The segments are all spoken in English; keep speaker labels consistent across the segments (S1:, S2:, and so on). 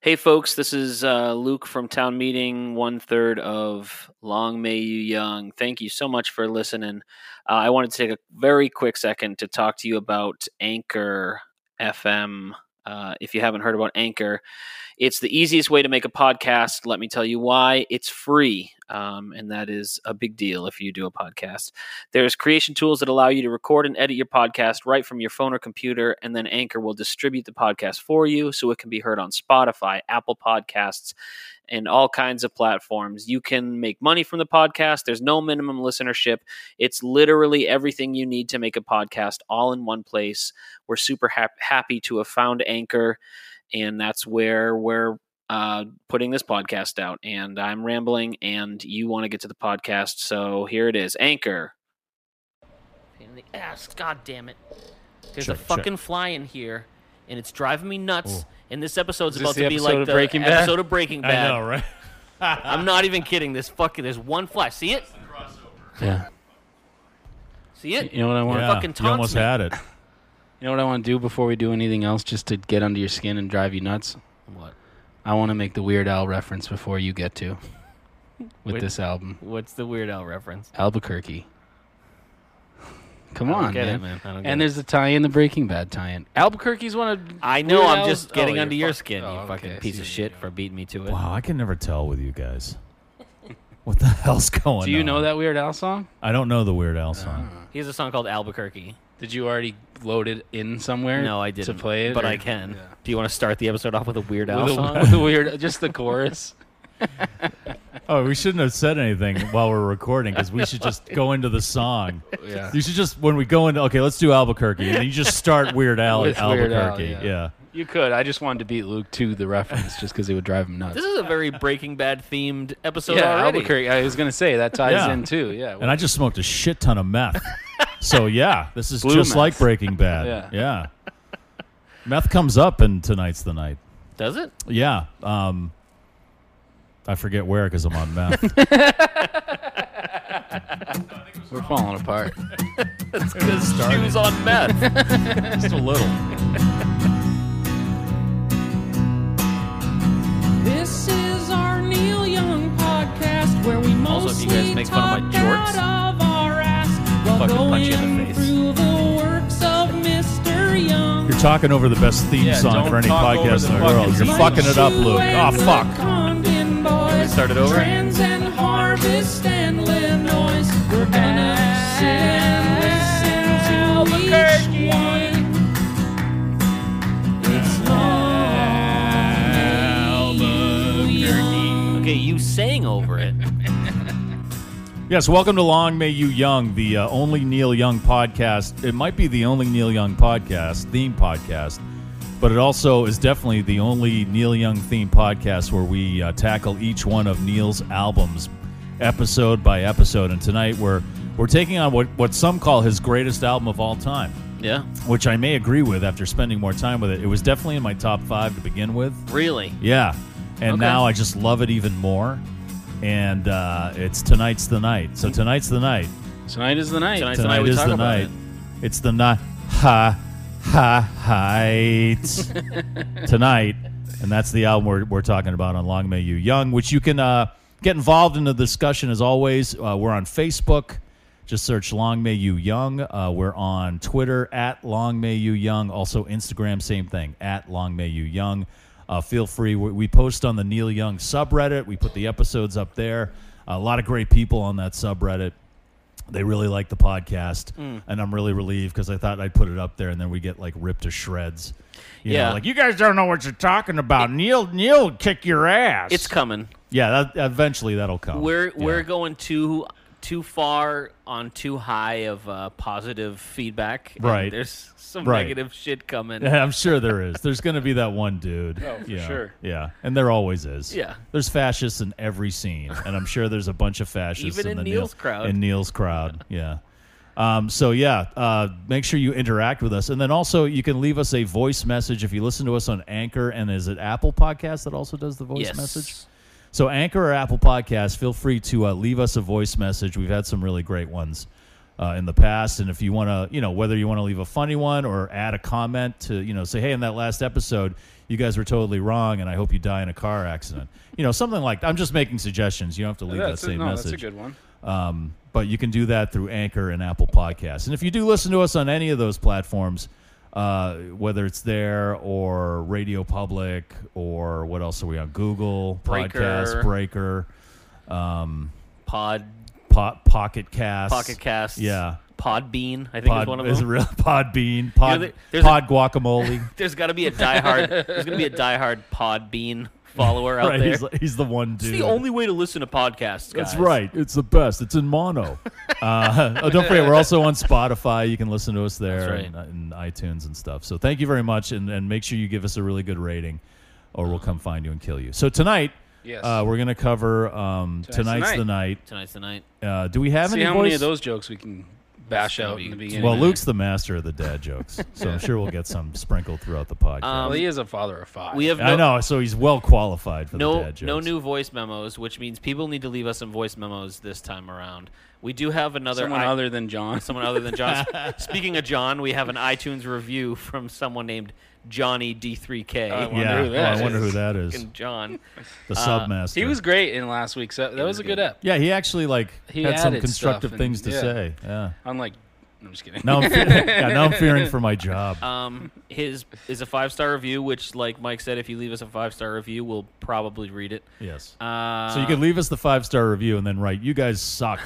S1: Hey, folks, this is uh, Luke from Town Meeting, one third of Long May You Young. Thank you so much for listening. Uh, I wanted to take a very quick second to talk to you about Anchor FM. Uh, if you haven't heard about Anchor, it's the easiest way to make a podcast. Let me tell you why. It's free, um, and that is a big deal if you do a podcast. There's creation tools that allow you to record and edit your podcast right from your phone or computer, and then Anchor will distribute the podcast for you so it can be heard on Spotify, Apple Podcasts, and all kinds of platforms. You can make money from the podcast. There's no minimum listenership. It's literally everything you need to make a podcast all in one place. We're super hap- happy to have found Anchor, and that's where we're uh, putting this podcast out. And I'm rambling, and you want to get to the podcast, so here it is Anchor. Pain in the ass, god damn it. There's a
S2: Check, check.
S1: fucking fly in here, and it's driving me nuts. And this episode's
S2: Is
S1: about
S2: this
S1: to
S2: the
S1: be
S2: episode
S1: like
S2: of
S1: the
S2: Breaking Bad?
S1: episode of Breaking Bad.
S2: I know, right?
S1: I'm not even kidding. This fucking there's one fly. See it?
S3: Yeah.
S1: See it?
S3: You know what I want?
S2: yeah,
S1: fucking
S2: you
S1: taunts
S2: almost
S1: me.
S2: had it.
S3: You know what I want to do before we do anything else, just to get under your skin and drive you nuts.
S1: What?
S3: I want to make the Weird Al reference before you get to with
S1: Wait.
S3: this album,
S1: What's the Weird Al reference?
S3: Albuquerque. Come
S1: I don't
S3: on,
S1: get
S3: man.
S1: it, man. I don't get
S3: and
S1: it. Oh,
S3: there's the tie-in, the Breaking Bad tie-in. Albuquerque's one of.
S1: I know.
S3: Weird
S1: I'm
S3: Al's-
S1: just getting
S3: Oh,
S1: under
S3: you're
S1: your
S3: fuck-
S1: skin, you
S3: oh, okay,
S1: fucking
S3: I
S1: piece of
S3: see what
S1: shit
S3: you're
S1: for beating me to it.
S2: Wow, I can never tell with you guys. What the hell's going
S3: doing. Do you
S2: on?
S3: know that Weird Al song?
S2: I don't know the Weird Al song.
S1: He has a song called Albuquerque.
S3: Did you already load it in somewhere?
S1: No, I didn't.
S3: To play it,
S1: but
S3: or-
S1: I can.
S3: Yeah.
S1: Do you want to start the episode off with a Weird Al
S3: With
S1: song?
S3: a, with a weird, just the chorus.
S2: Oh, we shouldn't have said anything while we're recording because we should just go into the song.
S3: Yeah.
S2: You should just when we go into okay, let's do Albuquerque, and you just start Weird Al at
S3: With Weird Al,
S2: Albuquerque.
S3: yeah.
S2: yeah.
S3: You could. I just wanted to beat Luke to the reference, just because it would drive him nuts.
S1: This is a very Breaking Bad themed episode
S3: yeah,
S1: already.
S3: Albuquerque. I was gonna say that ties
S2: Yeah.
S3: in too. Yeah.
S2: And I just smoked a shit ton of meth. so yeah, this is
S3: Blue
S2: just
S3: meth.
S2: like Breaking Bad.
S3: Yeah.
S2: Meth comes up and tonight's the night.
S1: Does it?
S2: Yeah. Um I forget where because I'm on meth.
S3: We're falling apart.
S1: Because he was on meth.
S2: just a little.
S4: This is our Neil Young podcast where we
S1: Also,
S4: mostly
S1: if you guys make fun of my
S4: talk
S1: jorts,
S4: out of our ass while
S1: fucking
S4: going
S1: punch you in the face.
S4: through the works of Mr. Young.
S2: You're talking over the best theme
S3: Yeah,
S2: song
S3: don't
S2: for any
S3: talk over
S2: podcast in
S3: the
S2: the world.
S3: fucking
S2: You're
S3: theme.
S2: fucking it up, Luke. Oh fuck.
S4: Start
S1: it over?
S4: Trends and harvest and Illinois. We're gonna sit and listen to each one. It's long. may you young.
S1: okay, you sang over it.
S2: Yes, welcome to Long May You Young, the uh, only Neil Young podcast. It might be the only Neil Young podcast, theme podcast, but it also is definitely the only Neil Young theme podcast where we uh, tackle each one of Neil's albums episode by episode. And tonight we're we're taking on what, what some call his greatest album of all time,
S1: Yeah.
S2: which I may agree with after spending more time with it. It was definitely in my top five to begin with.
S1: Really?
S2: Yeah. And
S1: Okay.
S2: now I just love it even more. And uh, it's tonight's the night. So tonight's the night.
S3: Tonight is the night.
S1: Tonight's the
S2: Tonight
S1: we
S2: is
S1: talk
S2: the
S1: about
S2: night.
S1: it.
S2: It's the night. Ha, ha, heights. Tonight. And that's the album we're, we're talking about on Long May You Young, which you can uh, get involved in the discussion as always. Uh, we're on Facebook. Just search Long May You Young. Uh, we're on Twitter at Long May You Young. Also Instagram, same thing at Long May You Young. Uh, feel free. We, we post on the Neil Young subreddit. We put the episodes up there. A lot of great people on that subreddit. They really like the podcast,
S1: Mm.
S2: and I'm really relieved because I thought I'd put it up there, and then we get like ripped to shreds. You know,
S1: Yeah.
S2: like you guys don't know what you're talking about. Neil, Neil, will kick your ass.
S1: It's coming.
S2: yeah. That, eventually, that'll come.
S1: We're
S2: Yeah.
S1: we're going too too far on too high of uh, positive feedback. and
S2: Right.
S1: There's some
S2: Right.
S1: negative shit coming.
S2: Yeah, I'm sure there is. There's going to be that one dude. Oh,
S1: for sure.
S2: Yeah, and there always is.
S1: Yeah.
S2: there's fascists in every scene, and I'm sure there's a bunch of fascists
S1: Even in
S2: the
S1: Neil's crowd.
S2: In Neil's crowd, yeah. Um, so yeah, uh, make sure you interact with us, and then also you can leave us a voice message if you listen to us on Anchor, and is it Apple Podcast that also does the voice
S1: yes.
S2: message? So Anchor or Apple Podcasts, feel free to uh, leave us a voice message. We've had some really great ones uh, in the past, and if you want to, you know, whether you want to leave a funny one or add a comment to, you know, say, hey, in that last episode, you guys were totally wrong, and I hope you die in a car accident. You know, something like that. I'm just making suggestions. You don't have to leave that
S3: That's a,
S2: same
S3: no,
S2: message.
S3: that's a good one.
S2: Um, but you can do that through Anchor and Apple Podcasts. And if you do listen to us on any of those platforms, uh, whether it's there or Radio Public or what else are we on? Google
S1: Breaker.
S2: Podcast Breaker,
S1: Pod
S2: po- Pocket Cast,
S1: Pocket Casts.
S2: Yeah,
S1: Podbean. I think
S2: Pod
S1: is one of
S2: is
S1: them.
S2: real Podbean, Pod
S1: there- there's
S2: Pod Guacamole.
S1: there's got to be a diehard. there's gonna be a diehard Podbean follower out
S2: right,
S1: there.
S2: he's, he's the one dude.
S1: it's the only way to listen to podcasts. Guys.
S2: That's right. It's the best. It's in mono. uh, oh, don't forget, we're also on Spotify. You can listen to us there
S1: right.
S2: and, and iTunes and stuff. So thank you very much, and, and make sure you give us a really good rating, or we'll come find you and kill you. So tonight,
S3: Yes.
S2: uh, we're gonna cover um, tonight's,
S3: Tonight's the
S2: the night.
S1: Tonight's the night.
S2: Uh, do we have
S3: See
S2: any?
S3: how
S2: voice?
S3: many of those jokes we can bash
S1: gonna
S3: out
S1: be-
S3: in the beginning.
S2: Well,
S3: there.
S2: Luke's the master of the dad jokes, so I'm sure we'll get some sprinkled throughout the podcast.
S3: Well, he is a father of five.
S1: We have no,
S2: I know, so he's well qualified for the
S1: no
S2: dad jokes.
S1: no new voice memos, which means people need to leave us some voice memos this time around. We do have another
S3: someone
S1: i-
S3: other than John.
S1: someone other than John. Speaking of John, we have an iTunes review from someone named Johnny D3K.
S3: I wonder
S2: Yeah,
S3: who
S2: well,
S3: that
S2: I wonder
S3: is. uh,
S2: who that is.
S1: Fucking John.
S2: The submaster.
S3: He was great in last week's. ep- That was a good ep.
S2: Yeah, he actually like
S3: He
S2: had some
S3: added
S2: constructive
S3: stuff and-
S2: things to
S3: yeah.
S2: say. Yeah.
S3: Unlike, I'm just kidding.
S2: Now I'm, fe- yeah, now I'm fearing for my job.
S3: Uh,
S1: Um, his is a five star review, which, like Mike said, if you leave us a five star review, we'll probably read it.
S2: yes.
S1: Uh,
S2: so you could leave us the five star review and then write, "You guys suck."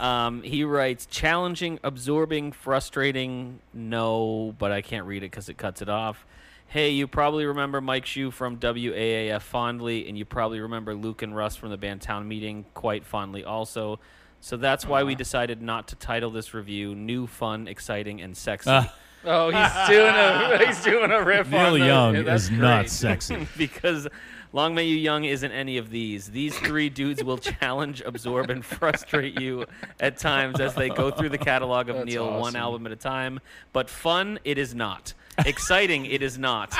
S1: Um, he writes challenging, absorbing, frustrating. No, but I can't read it because it cuts it off. Hey, you probably remember Mike Shue from WAAF fondly, and you probably remember Luke and Russ from the band Town Meeting quite fondly also. So that's why
S2: Uh-huh.
S1: we decided not to title this review "New, Fun, Exciting, and Sexy"
S2: Uh-huh.
S3: Oh, he's doing a he's doing a riff.
S2: Neil
S3: on the-
S2: Young
S3: yeah, that's
S2: is not
S3: great.
S2: sexy.
S1: because Long May You Young isn't any of these. These three dudes will challenge, absorb, and frustrate you at times as they go through the catalog of
S3: That's
S1: Neil one
S3: awesome.
S1: album at a time. But fun, it is not. Exciting, it is not.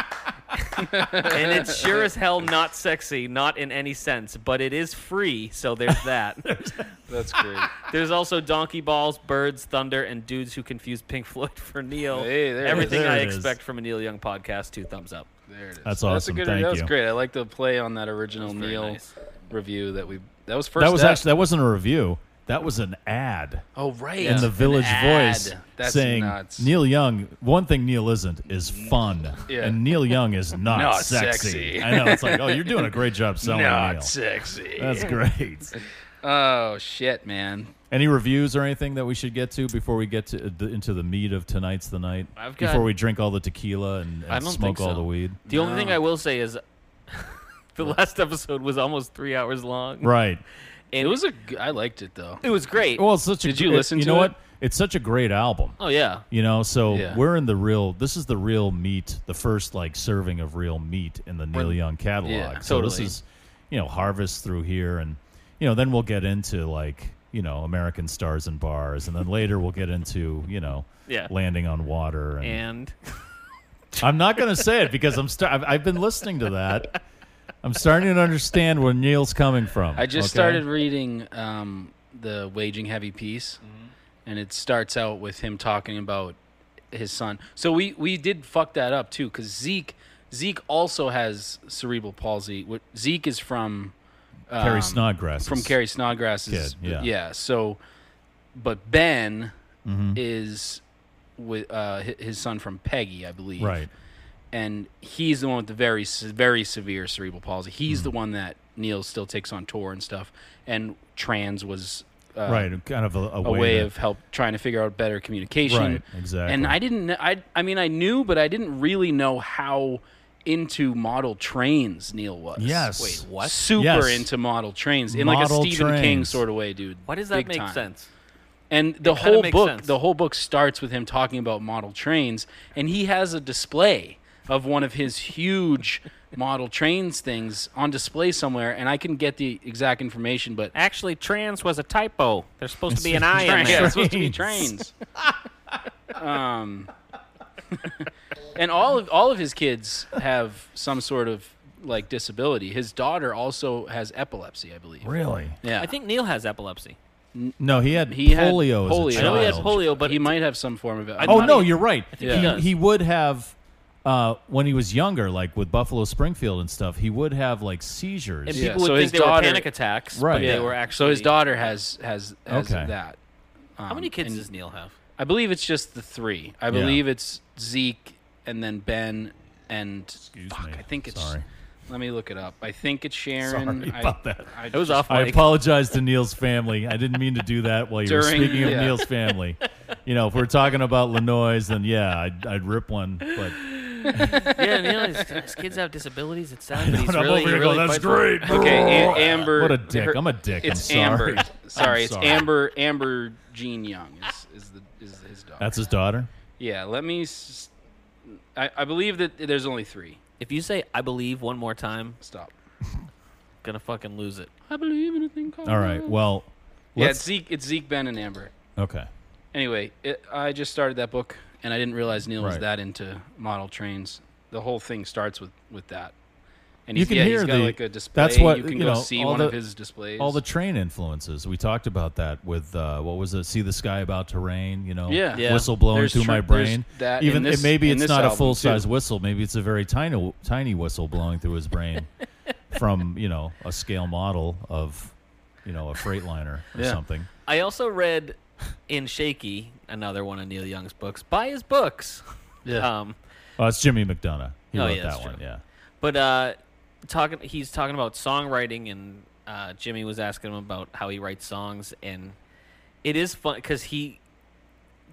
S1: and it's sure as hell not sexy, not in any sense, but it is free, so there's that.
S3: That's great.
S1: There's also donkey balls, birds, thunder, and dudes who confuse Pink Floyd for Neil.
S3: Hey, there it is.
S1: Everything
S2: There
S1: I
S2: it is.
S1: expect from a Neil Young podcast, two thumbs up.
S3: There it is.
S2: That's
S3: That's a
S2: awesome.
S3: good.
S2: Thank
S3: that was
S2: you.
S3: great. I like the play on that original
S1: very
S3: Neil
S1: nice.
S3: review that we. That was first.
S2: That was
S3: up.
S2: actually that wasn't a review. That was an ad
S3: Oh right.
S2: in the
S3: An
S2: Village
S3: ad.
S2: Voice
S3: That's
S2: saying
S3: nuts.
S2: Neil Young. One thing Neil isn't is fun,
S3: Yeah.
S2: and Neil Young is not,
S3: Not
S2: sexy.
S3: sexy.
S2: I know it's like, oh, you're doing a great job selling
S3: Not
S2: Neil.
S3: sexy.
S2: That's great.
S3: Oh shit, man.
S2: Any reviews or anything that we should get to before we get to the, into the meat of tonight's the night?
S1: I've got-
S2: before we drink all the tequila and, and
S1: I don't
S2: smoke
S1: think
S2: all
S1: so.
S2: the weed.
S1: The only thing I will say is the last episode was almost three hours long.
S2: Right.
S3: It was a. g- I liked it though.
S1: It was great.
S2: Well, it's such a
S3: Did you
S2: gr-
S3: listen
S2: You
S3: to
S2: know
S3: it?
S2: what? It's such a great album.
S1: oh yeah.
S2: You know, so
S3: Yeah.
S2: we're in the real. This is the real meat. The first like serving of real meat in the Neil Young catalog.
S3: yeah,
S2: so this
S1: totally.
S2: is, you know, harvest through here, and you know, then we'll get into like you know American stars and bars, and then later we'll get into you know
S1: Yeah.
S2: landing on water and
S1: And
S2: I'm not going to say it because I'm. Star- I've, I've been listening to that. I'm starting to understand where Neil's coming from.
S3: I just
S2: okay?
S3: started reading um, the Waging Heavy Peace,
S2: Mm-hmm.
S3: and it starts out with him talking about his son. So we we did fuck that up too, because Zeke Zeke also has cerebral palsy. What Zeke is from
S2: Carrie Snodgrass
S3: from Carrie Snodgrass's
S2: Kid, yeah.
S3: So but Ben
S2: Mm-hmm.
S3: is with uh, hi- his son from Peggy, I believe.
S2: Right.
S3: And he's the one with the very, se- very severe cerebral palsy.
S2: Mm-hmm.
S3: He's the one that Neil still takes on tour and stuff. And trans was uh,
S2: right. Kind of a, a,
S3: a way
S2: to-
S3: of help trying to figure out better communication.
S2: Right, exactly.
S3: And I didn't. kn- I I mean, I knew, but I didn't really know how into model trains Neil was.
S2: Yes.
S5: Wait, what?
S3: Super
S2: Yes.
S3: into model trains in
S2: Model
S3: like a Stephen King
S2: trains.
S3: sort of way, dude.
S5: Why does that
S3: Big
S5: make
S3: time.
S5: sense?
S3: And
S5: kinda
S3: the whole
S5: makes
S3: book,
S5: sense.
S3: the whole book starts with him talking about model trains, and he has a display of one of his huge model trains things on display somewhere, and I can get the exact information, but
S5: Actually, trans was a typo. There's supposed to be an I in
S3: yeah,
S5: there.
S3: it's supposed to be trains. um, and all of all of his kids have some sort of like disability. His daughter also has epilepsy, I believe.
S2: really.
S3: Yeah,
S5: I think Neil has epilepsy.
S2: No, he had
S3: he had
S2: polio as
S3: polio.
S2: a
S3: I know
S2: child.
S3: he had
S5: polio, but
S3: he
S5: it-
S3: might have some form of it. I
S2: Oh
S3: don't
S2: no,
S3: know.
S2: you're right.
S3: he
S2: He,
S5: does.
S2: he would have uh, when he was younger, like with Buffalo Springfield and stuff. He would have like seizures.
S5: And
S3: Yeah,
S5: people would
S3: so
S5: think
S3: his
S5: they were
S3: daughter-
S5: panic attacks,
S2: Right.
S5: but
S2: Yeah.
S5: they were actually.
S3: So his daughter has has, has
S2: Okay.
S3: that.
S5: How
S2: Um,
S5: many kids
S3: and-
S5: does Neil have?
S3: I believe it's just the three. I believe it's Zeke and then Ben and
S2: Excuse
S3: fuck,
S2: me.
S3: I think it's.
S2: Sorry.
S3: Let me look it up. I think it's Sharon.
S2: Sorry
S3: I-
S2: about that.
S3: I
S5: It was
S3: just-
S5: off
S2: I
S5: mic.
S2: apologize to Neil's family. I didn't mean to do that while you were
S3: During-
S2: speaking of
S3: yeah.
S2: Neil's family. You know, if we're talking about Lenoy's, then yeah, I'd, I'd rip one. But
S5: yeah, Neil, his, his kids have disabilities. It sounds, but he's
S2: I'm over
S5: really,
S2: here
S5: really
S2: going, that's
S5: fights for it."
S2: great.
S3: Okay, a- Amber.
S2: Oh, What a dick.
S3: her-
S2: I'm a dick. I'm
S3: It's
S2: sorry.
S3: Amber. Sorry, it's
S2: sorry.
S3: Amber. Amber Jean Young is, is the is his daughter.
S2: that's his daughter.
S3: yeah. Let me. s- I, I believe that there's only three.
S5: If you say "I believe" one more time,
S3: Stop.
S5: I'm gonna fucking lose it.
S3: I believe in a thing called.
S2: All right.
S3: love.
S2: Well,
S3: yeah,
S2: let's-
S3: it's Zeke. It's Zeke, Ben, and Amber.
S2: okay.
S3: Anyway, it, I just started that book, and I didn't realize Neil was
S2: Right.
S3: that into model trains. The whole thing starts with with that. And
S2: You
S3: he's,
S2: can
S3: yeah,
S2: hear
S3: he's got
S2: the-
S3: like a
S2: that's
S3: display.
S2: what,
S3: you can
S2: you
S3: go
S2: know,
S3: see
S2: all
S3: one of
S2: the-
S3: his displays.
S2: All the train influences. We talked about that with uh, what was it? See the sky about to rain. You know,
S3: Yeah. Yeah.
S2: whistle blowing
S3: There's
S2: through
S3: tr-
S2: my brain.
S3: there's that in
S2: Even
S3: this-
S2: it, maybe
S3: in
S2: it's
S3: this
S2: not a
S3: album,
S2: full size
S3: too.
S2: whistle. Maybe it's a very tiny, tiny whistle blowing through his brain from you know a scale model of you know a freightliner or
S3: Yeah.
S2: something.
S5: I also read in Shaky, another one of Neil Young's books. Buy his books.
S3: Yeah.
S5: Um,
S2: Oh, it's Jimmy McDonough. He
S5: Oh,
S2: wrote
S5: yeah,
S2: that
S5: that's
S2: one.
S5: true.
S2: Yeah.
S5: But uh, talking, he's talking about songwriting, and uh, Jimmy was asking him about how he writes songs, and it is fun because he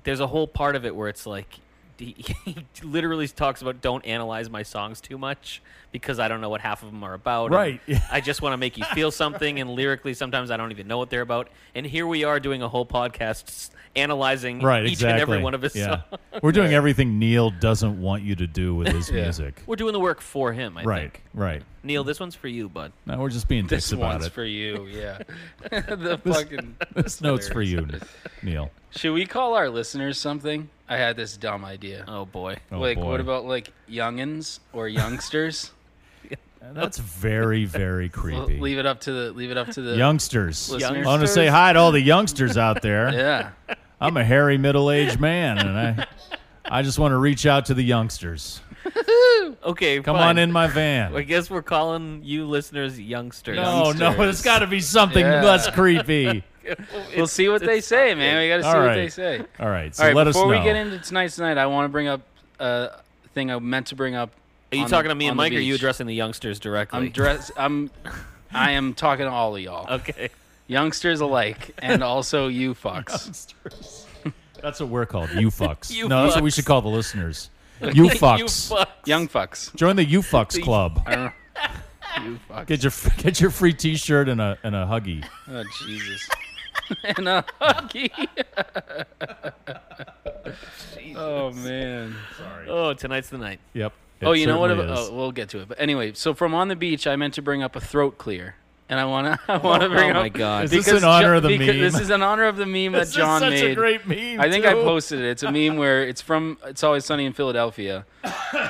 S5: there's a whole part of it where it's like he, he literally talks about don't analyze my songs too much because I don't know what half of them are about. and
S2: Right, yeah.
S5: I just want to make you feel something, and lyrically, sometimes I don't even know what they're about. And here we are doing a whole podcast s- analyzing
S2: Right.
S5: each
S2: exactly.
S5: and every one of his
S2: yeah.
S5: songs.
S2: We're doing everything Neil doesn't want you to do with his
S3: Yeah.
S2: music.
S5: We're doing the work for him. I
S2: Right.
S5: think.
S2: Right.
S5: Neil, this one's for you, bud.
S2: No, we're just being
S3: This
S2: dicks about
S3: one's
S2: it.
S3: for you, yeah. the fucking.
S2: this note's for you, Neil.
S3: Should we call our listeners something? I had this dumb idea.
S5: Oh boy.
S2: Oh,
S3: like,
S2: boy.
S3: what about like youngins or youngsters?
S2: That's very, very
S3: Well,
S2: creepy.
S3: leave it up to the. Leave it up to the.
S2: youngsters.
S3: Listeners.
S2: I want to say hi to all the youngsters out there.
S3: Yeah.
S2: I'm a hairy middle-aged man, and I, I just want to reach out to the youngsters.
S5: Okay,
S2: Come
S5: fine.
S2: on in my
S5: I
S2: van. Oh,
S5: guess we're calling you listeners youngsters.
S2: No, no,
S3: youngsters.
S2: it's got to be something
S3: Yeah.
S2: less creepy.
S3: We'll see what they say, man. We got to see
S2: All
S3: what they
S2: right.
S3: say.
S2: All right, so
S3: All right.
S2: let us
S3: before
S2: know.
S3: we get into tonight's night, I want to bring up uh, a thing I meant to bring up.
S5: Are you
S3: on the-
S5: talking to me and
S3: on the
S5: Mike? Or are you
S3: beach.
S5: addressing the youngsters directly?
S3: I'm dress. I'm. I am talking to all of y'all,
S5: okay.
S3: youngsters alike, and also you fucks.
S2: That's what we're called, you fucks.
S5: You
S2: no, that's what we
S5: fucks.
S2: should call the listeners. You fucks.
S5: you fuck.
S3: Young fucks.
S2: Join the you fucks club.
S3: I don't know. You fucks.
S2: Get your get your free T-shirt and a and a huggy.
S3: Oh Jesus. and a huggy. Oh man.
S5: Oh, tonight's the night.
S2: Yep.
S3: oh, you know what?
S2: It certainly
S3: about-
S2: is.
S3: Oh, we'll get to it. But anyway, so from on the beach, I meant to bring up a throat clear, and I wanna, I
S2: Oh,
S3: wanna bring up.
S5: my God. Is
S2: this
S3: because
S2: in honor
S3: Jo-
S2: of the
S3: because
S2: meme?
S3: This is in honor of the meme that John
S2: this is such
S3: made.
S2: a great meme.
S3: I think I
S2: too.
S3: posted it. It's a meme where it's from It's Always Sunny in Philadelphia,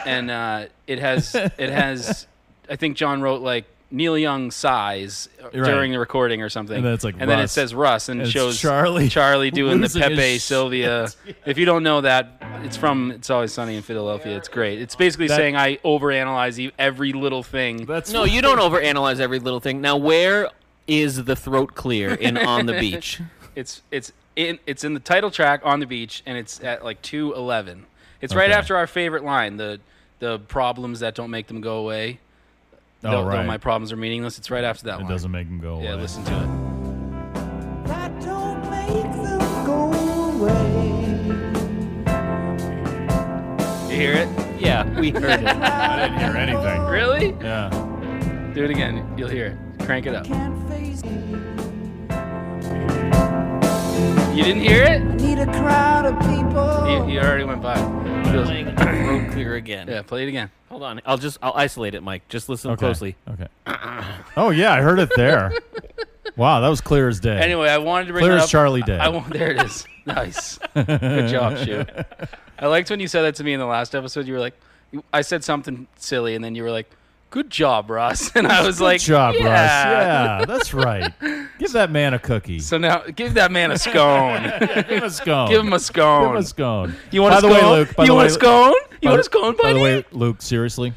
S3: and uh, it has it has. I think John wrote like Neil Young sighs during the recording or something,
S2: And then it's like
S3: and then it
S2: Russ.
S3: says Russ and,
S2: And it's
S3: shows
S2: Charlie
S3: Charlie doing the
S2: losing his
S3: Pepe
S2: shit.
S3: Sylvia. If you don't know that, it's from It's Always Sunny in Philadelphia. It's great. It's basically
S2: That-
S3: saying I overanalyze e- every little thing.
S2: That's
S5: No, you don't overanalyze every little thing. Now, where is the throat clear in On the Beach?
S3: It's it's in, it's in the title track on the beach, and it's at like two eleven. It's right
S2: Okay.
S3: after our favorite line, the the problems that don't make them go away.
S2: Oh,
S3: though, though
S2: right.
S3: my problems are meaningless. It's right after that
S2: It
S3: line.
S2: doesn't make them go away.
S3: yeah, listen to it.
S6: That don't make them go away.
S3: You hear it?
S5: Yeah, we heard it.
S2: I didn't hear anything.
S3: Really?
S2: Yeah.
S3: Do it again. You'll hear it. Crank it up.
S6: Can't face it.
S3: You didn't hear it?
S6: Need a crowd of people.
S3: You, you already went by.
S5: Playing road clear again.
S3: Yeah, play it again.
S5: Hold on. I'll just I'll isolate it, Mike. Just listen
S2: Okay.
S5: closely.
S2: Okay. Oh yeah, I heard it there. wow, that was clear as day.
S3: Anyway, I wanted to bring
S2: Clear
S3: that
S2: as
S3: up.
S2: Charlie Day.
S3: I, I want, there it is. Nice. Good job, Shu. I liked when you said that to me in the last episode. You were like, I said something silly, and then you were like, "Good job, Ross." And I was
S2: Good
S3: like,
S2: job, Russ.
S3: "Yeah."
S2: Yeah, that's right. Give that man a cookie.
S3: So now give that man a scone.
S2: Give him a scone.
S3: give him a scone.
S2: Give him a scone.
S3: You want
S2: by
S3: a
S2: the
S3: scone?
S2: Way, Luke, by
S3: you
S2: the
S3: want
S2: way,
S3: a scone? You
S2: by
S3: want
S2: the-
S3: a scone, buddy?
S2: By the way, Luke, seriously,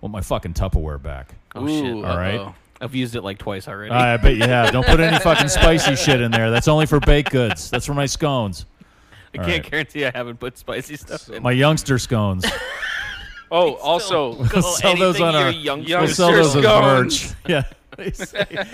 S2: want my fucking Tupperware back?
S5: Oh shit.
S3: Ooh,
S2: All right.
S3: uh-oh.
S5: I've used it like twice already.
S2: I bet you have. Don't put any fucking spicy shit in there. That's only for baked goods. That's for my scones,
S5: I can't
S2: right.
S5: guarantee I haven't put spicy stuff in.
S2: my youngster scones.
S3: Oh, also,
S2: We'll
S5: Well,
S2: sell those
S5: anything
S2: on our.
S5: your youngsters-
S2: We'll sell
S3: Youngster
S2: those as merch.
S3: scones.
S2: Yeah. They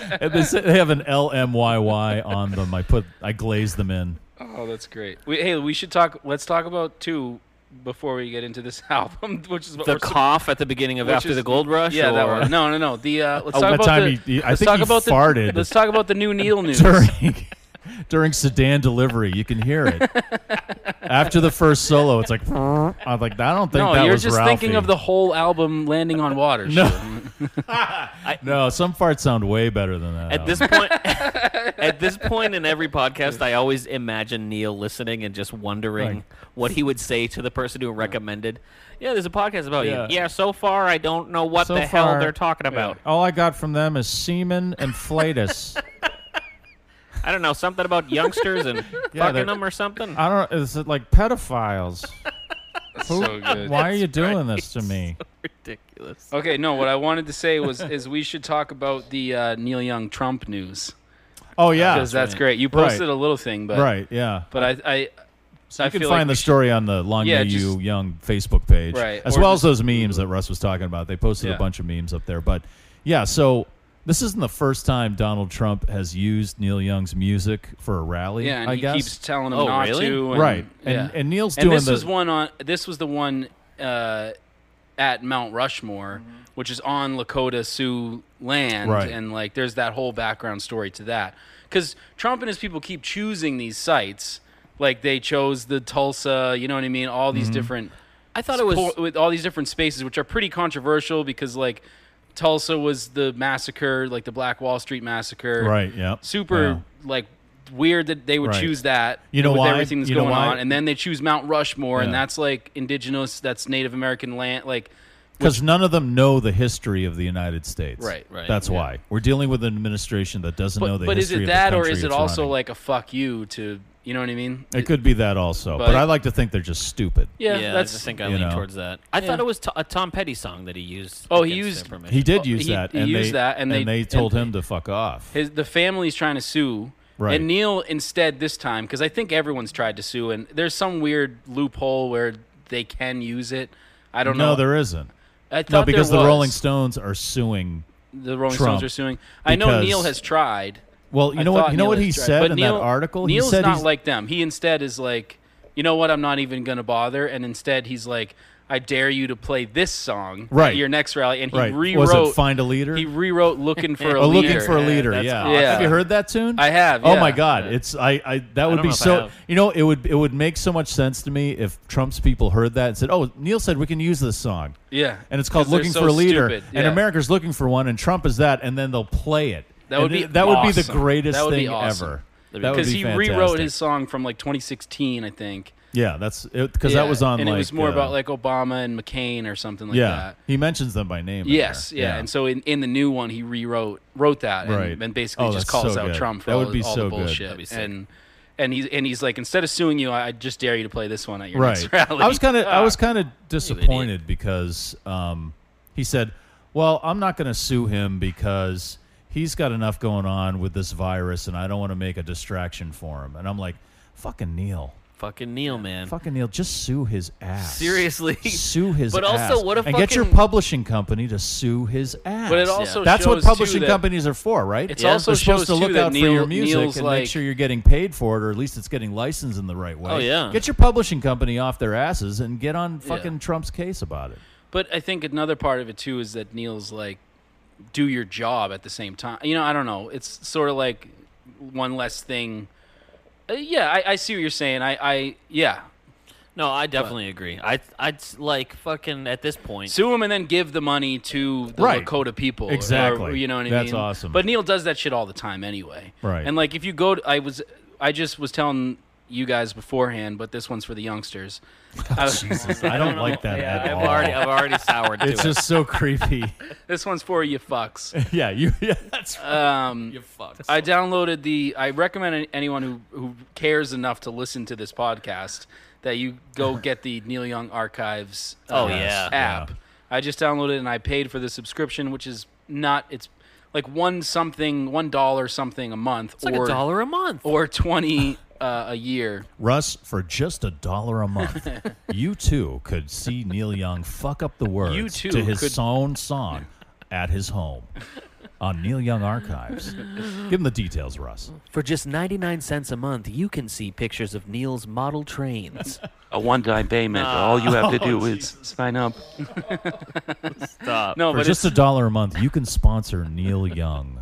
S2: say- and they, say they have an LMYY on them. I put I glaze them in.
S3: Oh, that's great. We, hey, we should talk. Let's talk about two before we get into this album, which is what
S5: the
S3: we're-
S5: cough at the beginning of
S3: which
S5: After
S3: is-
S5: the Gold Rush.
S3: Yeah, that
S5: or-
S3: one. No, no, no. The uh, let's
S2: Oh,
S3: talk
S2: what
S3: about
S2: time
S3: the.
S2: he- he- I
S3: let's
S2: think
S3: talk
S2: he
S3: about the,
S2: farted.
S3: Let's talk about the new Neil news.
S2: during during sedan delivery. You can hear it after the first solo. It's like I'm like I don't think
S3: no,
S2: that
S3: you're
S2: was
S3: just
S2: Ralphie.
S3: thinking of the whole album landing on water.
S2: No.
S3: Sure.
S2: no. Some farts sound way better than that.
S5: At this point, at this point in every podcast, I always imagine Neil listening and just wondering
S2: Right.
S5: what he would say to the person who recommended. Yeah, there's a podcast about
S2: Yeah.
S5: you. Yeah, so far I don't know what
S2: So
S5: the hell
S2: far-
S5: they're talking about.
S2: all I got from them is semen and flatus.
S5: I don't know something about youngsters and
S2: Yeah, they're- Uh,
S5: fucking them or something.
S2: I don't. Is it like pedophiles? Who-
S3: so good.
S2: Why are you doing this to me?
S5: Ridiculous.
S3: Okay, no. What I wanted to say was, is we should talk about the uh, Neil Young Trump news
S2: Oh yeah,
S3: because that's great. You
S2: Right.
S3: posted a little thing, but
S2: right. Yeah.
S3: But I, I,
S2: So
S3: I
S2: you can
S3: feel
S2: find
S3: like
S2: the
S3: we should-
S2: story on the Long
S3: Yeah,
S2: May You
S3: just-
S2: Young Facebook page,
S3: Right,
S2: As
S3: or
S2: well as
S3: just-
S2: those memes that Russ was talking about. They posted a
S3: Yeah.
S2: bunch of memes up there, but yeah. So this isn't the first time Donald Trump has used Neil Young's music for a rally.
S3: yeah, and
S2: I
S3: he
S2: guess
S3: keeps telling him
S5: Oh,
S3: not
S5: really?
S3: to. And,
S2: right. And
S3: yeah.
S2: and Neil's
S3: and
S2: doing
S3: this
S2: the
S3: was one on this was the one uh, at Mount Rushmore,
S5: Mm-hmm.
S3: which is on Lakota Sioux land,
S2: Right.
S3: and like there's that whole background story to that because Trump and his people keep choosing these sites, like they chose the Tulsa, you know what I mean? All
S2: Mm-hmm.
S3: these different,
S5: I thought it was.
S3: po- with all these different spaces, which are pretty controversial because like Tulsa was the massacre, like the Black Wall Street massacre,
S2: right. Yeah.
S3: super
S2: Yeah.
S3: like weird that they would
S2: Right.
S3: choose that
S2: You know
S3: with
S2: why?
S3: everything that's
S2: You know
S3: going
S2: why?
S3: on and then they choose mount rushmore and
S2: Yeah.
S3: that's like indigenous that's native american land like
S2: because none of them know the history of the United States.
S3: Right, right,
S2: That's
S3: yeah.
S2: why we're dealing with an administration that doesn't know
S3: but,
S2: the
S3: but is
S2: history
S3: it
S2: of
S3: that
S2: the
S3: or
S2: country
S3: is it
S2: it's
S3: also
S2: running.
S3: like a fuck you to you know what i mean
S2: it could be that also? But,
S3: but-
S2: I like to think they're just stupid.
S3: yeah,
S5: yeah,
S3: that's
S5: I just think I
S2: you
S5: lean
S2: know.
S5: towards that. I
S3: Yeah.
S5: thought it was to- a Tom Petty song that he used.
S3: Oh, he
S5: against
S3: used-
S5: their permission.
S2: He did use
S3: he-
S2: that.
S3: he
S2: and
S3: used
S2: they,
S3: that, and they-
S2: told
S3: and-
S2: him to fuck off.
S3: his the family's trying to sue
S2: Right.
S3: and neil instead this time because i think everyone's tried to sue and there's some weird loophole where they can use it i don't
S2: no,
S3: know
S2: there isn't.
S3: I
S2: No,
S3: thought there
S2: because the
S3: was.
S2: Rolling Stones are suing.
S3: the rolling
S2: Trump,
S3: stones are suing i know neil
S2: because-
S3: has tried
S2: Well, you know
S3: I
S2: what?
S3: thought
S2: You know
S3: Neil
S2: what
S3: is
S2: he
S3: dry.
S2: said
S3: But
S2: in
S3: Neil,
S2: that article.
S3: Neil's
S2: he said
S3: not
S2: he's,
S3: like them. He instead is like, you know what? I'm not even gonna bother. And instead, he's like, I dare you to play this song
S2: Right.
S3: at your next rally. And he
S2: right.
S3: rewrote.
S2: Was it find a leader?
S3: He rewrote "Looking for a
S2: oh,
S3: Leader."
S2: looking for a leader.
S5: that's
S2: Yeah.
S3: awesome.
S2: Have you
S3: Yeah.
S2: heard that tune?
S3: I have,
S2: Oh my
S3: yeah.
S2: God! It's I. I that would
S5: don't
S2: be
S5: know if I
S2: so.
S5: have.
S2: You know, it would it would make so much sense to me if Trump's people heard that and said, "Oh, Neil said we can use this song."
S3: Yeah.
S2: And it's called
S3: 'Cause they're
S2: "Looking
S3: so
S2: for a Leader,"
S3: stupid,
S2: and
S3: yeah.
S2: America's looking for one, and Trump is that, and then they'll play it.
S3: That would
S2: And
S3: be
S2: it- that would be the
S3: awesome.
S2: greatest
S3: That would be
S2: thing
S3: awesome.
S2: ever.
S5: That'd be
S2: That would
S3: Because
S2: be
S3: he rewrote
S2: fantastic.
S3: his song from like 2016, I think.
S2: Yeah, that's because
S3: Yeah,
S2: that was on
S3: and
S2: like
S3: it was more
S2: uh,
S3: about like Obama and McCain or something like
S2: yeah.
S3: that.
S2: He mentions them by name. in
S3: Yes,
S2: there.
S3: yeah. And so in, in the new one, he rewrote wrote that and,
S2: Right.
S3: and basically
S2: Oh,
S3: just
S2: that's
S3: calls
S2: so
S3: out
S2: good.
S3: Trump for
S2: That would
S3: all,
S2: be
S3: all
S2: so
S3: the
S2: good.
S3: bullshit.
S2: That'd be
S5: sick.
S3: and and he's and he's like, instead of suing you, I I just dare you to play this one at your
S2: right.
S3: next rally.
S2: I was kind of I
S3: Ah.
S2: was kind of disappointed because um, he said, "Well, I'm not going to sue him because he's got enough going on with this virus, and I don't want to make a distraction for him." And I'm like, Fucking Neil.
S5: Fucking Neil, man.
S2: Fucking Neil. Just sue his ass.
S5: Seriously.
S2: Sue his
S5: But
S2: ass.
S5: also, what a
S2: And get your
S5: fucking-
S2: publishing company to sue his ass.
S3: But it also
S2: That's what
S3: shows, too,
S2: publishing
S3: that-
S2: companies are for, right?
S3: It's
S5: Yeah.
S3: also
S2: They're supposed
S3: shows
S2: to
S3: too
S2: look
S3: that
S2: out
S3: Neil,
S2: for your music
S3: Neil's
S2: and
S3: like,
S2: make sure you're getting paid for it, or at least it's getting licensed in the right way.
S5: Oh, yeah.
S2: Get your publishing company off their asses and get on fucking Trump's case about it.
S3: But I think another part of it too is that Neil's like, do your job at the same time. You know, I don't know. It's sort of like one less thing. Uh, yeah, I, I see what you're saying. I, I yeah,
S5: No, I definitely agree. I I'd s- like fucking at this point.
S3: sue him and then give the money to the
S2: Right.
S3: Lakota people. or-
S2: Exactly.
S3: you know what I
S2: That's
S3: mean?
S2: awesome.
S3: But Neil does that shit all the time anyway.
S2: Right.
S3: And like if you go, to, I was, I just was telling you guys beforehand, but this one's for the youngsters. I was-
S2: I don't like that
S5: yeah,
S2: at
S5: I've
S2: all.
S5: already I've already soured to
S2: it's
S5: it.
S2: just so creepy.
S3: this one's for you fucks.
S2: yeah, you. Yeah, that's
S3: Um, You're fucked. I downloaded the. I recommend any- anyone who who cares enough to listen to this podcast that you go get the Neil Young Archives. uh,
S5: Oh, yeah.
S3: app. I just downloaded it and I paid for the subscription, which is not. It's like one something, one dollar something a month,
S5: It's like a dollar a month.
S3: or twenty uh, a year.
S2: Russ. For just a dollar a month, you too could see Neil Young fuck up the words
S3: You too
S2: to his
S3: could-
S2: own song at his home on Neil Young Archives. Give him the details, Russ.
S5: For just 99 cents a month, you can see pictures of Neil's model trains.
S7: A one-time payment. All you have to do is sign up.
S5: Stop.
S3: No,
S2: Uh, For
S3: but
S2: just
S3: it's,
S2: a dollar a month, you can sponsor Neil Young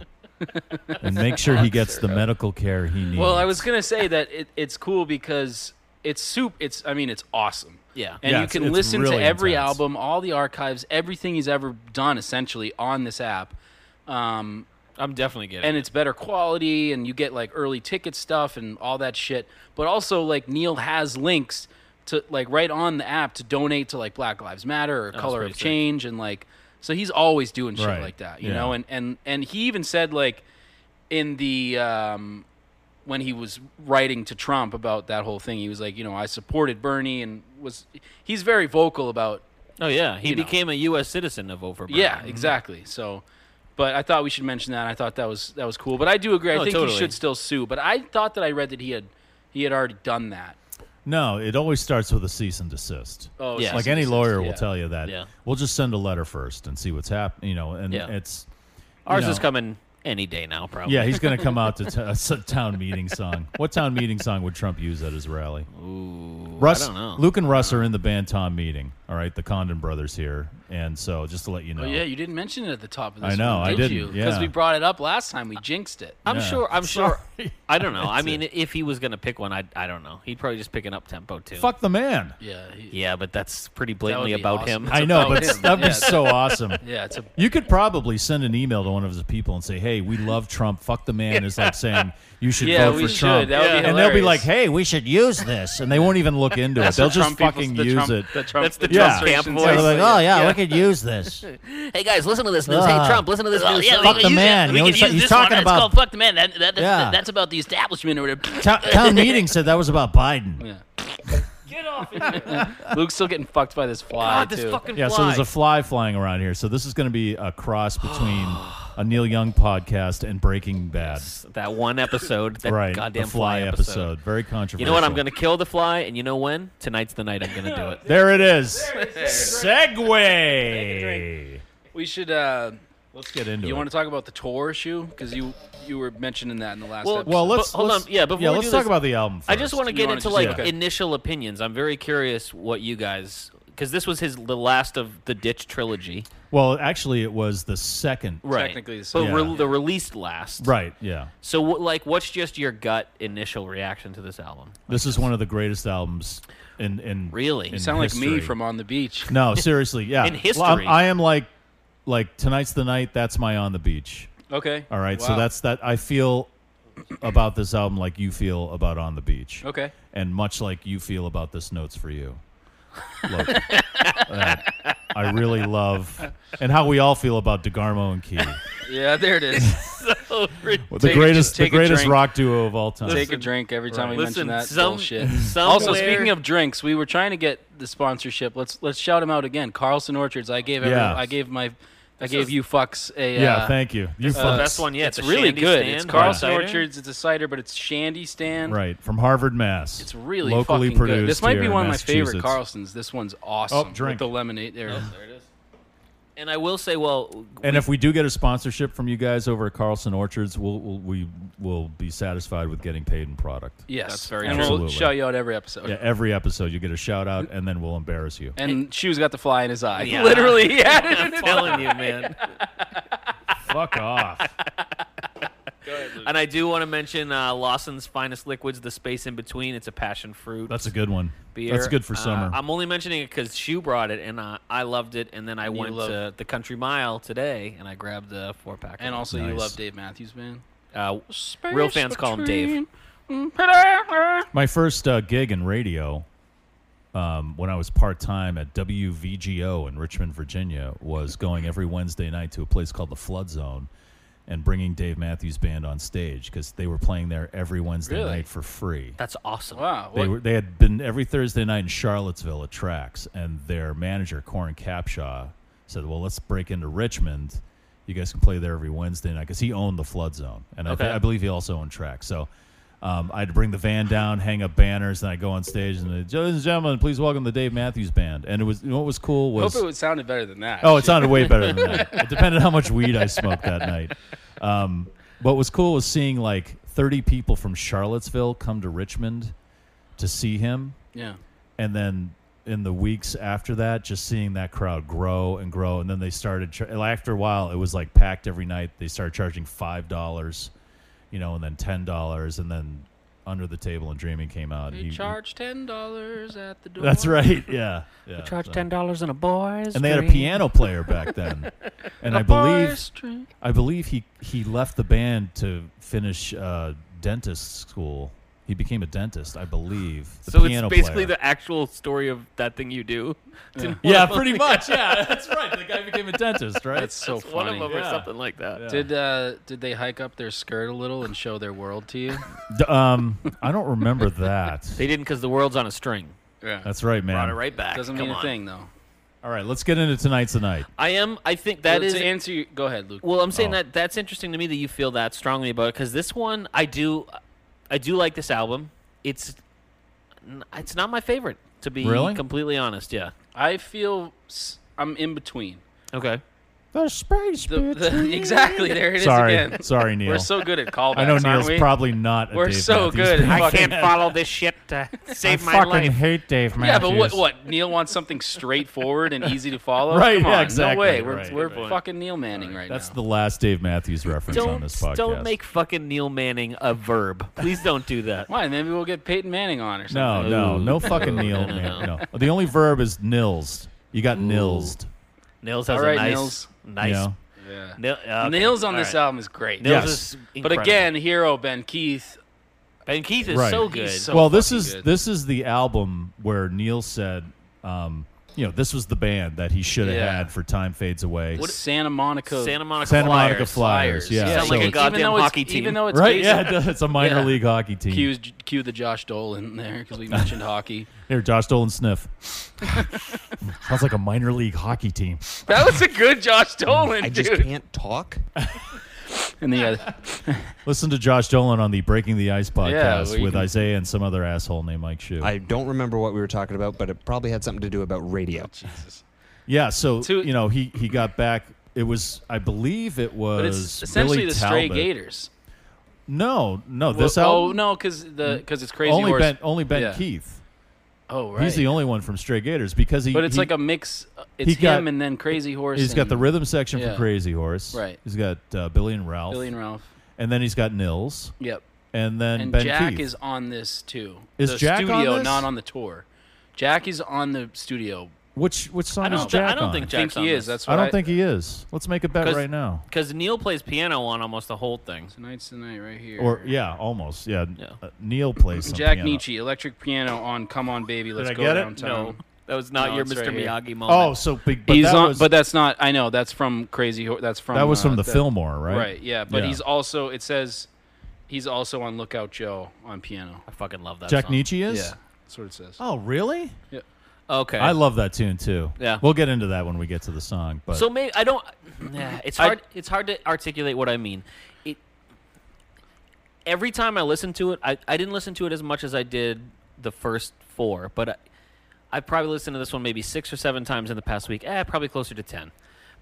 S2: and make sure he gets the medical care he needs.
S3: well, I was gonna say that it, it's cool because it's soup. It's I mean it's awesome.
S5: Yeah.
S3: and
S2: Yeah,
S3: you
S2: it's-
S3: can
S2: it's
S3: listen to
S2: really
S3: every
S2: intense.
S3: album, all the archives, everything he's ever done, essentially on this app. Um,
S5: I'm definitely getting
S3: and it's better quality, and you get like early ticket stuff and all that shit. But also, like Neil has links to like right on the app to donate to like Black Lives Matter or Color of
S5: pretty sick.
S3: Change, and like so he's always doing shit
S2: Oh, Right.
S3: like that, you
S2: Yeah.
S3: know. And and and he even said like in the um, when he was writing to Trump about that whole thing, he was like, you know, I supported Bernie and was he's very vocal about
S5: Oh, yeah. He
S3: you know.
S5: became a U.S. citizen of over.
S3: yeah,
S2: Mm-hmm.
S3: exactly. So but I thought we should mention that. I thought that was that was cool. But I do agree. I
S5: No,
S3: think
S5: totally.
S3: he should still sue. But I thought that I read that he had he had already done that.
S2: no, it always starts with a cease and desist.
S3: Oh,
S5: Yeah.
S3: so-
S2: like any
S3: so-
S2: lawyer
S3: yeah.
S2: will tell you that.
S5: Yeah.
S2: We'll just send a letter first and see what's happening, you know, and
S5: Yeah.
S2: it's
S5: Ours
S2: you
S5: is
S2: know.
S5: coming any day now, probably.
S2: Yeah, he's going to come out to t- a s- town meeting song. What town meeting song would Trump use at his rally? Ooh, Russ,
S5: don't know.
S2: Luke and
S3: Uh-huh.
S2: Russ are in the band Tom meeting. All right, the Condon brothers here, and so just to let you know,
S3: Oh, yeah, you didn't mention it at the top of
S2: I
S3: this.
S2: know,
S3: one,
S2: I
S3: did
S2: didn't,
S3: you?
S2: yeah.
S3: we brought it up last time. We jinxed it.
S5: I'm
S2: Yeah.
S5: sure. I'm sure.
S2: Sorry.
S5: I don't know. I
S2: That's
S5: mean,
S2: it.
S5: if he was gonna pick one, I I don't know. He'd probably just pick an up tempo too.
S2: fuck the man.
S3: Yeah, he-
S5: Yeah, but that's pretty blatantly
S3: be
S5: about
S3: awesome.
S5: him.
S2: I know,
S3: about
S2: but
S3: him.
S2: that'd
S3: Yeah.
S2: be so awesome.
S3: yeah. It's a
S2: You could probably send an email to one of his people and say, "Hey, we love Trump. Fuck the man." Is like saying you should
S3: Yeah,
S2: vote
S3: we
S2: for
S3: should.
S2: Trump,
S3: That would be
S2: and they'll be
S3: hilarious.
S2: like, "Hey, we should use this," and they won't even look into it. They'll
S3: the
S2: just
S3: Trump people-
S2: fucking
S3: the
S2: use
S3: Trump-
S2: it.
S3: The Trump
S5: That's the
S2: Yeah.
S3: administration
S5: Trump
S3: says-
S5: voice.
S2: They're like, "Oh yeah, we could use this."
S5: Hey guys, listen to this news.
S2: Ah.
S5: hey Trump, listen to this
S3: Oh,
S5: news. Yeah,
S2: Fuck the man. You know, he's, he's talking about
S3: fuck the man. That, that,
S2: Yeah.
S3: That's about the establishment or whatever.
S2: Town, town meeting said that was about Biden.
S3: Yeah. Luke's still getting fucked by this fly
S5: this
S3: too.
S5: fucking
S2: Yeah,
S5: fly.
S2: so there's a fly flying around here. So this is going to be a cross between a Neil Young podcast and Breaking Bad.
S5: that one episode, that
S2: right.
S5: goddamn
S2: the fly, episode. Very controversial.
S5: You know what? I'm gonna kill the fly, and you know when? Tonight's the night I'm gonna do it.
S2: There it is. Segway.
S3: we should. Uh,
S2: Let's get into
S3: you
S2: it.
S3: want to talk about the tour shoe because you you were mentioning that in the last.
S5: Well-
S3: episode.
S2: well, let's
S5: But hold
S2: let's-
S5: on. Yeah, before
S2: yeah,
S5: we
S2: let's
S5: do
S2: talk
S5: this,
S2: about the album. First.
S5: I just want to
S3: You
S5: get
S3: wanna
S5: into
S3: just-
S5: like
S3: okay.
S5: initial opinions. I'm very curious what you guys, because this was his the last of the Ditch trilogy,
S2: Well, actually, it was the second.
S3: Technically the
S5: but
S3: same.
S5: re-
S2: Yeah.
S5: the released last.
S2: Right. Yeah.
S5: So, what, like, what's just your gut initial reaction to this album?
S2: This is one of the greatest albums in in
S5: Really? You
S2: in
S3: you sound like me
S2: history.
S3: from on the beach.
S2: No, seriously, yeah.
S5: In
S2: Well, I'm-
S5: history.
S2: I am like, like tonight's the night. That's my on the beach.
S3: Okay.
S2: All right, so
S3: Wow.
S2: that's that. I feel about this album like you feel about on the beach.
S3: okay.
S2: and much like you feel about this notes for you. Look, uh, I really love, and how we all feel about DeGarmo and Key,
S3: Yeah, there it is.
S5: Oh,
S2: the
S3: Take a-
S2: greatest, the
S3: take a
S2: greatest
S3: drink.
S2: rock duo of all time.
S3: Take a drink every time we
S5: Listen,
S3: mention that
S5: some-
S3: bullshit.
S5: somewhere-
S3: Also, speaking of drinks, we were trying to get the sponsorship. Let's let's shout him out again. Carlson Orchards. I gave every,
S2: Yeah.
S3: I gave my I gave you fucks a.
S2: Yeah,
S3: uh,
S2: thank you. You
S5: the
S2: fucks.
S5: best one yet.
S3: It's really good. It's Carlson
S2: cider?
S3: Orchards. It's a cider, but it's Shandy Stand.
S2: Right from Harvard, Mass.
S3: It's really
S2: locally
S3: fucking
S2: produced.
S3: Good. This might
S2: here
S3: be
S2: in
S3: one of my favorite
S2: Massachusetts. Oh,
S3: Carlsons. This one's awesome.
S2: drink.
S3: With the lemonade there.
S5: There it is. And I will say, well,
S2: And if we do get a sponsorship from you guys over at Carlson Orchards, we'll, we'll we will be satisfied with getting paid in product.
S3: Yes,
S5: That's very
S3: And
S2: true.
S3: we'll
S2: Absolutely.
S3: shout you out every episode.
S2: Yeah, every episode you get a shout out, and then we'll embarrass you.
S3: And she was got the fly in his eye.
S5: Yeah.
S3: Literally, he had it.
S5: I'm telling you, man.
S2: Fuck off.
S5: And I do want to mention uh, Lawson's Finest Liquids, the space in between. It's a passion fruit.
S2: That's a good one.
S5: beer.
S2: That's good for
S5: Uh,
S2: summer.
S5: I'm only mentioning it because Shu brought it, and uh, I loved it. And then I
S3: you
S5: went
S3: love-
S5: to the Country Mile today, and I grabbed the four pack.
S3: And also, you
S2: Nice.
S3: love Dave Matthews, man.
S5: uh, real fans call him Dave.
S2: My first uh, gig in radio, um, when I was part time at WVGO in Richmond, Virginia, was going every Wednesday night to a place called the Flood Zone and bringing Dave Matthews Band on stage because they were playing there every Wednesday
S3: Really?
S2: night for free.
S5: That's awesome.
S3: Wow.
S2: They
S3: what-
S2: were they had been every Thursday night in Charlottesville at Tracks, and their manager Corin Capshaw said, "Well, let's break into Richmond. You guys can play there every Wednesday night because he owned the Flood Zone, and I,
S5: Okay.
S2: th- I believe he also owned Tracks. So." Um, I'd bring the van down, hang up banners, and I would go on stage and they'd, ladies and gentlemen, please welcome the Dave Matthews Band. And it was you know what was cool
S3: I
S2: was
S3: hope it would sounded better than that.
S2: Oh, it sounded way better than that. It depended how much weed I smoked that night. Um, what was cool was seeing like 30 people from Charlottesville come to Richmond to see him.
S3: yeah.
S2: And then in the weeks after that, just seeing that crowd grow and grow. And then they started, char- after a while, it was like packed every night. They started charging $5, you know, and then $10. And then Under the Table and Dreaming came out.
S3: They
S2: He-
S3: charge ten dollars at the door.
S2: That's right. Yeah. yeah
S5: Charge
S2: so-
S5: ten dollars and a boys.
S2: And they had a piano player back then. And I believe I believe he he left the band to finish uh, dentist school. He became a dentist, I believe. The
S5: So it's
S2: piano
S5: basically
S2: player.
S5: the actual story of that thing you do.
S2: yeah, pretty much. Yeah, that's right. The guy became a dentist, right?
S3: That's so
S5: One
S3: funny.
S5: of them or
S2: Yeah.
S5: something like that.
S2: Yeah.
S3: Did uh, did they hike up their skirt a little and show their world to you?
S2: D- um, I don't remember that.
S5: They didn't because the world's on a string.
S3: Yeah.
S2: That's right, man.
S5: Brought it right back.
S3: Doesn't
S5: Come
S3: mean a
S5: on.
S3: thing though.
S2: All right, let's get into tonight's the night.
S5: I am. I think that
S3: To-
S5: is.
S3: to answer. Your, go ahead, Luke.
S5: Well, I'm saying
S2: Oh.
S5: that that's interesting to me that you feel that strongly about it because this one I do, I do like this album. It's, n- it's not my favorite to be
S2: Really?
S5: completely honest. Yeah.
S3: I feel s- I'm in between.
S5: Okay.
S2: The space
S3: The, the, exactly there it is
S2: Sorry,
S3: again.
S2: sorry, Neil.
S3: We're so good at callbacks.
S2: I know
S3: aren't
S2: Neil's
S3: we?
S2: probably not. A
S3: We're
S2: Dave
S3: so
S2: Matthews
S3: good.
S2: Band.
S3: I Fucking-
S5: can't follow this shit to save
S2: I fucking hate Dave
S3: Yeah,
S2: Matthews.
S3: but what? What? Neil wants something straightforward and easy to follow.
S2: Right,
S3: Come
S2: yeah,
S3: on,
S2: exactly,
S3: No way. We're,
S2: right,
S3: we're
S2: right.
S3: fucking Neil Manning right
S2: That's
S3: now.
S2: the last Dave Matthews reference on this
S5: Don't
S2: podcast.
S5: don't make fucking Neil Manning a verb. Please don't do that.
S3: Why? Maybe we'll get Peyton Manning on or
S2: No,
S3: something.
S2: no, no
S5: Ooh.
S2: fucking Neil.
S5: No,
S2: man,
S5: no.
S2: no. The only verb is nils. You got nilsed.
S5: Nils has
S3: All right,
S5: a nice,
S3: Nils.
S2: You
S5: nice.
S2: know?
S3: Yeah.
S5: Nil, uh, okay.
S3: Nails on
S5: All
S3: this
S5: right.
S3: album is great.
S5: Nils
S2: Yes.
S5: is
S3: But
S5: incredible.
S3: again, hero Ben Keith.
S5: Ben Keith is
S2: Right.
S5: so
S2: He's
S5: good.
S3: so-
S2: well, this
S3: fucking
S2: is
S3: good.
S2: this is the album where Neil said, um, you know, this was the band that he should have
S3: Yeah.
S2: had for Time Fades Away.
S3: Santa Monica.
S5: Santa Monica
S2: Santa
S5: Flyers.
S2: Monica Flyers.
S3: Flyers.
S2: Yeah,
S5: Sound like a
S2: it's-
S5: goddamn
S3: even though it's-
S5: hockey team.
S3: Even though it's
S2: right?
S3: based
S2: Yeah, it does. it's a minor
S3: Yeah.
S2: league hockey team.
S3: Cue's, cue the Josh Dolan there because we mentioned hockey.
S2: Here, Josh Dolan sniff. Sounds like a minor league hockey team.
S3: That was a good Josh Dolan,
S8: I
S3: dude.
S8: just can't talk.
S3: And the uh, other,
S2: Listen to Josh Dolan on the Breaking the Ice podcast
S3: where you
S2: with
S3: can-
S2: Isaiah and some other asshole named Mike Shu.
S8: I don't remember what we were talking about, but it probably had something to do about radio.
S2: Yeah, so
S3: To-
S2: you know he he got back. It was I believe it was
S3: but it's essentially
S2: Billy
S3: the Stray
S2: Talbot.
S3: Gators.
S2: No, no, this
S3: Well,
S2: album Mm.
S3: Oh no, because the because it's crazy.
S2: only
S3: Horse.
S2: Ben only Ben
S3: Yeah.
S2: Keith.
S3: Oh right.
S2: He's the only one from Stray Gators because he.
S3: But it's
S2: he-
S3: like a mix. uh, It's
S2: he
S3: him
S2: got-
S3: and then Crazy Horse.
S2: He's got the
S3: and
S2: rhythm section
S3: Yeah.
S2: for Crazy Horse.
S3: Right.
S2: He's got uh, Billy and Ralph.
S3: Billy and Ralph.
S2: And then he's got Nils.
S3: Yep.
S2: And then
S3: And
S2: Ben
S3: Jack
S2: Keith.
S3: is on this too.
S2: Is
S3: the
S2: Jack on
S3: studio,
S2: this?
S3: not on the tour. Jack is on the studio.
S2: which which song
S5: I
S2: is
S5: don't, thi-
S2: Jack
S5: I don't
S2: on?
S5: think
S3: I think
S5: Jack's on
S3: he is.
S5: this.
S3: That's what
S2: I don't think he is. Let's make a bet
S5: 'Cause-
S2: right now.
S5: Because Neil plays piano on almost the whole thing.
S3: Tonight's the night right here.
S2: Or yeah, almost yeah.
S5: Yeah.
S2: Uh, Neil plays some
S3: Jack
S2: piano.
S3: Nietzsche, electric piano on "Come On Baby, Let's
S2: I
S3: Go
S2: get it?
S3: Downtown."
S5: That was not
S3: No,
S5: your
S3: it's
S5: Mr.
S3: right here.
S5: Miyagi
S2: Oh,
S5: moment.
S2: so big. But
S3: he's
S2: that
S3: on,
S2: was,
S3: but that's not. I know that's from Crazy. Horse. That's from
S2: that was
S3: uh,
S2: from the
S3: that-
S2: Fillmore, right?
S3: right? Yeah, but
S2: Yeah.
S3: he's also. It says he's also on Lookout Joe on piano.
S5: I fucking love that.
S2: Jack
S5: song.
S2: Nietzsche is.
S3: Yeah, that's what it says.
S2: Oh, really?
S5: Okay.
S2: I love that tune too.
S5: Yeah.
S2: We'll get into that when we get to the song, but
S5: So maybe I don't. Yeah, it's
S1: I-
S5: hard. it's hard to articulate what I mean. It every time I listen to it, I, I didn't listen to it as much as I did the first four, but I, I probably listened to this one maybe six or seven times in the past week. Eh, probably closer to ten.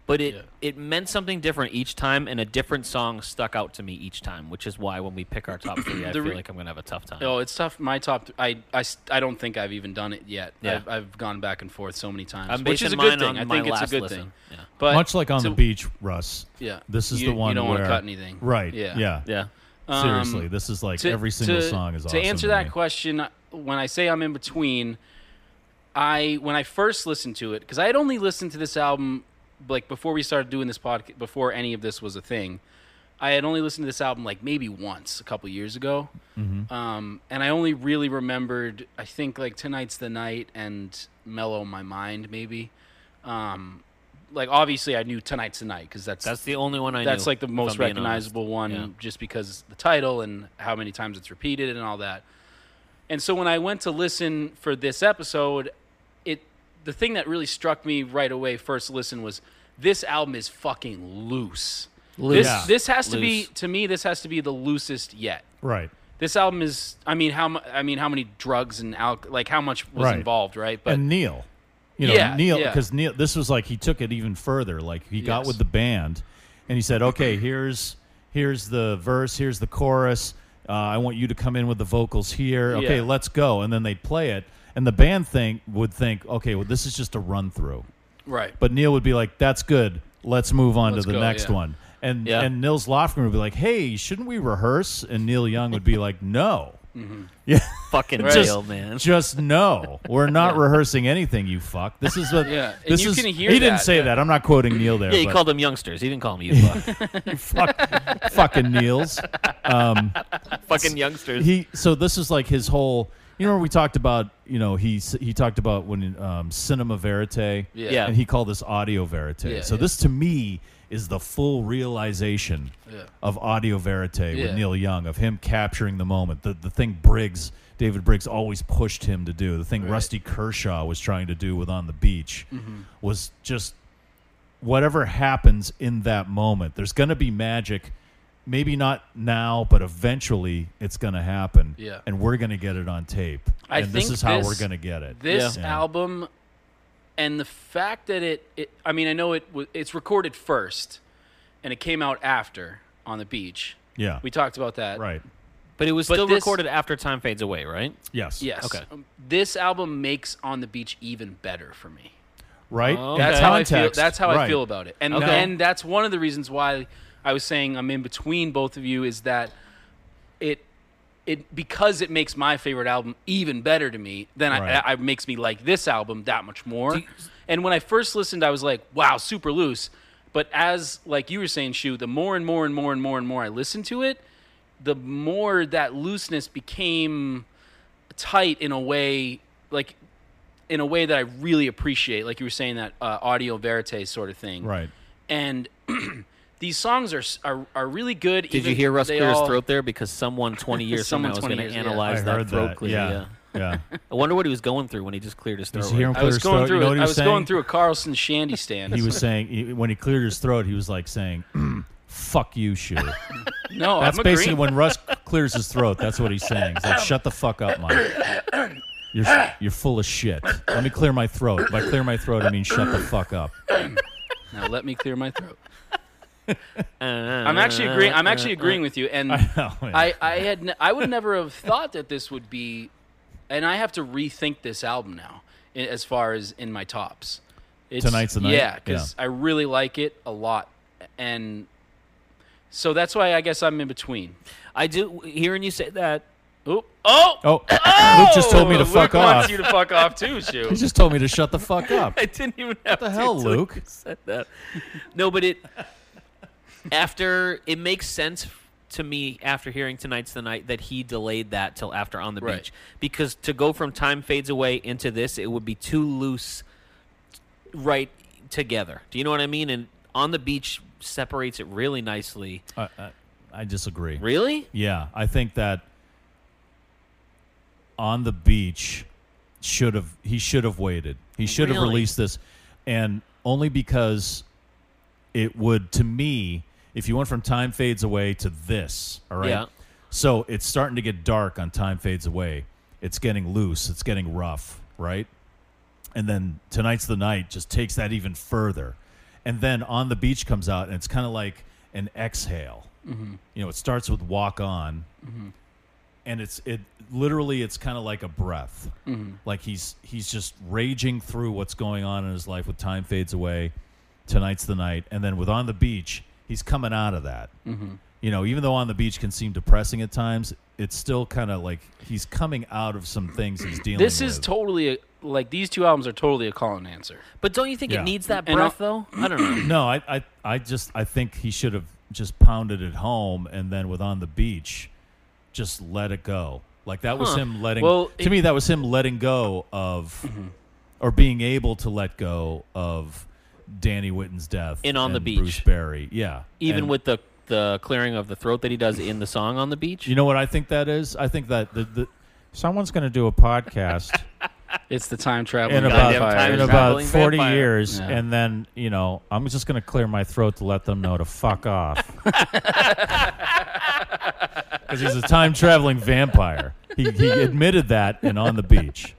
S5: But it
S3: Yeah.
S5: it meant something different each time, and a different song stuck out to me each time, which is why when we pick our top three, I
S3: The
S5: feel
S3: re- Oh.
S5: like I'm gonna have a tough time.
S3: No, it's tough. My top, th- I, I, s- I don't think I've even done it yet.
S5: Yeah.
S3: I've, I've gone back and forth so many times,
S5: I'm
S3: which is
S5: basing
S3: a
S5: mine
S3: good thing.
S5: on
S3: I
S5: my
S3: think it's a
S5: last
S3: good
S5: listen.
S3: thing.
S5: Yeah.
S3: But
S2: Much like on
S3: so-
S2: the beach, Russ.
S3: Yeah.
S2: This is
S3: You-
S2: the
S3: you
S2: one
S3: don't
S2: where
S3: wanna cut anything.
S2: Right.
S3: Yeah.
S2: Yeah.
S5: yeah.
S3: um,
S2: Seriously, this is like every single
S3: to-
S2: song is
S3: to
S2: awesome.
S3: answer
S2: to
S3: that
S2: me.
S3: question when i say i'm in between i when i first listened to it because i had only listened to this album like before we started doing this podcast before any of this was a thing i had only listened to this album like maybe once a couple years ago
S2: Mm-hmm.
S3: um, and i only really remembered i think like tonight's the night and mellow my mind maybe um, like obviously i knew tonight's the night because that's
S5: That's the only one I.
S3: that's
S5: knew,
S3: like the
S5: if I'm
S3: most
S5: being honest.
S3: recognizable one
S5: Yeah.
S3: just because the title and how many times it's repeated and all that. And so when I went to listen for this episode, it the thing that really struck me right away first listen was this album is fucking loose. This
S2: Yeah.
S3: this has to
S5: Loose.
S3: be to me this has to be the loosest yet.
S2: Right.
S3: This album is I mean how mu- I mean how many drugs and alc- like how much was
S2: Right.
S3: involved, right? But
S2: and Neil, you know,
S3: Yeah,
S2: Neil,
S3: yeah.
S2: because Neil, this was like he took it even further. Like he got
S3: Yes.
S2: with the band, and he said, "Okay, here's here's the verse, here's the chorus. Uh, I want you to come in with the vocals here. Okay,
S3: Yeah.
S2: let's go." And then they'd play it, and the band think would think, "Okay, well, this is just a run through."
S3: right.
S2: But Neil would be like, "That's good. Let's move on
S3: Let's
S2: to the
S3: go,
S2: next
S3: yeah.
S2: one." And
S5: Yeah.
S2: and Nils Lofgren would be like, "Hey, shouldn't we rehearse?" And Neil Young would be like, "No." Yeah
S5: fucking
S3: Right.
S5: real man.
S2: just no. We're not rehearsing anything, you fuck. This is what.
S3: Yeah, and
S2: This
S3: you
S2: is.
S3: can hear
S2: he didn't
S3: that,
S2: say
S3: yeah.
S2: that. I'm not quoting Neil there.
S5: Yeah, he
S2: but
S5: called them youngsters. He didn't call them you fuck.
S2: fuck, fucking Neil's.
S5: fucking youngsters.
S2: He. So this is like his whole. You know, we talked about. You know, he s- he talked about when um, cinema verite.
S3: Yeah.
S2: And he called this audio verite.
S3: Yeah,
S2: so
S3: yeah.
S2: this to me is the full realization
S3: Yeah.
S2: of audio verite with
S3: Yeah.
S2: Neil Young of him capturing the moment. The the thing Briggs. David Briggs always pushed him to do the thing Rusty Kershaw was trying to do with On the Beach
S3: Mm-hmm.
S2: was just whatever happens in that moment, there's going to be magic. Maybe not now, but eventually it's going to happen.
S3: Yeah.
S2: And we're going to get it on tape.
S3: I
S2: and this
S3: think
S2: is how
S3: this-
S2: we're going to get it.
S3: This
S2: Yeah.
S3: album, and the fact that it, it I mean, I know it wa- it's recorded first, and it came out after on the beach.
S2: Yeah.
S3: we talked about that.
S2: right.
S5: But it was
S3: But
S5: still
S3: this-
S5: recorded after Time Fades Away, right?
S2: Yes.
S3: Yes.
S5: Okay.
S3: Um, This album makes on the beach even better for me.
S2: Right.
S5: Okay.
S2: In
S3: That's how I feel.
S2: context,
S3: That's how I
S2: right.
S3: feel about it. And
S5: Okay.
S3: and that's one of the reasons why I was saying I'm in between both of you is that it it because it makes my favorite album even better to me. Then
S2: Right.
S3: I, I, makes me like this album that much more. and when I first listened, I was like, wow, super loose. But as like you were saying, Shu, the more and more and more and more and more I listened to it, the more that looseness became tight in a way like in a way that I really appreciate, like you were saying that uh, audio verite sort of thing.
S2: Right.
S3: And these songs are s- are, are really good.
S5: Did you hear Russ clear his throat there? Because someone 20 years from
S3: Someone
S5: now is
S3: 20
S5: going to
S3: years, yeah.
S2: I
S5: analyze that
S2: heard
S5: throat
S2: that.
S5: clear.
S2: yeah. Yeah.
S5: I wonder what he was going through when he just cleared his throat.
S2: Did you
S5: right
S2: hear him
S5: now.
S3: I was
S2: his
S3: going
S2: throat.
S3: through.
S2: You know
S3: a,
S2: what he
S3: I
S2: was
S3: was
S2: saying?
S3: going through a Carlson Shandy stand.
S2: He was saying he- when he cleared his throat, he was like saying, "Fuck you, shoe."
S3: no,
S2: That's
S3: I'm
S2: basically
S3: agreeing.
S2: when Russ clears his throat. That's what he's saying. He's like, "Shut the fuck up, Mike. You're you're full of shit. Let me clear my throat. If I clear my throat, I mean shut the fuck up."
S3: Now let me clear my throat.
S5: "Uh,
S3: I'm actually agreeing. I'm actually agreeing with you. And
S2: know, yeah.
S3: I, I had, n- I would never have thought that this would be, and I have to rethink this album now, i- as far as in my tops. It's,
S2: Tonight's the night?
S3: Yeah, because I really like it a lot, and so that's why I guess I'm in between.
S5: I do hearing you say that.
S3: Oop. Oh,
S2: Oh, Luke just told me to
S3: Luke
S2: fuck
S3: wants
S2: off.
S3: you to fuck off too, Shu.
S2: He just told me to shut the fuck up.
S5: I didn't even have
S2: the
S5: to
S2: hell,
S5: till you
S2: Luke?
S5: said that. No, but it after it makes sense to me after hearing tonight's the night that he delayed that till after on the
S3: Right.
S5: beach because to go from time fades away into this it would be too loose right together. Do you know what I mean? And on the beach separates it really nicely.
S2: I, I, I disagree.
S5: Really?
S2: Yeah, I think that on the beach should have he should have waited. He should have
S5: Really?
S2: released this, and only because it would to me if you went from time fades away to this all right
S5: Yeah.
S2: so it's starting to get dark on time fades away it's getting loose it's getting rough right and then tonight's the night just takes that even further and then on the beach comes out and it's kind of like an exhale you know it starts with walk on and it's it literally it's kind of like a breath
S3: Mm-hmm.
S2: like he's he's just raging through what's going on in his life with time fades away tonight's the night and then with on the beach he's coming out of that
S3: Mm-hmm.
S2: you know even though on the beach can seem depressing at times it's still kind of like he's coming out of some things he's dealing
S3: This
S2: with
S3: is totally a, like these two albums are totally a call and answer.
S5: But don't you think
S2: Yeah.
S5: it needs that
S3: And
S5: breath though? I don't know.
S2: No, I, I, I just I think he should have just pounded it home and then with on the beach, just let it go. Like that was him letting.
S3: Well,
S2: to
S3: it-
S2: me, that was him letting go of,
S5: Mm-hmm.
S2: or being able to let go of Danny Whitten's death
S5: In On the
S2: and
S5: Beach.
S2: Bruce Berry. Yeah,
S5: Even
S2: And
S5: with the the clearing of the throat that he does in the song on the beach.
S2: you know what I think that is. I think that the, the someone's going to do a podcast
S3: It's the time travel.
S2: in about
S5: Goddamn time
S2: in
S5: traveling
S2: about forty
S5: vampire.
S2: years,
S3: Yeah.
S2: and then you know I'm just going to clear my throat to let them know to fuck off. Because he's a time traveling vampire. He, he admitted that and on the beach.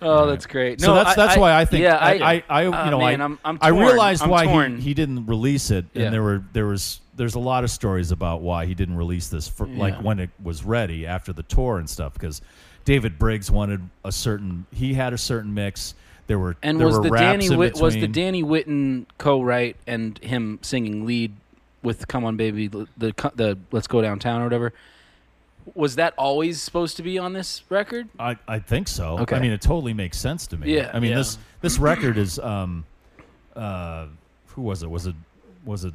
S3: Oh, that's great.
S2: so that's that's why I think I, I, I you
S3: uh,
S2: know
S3: man,
S2: I
S3: I'm, I'm
S2: I
S3: torn.
S2: realized
S3: I'm
S2: why
S3: torn.
S2: he, he didn't release it,
S3: Yeah.
S2: and there were there was there's a lot of stories about why he didn't release this for, like when it was ready after the tour and stuff because David Briggs wanted a certain he had a certain mix. There were
S3: and
S2: there
S3: was
S2: were
S3: the
S2: raps
S3: Danny
S2: in
S3: Whit- was the
S2: between.
S3: Danny Whitten co-write and him singing lead with "Come On Baby" the the, co- the "Let's Go Downtown" or whatever. Was that always supposed to be on this record?
S2: I, I think so.
S3: Okay.
S2: I mean, it totally makes sense to me.
S3: Yeah,
S2: I mean,
S3: yeah.
S2: this this record is um, uh, who was it? Was it was it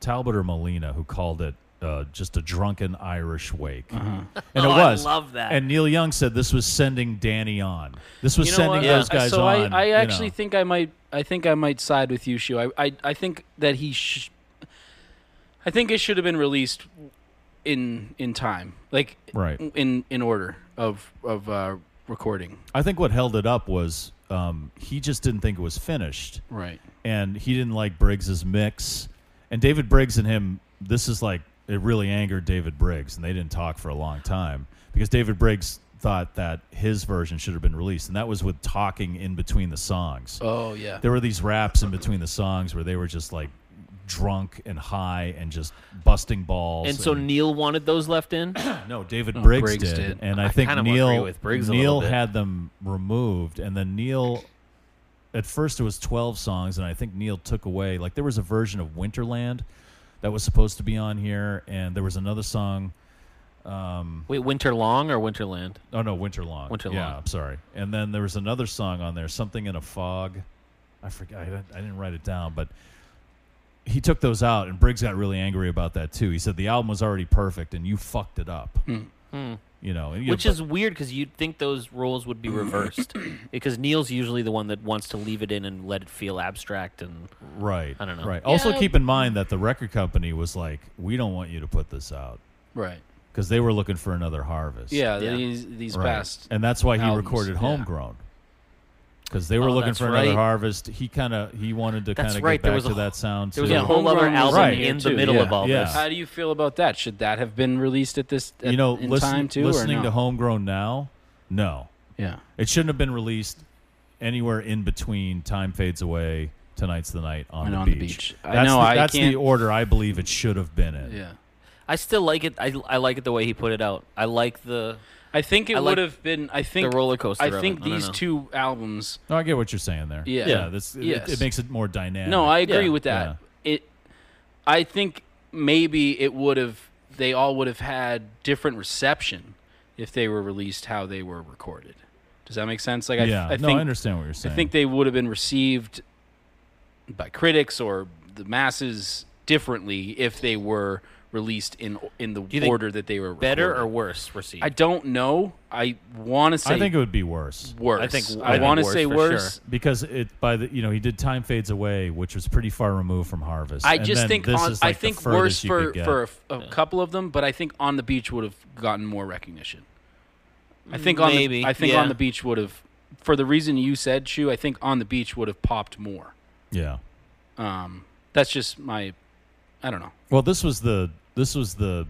S2: Talbot or Molina who called it uh, just a drunken Irish wake?
S3: Uh-huh.
S2: And it
S5: Oh, I
S2: was.
S5: love that.
S2: And Neil Young said this was sending Danny on. This was
S3: You know
S2: sending
S3: what?
S2: those guys
S3: so
S2: on.
S3: I, I
S2: you
S3: actually
S2: know.
S3: think I might I think I might side with you, Shu. I I, I think that he sh- I think it should have been released in in time, like
S2: Right.
S3: in in order of of uh, recording.
S2: I think what held it up was um, he just didn't think it was finished.
S3: Right.
S2: and he didn't like Briggs's mix. And David Briggs and him, this is like it really angered David Briggs, and they didn't talk for a long time because David Briggs thought that his version should have been released, and that was with talking in between the songs.
S5: Uh.
S3: Oh yeah.
S2: There were these raps in between the songs where they were just like drunk and high and just busting balls.
S5: and so Neil wanted those left in.
S2: No, David Briggs,
S3: Briggs
S2: did,
S3: did.
S2: and I,
S5: Oh, I
S2: think
S5: kinda
S2: Neil
S5: agree with Briggs a
S2: Neil
S5: little bit.
S2: had them removed, and then Neil. At first, it was twelve songs, and I think Neil took away like there was a version of Winterland that was supposed to be on here, and there was another song.
S5: Wait, Winter Long or Winterland?
S2: Oh no, Winterlong.
S5: Winterlong.
S2: Yeah, I'm sorry. And then there was another song on there, something in a fog. I forgot. I didn't, I didn't write it down, but he took those out, and Briggs got really angry about that too. He said the album was already perfect, and you fucked it up. You know, and, you know,
S5: Hmm. Which
S2: but-
S5: is weird because you'd think those roles would be reversed, because Neil's usually the one that wants to leave it in and let it feel abstract and
S2: Right.
S5: I don't know.
S2: Right. Also, keep in mind that the record company was like, "We don't want you to put this out,"
S3: Right.
S2: because they were looking for another harvest.
S3: Yeah.
S5: Yeah.
S3: These these
S2: Right.
S3: past.
S2: and that's why he
S3: albums,
S2: recorded
S3: yeah.
S2: Homegrown. Because they were
S5: Oh,
S2: looking
S5: that's
S2: for another
S5: right.
S2: harvest, he kind of he wanted to
S5: That's
S2: kind of
S5: right,
S2: get back
S5: there was
S2: to
S5: a wh-
S2: that sound.
S5: there was
S2: too.
S5: a whole other
S3: Homegrown was
S5: album
S2: Right.
S5: in
S3: too,
S5: the middle
S3: yeah.
S5: of all
S2: Yeah.
S5: this.
S3: How do you feel about that? Should that have been released at this at,
S2: you know,
S3: in
S2: listen-
S3: time too?
S2: listening
S3: or no?
S2: to Homegrown now, no,
S3: Yeah.
S2: it shouldn't have been released anywhere in between. Time fades away. Tonight's the night on,
S3: And
S2: the,
S3: On the
S2: beach.
S3: Beach. I
S2: That's
S3: know,
S2: The,
S3: I
S2: that's the
S3: can't-
S2: order I believe it should have been in.
S3: Yeah.
S5: I still like it. I, I like it the way he put it out. I like the
S3: I think it
S5: I like
S3: would have been. I think
S5: roller coaster
S3: I
S5: of
S3: think
S5: it. I don't
S3: these
S5: know.
S3: two albums.
S2: No, I get what you're saying there.
S3: Yeah.
S2: yeah. This it-
S3: Yes.
S2: it, makes it more dynamic.
S3: No, I agree
S5: Yeah.
S3: with that. It. I think maybe it would have. They all would have had different reception if they were released how they were recorded. Does that make sense? Like I,
S2: yeah,
S3: I
S2: no,
S3: think
S2: I understand what you're
S3: I
S2: saying.
S3: think they would have been received by critics or the masses differently if they were released in in the
S5: you think
S3: order that they were
S5: better or
S3: recorded.
S5: worse received.
S3: I don't know. I want to say
S2: I think it would be worse
S3: worse.
S5: I think- I
S3: I,
S5: think
S3: want to
S5: worse
S3: say
S5: for
S3: worse.
S2: because it by the you know he did time fades away, which was pretty far removed from harvest.
S3: I
S2: And
S3: just
S2: then
S3: think
S2: this
S3: on,
S2: is
S3: I
S2: like the
S3: think
S2: furthest
S3: worse
S2: you
S3: for
S2: could get.
S3: for a, f- a couple of them, but I think on the beach would have gotten more recognition. I think on
S5: Maybe,
S3: the, I think
S5: yeah.
S3: on the beach would have for the reason you said, Shu. I think on the beach would have popped more.
S2: yeah.
S3: Um, That's just my, I don't know.
S2: Well, this was the this was the,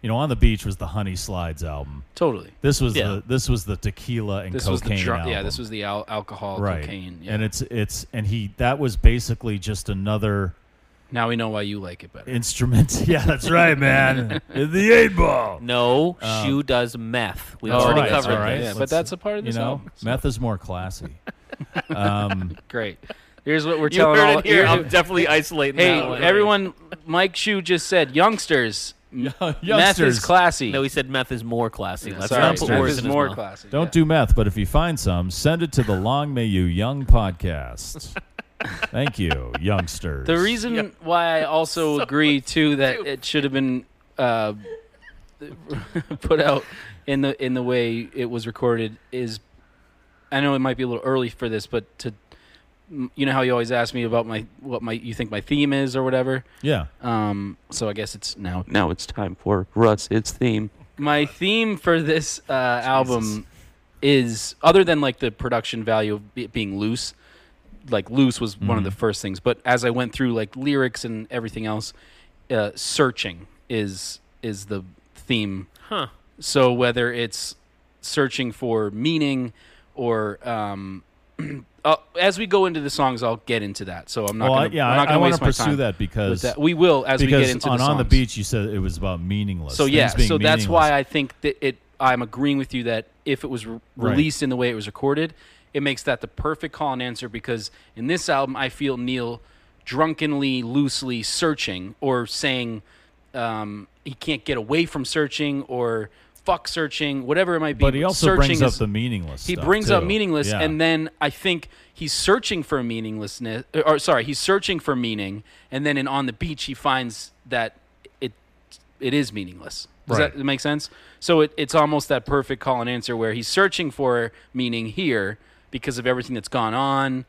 S2: you know, on the beach was the Honey Slides album.
S3: Totally.
S2: This was
S5: Yeah.
S2: the this was the tequila and
S3: This was
S2: cocaine
S3: the dr-
S2: album.
S3: yeah. This was the al- alcohol
S2: right.
S3: cocaine. Yeah.
S2: And it's it's and he that was basically just another
S3: now we know why you like it better.
S2: instrument. yeah, that's right, man. In the eight ball.
S5: No, Shu does meth. We've
S2: That's
S5: already
S2: right,
S5: covered
S2: all right.
S5: this.
S3: Yeah, but that's a part of
S2: You
S3: this
S2: know,
S3: album, so-
S2: meth is more classy. um,
S3: Great. Here's what we're
S5: You
S3: telling
S5: heard
S3: all.
S5: it here.
S3: here-
S5: I'm definitely isolating
S3: hey,
S5: that one.
S3: everyone! Mike Shu just said, "Youngsters, m- meth
S2: youngsters.
S3: is classy."
S5: No, he said meth is more classy. Let's
S3: Sorry,
S5: not put
S3: meth
S5: words
S3: is
S5: in his
S3: more
S5: mouth.
S3: classy.
S2: Don't do meth, but if you find some, send it to the Long May You Young podcast. Thank you, youngsters.
S3: The reason why I also agree too that it should have been uh, put out in the in the way it was recorded is, I know it might be a little early for this, but to, m- you know how you always ask me about my what my you think my theme is or whatever.
S2: yeah,
S3: Um, so I guess it's now
S7: Now it's time for Russ. It's theme.
S3: my theme for this uh, album is other than like the production value of it being loose like loose was one
S2: Mm-hmm.
S3: of the first things but as i went through like lyrics and everything else uh, searching is is the theme
S5: Huh.
S3: so whether it's searching for meaning or um uh, as we go into the songs i'll get into that so i'm not
S2: Well, I-
S3: gonna
S2: yeah,
S3: i'm not
S2: I- I
S3: gonna
S2: wanna
S3: waste my
S2: pursue
S3: time
S2: that
S3: with
S2: because-
S3: that. we will as we
S2: because
S3: get into
S2: on
S3: the
S2: on the
S3: songs.
S2: beach, you said it was about meaningless.
S3: So yeah,
S2: things being
S3: so that's why
S2: meaningless.
S3: I think that it. I'm agreeing with you that if it was re-
S2: Right.
S3: released in the way it was recorded, it makes that the perfect call and answer because in this album, I feel Neil drunkenly, loosely searching or saying um, he can't get away from searching or fuck searching, whatever it might be.
S2: But he also
S3: searching
S2: brings up
S3: is-
S2: the meaningless.
S3: he
S2: stuff,
S3: brings up
S2: too.
S3: meaningless,
S2: Yeah.
S3: and then I think he's searching for meaninglessness. Or sorry, he's searching for meaning, and then in on the beach he finds that it it is meaningless. Does
S2: Right.
S3: that make sense? So it, it's almost that perfect call and answer where he's searching for meaning here because of everything that's gone on,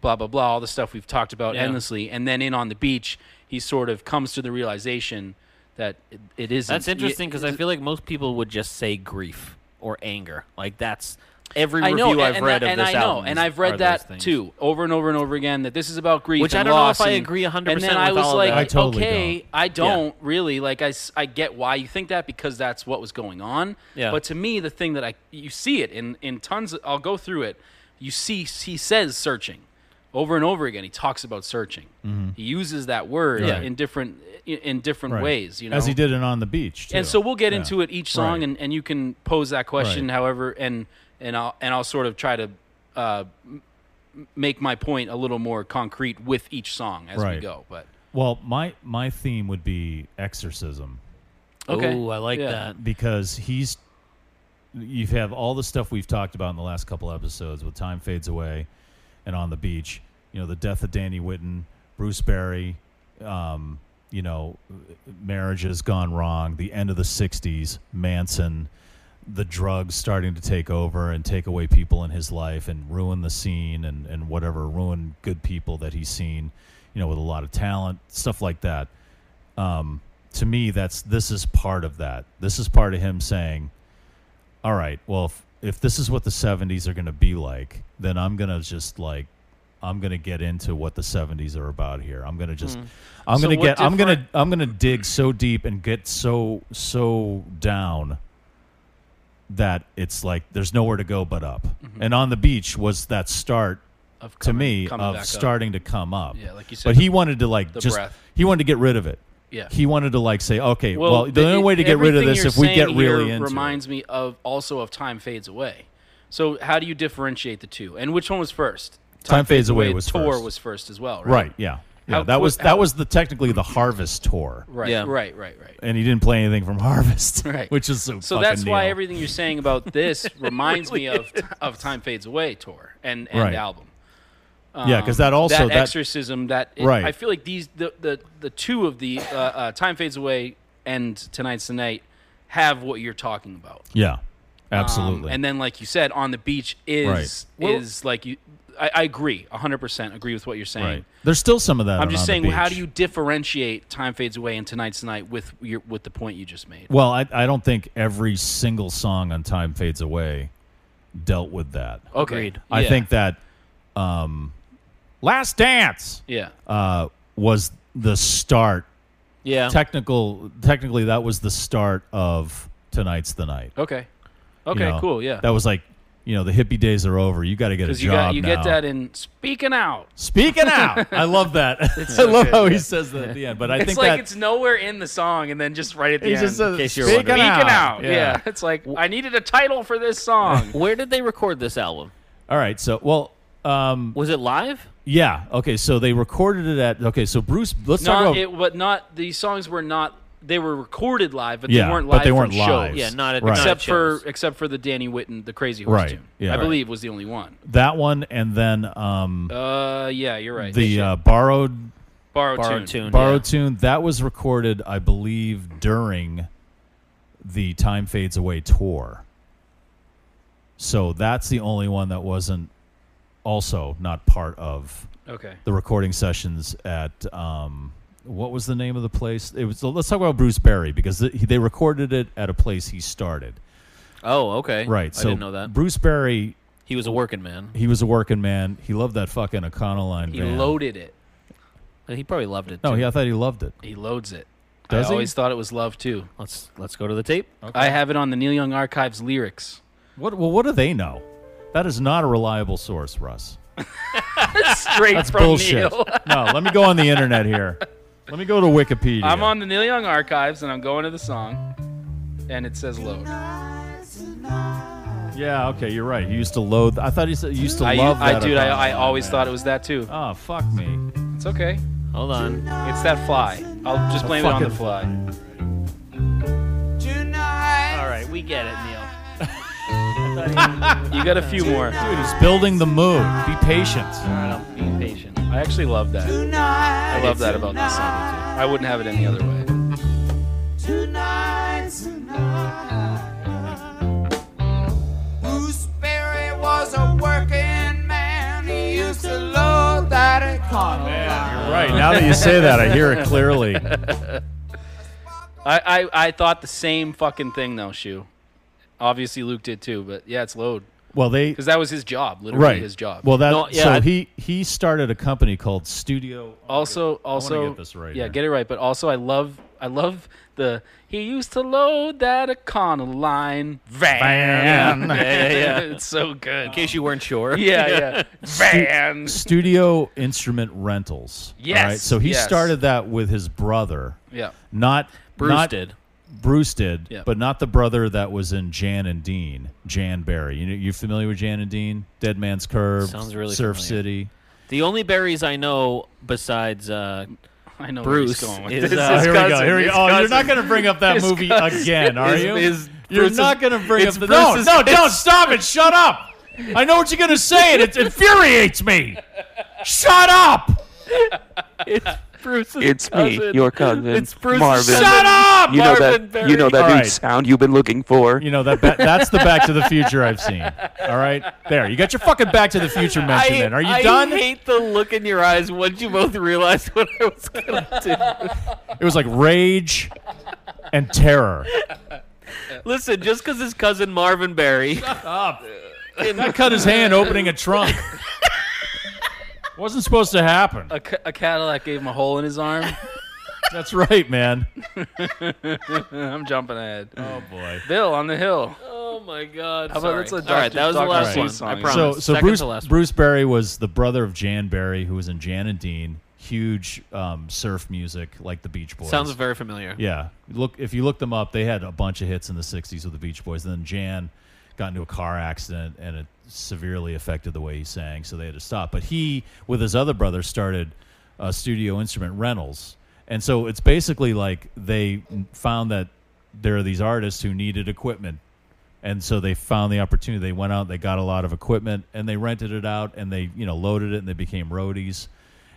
S3: blah blah blah, all the stuff we've talked about
S5: Yeah.
S3: endlessly, and then in on the beach he sort of comes to the realization that it, it isn't.
S5: That's interesting because I feel like most people would just say grief or anger. Like that's every review I've
S3: and
S5: read
S3: that-
S5: of
S3: and
S5: this
S3: I know,
S5: album.
S3: and
S5: is-
S3: I've
S5: are
S3: read
S5: those
S3: that
S5: things.
S3: too, over and over and over again. That this is about grief,
S5: Which I
S3: and
S5: don't know
S3: loss
S5: if I
S3: and-
S5: agree 100%
S3: And then I
S5: with
S3: was
S5: all of
S3: like,
S5: that. I
S2: totally
S3: okay,
S2: don't.
S3: I don't really like. I, s- I get why you think that because that's what was going on.
S5: Yeah.
S3: But to me, the thing that I you see it in in tons. Of, I'll go through it. You see, he says searching over and over again. He talks about searching. He uses that word
S2: Yeah.
S3: in different in different
S2: Mm-hmm. Right.
S3: ways. You know,
S2: as he did it on the beach. Too.
S3: and so we'll get
S2: Yeah.
S3: into it each song,
S2: Right.
S3: and, and you can pose that question
S2: Right.
S3: however, and and I'll and I'll sort of try to uh, m- make my point a little more concrete with each song as we
S2: Right.
S3: go. But
S2: Well, my my theme would be exorcism.
S3: okay,
S5: Ooh, I like
S3: Yeah.
S5: that.
S2: because he's you have all the stuff we've talked about in the last couple episodes with time fades away and on the beach you know the death of danny whitten bruce berry um, you know marriages gone wrong the end of the 60s manson the drugs starting to take over and take away people in his life and ruin the scene and, and whatever ruin good people that he's seen you know with a lot of talent stuff like that um, to me that's this is part of that this is part of him saying all right well if, if this is what the 70s are going to be like then i'm going to just like i'm going to get into what the 70s are about here i'm going to just i'm
S3: Hmm. So
S2: going to
S3: what
S2: get i'm going to
S3: different-
S2: i'm going to dig so deep and get so so down that it's like there's nowhere to go but up and on the beach was that start
S3: Mm-hmm. Of
S2: to me
S3: coming back
S2: of
S3: up.
S2: starting to come up
S3: Yeah, like you said,
S2: but he wanted to like
S3: the
S2: just
S3: breath.
S2: he wanted to get rid of it
S3: Yeah.
S2: he wanted to like say okay well, the,
S3: th-
S2: only
S3: it-
S2: way to get rid of
S3: everything
S2: this
S3: you're
S2: if we get
S3: saying here
S2: really into
S3: reminds me of also of time fades away. So how do you differentiate the two? And which one was first?
S2: Time Fades Away was
S3: tour
S2: first.
S3: was first as well,
S2: it.
S3: right?
S2: right yeah yeah
S3: How-
S2: that was
S3: how-
S2: that was the technically the harvest tour
S3: right,
S5: Yeah.
S3: right, right, right.
S2: and he didn't play anything from harvest
S3: Right.
S2: which is so,
S3: So
S2: fucking
S3: that's why
S2: Neil.
S3: everything you're saying about this reminds me of of Time Fades Away tour and, and
S2: Right.
S3: album.
S2: yeah because that also
S3: um, that,
S2: that,
S3: exorcism that it-
S2: Right.
S3: I feel like these the the, the two of the uh, uh, Time Fades Away and Tonight's the Night have what you're talking about.
S2: yeah
S3: Um,
S2: absolutely
S3: and then like you said, on the beach is
S2: Right.
S3: is like you I, I agree, hundred percent agree with what you're saying.
S2: right there's still some of that
S3: I'm
S2: on
S3: just
S2: On the
S3: saying, how do
S2: Beach.
S3: you differentiate "Time Fades Away" and "Tonight's the Night" with your with the point you just made?
S2: well I, I don't think every single song on time fades away dealt with that
S3: Okay,
S5: Agreed.
S2: i
S3: Yeah.
S2: think that um last dance
S3: yeah,
S2: uh, was the start.
S5: Yeah.
S2: Technical, technically, that was the start of tonight's the night.
S3: Okay.
S2: you
S3: Okay.
S2: know?
S3: cool. Yeah.
S2: that was like, you know, the hippie days are over. You got to get a
S3: Because
S2: job
S3: you got you
S2: now.
S3: get that in speaking out.
S2: Speaking out, I love that. I
S3: so
S2: love
S3: good,
S2: how he
S3: yeah.
S2: says that at the end. But I
S3: it's
S2: think
S3: like
S2: that
S3: it's nowhere in the song, and then just right at the
S2: he
S3: end.
S2: just says,
S5: case you're
S2: "Speaking
S3: speaking out. Yeah.
S2: yeah.
S3: It's like I needed a title for this song.
S5: Where did they record this album?
S2: All right. So, well, um,
S5: Was it live?
S2: yeah. Okay. So they recorded it at. Okay. So Bruce, let's talk
S3: not
S2: about.
S3: it, but not the songs were not. They were recorded live, but
S2: yeah,
S3: they weren't live.
S2: but they weren't
S3: from
S2: live.
S3: shows.
S5: Yeah, not at-
S2: right.
S5: not
S3: except
S5: at shows.
S3: for except for the Danny Whitten, the Crazy Horse
S2: Right,
S3: tune.
S2: yeah.
S3: I
S2: Right.
S3: believe was the only one.
S2: that one, and then um,
S3: Uh, yeah, you're right.
S2: the uh, borrowed
S3: borrowed,
S5: Borrowed
S3: tune.
S5: tune.
S2: borrowed tune that was recorded, I believe, during the Time Fades Away tour. So that's the only one that wasn't also not part of
S3: Okay.
S2: the recording sessions at um, what was the name of the place? It was. Let's talk about Bruce Berry because th- he- they recorded it at a place he started.
S5: Oh, okay.
S2: Right.
S5: I
S2: so
S5: didn't know that.
S2: Bruce Berry,
S5: He was a working man.
S2: he was a working man. He loved that fucking Econoline
S3: He
S2: van.
S3: loaded it.
S5: He probably loved it.
S2: no,
S5: too.
S2: he, I thought he loved it.
S3: He loads it.
S2: Does
S3: I
S2: he?
S3: always thought it was love too.
S5: Let's let's go to the tape.
S3: I have it on the Neil Young Archives lyrics.
S2: What? Well, what do they know? That is not a reliable source, Russ.
S3: Straight
S2: That's
S3: from
S2: bullshit.
S3: Neil.
S2: no, let me go on the internet here. Let me go to Wikipedia.
S3: I'm on the Neil Young Archives, and I'm going to the song, and it says load.
S2: Yeah, okay, you're right. You used to loathe. I thought you said you used to
S3: I,
S2: love
S3: I
S2: that.
S3: dude, I, I
S2: Econoline
S3: always
S2: van.
S3: thought it was that too.
S2: Oh fuck me.
S3: It's okay.
S5: Hold on.
S3: It's that fly. I'll just blame it on the
S2: fucking
S3: fly.
S5: All right, we get it, Neil.
S3: You got a few more.
S2: Dude, he's building the mood. Be patient.
S5: Be patient.
S3: I actually love that. I love that about this song too. I wouldn't have it any other way.
S6: Bruce Berry was a working man. He used to load that economy.
S2: Right now that you say that, I hear it clearly.
S3: I, I, I thought the same fucking thing though, Shu. Obviously Luke did too, but yeah, it's load
S2: Well, they
S3: because that was his job, literally
S2: right
S3: his job.
S2: Well, that
S5: No, yeah,
S2: so
S5: I-
S2: he he started a company called Studio.
S3: also also
S2: get this right
S3: yeah,
S2: here.
S3: get it right. But also, I love I love the he used to load that Econoline van.
S2: Van.
S3: Yeah, yeah, yeah. it's so good.
S5: In case you weren't sure.
S3: Yeah, yeah. Van.
S2: Studio Instrument Rentals.
S3: Yes,
S2: All So he
S3: yes.
S2: started that with his brother,
S3: Yeah.
S2: not
S5: Bruce
S2: not-
S5: did.
S2: Bruce did,
S3: Yeah.
S2: but not the brother that was in Jan and Dean, Jan Barry. You know, you familiar with Jan and Dean? Dead Man's Curve,
S5: Sounds really
S2: Surf
S5: familiar.
S2: City.
S5: The only berries I know besides uh,
S3: I know
S5: Bruce
S3: where he's going with
S5: is,
S3: this.
S5: uh,
S3: His
S2: here we go.
S3: cousin,
S2: Here we go.
S3: his
S2: Oh, you're
S3: cousin.
S2: not going to bring up that
S3: His
S2: movie
S3: cousin
S2: again, are
S3: is-
S2: you?
S3: is
S2: you're
S3: Bruce's-
S2: not going to bring
S3: it's
S2: up the no,
S3: Bruce's-
S2: no, don't stop it. Shut up. I know what you're going to say, and it infuriates me. Shut up.
S5: Bruce's
S7: It's me, your cousin,
S5: It's Bruce's
S7: Marvin.
S5: cousin.
S2: Shut up.
S7: You know that
S5: Marvin
S7: you know that
S2: Berry.
S7: new
S2: All right.
S7: sound you've been looking for.
S2: You know that ba- that's the Back to the Future I've seen. All right, there you got your fucking Back to the Future mention. in. Are you
S5: I
S2: done?
S5: hate the look in your eyes once you both realized what I was gonna do.
S2: It was like rage and terror.
S5: Listen, just because his cousin Marvin Berry,
S3: Oh
S2: I cut his hand opening a trunk. Wasn't supposed to happen.
S3: A, ca- a Cadillac gave him a hole in his arm.
S2: That's right, man.
S3: I'm jumping ahead.
S2: Oh boy.
S3: Bill on the hill.
S5: oh my god!
S3: How about
S5: sorry.
S3: let's let
S5: All right,
S3: Dr.
S5: that was the
S3: Dr.
S5: last
S2: Seuss
S5: one.
S3: song.
S5: I promise.
S2: So, so
S5: Second
S2: Bruce
S5: to last.
S2: Bruce Berry was the brother of Jan Berry, who was in Jan and Dean. Huge um, surf music, like the Beach Boys.
S5: one. sounds very familiar.
S2: Yeah. Look, if you look them up, they had a bunch of hits in the '60s with the Beach Boys. And then Jan got into a car accident, and it severely affected the way he sang, so they had to stop. But he, with his other brother, started uh, Studio Instrument Rentals, and so it's basically like they found that there are these artists who needed equipment. And so they found the opportunity. They went out, they got a lot of equipment, and they rented it out, and they you know loaded it, and they became roadies.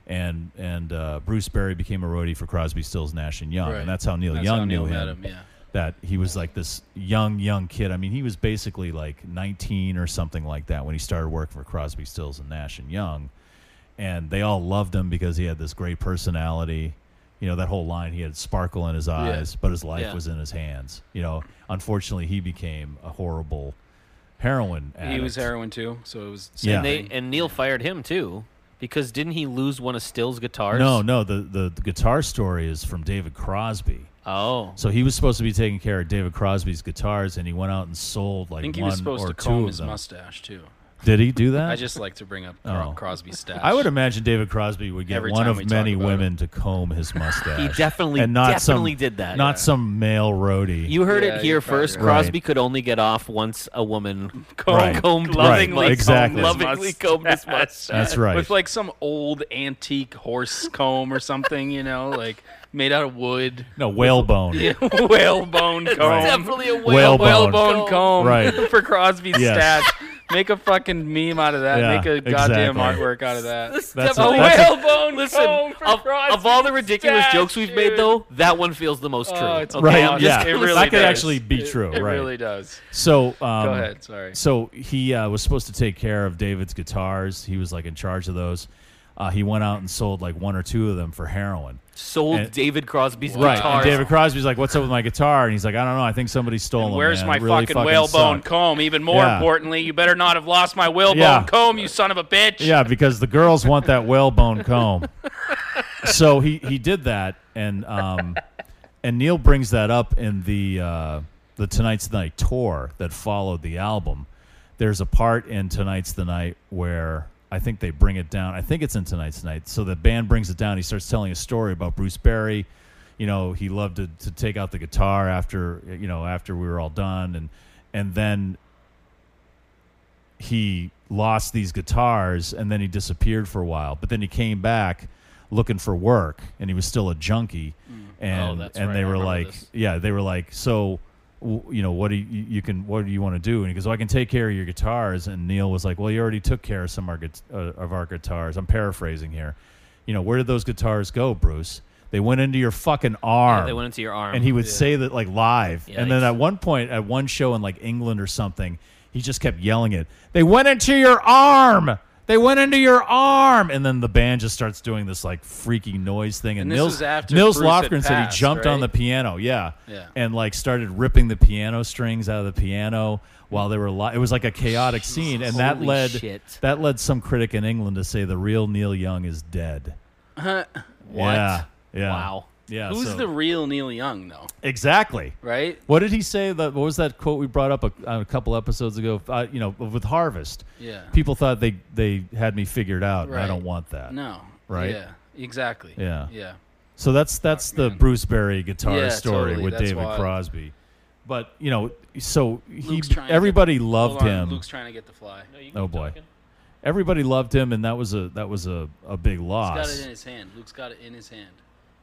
S2: And and uh, Bruce Berry became a roadie for Crosby, Stills, Nash and Young,
S3: Right.
S2: and that's how Neil
S3: That's
S2: Young
S3: how Neil
S2: knew him.
S3: met him, yeah.
S2: That he was like this young, young kid. I mean, he was basically like 19 or something like that when he started working for Crosby, Stills, and Nash and Young. And they all loved him because he had this great personality. You know, that whole line, he had sparkle in his eyes, but his life
S5: Yeah.
S2: was in his hands. You know, unfortunately, he became a horrible heroin addict.
S3: He was heroin too, so it was.
S2: Yeah.
S5: And they and Neil fired him too Because didn't he lose one of Still's guitars?
S2: No, no. The, the the guitar story is from David Crosby.
S5: Oh.
S2: So he was supposed to be taking care of David Crosby's guitars, and he went out and sold like
S3: I think he
S2: one
S3: was supposed
S2: or
S3: to
S2: two
S3: comb
S2: of
S3: his
S2: them.
S3: mustache too.
S2: Did he do that?
S3: I just like to bring up
S2: Oh.
S3: Cro- Crosby's stash.
S2: I would imagine David Crosby would get
S3: Every
S2: one
S3: time
S2: of
S3: we talk
S2: many
S3: about
S2: women to comb his mustache.
S5: He definitely-
S2: and not
S5: definitely
S2: some,
S5: did that.
S2: Not
S5: Yeah.
S2: some male roadie.
S5: You heard
S3: Yeah,
S5: it
S3: you're
S5: here
S3: probably
S5: first.
S3: right.
S5: Crosby could only get off once a woman combed,
S2: Right.
S5: combed
S2: Lovingly
S5: his
S2: Exactly.
S5: mustache. lovingly combed his mustache.
S2: That's right.
S3: With like some old antique horse comb or something, you know, like made out of wood.
S2: no whalebone.
S3: Yeah, whalebone comb.
S5: Definitely a whale,
S2: Whale bone.
S3: Whalebone comb
S2: Right.
S3: for Crosby's
S2: Yes.
S3: stash. Make a fucking meme out of that.
S2: Yeah,
S3: Make a goddamn
S2: exactly.
S3: artwork out of that.
S2: That's
S5: Definitely-
S2: a- that's a-
S3: Whalebone
S5: Listen,
S3: comb for
S5: of, of
S3: Crosby's
S5: all the ridiculous
S3: stash,
S5: jokes we've made,
S3: dude.
S5: though, that one feels the most true.
S3: Oh, it's
S5: okay,
S2: Right,
S5: I'm just
S2: yeah.
S5: gonna
S3: it really
S5: say
S2: That could
S3: does.
S2: actually be
S3: It-
S2: true,
S3: It
S2: right.
S3: really does.
S2: So um,
S3: Go ahead. Sorry.
S2: So he uh, was supposed to take care of David's guitars. He was like in charge of those. Uh, he went out and sold like one or two of them for heroin.
S5: sold
S2: And-
S5: David Crosby's
S2: Right.
S5: guitar.
S2: And David Crosby's like, "What's up with my guitar?" And he's like, "I don't know. I think somebody stole
S3: And
S2: them.
S3: where's
S2: man.
S3: my
S2: It really
S3: fucking whalebone
S2: sucked."
S3: comb? Even more
S2: Yeah.
S3: importantly, you better not have lost my whalebone
S2: Yeah.
S3: comb, you son of a bitch.
S2: Yeah, because the girls want that whalebone comb. so he he did that, and um, and Neil brings that up in the uh, the Tonight's the Night tour that followed the album. There's a part in Tonight's the Night where I think they bring it down. I think it's in Tonight's the Night. So the band brings it down. He starts telling a story about Bruce Berry. You know, he loved to, to take out the guitar after you know after we were all done, and and then he lost these guitars and then he disappeared for a while but then he came back looking for work and he was still a junkie and
S5: Oh, that's
S2: and
S5: right.
S2: they
S5: I
S2: were
S5: remember
S2: like
S5: this.
S2: yeah they were like so w- you know what do you, you can what do you want to do and he goes well, I can take care of your guitars and Neil was like well you already took care of some of our, guit- uh, of our guitars I'm paraphrasing here you know where did those guitars go Bruce they went into your fucking arm
S5: they went into your arm.
S2: and he would say that like live and then
S5: Yikes.
S2: at one point at one show in like england or something he just kept yelling it they went into your arm they went into your arm and then the band just starts doing this like freaky noise thing and,
S3: And this
S2: nils,
S3: was after
S2: nils
S3: Bruce had
S2: lofgren said he
S3: passed,
S2: jumped on the
S3: right?
S2: piano yeah.
S3: Yeah.
S2: and like started ripping the piano strings out of the piano while they were live it was like a chaotic scene and that
S5: Holy
S2: led
S5: shit.
S2: that led some critic in england to say the real neil young is dead
S5: What?
S2: yeah yeah
S5: Wow.
S2: yeah
S3: Who's
S2: so-
S3: the real Neil Young, though?
S2: exactly
S3: Right?
S2: what did he say? That what was that quote we brought up a, a couple episodes ago? Uh, you know, with Harvest.
S3: Yeah.
S2: People thought they they had me figured out. and I
S3: Right.
S2: don't want that.
S3: No.
S2: Right?
S3: Yeah. Exactly.
S2: Yeah.
S3: Yeah.
S2: So that's that's the Bruce Berry guitar
S3: Yeah,
S2: story
S3: totally.
S2: with
S3: That's
S2: David
S3: wild.
S2: Crosby. But you know, so he
S3: Luke's trying to-
S2: everybody loved
S3: Hold on,
S2: him.
S3: Luke's trying to get the fly. He's
S2: oh boy. Everybody loved him, and that was a that was a, a big
S3: got
S2: loss.
S3: it in his hand. Luke's got it in his hand,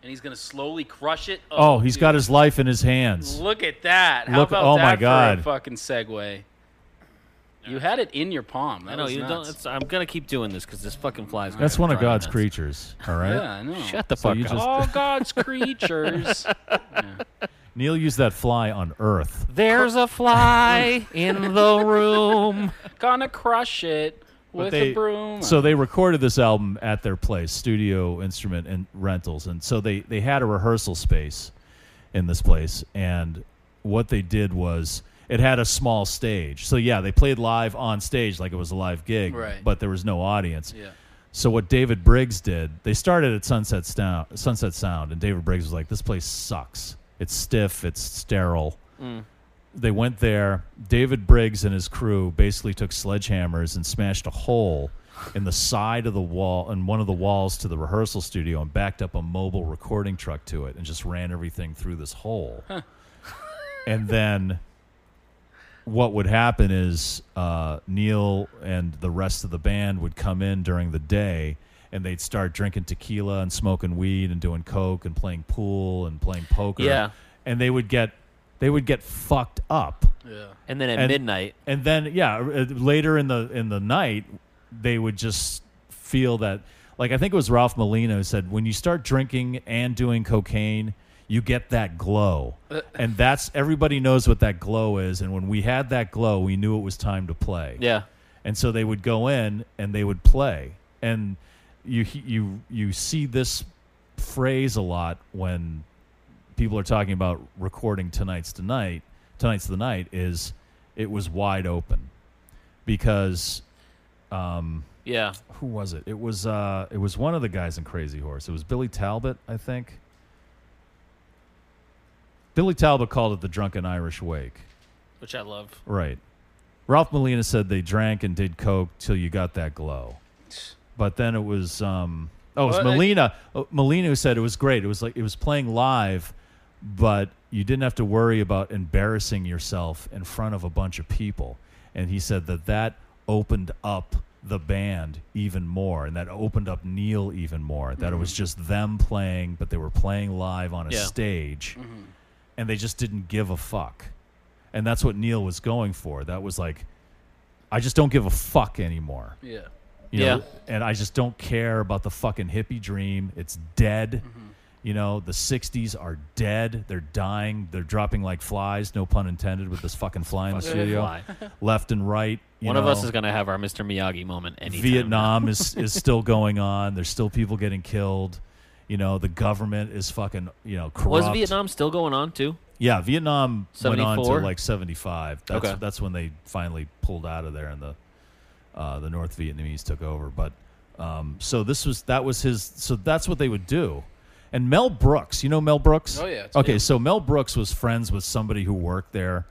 S3: and he's gonna slowly crush it.
S2: oh, he's
S3: dude.
S2: got his life in his hands.
S3: Look at that! How
S2: Look-
S3: about
S2: oh
S3: that
S2: my
S3: for
S2: God.
S3: a fucking segue? You had it in your palm. That
S5: I know
S3: was
S5: you
S3: nuts.
S5: don't. It's, I'm gonna keep doing this because this fucking flies.
S2: That's one of God's creatures. All right.
S3: Yeah, I know.
S5: Shut the
S2: So
S5: fuck
S2: you
S5: up.
S2: just-
S3: All God's creatures.
S2: Neil used that fly on Earth.
S5: There's a fly in the room.
S3: gonna crush it with a broom.
S2: So they recorded this album at their place, Studio Instrument and Rentals, and so they they had a rehearsal space in this place, and what they did was it had a small stage. So yeah, they played live on stage like it was a live gig,
S3: Right.
S2: but there was no audience.
S3: Yeah.
S2: So what David Briggs did, they started at Sunset Sound, Sunset Sound, and David Briggs was like, "This place sucks. It's stiff. It's sterile." They went there. David Briggs and his crew basically took sledgehammers and smashed a hole in the side of the wall and one of the walls to the rehearsal studio and backed up a mobile recording truck to it and just ran everything through this hole. and then what would happen is uh, Neil and the rest of the band would come in during the day and they'd start drinking tequila and smoking weed and doing coke and playing pool and playing poker.
S5: Yeah.
S2: And they would get they would get fucked up.
S5: And then at
S2: And-
S5: midnight,
S2: And then yeah, uh, later in the in the night they would just feel that like I think it was Ralph Molina who said when you start drinking and doing cocaine you get that glow.
S5: Uh.
S2: And that's everybody knows what that glow is and when we had that glow we knew it was time to play.
S5: yeah,
S2: And so they would go in and they would play. And you you you see this phrase a lot when people are talking about recording tonight's tonight. Tonight's the night is it was wide open because
S5: Yeah.
S2: who was it? It was uh, it was one of the guys in Crazy Horse. It was Billy Talbot, I think. Billy Talbot called it the drunken Irish wake.
S5: Which I love.
S2: Right. Ralph Molina said they drank and did coke till you got that glow. But then it was um oh, it was
S5: Well, I-
S2: Molina. oh, Molina who said it was great. It was like it was playing live, but you didn't have to worry about embarrassing yourself in front of a bunch of people. And he said that that opened up the band even more and that opened up Neil even more. That it was just them playing, but they were playing live on a
S5: Mm-hmm. Yeah. Mm-hmm.
S2: stage and they just didn't give a fuck. And that's what Neil was going for. That was like, I just don't give a fuck anymore.
S3: Yeah.
S2: You know?
S5: Yeah.
S2: And I just don't care about the fucking hippie dream. It's dead.
S5: Mm-hmm.
S2: You know, the 60s are dead. They're dying. They're dropping like flies, no pun intended, with this fucking fly in the studio.
S5: fly.
S2: Left and right. you
S5: One of us
S2: know.
S5: is going to have our Mr. Miyagi moment anytime.
S2: Vietnam is, is still going on. There's still people getting killed. You know, the government is fucking, you know, corrupt.
S5: Was Vietnam still going on too?
S2: Yeah, Vietnam went on
S5: 74?
S2: to like seventy five. That's
S5: Okay.
S2: that's when they finally pulled out of there and the uh, the North Vietnamese took over. But um, so this was that was his so that's what they would do. And Mel Brooks, you know Mel Brooks?
S3: Oh, yeah, it's-
S2: Okay,
S3: yeah.
S2: so Mel Brooks was friends with somebody who worked there.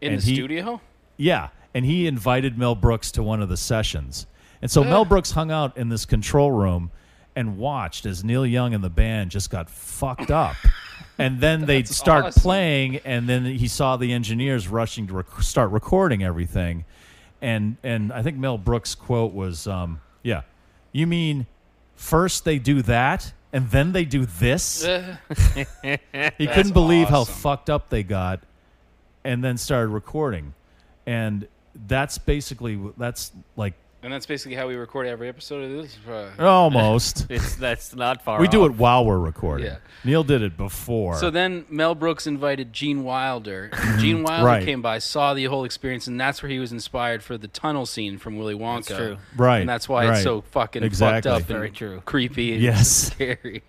S3: In
S2: and
S3: the
S2: he-
S3: studio?
S2: Yeah, and he invited Mel Brooks to one of the sessions. And so Mel Brooks hung out in this control room and watched as Neil Young and the band just got fucked up. And then they'd start
S3: awesome.
S2: playing, and then he saw the engineers rushing to rec- start recording everything. And and I think Mel Brooks' quote was, um, "Yeah, you mean first they do that, and then they do this." he couldn't believe how
S3: awesome.
S2: fucked up they got and then started recording and that's basically that's like
S3: And that's basically how we record every episode of this. uh,
S2: almost
S5: It's, that's not far.
S2: we do
S5: off.
S2: it while we're recording
S3: Yeah.
S2: neil did it before
S3: So then Mel Brooks invited Gene Wilder. Gene Wilder
S2: Right.
S3: came by, saw the whole experience, and that's where he was inspired for the tunnel scene from Willy Wonka.
S5: true.
S2: Right,
S3: And that's why
S2: right.
S3: it's so fucking
S2: Exactly.
S3: fucked up
S5: Very
S3: and
S5: true.
S3: creepy and
S2: Yes.
S3: scary.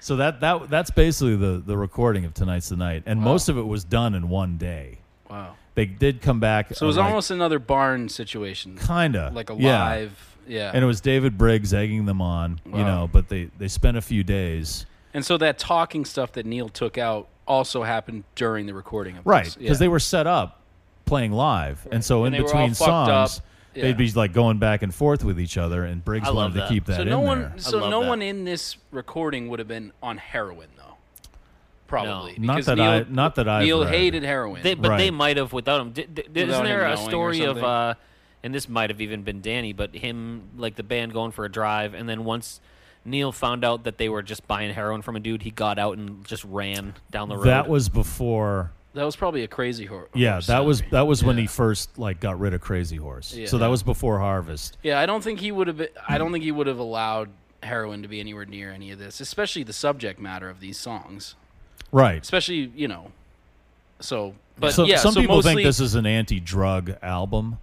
S2: so that that that's basically the the recording of tonight's the night and most of it was done in one day
S3: Wow.
S2: they did come back
S3: So it was almost another barn situation.
S2: kinda
S3: Like a
S2: yeah.
S3: live yeah.
S2: and it was david briggs egging them on you
S3: Wow.
S2: know but they they spent a few days
S3: And so that talking stuff that Neil took out also happened during the recording of
S2: Right,
S3: this.
S2: because they were set up playing live, and so
S3: And
S2: in
S3: they were all
S2: between
S3: fucked up.
S2: songs,
S3: Yeah.
S2: they'd be like going back and forth with each other, and Briggs
S5: I love
S2: wanted to
S5: that.
S2: keep that
S3: so
S2: in
S3: no
S2: there.
S3: one so
S5: love
S3: no
S5: that.
S3: one in this recording would have been on heroin though. Probably.
S2: Not
S3: because
S2: that
S3: Neil,
S2: I- not that I've
S3: Neil
S2: read.
S3: hated heroin.
S5: They, but they
S2: Right.
S5: might have without him. Did, did,
S3: Without
S5: isn't there
S3: him
S5: a
S3: knowing or
S5: story of,
S3: something.
S5: uh, and this might have even been Danny, but him like the band going for a drive, and then once Neil found out that they were just buying heroin from a dude, he got out and just ran down the road.
S2: That was before.
S3: That was probably a crazy horror.
S2: Yeah,
S3: horror
S2: that was
S3: story.
S2: that was when
S3: Yeah.
S2: he first like got rid of Crazy Horse.
S3: Yeah.
S2: So that was before Harvest.
S3: Yeah, I don't think he would have. Been, I
S2: Hmm.
S3: don't think he would have allowed heroin to be anywhere near any of this, especially the subject matter of these songs.
S2: Right.
S3: Especially you know, so. But
S2: so,
S3: yeah,
S2: some
S3: so
S2: people
S3: mostly,
S2: think this is an anti-drug album,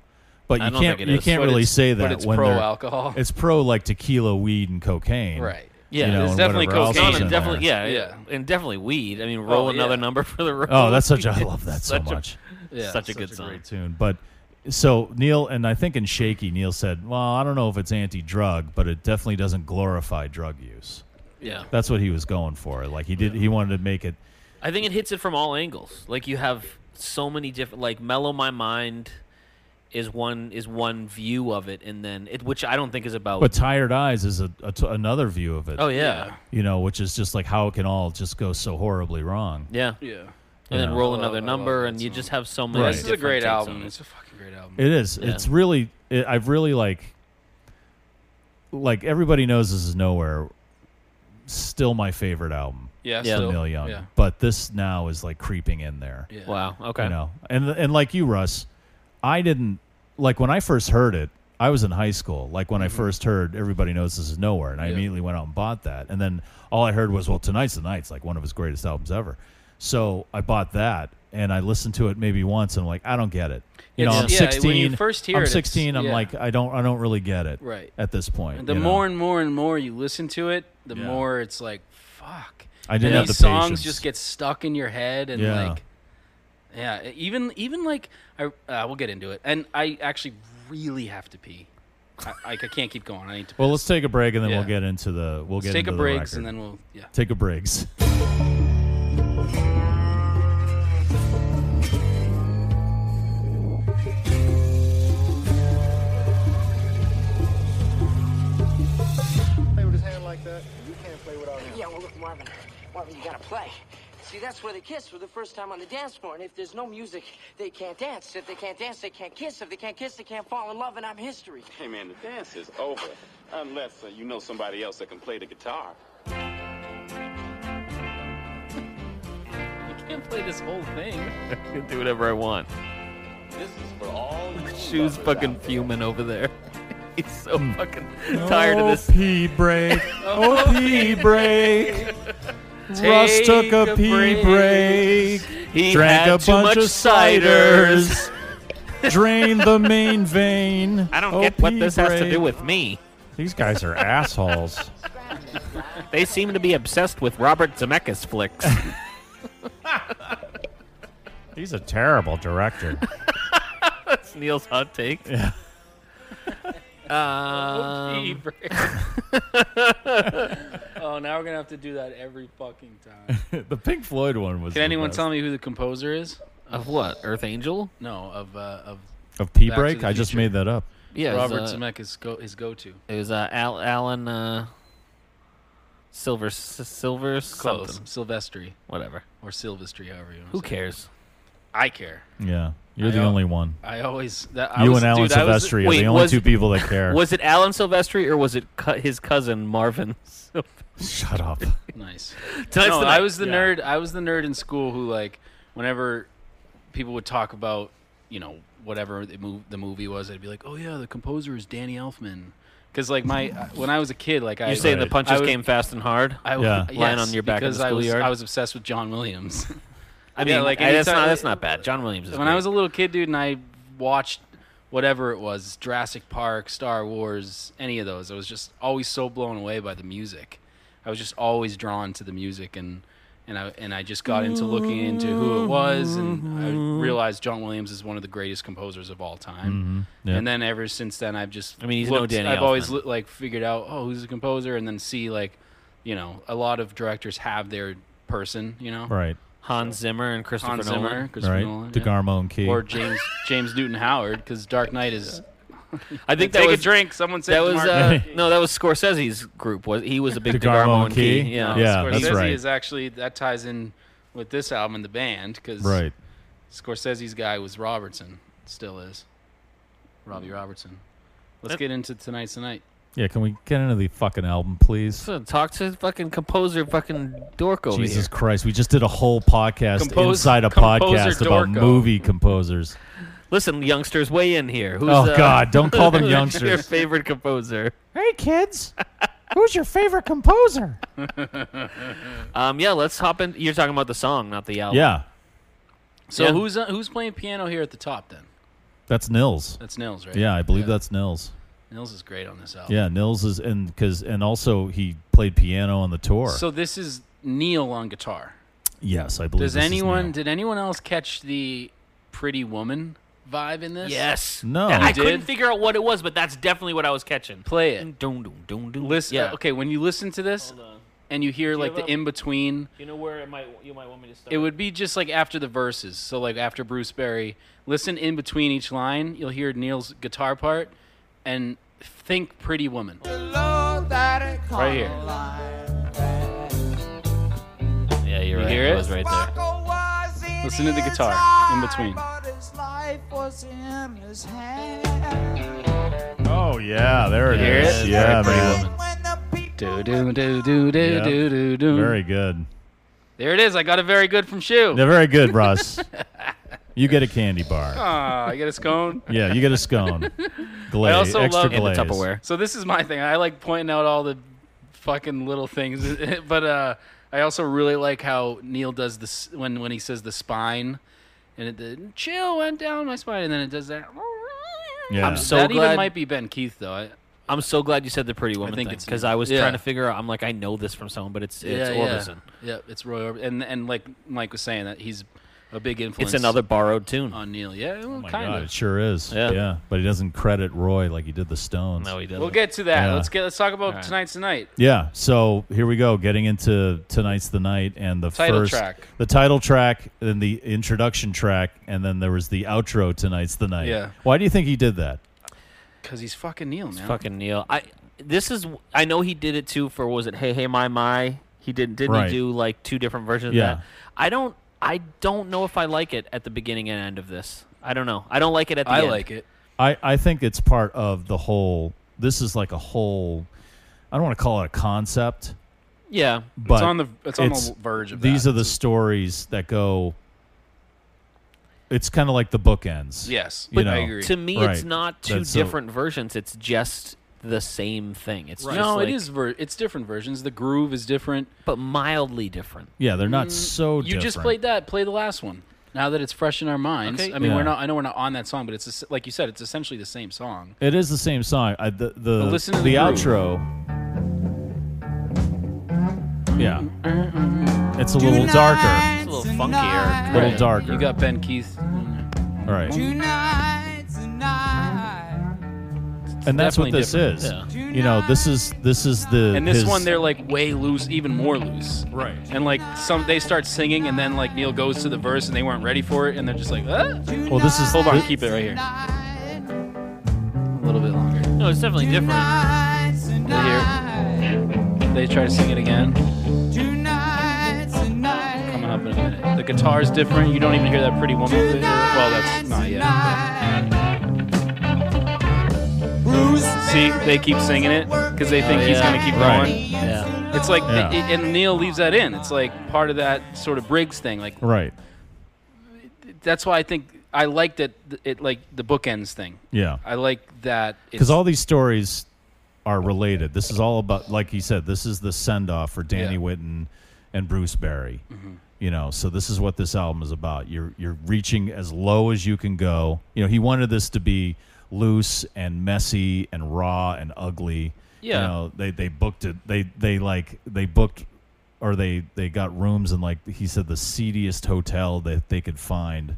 S2: but
S5: I
S2: you
S5: don't
S2: can't
S5: think it
S2: you
S5: is.
S2: can't
S3: But
S2: really
S3: it's-
S2: say
S3: but
S2: that
S3: it's
S2: when they're-
S3: pro-alcohol.
S2: It's pro like tequila, weed, and cocaine.
S3: Right.
S5: Yeah,
S2: you know,
S3: there's
S2: and
S3: definitely
S2: whatever else
S3: cocaine
S2: is
S5: No,
S2: in
S5: and definitely,
S2: there.
S5: yeah,
S3: Yeah.
S5: and definitely weed. I mean, roll
S3: Oh,
S5: another
S3: yeah.
S5: number for the road.
S2: Oh, that's such a I love that so
S5: Such a-
S2: much.
S3: Yeah.
S5: such a good
S2: It's a
S5: song.
S2: great tune. But so Neil and I think in Shaky, Neil said, "Well, I don't know if it's anti-drug, but it definitely doesn't glorify drug use."
S3: yeah.
S2: That's what he was going for. Like he did, he wanted to make it.
S5: I think it hits it from all angles. Like you have so many different like mellow my mind is one is one view of it and then it which I don't think is about
S2: But Tired Eyes is a, a t- another view of it.
S5: Oh yeah.
S2: you know, which is just like how it can all just go so horribly wrong.
S5: Yeah.
S3: Yeah. Oh,
S5: And then
S2: Yeah.
S5: roll
S3: I love-
S5: another
S3: I love
S5: number
S3: that
S5: and you
S3: song.
S5: just have so many
S2: Right.
S3: This is a
S5: different
S3: great
S5: takes on
S3: album.
S5: it.
S3: It's a fucking great album.
S2: It is.
S5: Yeah.
S2: It's really. It, I've really like. Like everybody knows, this is nowhere. Still my favorite album,
S3: yeah.
S5: Oh, Yeah.
S3: Still,
S2: Neil Young.
S3: Yeah.
S2: But this now is like creeping in there.
S3: Yeah.
S5: Wow. Okay.
S2: You know, and and like you, Russ, I didn't like when I first heard it. I was in high school. Like when I first heard, everybody knows this is nowhere, and I
S3: Mm-hmm. Yeah.
S2: immediately went out and bought that. And then all I heard was, "Well, tonight's the night's like one of his greatest albums ever." So I bought that, and I listened to it maybe once, and I'm like, I don't get it. You know, I'm
S3: It's- yeah, when you
S2: 16.
S3: first hear
S2: I'm
S3: it, it's-
S2: 16. I'm
S3: yeah.
S2: like, I don't, I don't really get it.
S3: Right.
S2: At this point,
S3: And the
S2: you know?
S3: more and more and more you listen to it, the
S2: Yeah.
S3: more it's like, fuck.
S2: I didn't
S3: and
S2: have
S3: these
S2: the
S3: songs
S2: patience.
S3: just get stuck in your head and
S2: Yeah.
S3: like, yeah. Even even like I uh, we'll get into it. And I actually really have to pee, I, I can't keep going. I need to.
S2: Well, let's take a break and then we'll
S3: Yeah.
S2: get into the we'll get
S3: Let's take a
S2: into the
S3: break and
S2: record.
S3: then we'll. Yeah.
S2: take a breaks.
S9: play with his hand like that. You can't play without him.
S10: Yeah, well, look, Marvin. Marvin, you gotta play. See, that's where they kiss for the first time on the dance floor. And if there's no music, they can't dance. If they can't dance, they can't kiss. If they can't kiss, they can't fall in love. And I'm history.
S11: Hey man, the dance is over. Unless uh, you know somebody else that can play the guitar.
S5: I can't play this whole thing.
S1: I can do whatever I want.
S11: This is for all you lovers
S5: Shoes fucking
S11: out there.
S5: fuming over there. He's so
S2: Mm.
S5: fucking tired of this.
S2: Oh, pee break. Oh, pee break. Russ
S5: Take
S2: took a
S5: a
S2: pee
S5: break.
S2: break.
S5: He
S2: drank
S5: had
S2: a
S5: too
S2: bunch
S5: much
S2: of ciders. drained the main vein.
S5: I don't
S2: Oh,
S5: get what
S2: pee
S5: this has to
S2: break.
S5: do with me.
S2: These guys are assholes.
S5: They seem to be obsessed with Robert Zemeckis flicks.
S2: He's a terrible director.
S5: That's Neil's hot take.
S2: Yeah.
S3: pee
S5: Um,
S3: break. oh, now we're gonna have to do that every fucking time.
S2: the Pink Floyd one was.
S3: Can
S2: the
S3: anyone
S2: best.
S3: tell me who the composer is?
S5: of what? Earth Angel?
S3: No, of uh, of
S2: of pee
S3: Back to
S2: break?
S3: the
S2: I just
S3: Future.
S2: made that up.
S5: Yeah, it was,
S3: Robert
S5: uh,
S3: Zemeckis go his go to.
S5: It was uh, Al- Alan uh, Silver, S- Silver
S3: Close.
S5: something,
S3: Silvestri
S5: whatever.
S3: or Silvestri, however you want to
S5: Who
S3: say. it.
S5: cares?
S3: I care.
S2: Yeah, you're
S3: I
S2: the
S3: al-
S2: only one.
S3: I always that I
S2: you
S3: was,
S2: and Alan
S3: dude, I was-
S2: Silvestri are
S5: wait,
S2: the only
S5: was-
S2: two people that care.
S5: Was it Alan Silvestri or was it cu- his cousin Marvin? Sil-
S2: Shut up.
S3: Nice.
S5: Tonight's
S3: no,
S5: the
S3: I
S5: night.
S3: was the nerd. I was the nerd in school who like whenever people would talk about you know whatever the, mov- the movie was, I'd be like, oh yeah, the composer is Danny Elfman. Because like my uh, when I was a kid, like I
S5: You saying
S2: Right.
S5: the punches
S3: I would-
S5: came fast and hard?
S3: I would,
S2: Yeah.
S3: yes,
S5: Lying on your back in
S3: because
S5: the
S3: I was
S5: schoolyard?
S3: I was obsessed with John Williams.
S5: I mean,
S3: Yeah, like,
S5: I- that's
S3: anytime-
S5: not that's not bad. John Williams is.
S3: when I was a little kid, dude, and I watched whatever it was Jurassic Park, Star Wars, any of those. I was just always so blown away by the music. I was just always drawn to the music and. And I, and I just got into looking into who it was, and I realized John Williams is one of the greatest composers of all time.
S2: Yeah.
S3: And then ever since then, I've just
S5: I mean, he's no
S3: looked-
S5: Danny
S3: I've always
S5: Elfman.
S3: looked, like figured out oh who's the composer, and then see like you know a lot of directors have their person, you know,
S2: Right.
S5: Hans Zimmer and Christopher
S3: Hans
S5: Nolan.
S3: Zimmer, Christopher
S2: Right.
S3: Nolan, yeah
S2: DeGarmo and Key.
S3: or James James Newton Howard because Dark Knight is.
S5: I think
S3: take
S5: that was
S3: a drink. Someone said
S5: that was
S3: Martin.
S5: uh, no, that was Scorsese's group. Was he was a big DeGarmo, and Key? Yeah,
S2: Yeah,
S3: Scorsese
S2: that's right.
S3: is actually that ties in with this album and the band because
S2: Right.
S3: Scorsese's guy was Robertson, still is Robbie Robertson. Let's get into tonight's tonight.
S2: Yeah. Can we get into the fucking album, please?
S5: So talk to the fucking composer, fucking dork over
S2: Jesus
S5: here.
S2: Christ, we just did a whole podcast
S3: Compose-
S2: inside a
S3: composer
S2: podcast about
S3: Dorco.
S2: movie composers.
S5: Listen, youngsters, weigh in here. Who's,
S2: Oh
S5: uh,
S2: God, don't call them
S5: who's your
S2: youngsters.
S5: favorite composer?
S2: hey kids, who's your favorite composer?
S5: Um, yeah, let's hop in. You're talking about the song, not the album.
S2: Yeah,
S3: So
S5: Yeah.
S3: who's uh, who's playing piano here at the top? Then
S2: that's Nils.
S3: that's Nils, right?
S2: Yeah, I believe that's Nils.
S3: Nils is great on this album.
S2: Yeah, Nils is and because and also he played piano on the tour.
S3: So this is Neil on guitar.
S2: yes, I believe.
S3: Does
S2: this is
S3: anyone
S2: Neil.
S3: did anyone else catch the Pretty Woman vibe in this?
S5: Yes.
S2: No.
S5: I
S2: You
S5: couldn't
S3: did?
S5: figure out what it was, but that's definitely what I was catching.
S3: Play it.
S5: Dun, dun, dun, dun.
S3: Listen.
S5: Yeah.
S3: Okay, when you listen to this and you hear like the
S5: up?
S3: in between,
S5: You know where it might you might want me to start.
S3: it would be just like after the verses. So like after Bruce Berry, listen in between each line. You'll hear Neil's guitar part, and think Pretty Woman.
S6: Love that economy.
S3: Right here.
S5: yeah, you're
S3: You
S5: right.
S3: hear
S5: it
S3: it?
S5: was right there.
S6: Rocco was in
S3: Listen to the
S6: his
S3: guitar
S6: eye,
S3: in between.
S6: but his life was in his hand.
S2: Oh yeah, there it
S3: Hear
S2: is.
S3: it?
S2: Yeah,
S3: Pretty
S2: man.
S3: Woman.
S6: When the people
S3: Do do do do do
S2: Yeah.
S3: do do do.
S2: Very good.
S3: There it is. I got a very good from Shoe.
S2: They're very good, Russ. you get a candy bar.
S3: Ah, I get a scone.
S2: Yeah, you get a scone. Glaze,
S3: also
S2: extra
S3: love-
S2: glaze.
S5: And the Tupperware.
S3: So this is my thing. I like pointing out all the fucking little things, but uh, I also really like how Neil does this when when he says the spine, and it the chill went down my spine, and then it does that.
S2: Yeah.
S5: I'm so
S3: that even
S5: glad-
S3: might be Ben Keith though. I,
S5: I'm so glad you said the pretty woman
S3: think
S5: thing
S3: it's-
S5: because I was
S3: yeah.
S5: trying to figure out. I'm like, I know this from someone, but it's it's Orbison.
S3: Yeah. yeah, it's Roy Orbison, and and like Mike was saying that he's a big influence.
S5: another Oh borrowed tune
S3: on Neil. Yeah, well,
S2: Oh my
S3: kind
S2: God,
S3: of.
S2: it sure is.
S5: Yeah.
S2: Yeah. but he doesn't credit Roy like he did the Stones.
S5: No, he doesn't.
S3: We'll get to that.
S2: Yeah.
S3: Let's get. Let's talk about
S5: All right.
S3: tonight's the night.
S2: Yeah, so here we go, getting into tonight's the night and the
S3: Title
S2: first
S3: track.
S2: the title track, then the introduction track, and then there was the outro tonight's the night.
S3: Yeah.
S2: Why do you think he did that?
S3: Because he's fucking Neil, man.
S5: Fucking Neil. I this is I know he did it too for was it Hey Hey My My? He did didn't
S2: Right.
S5: he do like two different versions
S2: Yeah.
S5: of that? I don't I don't know if I like it at the beginning and end of this. I don't know. I don't like it at the
S3: I
S5: end.
S3: like it.
S2: I, I think it's part of the whole this is like a whole I don't want to call it a concept,
S5: Yeah.
S2: but
S3: on the- it's on the verge of
S2: these
S3: that.
S2: are the stories that go it's kind of like the bookends.
S3: Yes,
S2: you know?
S5: To me it's
S2: Right.
S5: not two
S2: That's so-
S5: different versions. It's just the same thing. It's just
S3: No,
S5: like,
S3: it is. Ver- it's different versions. The groove is different.
S5: but mildly different.
S2: Yeah, they're not so
S3: Mm, You
S2: Oh,
S3: just
S2: different.
S3: played that. Play the last one. Now that it's fresh in our minds,
S5: Okay.
S3: I mean, we're
S2: Yeah.
S3: not. I know we're not on that song, but it's es- like you said, it's essentially the same song.
S2: It is the same song. I, the the
S3: But listen to
S2: the
S3: the
S2: outro.
S3: groove.
S2: Yeah, it's a little darker.
S5: It's a little funkier.
S2: A little
S3: Right.
S2: darker.
S3: You got Ben Keith.
S2: All right,
S6: Tonight's the night.
S2: and that's what
S3: definitely
S2: this
S3: different.
S2: is.
S3: Yeah.
S2: You know, this is this is the
S3: And this
S2: his-
S3: one, they're like way loose, even more loose.
S2: Right.
S3: And like some, they start singing, and then like Neil goes to the verse, and they weren't ready for it, and they're just like, ah.
S2: Well, this is
S3: hold on,
S2: thi-
S3: keep it right here. A little bit longer.
S5: No, it's definitely different.
S6: Tonight's the night.
S3: They try to sing it again.
S6: Tonight's the night.
S3: Coming up in a minute. The guitar's different. You don't even hear that pretty woman. bit. Well, that's not yet. See, they keep singing it because they think he's
S5: yeah.
S3: gonna keep
S2: Right.
S3: going.
S5: Yeah.
S3: It's like,
S2: Yeah.
S3: it- and Neil leaves that in. It's like part of that sort of Briggs thing. Like
S2: right.
S3: that's why I think I liked it. It like the bookends thing.
S2: Yeah,
S3: I like that.
S2: because all these stories are related. This is all about, like he said, this is the send off for Danny
S3: Yeah.
S2: Whitten and Bruce Berry. You know, so this is what this album is about. You're you're reaching as low as you can go. You know, he wanted this to be loose and messy and raw and ugly.
S5: Yeah.
S2: You know, they they booked it. They they like they booked or they they got rooms in like he said the seediest hotel that they could find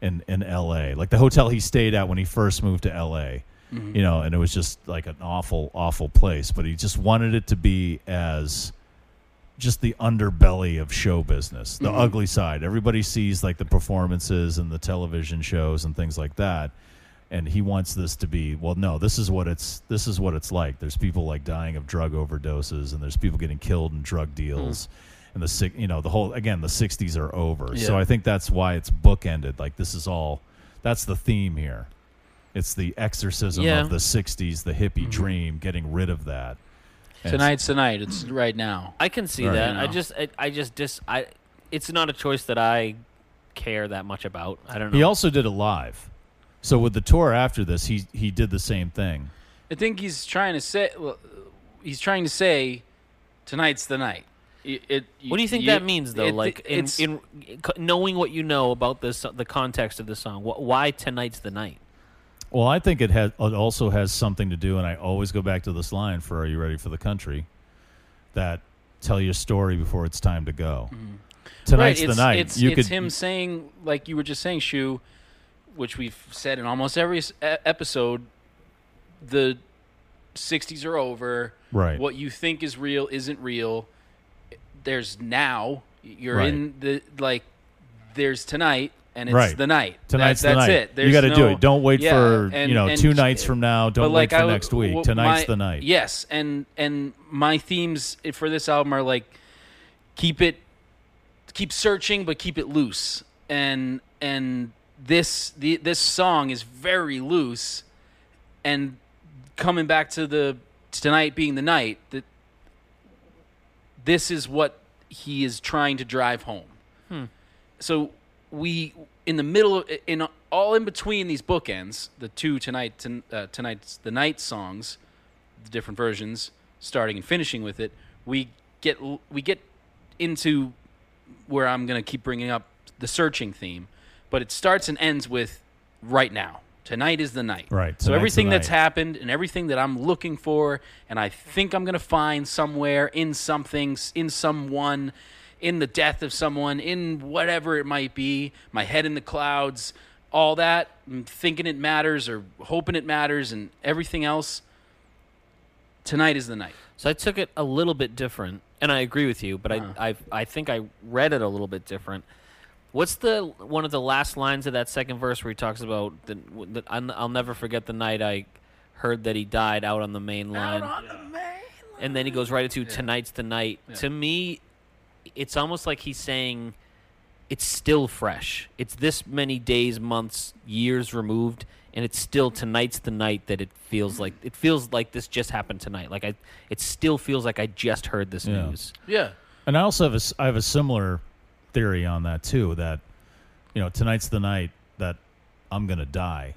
S2: in in L.A. Like the hotel he stayed at when he first moved to L.A. You know, and it was just like an awful, awful place. But he just wanted it to be as just the underbelly of show business,
S3: Mm-hmm.
S2: the ugly side. Everybody sees like the performances and the television shows and things like that. And he wants this to be well. No, this is what it's this is what it's like. There's people like dying of drug overdoses, and there's people getting killed in drug deals,
S3: Mm-hmm.
S2: and the sick. You know, the whole again, the '60s are over. So
S3: Yeah.
S2: I think that's why it's bookended. Like this is all. That's the theme here. It's the exorcism
S5: Yeah.
S2: of the '60s, the hippie dream, getting rid of that. And it's-
S3: tonight's Mm-hmm. tonight. It's right now.
S5: I can see
S2: Right.
S5: that. I
S3: You know.
S5: just I, I just dis I it's not a choice that I care that much about. I don't know.
S2: He also did it live. So with the tour after this, he he did the same thing.
S3: I think he's trying to say. well, He's trying to say, tonight's the night. It, it-
S5: what do you think that means though?
S3: it-
S5: like in,
S3: it's-
S5: in c- knowing what you know about this the context of the song, wh- why tonight's the night?
S2: Well, I think it has it also has something to do, and I always go back to this line for "Are you ready for the country?" That tell your story before it's time to go. Tonight's
S3: Mm-hmm. right,
S2: the
S3: it's-
S2: night.
S3: It's,
S2: you
S3: it's
S2: could
S3: him saying, like you were just saying, Shu, which we've said in almost every s- e- episode, the 60s are over.
S2: Right.
S3: What you think is real isn't real. There's now. You're
S2: Right.
S3: in the, like, there's tonight. And it's
S2: Right.
S3: the night. That-
S2: tonight's the
S3: that's
S2: night.
S3: It. There's
S2: you got to do
S3: no-
S2: it. Don't wait
S3: Yeah,
S2: for
S3: and-
S2: you know
S3: and-
S2: two nights from now.
S3: but
S2: Don't
S3: like
S2: wait for
S3: I,
S2: next week.
S3: well,
S2: Tonight's
S3: my-
S2: the night.
S3: Yes, and and my themes i- for this album are like keep it, keep searching, but keep it loose. And and this the this song is very loose, and coming back to the tonight being the night that this is what he is trying to drive home. So we in the middle of, in all in between these bookends, the two tonight ton, uh, tonight's the night songs, the different versions, starting and finishing with it, we get l- we get into where I'm gonna keep bringing up the searching theme, but it starts and ends with right now. Tonight is the night.
S2: Right, tonight's
S3: So
S2: the
S3: everything that's
S2: night.
S3: happened and everything that I'm looking for and I think I'm gonna find somewhere in something s- in someone in the death of someone, in whatever it might be, my head in the clouds, all that, I'm thinking it matters or hoping it matters and everything else. Tonight is the night.
S5: So I took it a little bit different, and I agree with you, but I, I I think I read it a little bit different. What's the one of the last lines of that second verse where he talks about the, the I'll I'll never forget the night I heard that he died out on the main line. And then he goes right into tonight's the night. To me, it's almost like he's saying it's still fresh. It's this many days, months, years removed, and it's still tonight's the night that it feels like it feels like this just happened tonight. Like I, it still feels like I just heard this
S2: Yeah.
S5: news.
S3: Yeah.
S2: And I also have a, s- I have a similar theory on that too. That you know, tonight's the night that I'm gonna die.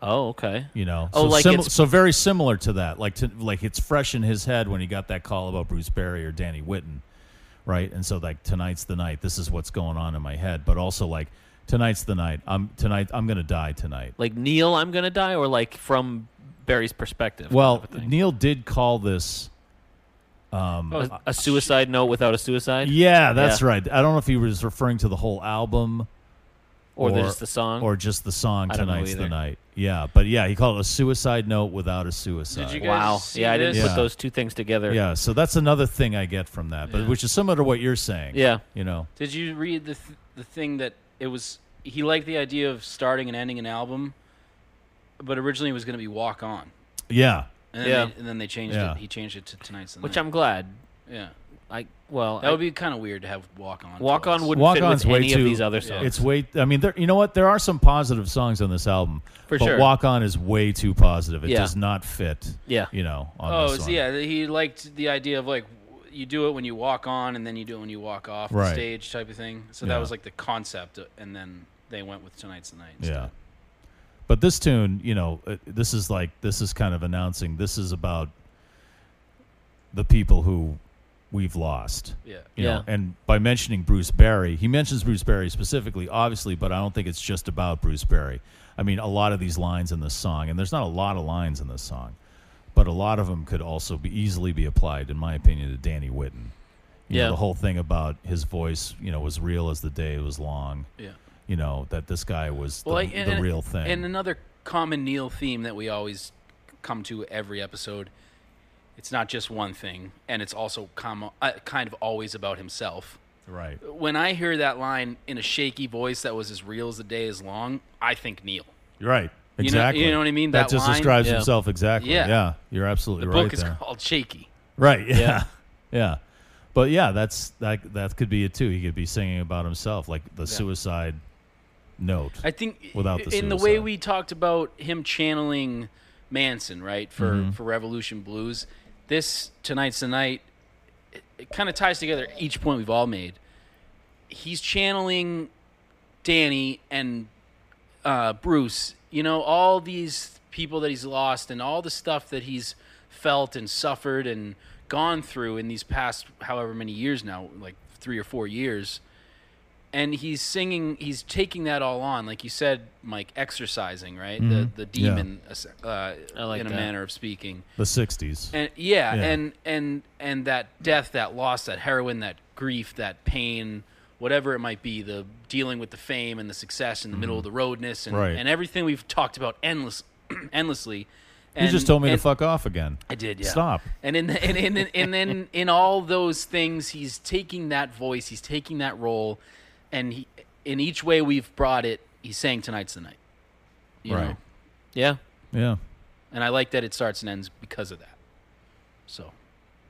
S5: Oh, okay.
S2: You know,
S5: Oh,
S2: so,
S5: like
S2: sim-
S5: it's-
S2: so very similar to that. Like to, like it's fresh in his head when he got that call about Bruce Barry or Danny Whitten, right? And so like tonight's the night. This is what's going on in my head. But also like tonight's the night. I'm tonight. I'm gonna die tonight.
S5: Like Neil, I'm gonna die, or like from Barry's perspective.
S2: Well, Neil did call this. Um,
S5: a, a suicide note without a suicide.
S2: Yeah, that's
S5: Yeah.
S2: right. I don't know if he was referring to the whole album,
S5: Or just the song.
S2: or just the song.
S5: I don't know
S2: Tonight's the
S5: either.
S2: night. Yeah, but yeah, he called it a suicide note without a suicide.
S5: you guys Wow. see Yeah, I didn't this? put those two things together.
S2: Yeah, so that's another thing I get from that, but
S3: Yeah.
S2: which is similar to what you're saying.
S3: Yeah.
S2: you know.
S3: Did you read the th- the thing that it was? He liked the idea of starting and ending an album, but originally it was going to be Walk On.
S2: Yeah.
S3: And then
S5: Yeah.
S3: They, and then they changed
S2: Yeah.
S3: it. He changed it to Tonight's the
S5: Which
S3: Night.
S5: I'm glad.
S3: Yeah.
S5: I well,
S3: that
S5: I-
S3: would be kind of weird to have Walk On.
S5: Walk
S3: twice.
S5: On wouldn't fit with any of these other songs.
S2: It's way. I mean, there, you know what? There are some positive songs on this album,
S3: For
S2: but
S3: sure.
S2: Walk On is way too positive. It
S3: Yeah.
S2: does not fit.
S3: Yeah.
S2: you know. On
S3: Oh,
S2: this
S3: so
S2: one.
S3: yeah. He liked the idea of like w- you do it when you walk on, and then you do it when you walk off
S2: Right.
S3: the stage type of thing. So
S2: Yeah.
S3: that was like the concept, uh, and then they went with Tonight's the Night.
S2: Yeah. But this tune, you know, uh, this is like this is kind of announcing this is about the people who we've lost.
S3: Yeah.
S2: You know, and by mentioning Bruce Barry, he mentions Bruce Barry specifically, obviously, but I don't think it's just about Bruce Barry. I mean, a lot of these lines in this song, and there's not a lot of lines in this song, but a lot of them could also be easily be applied, in my opinion, to Danny Whitten. You
S5: Yeah.
S2: know, the whole thing about his voice, you know, was real as the day was long.
S3: Yeah.
S2: You know, that this guy was
S3: Well,
S2: the,
S3: I- and,
S2: the real thing.
S3: And another common Neil theme that we always come to every episode. It's not just one thing, and it's also com- uh, kind of always about himself.
S2: Right.
S3: When I hear that line in a shaky voice that was as real as the day is long, I think Neil.
S2: You're right.
S3: You know-
S2: Exactly.
S3: you know what I mean?
S2: That,
S3: That
S2: just
S3: line-
S2: describes
S3: Yeah.
S2: himself exactly. Yeah.
S3: Yeah.
S2: You're absolutely
S3: The
S2: right.
S3: book is
S2: there.
S3: called Shaky.
S2: Right. Yeah. yeah.
S3: Yeah.
S2: But yeah, that's that. That could be it too. He could be singing about himself, like the suicide note.
S3: I think
S2: without the
S3: in
S2: suicide.
S3: the way we talked about him channeling Manson, right for
S2: Mhm.
S3: for Revolution Blues. This tonight's the night. It, it kind of ties together each point we've all made. He's channeling Danny and uh, Bruce. You know all these people that he's lost and all the stuff that he's felt and suffered and gone through in these past however many years now, like three or four years and he's singing he's taking that all on like you said mike exercising right
S2: Mhm.
S3: the the
S2: Yeah.
S3: demon uh,
S5: like
S3: in a
S5: that.
S3: manner of speaking
S2: the '60s.
S3: and yeah,
S2: Yeah.
S3: and and and that death that loss that heroin that grief that pain whatever it might be the dealing with the fame and the success in the middle of the roadness and,
S2: Mm-hmm. Right.
S3: and everything we've talked about endless endlessly
S2: you just told me
S3: and-
S2: to fuck off again.
S3: I did, yeah.
S2: Stop.
S3: And in the, and in, in, and then in all those things, he's taking that voice, he's taking that role, and he in each way we've brought it, he's saying tonight's the night. You
S2: Right.
S3: know?
S5: Yeah.
S2: Yeah.
S3: And I like that it starts and ends because of that. So,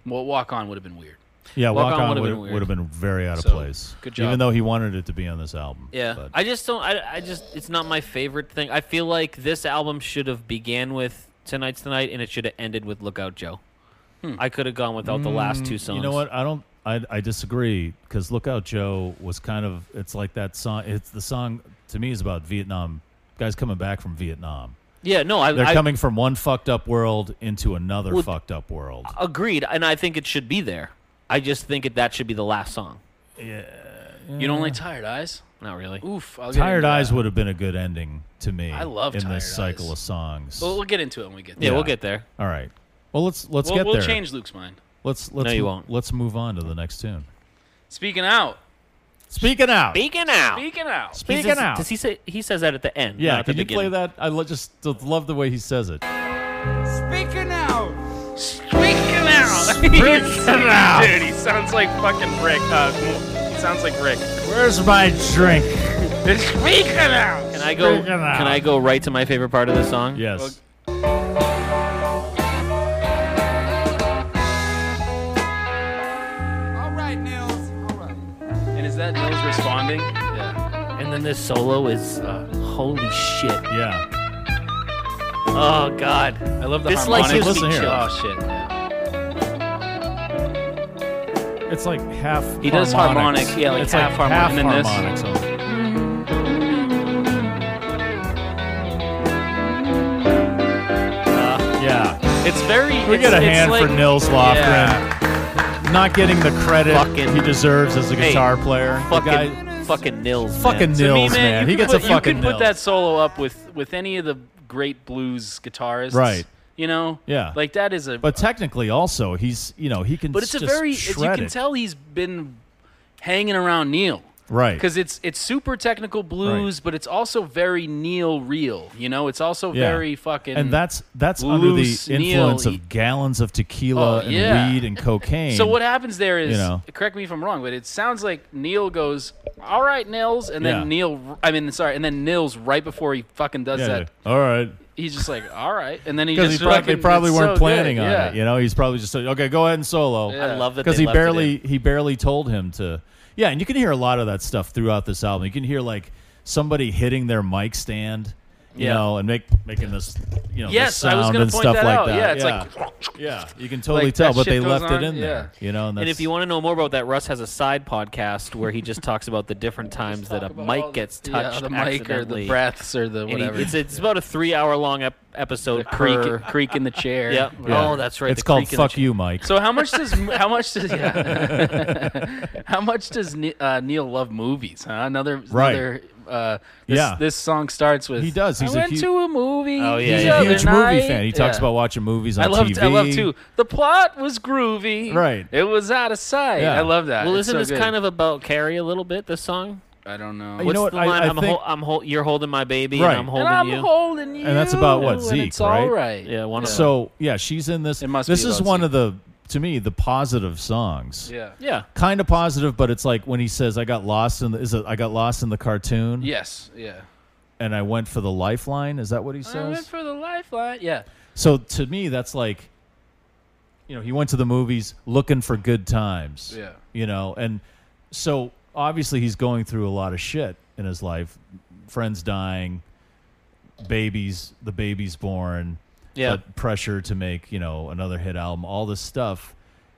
S3: well, walk on would have been weird.
S2: Yeah.
S5: Walk On
S2: Walk, on
S5: would've
S2: would
S5: been weird.
S2: would have been very out of
S3: So,
S2: place.
S3: good
S2: Even
S3: job.
S2: though he wanted it to be on this album.
S5: Yeah,
S2: But-
S5: I just don't. I, I just it's not my favorite thing. I feel like this album should have began with tonight's the night, and it should have ended with Lookout Joe. I could have gone without the last
S2: Hmm. Mm,
S5: two songs.
S2: You know what? I don't. I, I disagree because Lookout Joe was kind of. It's like that song. It's the song to me is about Vietnam guys coming back from Vietnam.
S5: Yeah, no, I-
S2: they're
S5: I-
S2: coming from one fucked up world into another
S5: Well,
S2: fucked up world.
S3: uh,
S5: Agreed, and I think it should be there. I just think it, that should be the last song.
S2: Yeah.
S3: You don't like Tired Eyes?
S5: Not really.
S3: Oof. I'll get
S2: Tired
S3: into that.
S2: Eyes would have been a good ending to me.
S3: I love
S2: in
S3: Tired
S2: this cycle
S3: Eyes.
S2: of songs.
S3: Well, we'll get into it when we get there.
S2: Yeah. All right. Well, let's let's
S3: We'll-
S2: get
S3: we'll
S2: there.
S3: change Luke's mind.
S2: Let's let's
S5: No, you
S2: mo-
S5: won't.
S2: Let's move on to the next tune.
S3: Speaking out.
S2: Speaking out.
S5: Speaking out.
S3: Speaking out.
S2: Speaking
S5: He says-
S2: out.
S5: Does he say he says that at the end?
S2: Yeah,
S5: not at the
S2: can you play
S5: beginning.
S2: that? I lo- just love the way he says it.
S6: Speaking out.
S3: Speaking out.
S2: Speaking out.
S3: Dude, he sounds like fucking Rick. Uh, he sounds like Rick.
S2: Where's my drink?
S3: Speaking out.
S5: Can I go?
S3: Speaking out.
S5: Can I go right to my favorite part of the song?
S2: Yes.
S6: All right, Nils. All right.
S3: And is that Nils responding? Yeah.
S5: And then this solo is uh, holy shit.
S2: Yeah.
S5: Oh god.
S3: I love the
S5: this like
S3: harmonics.
S5: gives me
S2: Listen here.
S5: chills.
S3: Oh shit.
S2: It's like half.
S3: He does
S2: harmonics.
S3: harmonic, yeah, like
S2: it's
S3: half
S2: like
S3: harmonic, and then this.
S2: harmonics only.
S3: Uh,
S2: yeah.
S5: It's very.
S2: We
S5: it's,
S2: get a
S5: it's
S2: hand
S5: like,
S2: for Nils Lofgren. Not getting the credit
S5: Fucking-
S2: he deserves as a
S5: Hey,
S2: guitar player. The
S5: Fucking,
S2: guy-
S5: fucking Nils. man.
S2: Fucking
S3: To me,
S2: Nils, man.
S3: you
S2: He
S3: could
S2: gets a
S3: put-
S2: fucking
S3: You could
S2: Nils.
S3: put that solo up with with any of the great blues guitarists,
S2: Right.
S3: You know,
S2: Yeah.
S3: like that is a.
S2: But technically, also, he's you know he can.
S3: but it's a
S2: just
S3: very. It's, you
S2: shred
S3: can
S2: it.
S3: tell he's been hanging around Neil.
S2: Right.
S3: Because it's it's super technical blues, but it's also very Neil real. You know, it's also
S2: Yeah.
S3: very fucking.
S2: And that's that's under the
S3: loose,
S2: influence
S3: Neil-
S2: of gallons of tequila
S3: Oh,
S2: and
S3: yeah.
S2: weed and cocaine.
S3: So what happens there is,
S2: you know.
S3: correct me if I'm wrong, but it sounds like Neil goes, "All right, Nils," and then
S2: Yeah.
S3: Neil, I mean, sorry, and then Nils right before he fucking does
S2: Yeah,
S3: that,
S2: yeah. All right.
S3: he's just like, "All right," and then he
S2: Because
S3: just
S2: he prob- they
S3: fucking-
S2: probably
S3: it's
S2: weren't
S3: so
S2: planning
S3: good,
S2: on
S3: yeah.
S2: it. You know, he's probably just like, okay, go ahead and solo.
S3: Yeah.
S5: I love that
S2: because
S5: they
S2: he
S5: left it
S2: barely
S5: in.
S2: he barely told him to yeah and you can hear a lot of that stuff throughout this album you can hear like somebody hitting their mic stand you
S3: Yeah.
S2: know and make making this you know this
S3: Yes, I was
S2: sound
S3: gonna
S2: and
S3: point
S2: stuff
S3: that
S2: like
S3: out.
S2: that
S3: Yeah, it's
S2: like yeah you can totally
S3: Like,
S2: tell
S3: that
S2: but they
S3: shit goes
S2: left
S3: on,
S2: it in there you know and,
S5: And if
S2: that's-
S5: you want to know more about that, Russ has a side podcast where he just talks about the different times that a
S3: all
S5: mic gets
S3: the- yeah,
S5: touched
S3: the mic or the
S5: accidentally.
S3: breaths or the
S5: And he-
S3: whatever.
S5: it's it's about a three hour long ep- episode per.
S3: creak, creak in the chair.
S5: Yep.
S2: yeah.
S5: Oh, that's right.
S2: it's
S5: the
S2: called
S5: creak in the
S2: fuck
S5: chair.
S2: you mike
S3: So how much does how much does yeah. how much does Ne- uh, Neil love movies? Huh? Another
S2: Right.
S3: another. Uh, this,
S2: Yeah.
S3: this song starts with
S2: He does. He's
S3: I
S2: a
S3: went
S2: hu-
S3: to a movie.
S5: Oh, yeah,
S3: the
S2: he's
S5: yeah,
S2: a
S3: other
S2: huge
S3: night.
S2: movie fan he talks
S3: Yeah.
S2: about watching movies on
S3: I love.
S2: tv
S3: I love too. The plot was groovy.
S2: Right.
S3: It was out of sight.
S2: Yeah.
S3: I love that.
S5: Well,
S3: It's
S5: isn't
S3: so
S5: this
S3: good.
S5: kind of about Carrie a little bit? This song.
S3: I don't know.
S2: You
S5: What's
S2: know what?
S5: the
S2: I-
S5: line?
S2: I
S5: am
S2: think-
S5: hol- I'm hol- You're holding my baby,
S2: Right.
S5: and I'm
S2: And
S5: holding
S3: and I'm
S5: you.
S3: holding you.
S2: And that's about what,
S3: and
S2: Zeke,
S3: It's all
S2: right?
S3: right.
S5: yeah, one of them.
S2: so yeah she's in this
S3: It must
S2: this
S3: be
S2: is
S3: about
S2: one
S3: you.
S2: of the to me the positive songs
S3: Yeah.
S5: Yeah.
S2: kind of positive, but it's like when he says, "I got lost in the is it, I got lost in the cartoon,
S3: Yes. Yeah.
S2: and I went for the lifeline." Is that what he
S3: I went
S2: says?
S3: for the lifeline. Yeah.
S2: so to me, that's like, you know, he went to the movies looking for good times.
S3: Yeah.
S2: you know, and so obviously he's going through a lot of shit in his life, friends dying, babies, the baby's born,
S5: Yeah.
S2: but pressure to make you know another hit album, all this stuff,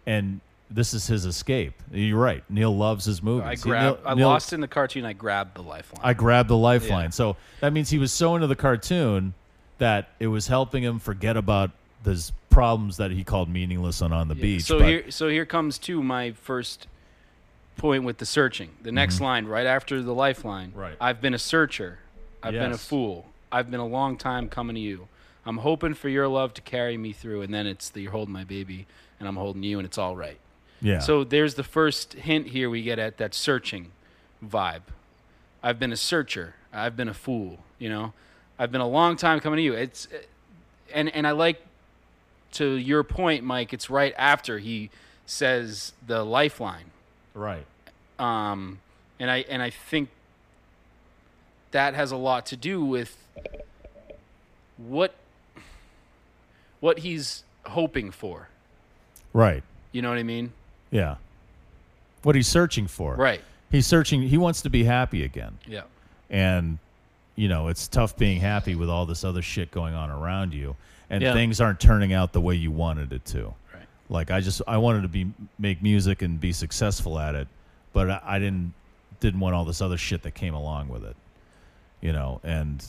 S2: and. This is his escape. You're right. Neil loves his movies.
S3: I
S2: He-
S3: grabbed.
S2: Neil-
S3: I
S2: Neil-
S3: lost in the cartoon. I grabbed the lifeline.
S2: I grabbed the lifeline. So that means he was so into the cartoon that it was helping him forget about those problems that he called meaningless on on the beach.
S3: So
S2: but-
S3: here, so here comes to my first point with the searching. The next line, right after the lifeline.
S2: Mm-hmm. Right.
S3: I've been a searcher. I've been a
S2: Yes.
S3: fool. I've been a long time coming to you. I'm hoping for your love to carry me through, and then it's the you're holding my baby, and I'm holding you, and it's all right.
S2: yeah,
S3: So there's the first hint here we get at that searching vibe. I've been a searcher. I've been a fool. You know, I've been a long time coming to you. It's, and and I like, to your point, Mike. It's right after he says the lifeline,
S2: right.
S3: um, and I and I think that has a lot to do with what what he's hoping for.
S2: Right.
S3: You know what I mean?
S2: Yeah. What he's searching for.
S3: Right.
S2: He's searching he wants to be happy again.
S3: Yeah.
S2: And you know, it's tough being happy with all this other shit going on around you and
S5: Yeah.
S2: things aren't turning out the way you wanted it to.
S3: Right.
S2: Like I just I wanted to be make music and be successful at it, but I, I didn't didn't want all this other shit that came along with it. You know, and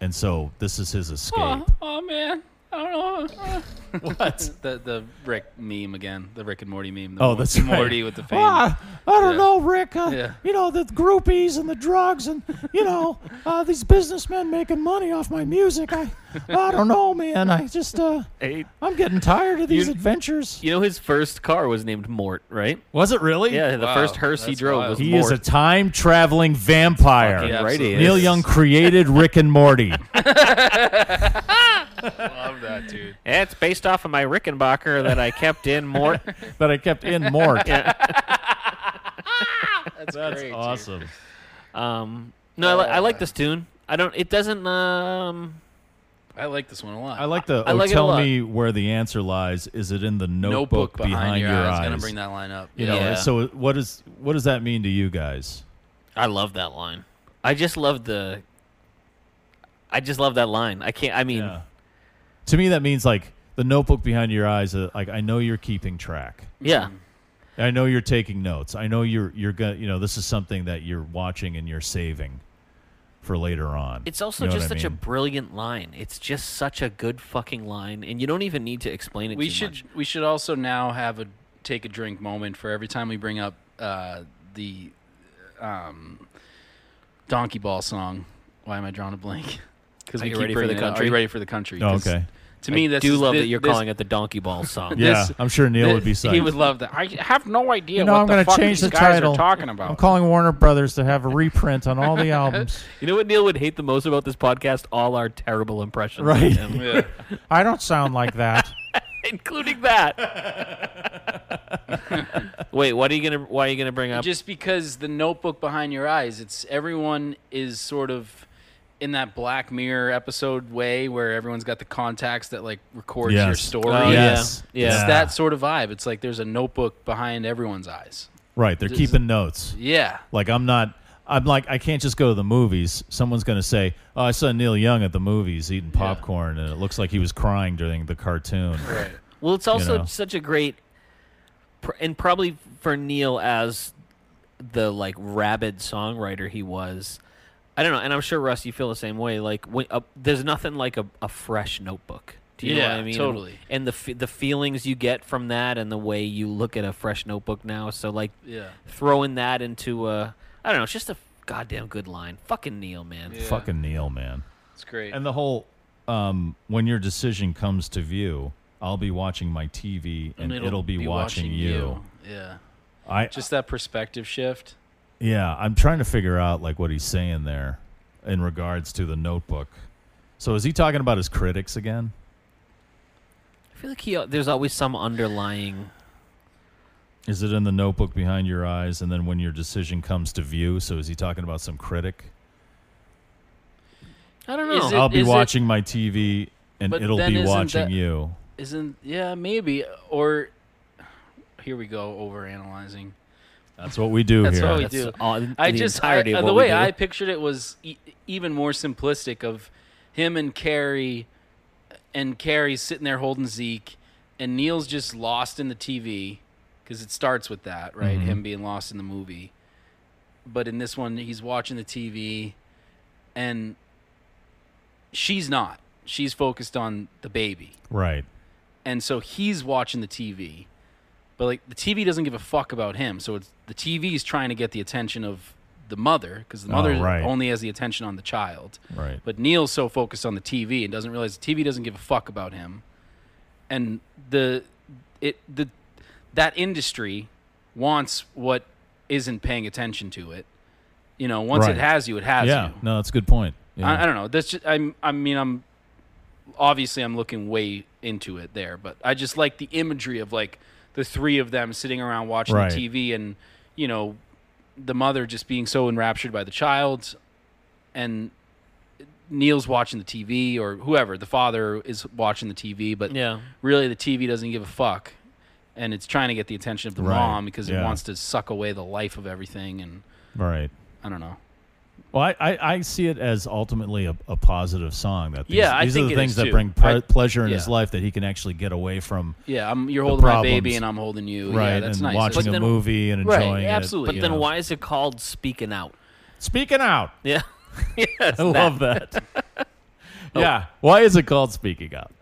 S2: and so this is his escape.
S3: Uh-huh. Oh man, I don't know. Uh. What? the the Rick meme again. The Rick and Morty meme. The
S2: Oh,
S3: Mor-
S2: that's right.
S3: Morty with the fame.
S12: Ah, I don't
S3: Yeah.
S12: know, Rick. Uh,
S3: Yeah.
S12: You know, the groupies and the drugs and, you know, uh, these businessmen making money off my music. I, I don't know, man. I just, uh,
S5: Hey.
S12: I'm getting tired of these adventures.
S5: You know, his first car was named Mort, right?
S2: Was it really?
S5: Yeah, the
S2: Wow,
S5: first hearse he
S2: that's
S5: drove was
S2: He
S5: Mort.
S2: is a time traveling vampire.
S5: Fucking right he
S2: Neil
S5: is.
S2: Young created Rick and Morty.
S3: Love that, dude.
S5: Yeah, it's based off of my Rickenbacker that I kept in Mort.
S2: That I kept in Mort.
S5: Yeah.
S3: That's, great, dude.
S2: awesome.
S5: Um, no, I, li- I like this tune. I don't. It doesn't. Um,
S3: I like this one a lot.
S2: I like the
S5: I
S2: oh,
S5: like it a
S2: tell
S5: lot.
S2: me where the answer lies. Is it in the notebook,
S3: Notebook behind your
S2: your
S3: eyes.
S2: eyes?
S3: Gonna bring that line up.
S2: You know,
S3: Yeah.
S2: so what is what does that mean to you guys?
S5: I love that line. I just love the. I just love that line. I can't. I mean,
S2: To me, that means like the notebook behind your eyes. Uh, like I know you're keeping track.
S5: yeah.
S2: I know you're taking notes. I know you're you're gonna. You know, this is something that you're watching and you're saving for later on.
S5: It's also
S2: You know
S5: just
S2: what I
S5: such a
S2: mean?
S5: brilliant line. It's just such a good fucking line, and you don't even need to explain it.
S3: we
S5: too
S3: should
S5: much.
S3: we should also now have a take a drink moment for every time we bring up uh, the um, Donkey Ball song. Why am I drawing a blank? Because
S5: Are
S3: we
S5: you
S3: keep
S5: ready for the
S3: bringing it up. Are
S5: country?
S3: you ready for the country?
S2: Oh,
S3: 'Cause
S2: okay.
S3: To me,
S5: I
S3: this
S5: do
S3: is-
S5: love
S3: thi-
S5: that you're
S3: this-
S5: calling it the Donkey Ball song.
S2: Yeah, I'm sure Neil
S3: thi-
S2: would be
S3: He
S2: psyched.
S3: would love that. I have no idea
S12: You know,
S3: what
S12: I'm
S3: the
S12: going to
S3: fuck
S12: change the
S3: these guys
S12: title.
S3: are talking
S12: I'm
S3: about.
S12: calling Warner Brothers to have a reprint on all the albums.
S5: You know what Neil would hate the most about this podcast? All our terrible impressions.
S12: Right.
S5: Of him.
S12: I don't sound like that.
S5: Including that. Wait, what are you gonna? Why are you gonna bring up?
S3: Just because the notebook behind your eyes, it's everyone is sort of in that Black Mirror episode way where everyone's got the contacts that like records your
S2: Yes.
S3: story.
S2: Oh, Yes. yeah.
S3: It's
S2: Yeah.
S3: that sort of vibe. It's like there's a notebook behind everyone's eyes.
S2: Right, they're
S3: This-
S2: keeping notes.
S3: Yeah.
S2: Like I'm not I'm like I can't just go to the movies. Someone's going to say, "Oh, I saw Neil Young at the movies eating popcorn and it looks like he was crying during the cartoon." Right.
S5: Well, it's also
S2: know.
S5: such a great, pr- and probably for Neil as the like rabid songwriter he was. I don't know, and I'm sure Russ, you feel the same way. Like, when, uh, there's nothing like a, a fresh notebook. Do you know what
S3: Yeah,
S5: I mean?
S3: totally.
S5: And the f- the feelings you get from that, and the way you look at a fresh notebook now. So like,
S3: Yeah.
S5: throwing that into a, I don't know, it's just a goddamn good line. Fucking Neil, man.
S2: Fucking Neil, man.
S3: It's great.
S2: And the whole um, when your decision comes to view, I'll be watching my TV and, it'll, be, watching, you.
S3: Yeah.
S2: I
S3: Just that perspective shift.
S2: yeah, I'm trying to figure out like what he's saying there in regards to the notebook. So is he talking about his critics again?
S5: I feel like he uh, there's always some underlying.
S2: Is it in the notebook behind your eyes and then when your decision comes to view? So is he talking about some critic?
S3: I
S5: don't know.
S2: I'll be
S3: is it-
S2: watching my TV and
S3: but
S2: it'll
S3: then
S2: be
S3: isn't
S2: watching
S3: that-
S2: you.
S3: Isn't yeah, maybe or here we go over analyzing.
S2: That's what we do
S3: That's
S2: here.
S3: what we
S2: That's
S3: do.
S5: all- the
S3: I just I,
S5: entirety of
S3: the
S5: what we
S3: way
S5: do.
S3: I pictured it was e- even more simplistic of him and Carrie and Carrie sitting there holding Zeke and Neil's just lost in the TV cuz it starts with that, right?
S2: Mhm.
S5: Mm-hmm.
S3: Him being lost in the movie. But in this one he's watching the TV and she's not. She's focused on the baby
S2: Right.
S3: and so he's watching the TV, but like the TV doesn't give a fuck about him. So it's the TV's trying to get the attention of the mother because the
S2: Oh,
S3: mother
S2: right.
S3: only has the attention on the child.
S2: Right.
S3: But Neil's so focused on the TV and doesn't realize the TV doesn't give a fuck about him, and the it the that industry wants what isn't paying attention to it. You know, once
S2: Right.
S3: it has you, it has
S2: yeah.
S3: you.
S2: No, that's a good point. Yeah.
S3: I, I don't know. That's just, I'm. I mean, I'm obviously I'm looking way into it there, but I just like the imagery of like the three of them sitting around watching
S2: Right.
S3: the TV, and you know, the mother just being so enraptured by the child, and Neil's watching the TV, or whoever the father is watching the TV, but
S5: Yeah.
S3: really the TV doesn't give a fuck, and it's trying to get the attention of the
S2: Right.
S3: mom because
S2: Yeah.
S3: it wants to suck away the life of everything, and
S2: Right.
S3: I don't know.
S2: Well, I, I, I see it as ultimately a, a positive song. That these,
S3: Yeah, I
S2: these
S3: think
S2: are the
S3: it is
S2: things that
S3: too.
S2: bring pre-
S3: I-
S2: pleasure in
S3: yeah.
S2: his life that he can actually get away from.
S3: Yeah, I'm, you're
S2: the
S3: holding my baby
S2: problems.
S3: and I'm holding you.
S2: Right,
S3: yeah, that's
S2: and
S3: nice.
S2: watching
S3: But
S2: a
S3: then-
S2: movie and
S3: Right,
S2: enjoying it.
S3: absolutely.
S2: you
S5: But then
S2: know.
S5: why is it called Speaking Out?
S2: Speaking out.
S5: Yeah. yes,
S3: Oh.
S2: I love that. yeah. Why is it called Speaking Out?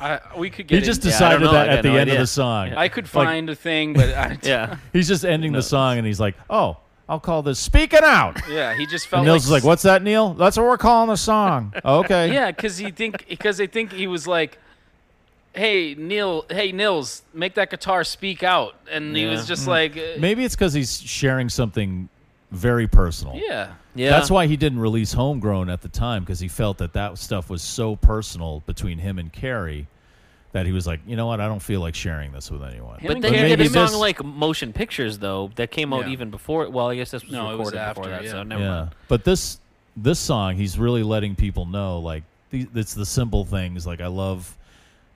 S3: I, we could
S2: He
S3: get.
S2: just
S3: in- yeah, I
S2: decided
S3: don't know.
S2: that
S3: I
S2: at
S3: got
S2: the
S3: no
S2: end of
S3: idea.
S2: the song.
S3: I could
S2: Like-
S3: find a thing, but I,
S2: He's just ending the song and he's like, "Oh, I'll call this speaking out."
S3: Yeah, he just felt
S2: And Neil's
S3: like
S2: like, "What's that, Neil? That's what we're calling the song." okay.
S3: Yeah, because he think because they think he was like, "Hey Neil, hey Nils, make that guitar speak out," and he was
S2: Mm.
S3: just like, uh,
S2: Maybe it's because he's sharing something very personal.
S3: Yeah.
S5: Yeah.
S2: That's why he didn't release Homegrown at the time because he felt that that stuff was so personal between him and Carrie that he was like, you know what, I don't feel like sharing this with anyone.
S5: But they did
S2: maybe
S5: a song
S2: this-
S5: like Motion Pictures though that came out
S3: Yeah.
S5: even before. Well, I guess this was
S3: No, it
S5: recorded before
S3: was after,
S5: that,
S3: yeah.
S5: so never
S2: yeah.
S5: mind.
S2: But this this song, he's really letting people know, like the, it's the simple things. Like I love,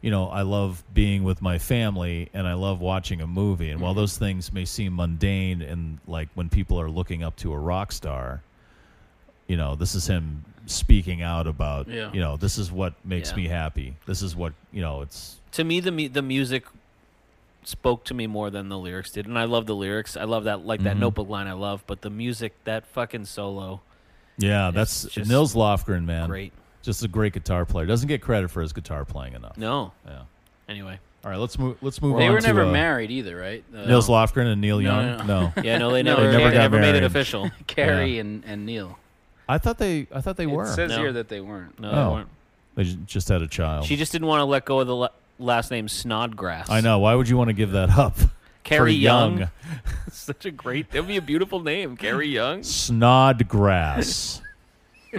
S2: you know, I love being with my family, and I love watching a movie. And while
S5: Mm-hmm.
S2: those things may seem mundane, and like when people are looking up to a rock star, you know, this is him speaking out about,
S5: Yeah.
S2: you know, this is what makes
S5: Yeah.
S2: me happy. This is what you know. It's
S5: To me, the mu- the music spoke to me more than the lyrics did, and I love the lyrics. I love that like that
S2: Mhm.
S5: Notebook line. I love, but the music, that fucking solo.
S2: yeah,
S5: is
S2: that's
S5: just
S2: Nils Lofgren, man.
S5: great.
S2: just a great guitar player. Doesn't get credit for his guitar playing enough.
S5: No.
S2: Yeah.
S5: Anyway.
S2: All right, let's move. Let's move
S3: They
S2: on.
S3: were
S2: to,
S3: never
S2: uh,
S3: married either, right? Uh,
S2: Nils Lofgren and Neil
S3: No,
S2: Young.
S3: no,
S2: No.
S3: no.
S5: Yeah, no, they
S3: No,
S5: never,
S3: they
S5: they
S3: never
S5: never,
S3: got
S5: made it
S2: married.
S5: official.
S3: Carrie and, and Neil.
S2: I thought they. I thought they were.
S3: It says
S5: No.
S3: here that they weren't.
S5: No,
S2: oh,
S5: they weren't.
S2: they ju- just had a child.
S5: She just didn't want to let go of the la- last name Snodgrass.
S2: I know. Why would you want to give that up?
S5: Carrie
S2: For
S5: Young. Such a great. That would be a beautiful name, Carrie Young.
S2: Snodgrass.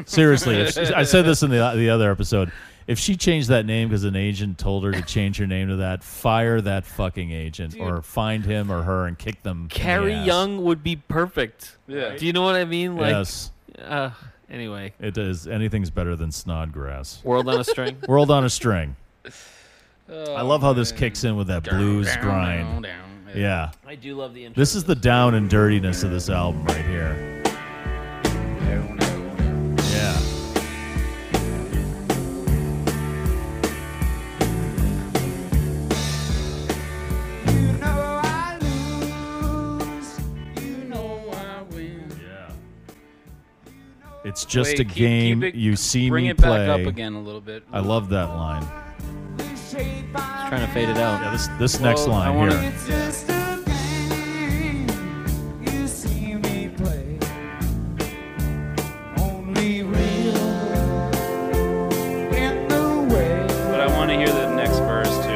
S2: Seriously, if she- I said this in the the other episode. If she changed that name because an agent told her to change her name to that, fire that fucking agent, or find him or her and kick them. in the
S5: Carrie
S2: ass.
S5: Young would be perfect.
S3: Yeah.
S5: Do you know what I mean? Like,
S2: Yes.
S5: Uh, anyway,
S2: It is anything's better than Snodgrass.
S5: World on a String.
S2: World on a string.
S3: Oh,
S2: I love how this kicks in with that blues grind. Yeah.
S5: I do love the intro
S2: This is the down and dirtiness of this album right here. Yeah. It's just
S3: Wait,
S2: a
S3: keep- keep
S2: game
S3: it-
S2: you see
S3: bring
S2: me
S3: it back
S2: play.
S3: up again a little bit.
S2: I love that line.
S5: trying to fade it out.
S2: Yeah, this this next
S3: Well, I
S2: line
S3: wanna-
S2: here.
S3: But I want to hear the next verse too.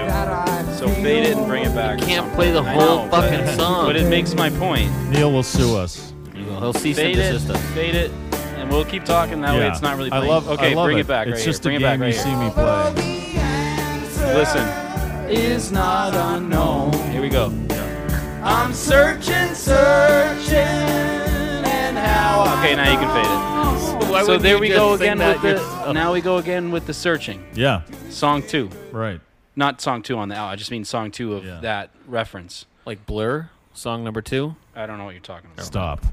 S3: So fade it and bring it back. You
S5: can't play the whole fucking song.
S3: But it makes my point.
S2: Neil will sue us.
S5: He'll cease and
S3: Fade it,
S5: desist us.
S3: fade it, and we'll keep talking. That way,
S2: Yeah.
S3: Oh, it's not really.
S2: I
S3: Playing.
S2: love- I
S3: Okay,
S2: love
S3: bring
S2: it.
S3: it, back.
S2: It's
S3: right
S2: just
S3: here.
S2: a
S3: bring it back
S2: game
S3: right
S2: you
S3: here.
S2: see me play.
S3: Listen. Is not unknown. Here we go.
S6: I'm searching, searching, and how I
S3: Okay, now you can fade it. so there we go again with the. Now we go again with the searching.
S2: Yeah.
S3: Song two,
S2: Right.
S3: not song two on the album. I just mean song two of
S2: Yeah.
S3: that reference.
S5: Like Blur, song number two.
S3: I don't know what you're talking about.
S2: Stop.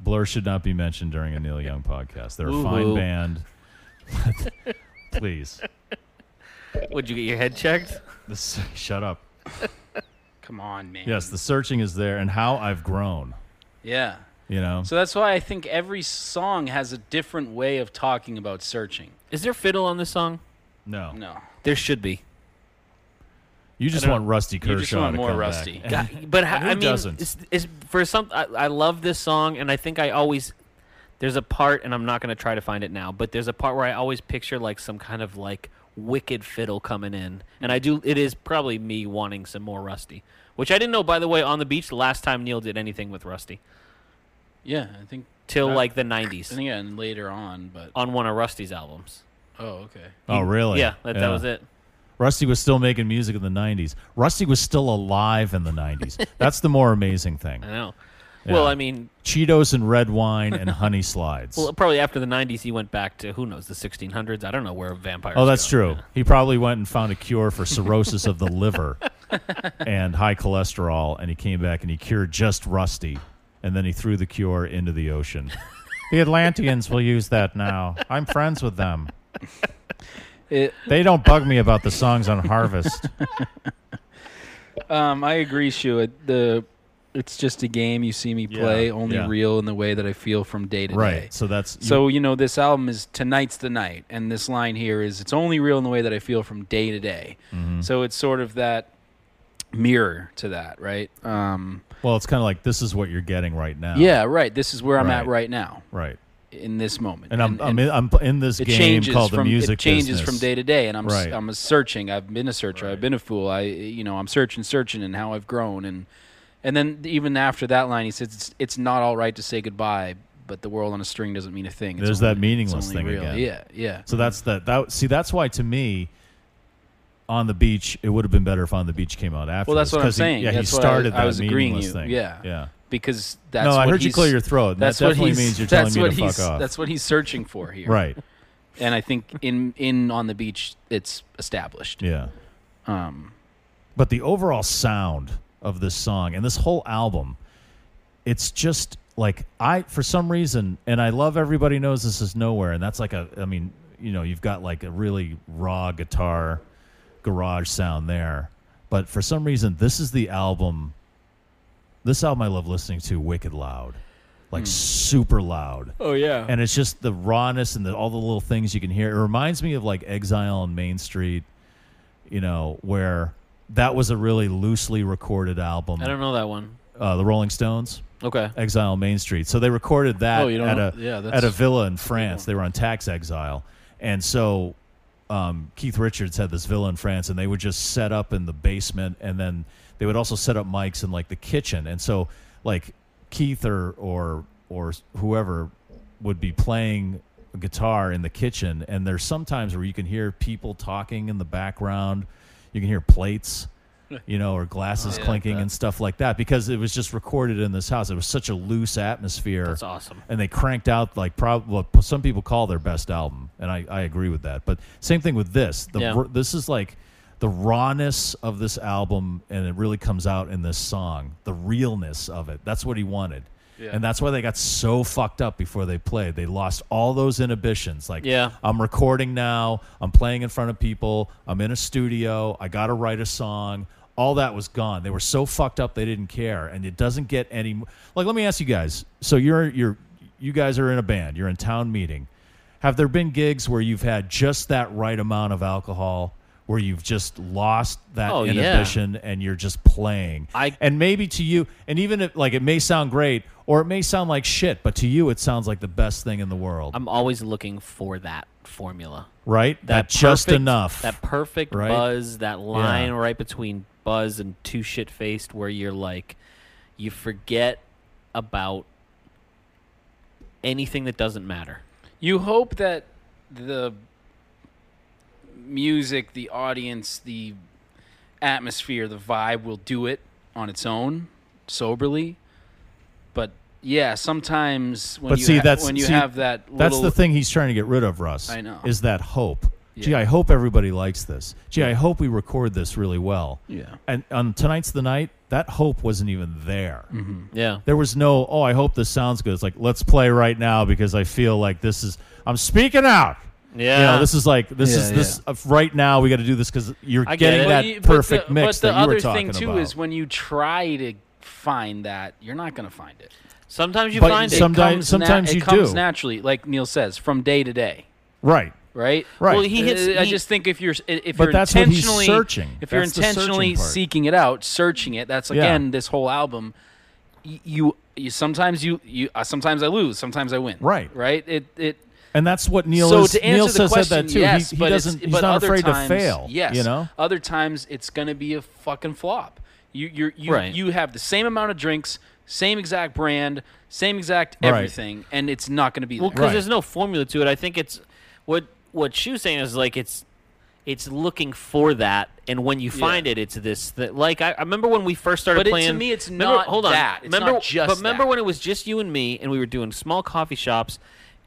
S2: Blur should not be mentioned during a Neil Young podcast. They're a
S5: Woo
S2: fine
S5: woo.
S2: band. Please.
S5: Would you get your head checked?
S2: This, shut up.
S3: Come on, man.
S2: Yes, the searching is there and how I've grown.
S3: Yeah.
S2: You know?
S3: So that's why I think every song has a different way of talking about searching.
S5: Is there fiddle on this song?
S2: No.
S3: No.
S5: There should be.
S2: You just
S3: don't
S2: want Rusty Kershaw
S3: You just want
S2: to
S3: more
S2: come back.
S3: Rusty.
S2: And-
S5: God, but ho-
S2: and who
S5: I mean,
S2: doesn't?
S5: It's, it's for some. I, I love this song, and I think I always there's a part, and I'm not gonna try to find it now, but there's a part where I always picture like some kind of like wicked fiddle coming in, and I do. It is probably me wanting some more Rusty, which I didn't know by the way on the beach the last time Neil did anything with Rusty
S3: Yeah, I think.
S5: till
S3: Uh,
S5: like the
S3: I
S5: 90s
S3: think and later on, but
S5: on one of Rusty's albums.
S3: oh, okay.
S2: oh, really?
S5: Yeah, that, that was it.
S2: Rusty was still making music in the 90s. Rusty was still alive in the 90s. That's the more amazing thing.
S5: I know.
S2: Yeah.
S5: Well, I mean,
S2: Cheetos and red wine and honey slides.
S5: well, probably after the 90s, he went back to who knows the 1600s. I don't know where vampires.
S2: oh, that's
S5: go.
S2: true. He probably went and found a cure for cirrhosis of the liver and high cholesterol, and he came back and he cured just Rusty, and then he threw the cure into the ocean. the Atlanteans will use that now. I'm friends with them.
S3: It,
S2: They don't bug me about the songs on Harvest.
S3: um, I agree, Shu. It- The it's just a game you see me play,
S2: Yeah,
S3: only
S2: yeah.
S3: real in the way that I feel from day to
S2: Right,
S3: day.
S2: so that's- you-
S3: so you know this album is tonight's the night, and this line here is it's only real in the way that I feel from day to day.
S2: Mhm.
S3: So it's sort of that mirror to that, right? Um,
S2: well, it's kind of like this is what you're getting right now.
S3: Yeah, right. This is where I'm at
S2: Right.
S3: right now,
S2: Right.
S3: in this moment.
S2: And I'm- I'm in- I'm in this
S3: it
S2: game
S3: changes
S2: called the
S3: from,
S2: music
S3: It changes
S2: business.
S3: from day to day, and I'm s
S2: Right.
S3: am a searching. I've been a searcher. I've been a fool. I you know I'm searching, searching, and how I've grown, and and then even after that line, he says it's it's not all right to say goodbye, but the world on a string doesn't mean a thing. It's
S2: There's
S3: only-
S2: that meaningless
S3: it's only
S2: thing
S3: real.
S2: again.
S3: Yeah, yeah.
S2: So that's that. That see, that's why to me, on the beach, it would have been better if on the beach came out after.
S3: Well, that's what I'm saying.
S2: yeah,
S3: that's
S2: he
S3: what
S2: started
S3: I,
S2: that
S3: I was agreeing
S2: meaningless
S3: you.
S2: thing.
S3: Yeah,
S2: yeah.
S3: Because that's
S2: no, I
S3: what
S2: heard you
S3: he's-
S2: clear your throat. And
S3: that's
S2: that
S3: what
S2: definitely
S3: he's-
S2: means you're telling
S3: that's
S2: me
S3: what
S2: to
S3: he's-
S2: fuck off.
S3: That's what he's searching for here.
S2: Right.
S3: And I think in in on the beach, it's established.
S2: Yeah.
S3: Um,
S2: but the overall sound of this song and this whole album, it's just like I for some reason, and I love everybody knows this is nowhere, and that's like a I mean, you know, you've got like a really raw guitar garage sound there. But for some reason, this is the album this album I love listening to wicked loud. Like super loud.
S5: Oh, yeah.
S2: And it's just the rawness and the, all the little things you can hear. It reminds me of like Exile on Main Street, you know, where that was a really loosely recorded album.
S5: I don't know that one.
S2: Uh, the Rolling Stones.
S5: Okay.
S2: Exile on Main Street. So they recorded that
S5: Oh, you don't
S2: at
S5: know-
S2: a
S5: yeah, that's-
S2: at a villa in France. They were on tax exile, and so um, Keith Richards had this villa in France, and they would just set up in the basement, and then they would also set up mics in like the kitchen, and so like Keith or or or whoever would be playing a guitar in the kitchen, and there's sometimes where you can hear people talking in the background, you can hear plates. You know, or glasses
S5: Oh, yeah,
S2: clinking and stuff like that because it was just recorded in this house. It was such a loose atmosphere.
S5: That's awesome.
S2: And they cranked out like probably what some people call their best album, and I, I agree with that. But same thing with this. The,
S5: Yeah.
S2: r- This is like the rawness of this album, and it really comes out in this song. The realness of it. That's what he wanted.
S5: Yeah.
S2: And that's why they got so fucked up before they played. They lost all those inhibitions. Like,
S5: Yeah.
S2: I'm recording now. I'm playing in front of people. I'm in a studio. I got to write a song. All that was gone. They were so fucked up they didn't care, and it doesn't get any. Like, let me ask you guys. So you're you're you guys are in a band. You're in town meeting. Have there been gigs where you've had just that right amount of alcohol, where you've just lost that
S5: Oh, yeah.
S2: inhibition and you're just playing? I, and maybe to you, and even if, like it may sound great or it may sound like shit, but to you it sounds like the best thing in the world,
S5: I'm always looking for that formula.
S2: right? That, just
S5: perfect-
S2: enough.
S5: That perfect
S2: right?
S5: buzz, that line
S2: Yeah.
S5: right between buzz and two shit faced, where you're like, you forget about anything that doesn't matter.
S3: You hope that the music, the audience, the atmosphere, the vibe will do it on its own, soberly. But yeah, sometimes when
S2: but
S3: you
S2: see,
S3: ha-
S2: that's
S3: when you
S2: see,
S3: have that little,
S2: that's the thing he's trying to get rid of, Russ.
S3: I know.
S2: Is that hope? Gee,
S3: Yeah.
S2: I hope everybody likes this. Gee, I hope we record this really well.
S3: Yeah.
S2: And on tonight's the night, that hope wasn't even there. Mm-hmm.
S5: Yeah.
S2: There was no, oh, I hope this sounds good. It's like, let's play right now because I feel like this is, I'm speaking out. You know,
S5: Yeah.
S2: this is like, this
S5: Yeah,
S2: is this, uh, right now we got to do this because you're
S5: I get
S2: getting
S5: it.
S2: that
S3: But you- but
S2: perfect
S3: the-
S2: mix
S3: But the
S2: that you
S3: other
S2: were talking
S3: thing too
S2: about.
S3: is when you try to find that, you're not going to find it.
S5: Sometimes you
S2: But
S5: find it.
S2: sometimes-
S3: Comes nat-
S2: sometimes
S3: it
S2: you
S3: comes
S2: do.
S3: naturally, like Neil says, from day to day.
S2: right.
S3: right?
S2: Right. Well, he
S3: Uh,
S2: hits-
S3: I
S2: he-
S3: just think if you're if
S2: But
S3: you're
S2: that's what he's
S3: intentionally
S2: searching.
S3: if you're
S2: That's the searching
S3: intentionally
S2: part.
S3: seeking it out, searching it. That's
S2: Yeah.
S3: again this whole album. y- You you sometimes you you uh, sometimes I lose, sometimes I win.
S2: Right.
S3: Right. It it.
S2: And that's what Neil
S3: so
S2: is.
S3: to answer
S2: Neil
S3: the
S2: says
S3: question,
S2: that too.
S3: yes,
S2: he he
S3: but it's-
S2: doesn't. He's
S3: but
S2: not
S3: other
S2: afraid
S3: times-
S2: to fail.
S3: Yes.
S2: You know.
S3: Other times it's going to be a fucking flop. You you you
S5: Right.
S3: you have the same amount of drinks, same exact brand, same exact
S5: Right.
S3: everything, and it's not going to be
S5: Well,
S3: there.
S5: because there's no formula to it. I think it's what what Shu's saying is like it's it's looking for that, and when you
S3: Yeah.
S5: find it, it's this. That like I, I remember when we first started
S3: But it- to
S5: playing.
S3: me, it's
S5: remember-
S3: not
S5: hold on.
S3: that. It's
S5: remember,
S3: not just
S5: but remember
S3: that.
S5: when it was just you and me, and we were doing small coffee shops.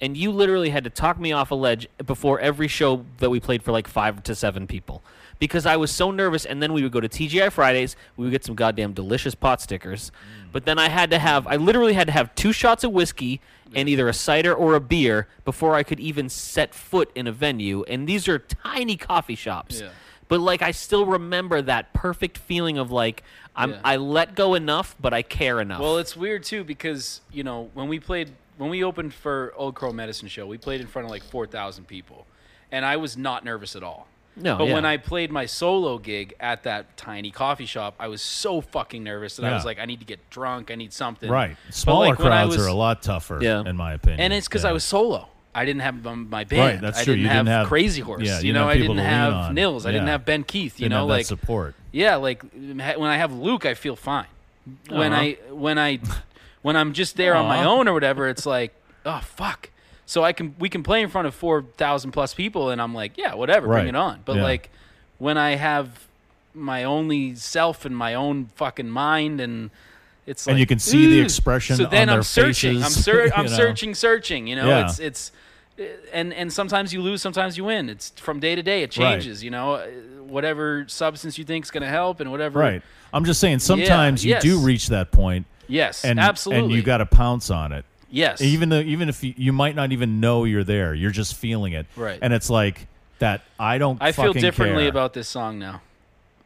S5: And you literally had to talk me off a ledge before every show that we played for like five to seven people because I was so nervous. And then we would go to TGI Fridays. We would get some goddamn delicious pot stickers.
S3: Mm.
S5: But then I had to have, I literally had to have two shots of whiskey and either a cider or a beer before I could even set foot in a venue. And these are tiny coffee shops.
S3: Yeah.
S5: But like I still remember that perfect feeling of like I'm
S3: Yeah.
S5: I let go enough, but I care enough.
S3: Well, it's weird too because you know when we played when we opened for Old Crow Medicine Show, we played in front of like four thousand people, and I was not nervous at all.
S5: No,
S3: but when
S5: yeah.
S3: I played my solo gig at that tiny coffee shop, I was so fucking nervous that I
S2: Yeah.
S3: was like, I need to get drunk, I need something.
S2: Right.
S3: But,
S2: Smaller
S3: like, when I
S2: crowds
S3: was-
S2: are a lot tougher, in my opinion.
S3: and it's because I was solo. I didn't have um, my band.
S2: Right, that's
S3: I
S2: true.
S3: Didn't
S2: You
S3: have
S2: didn't have-
S3: Crazy Horse.
S2: yeah, you didn't
S3: you, know,
S2: have
S3: I
S2: people
S3: didn't
S2: to lean
S3: have
S2: on.
S3: Nils. I didn't
S2: Yeah.
S3: have Ben Keith. You
S2: Didn't
S3: know,
S2: have that
S3: like
S2: support.
S3: Yeah, like ha- when I have Luke, I feel fine. When
S2: Uh-huh.
S3: I when I when I'm just there on my
S2: Aw.
S3: own or whatever, it's like oh fuck. So I can we can play in front of four thousand plus people, and I'm like, yeah, whatever,
S2: Right.
S3: bring it on. But
S2: Yeah.
S3: like when I have my only self and my own fucking mind and. It's
S2: And
S3: like,
S2: you can see the
S3: "Ooh."
S2: expression
S3: So
S2: on
S3: then
S2: their
S3: I'm searching. I'm,
S2: faces,
S3: ser- I'm
S2: you know?
S3: searching, searching. You know,
S2: Yeah.
S3: it's it's, eh, and and sometimes you lose, sometimes you win. It's from day to day. It
S2: Right.
S3: changes. You know, Uh, whatever substance you think is going to help and whatever.
S2: Right. I'm just saying sometimes
S3: yes.
S2: you do reach that point.
S3: Yes,
S2: and, And
S3: absolutely.
S2: you got to pounce on it.
S3: Yes.
S2: Even though even if you, you might not even know you're there, you're just feeling it.
S3: Right.
S2: And it's like that I don't
S3: I feel
S2: fucking
S3: differently
S2: care.
S3: about this song now.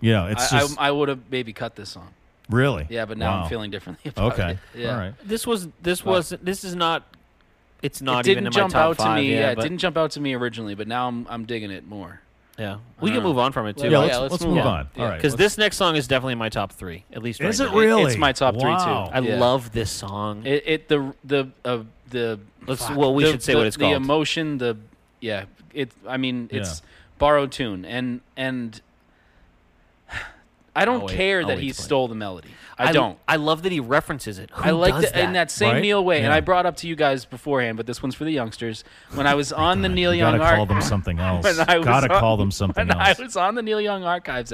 S2: You know, it's
S3: I,
S2: just
S3: I, I would have maybe cut this song.
S2: Really?
S3: Yeah, but now
S2: Wow.
S3: I'm feeling differently about
S2: Okay.
S3: it. Yeah.
S2: All right.
S5: This was this
S3: Wow.
S5: was this is not. It's
S3: it
S5: not
S3: didn't
S5: even in
S3: jump
S5: my top
S3: out
S5: five,
S3: to me.
S5: Yeah,
S3: it
S5: but-
S3: didn't jump out to me originally, but now I'm I'm digging it more.
S5: Yeah,
S3: I
S5: we
S3: don't
S5: can
S3: know.
S5: move on from it too.
S3: Yeah, let's- let's move on.
S5: Yeah.
S3: All right,
S5: because
S3: let's-
S5: this next song is definitely in my top three, at least.
S3: Is
S5: right
S3: it
S5: now.
S3: really? It's my top three, too. Wow.
S5: I
S3: Yeah.
S5: love this song.
S3: It, it the the uh, the
S5: Let's-
S3: fuck,
S5: well, we
S3: the-
S5: should say
S3: the-
S5: what it's
S3: The
S5: called.
S3: emotion, the yeah, it. I mean, it's
S5: Yeah.
S3: borrowed tune, and and I don't
S5: I'll wait-
S3: care
S5: I'll
S3: that
S5: wait
S3: he
S5: to play.
S3: stole the melody. I,
S5: l-
S3: don't.
S5: I love that he references it. Who
S3: I like
S5: does
S3: the, in that same
S5: Right?
S3: Neil way, and
S5: Yeah.
S3: I brought up to you guys beforehand, but this one's for the youngsters. When I was on the Neil
S2: you
S3: Young,
S2: gotta call
S3: Arch-
S2: them something else.
S3: When I was
S2: Gotta
S3: on-
S2: call them something
S3: when
S2: else.
S3: I was on the Neil Young Archives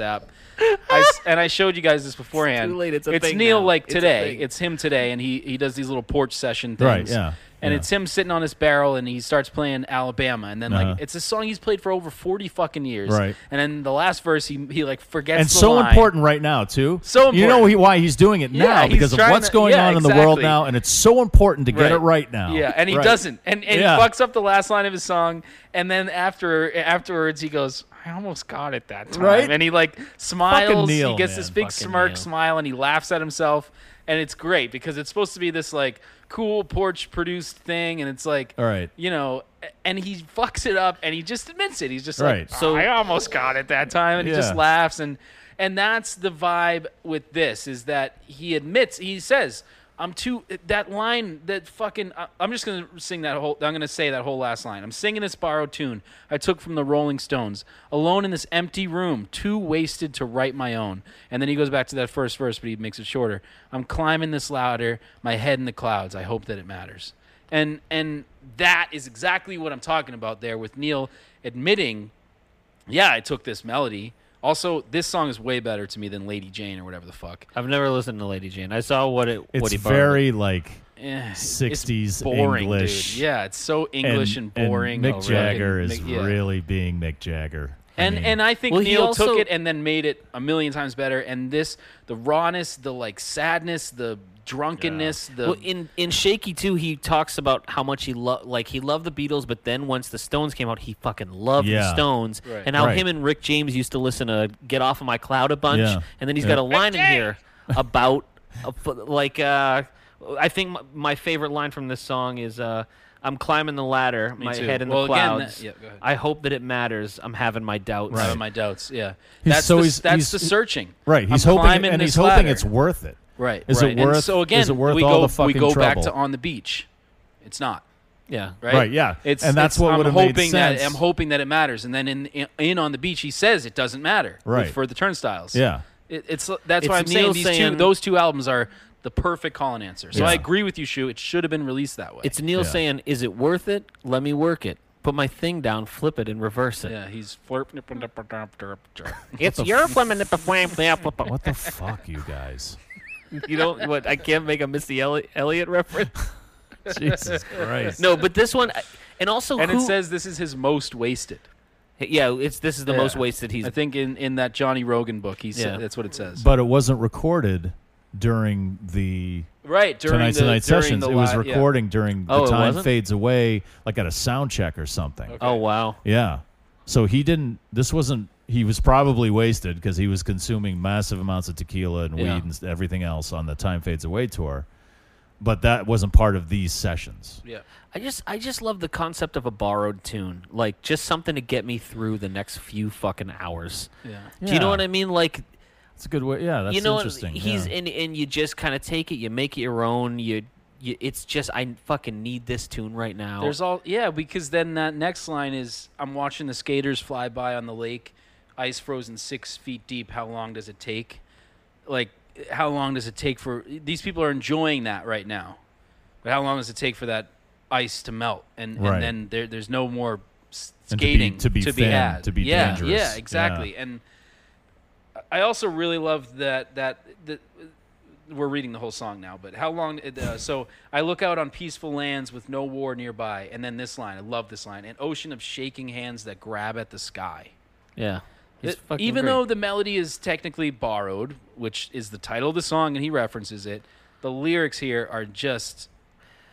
S3: app, I s and I showed you guys this beforehand.
S5: too late. It's a thing
S3: Neil
S5: now.
S3: like
S5: It's a
S3: today.
S5: thing.
S3: It's, him today, and he he does these little porch session things.
S2: Right, yeah,
S3: And
S2: yeah.
S3: it's him sitting on his barrel, and he starts playing Alabama, and then
S2: Uh-huh.
S3: like it's a song he's played for over forty fucking years.
S2: Right.
S3: And then the last verse, he he like forgets.
S2: and
S3: the
S2: so
S3: line.
S2: important right now too.
S3: So
S2: you know
S3: important.
S2: he, why he's doing it
S3: Yeah,
S2: now
S3: he's
S2: because of
S3: trying
S2: what's
S3: to-
S2: going
S3: yeah,
S2: on in the world
S3: exactly.
S2: now, and it's so important to get it right now.
S3: Yeah, and he
S2: Right.
S3: doesn't, and and
S2: Yeah.
S3: he fucks up the last line of his song, and then after afterwards he goes, "I almost got it that time,"
S2: Right?
S3: and he like smiles,
S2: Neil,
S3: he gets
S2: man.
S3: this big
S2: Fucking
S3: smirk
S2: Neil.
S3: smile, and he laughs at himself, and it's great because it's supposed to be this like cool porch produced thing, and it's like,
S2: All right.
S3: you know, and he fucks it up, and he just admits it. He's just
S2: Right.
S3: like, "Ah, "So I almost got it that time," and he just
S2: Yeah.
S3: laughs and and that's the vibe with this is that he admits he says i'm too that line that fucking I- i'm just gonna sing that whole i'm gonna say that whole last line i'm singing this borrowed tune i took from the rolling stones alone in this empty room too wasted to write my own and then he goes back to that first verse but he makes it shorter i'm climbing this louder my head in the clouds i hope that it matters and and that is exactly what i'm talking about there with neil admitting yeah, I took this melody. Also, this song is way better to me than Lady Jane or whatever the fuck.
S5: I've never listened to Lady Jane. I saw what it.
S2: It's
S5: what he borrowed.
S2: very like
S3: Eh, it's
S2: sixties
S3: boring, dude.
S2: English.
S3: Yeah, it's so English and boring.
S2: Mick
S3: Oh, really?
S2: Jagger
S3: And
S2: is
S3: Mick- yeah.
S2: really being Mick Jagger.
S3: And and I think
S5: Well, he
S3: Neil
S5: also-
S3: took it and then made it a million times better. And this, the rawness, the like sadness, the drunkenness, the
S5: well, in in Shaky too, he talks about how much he loved, like he loved the Beatles, but then once the Stones came out, he fucking loved
S2: Yeah.
S5: the Stones,
S2: Right.
S5: and how
S2: Right.
S5: him and Rick James used to listen to "Get Off of My Cloud" a bunch,
S2: Yeah.
S5: and then he's
S2: Yeah.
S5: got a line in here about a f- like uh, I think my, my favorite line from this song is. Uh, I'm climbing the ladder,
S3: Me
S5: my
S3: too.
S5: head in
S3: Well,
S5: the
S3: again, that-
S5: clouds.
S3: yeah, go ahead.
S5: I hope that it matters. I'm having my doubts.
S3: Right. Having my doubts, yeah.
S2: He's-
S3: that's
S2: so
S3: the,
S2: he's-
S3: that's
S2: he's-
S3: the searching.
S2: Right, he's
S3: I'm
S2: hoping,
S3: climbing
S2: and he's
S3: this
S2: hoping
S3: ladder.
S2: it's worth it.
S3: Right.
S2: Is it
S3: right.
S2: worth?
S3: And so again,
S2: is it worth
S3: we
S2: all
S3: go,
S2: the fucking
S3: we go back
S2: trouble?
S3: to on the beach. It's not.
S5: Yeah.
S3: Right.
S2: Right, yeah.
S3: It's,
S2: And that's
S3: it's-
S2: what
S3: I'm
S2: would've made
S3: hoping that
S2: sense.
S3: I'm hoping that it matters, and then in, in in on the beach, he says it doesn't matter. with-
S2: Right.
S3: for the turnstiles.
S2: Yeah.
S3: It, it's that's
S5: It's
S3: why I'm
S5: Neil
S3: saying these
S5: saying-
S3: two those two albums are the perfect call and answer. So
S5: Yeah.
S3: I agree with you, Shu. It should have been released that way.
S5: It's Neil saying, "Is it worth it? Let me work it. Put my thing down, flip it, and reverse it."
S3: Yeah, he's flirting.
S5: It's
S2: the
S5: your
S2: f-
S5: woman at the flame. What
S2: the fuck, you guys?
S5: You don't what? I can't make a Missy Elli- Elliott reference.
S2: Jesus Christ.
S5: No, but this one, and also
S3: And
S5: who,
S3: it says this is his most wasted.
S5: yeah, it's this is the most
S3: Yeah.
S5: wasted he's.
S3: I think in, in that Johnny Rogan book, he said
S5: Yeah.
S3: that's what it says.
S2: But it wasn't recorded during the
S3: Right, during
S2: tonight's
S3: the-
S2: tonight
S3: during
S2: sessions.
S3: the
S2: it was
S3: li- yeah.
S2: recording during
S5: Oh,
S2: the
S5: it
S2: time
S5: wasn't?
S2: fades away, like at a sound check or something.
S5: Oh wow.
S2: Yeah. So he didn't. This wasn't he was probably wasted because he was consuming massive amounts of tequila and
S3: Yeah.
S2: weed and s- everything else on the Time Fades Away tour. But that wasn't part of these sessions.
S3: Yeah.
S5: I just I just love the concept of a borrowed tune. Like just something to get me through the next few fucking hours.
S3: Yeah.
S5: Do you know
S2: Yeah.
S5: what I mean? Like
S2: It's a good way. Yeah, that's
S5: you know what-
S2: interesting.
S5: He's
S2: yeah.
S5: and and you just kind of take it, you make it your own. You, you it's just I fucking need this tune right now.
S3: There's all yeah, because then that next line is I'm watching the skaters fly by on the lake, ice frozen six feet deep. How long does it take? Like, how long does it take for these people are enjoying that right now? But how long does it take for that ice to melt? And
S2: Right.
S3: and then there there's no more s-
S2: And to be-
S3: skating
S2: to be thin,
S3: had.
S2: to be
S3: yeah,
S2: dangerous.
S3: Yeah,
S2: Yeah.
S3: exactly. And I also really loved that that that we're reading the whole song now, but how long? Uh, so I look out on peaceful lands with no war nearby, and then this line. I love this line: an ocean of shaking hands that grab at the sky.
S5: yeah. It's
S3: It-
S5: fucking
S3: even
S5: great.
S3: though the melody is technically borrowed, which is the title of the song, and he references it, the lyrics here are just.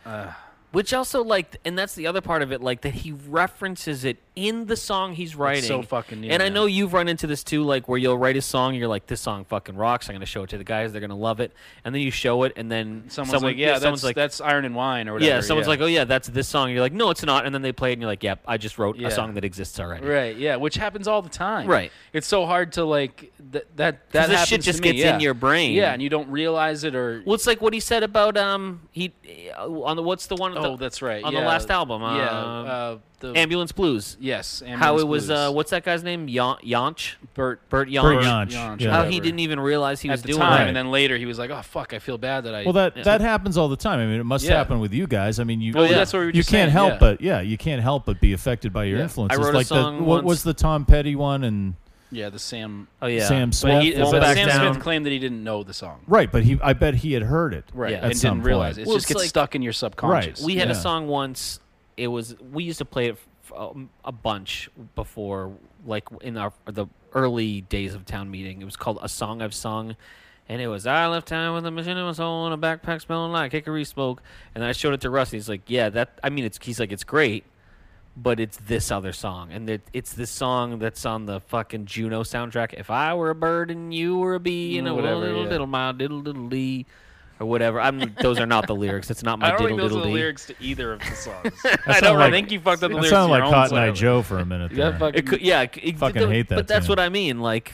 S3: Uh,
S5: Which also like, and that's the other part of it, like that he references it in the song he's writing.
S3: so fucking- yeah,
S5: And I
S3: man.
S5: know you've run into this too, like where you'll write a song, you're like, "This song fucking rocks." I'm gonna show it to the guys; they're gonna love it. And then you show it, and then
S3: someone's
S5: someone,
S3: like, yeah, that's,
S5: someone's like,
S3: that's Iron and Wine or whatever.
S5: yeah, someone's like, "Oh yeah, that's this song." You're like, "No, it's not." And then they play it, and you're like, "Yep, I just wrote
S3: Yeah.
S5: a song that exists already."
S3: Right, yeah, which happens all the time.
S5: Right.
S3: It's so hard to like th- that that
S5: 'Cause this
S3: happens
S5: shit just
S3: to me,
S5: gets
S3: yeah.
S5: in your brain.
S3: Yeah, and you don't realize it or
S5: Well, it's like what he said about um he uh, on the what's the one
S3: Oh, that's right.
S5: on
S3: yeah.
S5: the last album uh,
S3: Yeah. Uh, the
S5: Ambulance Blues.
S3: Yes,
S5: how
S3: Ambulance
S5: it was.
S3: Blues.
S5: Uh, what's that guy's name? Yon- Yonch.
S3: Bert.
S5: Bert Yonch.
S2: Bert Yonch, Yonch,
S5: How
S2: yeah.
S5: he didn't even realize he
S3: at
S5: was
S3: the
S5: doing
S3: time,
S5: it.
S3: and then later he was like, "Oh fuck, I feel bad that I."
S2: Well, that
S3: Yeah.
S2: that happens all the time. I mean, it must
S3: Yeah.
S2: happen with you guys. I mean, you
S3: Well, yeah, that's what we were
S2: you
S3: just saying,
S2: can't help
S3: yeah.
S2: but yeah, you can't help but be affected by your
S3: Yeah.
S2: influences.
S3: I wrote a
S2: like the,
S3: song
S2: what was
S3: once-
S2: the Tom Petty one and
S3: Yeah, the Sam.
S5: Oh, yeah.
S2: Sam
S3: But
S2: Smith?
S3: he-
S2: Won't
S3: but
S2: back
S3: Sam
S2: down.
S3: Smith claimed that he didn't know the song.
S2: right? But he, I bet he had heard it
S3: Right,
S2: at
S3: and
S2: some
S3: didn't realize
S2: point.
S3: it. It just
S5: it's
S3: gets
S5: like-
S3: stuck in your subconscious.
S5: We had a
S2: Yeah.
S5: song once. It was we used to play it f- um, a bunch before, like in our the early days of town meeting. It was called "A Song I've Sung," and it was "I left town with a mission in my soul and a backpack smelling like hickory smoke." And I showed it to Russ, and he's like, "Yeah, that. I mean, it's he's like it's great." But it's this other song, and it, it's this song that's on the fucking Juno soundtrack. If I were a bird and you were a bee, you know,
S3: Whatever,
S5: whatever, little
S3: yeah.
S5: diddle my diddle diddle dee, or whatever. I'm. Those are not the lyrics. It's not my
S3: I don't
S5: diddle
S3: think those
S5: diddle
S3: are the
S5: dee.
S3: lyrics to either of the songs.
S2: That
S3: I
S2: sounded
S3: don't.
S2: like-
S3: I think you fucked up the
S2: that
S3: lyrics.
S2: sounded
S3: to
S2: like
S3: your own
S2: Cotton Eye
S3: song.
S2: Joe for a minute
S3: Yeah,
S2: there.
S3: fucking-
S5: It could, yeah, it- it,
S2: Fucking hate that
S5: But that's
S2: tune.
S5: what I mean. Like,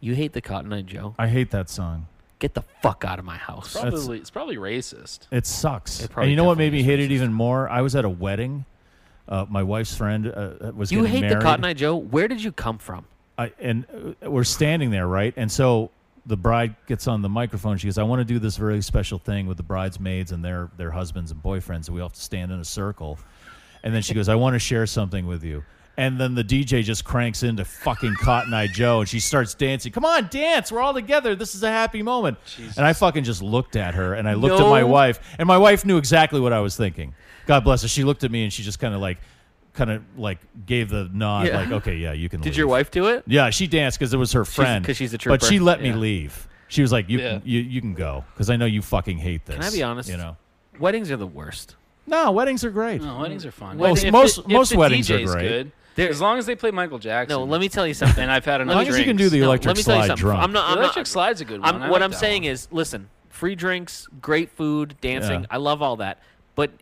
S5: you hate the Cotton Eye Joe.
S2: I hate that song.
S5: Get the fuck out of my house.
S2: That's-
S3: Probably, it's probably racist.
S2: It sucks.
S5: It probably
S2: and you know what made
S5: definitely
S2: me hate it even more? I was at a wedding. Uh, my wife's friend uh, was
S5: you
S2: getting
S5: hate
S2: married.
S5: the Cotton Eye Joe. Where did you come from?
S2: I, and uh, we're standing there, right? And so the bride gets on the microphone. She goes, "I want to do this very special thing with the bridesmaids and their their husbands and boyfriends, and we all have to stand in a circle." And then she goes, "I want to share something with you." And then the DJ just cranks into fucking Cotton Eye Joe, and she starts dancing. Come on, dance! We're all together. This is a happy moment. And I fucking just looked at her, and I looked at my
S5: No.
S2: wife, and my wife knew exactly what I was thinking. God bless her. She looked at me, and she just kind of like, kind of like gave the nod,
S5: Yeah.
S2: like, "Okay, yeah, you can."
S5: Did
S2: leave.
S5: your wife do it?
S2: Yeah, she danced because it was her friend.
S5: 'cause she's a
S2: But she
S5: trooper.
S2: let me
S5: Yeah.
S2: leave. She was like, "You,
S3: Yeah.
S2: you, you can go because I know you fucking hate this."
S5: Can I be honest?
S2: You know,
S5: Weddings are the worst.
S2: no, Oh, weddings are great.
S3: No, weddings are fun.
S2: Well,
S3: If the-
S2: most-
S3: if
S2: most
S3: the
S2: weddings are
S3: DJ's
S2: great.
S3: Good. as long as they play Michael Jackson.
S5: No, let me tell you something.
S3: And I've had
S5: Let
S3: enough
S5: me-
S2: long as you can do the
S3: drinks.
S5: No,
S2: electric
S5: let me tell you
S2: slide
S5: something.
S2: drunk.
S5: I'm not. I'm
S3: Electric
S5: not,
S3: Slide's a good one.
S5: I'm,
S3: I
S5: what
S3: like
S5: I'm
S3: that
S5: saying
S3: one.
S5: is, listen, free drinks, great food, dancing.
S2: Yeah.
S5: I love all that. But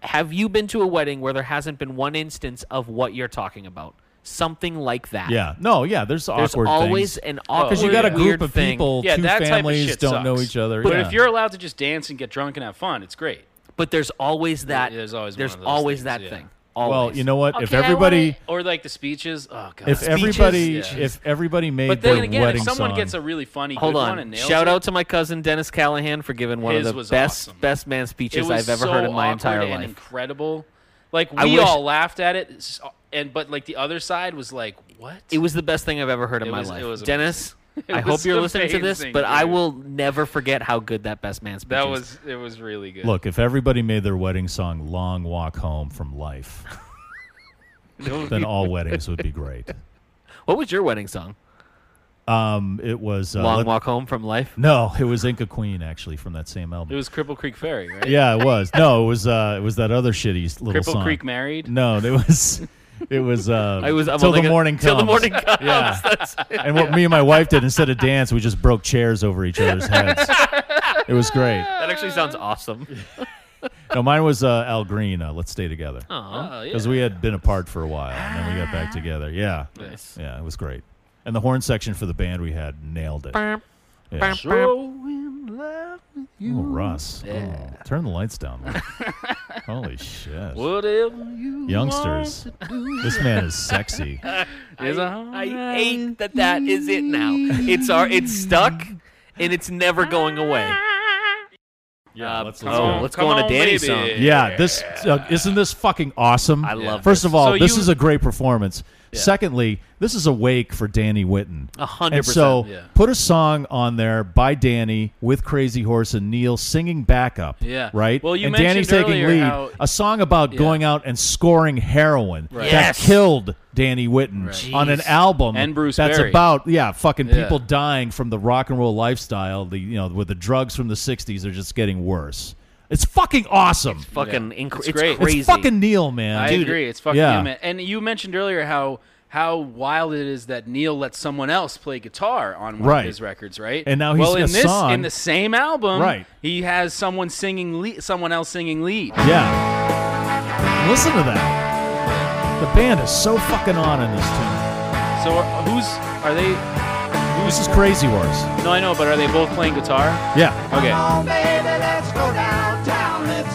S5: have you been to a wedding where there hasn't been one instance of what you're talking about? Something like that.
S2: yeah, no, yeah. There's,
S5: There's
S2: awkward
S5: always
S2: things
S5: an awkward.
S2: because you got a group
S5: weird
S2: of
S5: thing.
S2: people,
S3: yeah,
S2: two
S3: that type of
S2: families
S3: shit
S2: don't
S3: sucks.
S2: know each other.
S3: But
S2: yeah.
S3: if you're allowed to just dance and get drunk and have fun, it's great.
S5: But there's always that.
S3: There's always one
S5: there's
S3: of those
S5: always
S3: things,
S5: that
S3: yeah.
S5: thing.
S2: well,
S5: Always.
S2: you know what? if
S3: Okay, I wanna-
S2: everybody,
S3: or like the speeches. Oh god.
S2: if
S3: Speeches,
S2: everybody,
S3: yeah.
S2: if everybody made
S3: but then
S2: their
S3: again,
S2: wedding
S3: if someone
S2: song,
S3: gets a really funny
S5: Hold
S3: good one and
S5: on.
S3: nails
S5: Shout
S3: it,
S5: out to my cousin Dennis Callahan for giving one
S3: His
S5: of the
S3: was
S5: best
S3: awesome.
S5: best man speeches
S3: it was
S5: I've ever
S3: so
S5: heard in my
S3: awkward
S5: entire
S3: and
S5: life.
S3: Incredible. Like
S5: I
S3: we
S5: wish-
S3: all laughed at it, s- uh, and but like the other side was like, what?
S5: It was the best thing I've ever heard in
S3: It
S5: my
S3: was-
S5: life.
S3: it was
S5: Dennis,
S3: amazing.
S5: I
S3: It
S5: hope
S3: was
S5: you're listening to this,
S3: amazing,
S5: but I
S3: dude.
S5: will never forget how good that best man speech
S3: That
S5: is.
S3: was it was really good.
S2: look, if everybody made their wedding song "Long Walk Home from Life," then all weddings would be great.
S5: What was your wedding song?
S2: Um, it was uh,
S5: Long
S2: let-
S5: Walk Home from Life.
S2: No, it was Inca Queen actually from that same album.
S3: it was Cripple Creek Ferry, right?
S2: yeah, it was. No, it was. Uh, it was that other shitty s- little
S3: Cripple
S2: song.
S3: Creek Married?
S2: No, it was. It was uh,
S5: I was- I'm
S2: till the
S5: like a-
S2: morning comes.
S5: till the morning comes.
S2: Yeah.
S5: That's-
S2: and what me and my wife did instead of dance, we just broke chairs over each other's heads. it was great.
S5: That actually sounds awesome.
S2: No, mine was uh, Al Green. Uh, Let's stay together.
S5: Aw. Oh,
S2: Because we had been apart for a while, and then we got back together. Yeah.
S5: Nice.
S2: Yeah, it was great. And the horn section for the band we had nailed it. Yeah. Oh, Russ.
S3: Yeah.
S2: Oh, turn the lights down. man. Holy shit.
S3: Whatever you
S2: Youngsters.
S3: want to do.
S2: This man is sexy.
S3: Is
S5: I,
S3: a-
S5: I hate that that is it now. It's our it's stuck and it's never going away.
S2: Yeah,
S5: let's,
S2: let's
S5: oh,
S2: go.
S5: let's
S2: Come
S5: go on,
S2: on,
S5: a Danny
S2: baby.
S5: song.
S2: Yeah, this uh, isn't this fucking awesome. I
S5: love
S2: First of
S5: this.
S2: all,
S5: So
S2: this
S5: you-
S2: is a great performance. Secondly, this is a wake for Danny Whitten.
S5: A hundred
S2: And so
S5: percent, yeah.
S2: put a song on there by Danny with Crazy Horse and Neil singing backup.
S3: Yeah.
S2: Right?
S3: Well, you
S2: and Danny's
S3: mentioned
S2: taking
S3: earlier
S2: lead.
S3: how-
S2: a song about going out and scoring heroin that
S3: Right. Yes.
S2: killed Danny Whitten
S3: Right.
S2: on an
S3: Jeez.
S2: album
S3: And Bruce
S2: that's
S3: Berry.
S2: about yeah, fucking
S3: Yeah.
S2: people dying from the rock and roll lifestyle, the you know, with the drugs from the 60s are just getting worse. It's fucking awesome.
S5: Fucking incre-
S3: It's
S5: it's,
S3: great.
S5: crazy.
S2: It's fucking Neil, man.
S3: I
S2: Dude,
S3: agree. It's fucking
S2: yeah.
S3: him. And you mentioned earlier how how wild it is that Neil lets someone else play guitar on one
S2: Right.
S3: of his records, right?
S2: And now he's
S3: well,
S2: got
S3: in
S2: a
S3: this
S2: song-
S3: in the same album,
S2: Right.
S3: He has someone singing lead, someone else singing lead.
S2: Yeah. Listen to that. The band is so fucking on in this tune.
S3: So are- who's are they?
S2: This is Crazy Horse.
S3: No, I know, but are they both playing guitar?
S2: Yeah.
S3: Okay.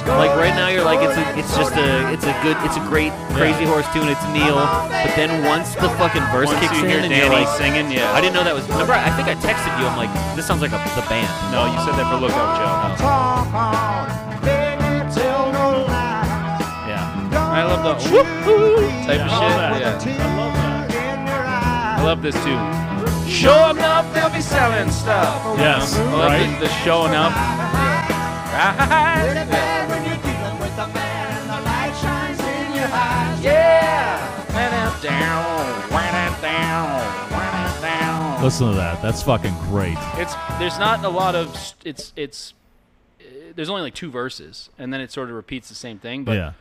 S5: Like right now, you're like it's a, it's just a, it's a good, it's a great Crazy Horse tune. It's Neil, but then once the fucking verse
S3: Once
S5: kicks
S3: you
S5: in
S3: hear
S5: and
S3: Danny
S5: you're like
S3: singing, yeah.
S5: I didn't know that was. Remember, I think I texted you. I'm like, this sounds like a, the band.
S3: No, you said that for Lookout
S5: Joe.
S3: Yeah. I love the woo-hoo type of shit. Yeah. I love this too. Show enough, they'll be selling stuff.
S2: Yes,
S3: I love
S2: right?
S3: the, the showing up. Right.
S2: Listen to that. That's fucking great.
S3: It's there's not a lot of s- it's it's uh, there's only like two verses and then it sort of repeats the same thing. But
S2: Yeah.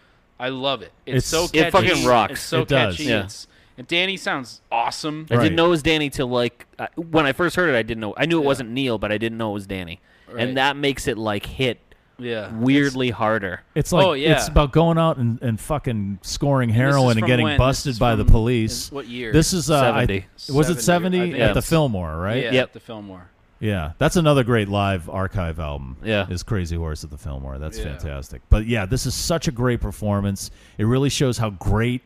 S3: I love it. It's,
S5: It's-
S3: so catchy.
S5: it fucking rocks.
S3: It's so
S5: It does.
S3: catchy.
S5: Yeah.
S3: It's, and Danny sounds awesome.
S5: I didn't know it was Danny till like I when I first heard it. I didn't know. I knew it wasn't Neil, but I didn't know it was Danny,
S3: Right.
S5: and that makes it like hit
S3: Yeah.
S5: weirdly harder.
S2: It's like
S3: Oh, yeah.
S2: it's about going out and, and fucking scoring
S3: this is
S2: heroin and,
S3: from
S2: getting
S3: when? This
S2: busted
S3: is
S2: by the
S3: from-
S2: police.
S3: in what year?
S2: This is uh, I-
S5: 70.
S2: was it
S3: 70, I
S2: seventy
S3: think.
S2: at the
S3: Yep.
S2: Fillmore, right?
S3: Yeah. Yep. The Fillmore.
S2: Yeah, that's another great live archive album.
S5: Yeah.
S2: is Crazy Horse at the Fillmore. That's
S3: Yeah.
S2: fantastic. But yeah, this is such a great performance. It really shows how great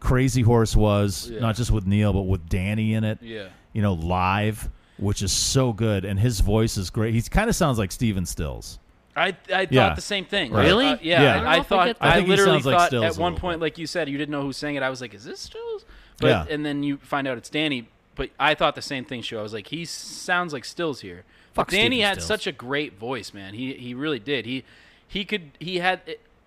S2: Crazy Horse was,
S3: Yeah.
S2: not just with Neil, but with Danny in it.
S3: Yeah.
S2: you know, live, which is so good, and his voice is great. He kind of sounds like Steven Stills.
S3: I, I thought
S2: Yeah.
S3: the same thing.
S2: Right.
S5: Really?
S3: Uh, yeah.
S2: Yeah. I don't know
S3: I, I
S5: if I
S3: thought
S5: get that.
S2: I
S3: I,
S2: think he
S3: literally
S2: sounds like
S3: thought
S2: Stills
S3: at
S2: a
S3: one
S2: little
S3: point, like you said, you didn't know who sang it. I was like, "Is this Stills?" But
S2: Yeah.
S3: and then you find out it's Danny. But I thought the same thing. Show I was like, he sounds like Stills here.
S5: Fuck
S3: but Danny
S5: Steven
S3: had
S5: Stills.
S3: such a great voice, man. He he really did. He he could he had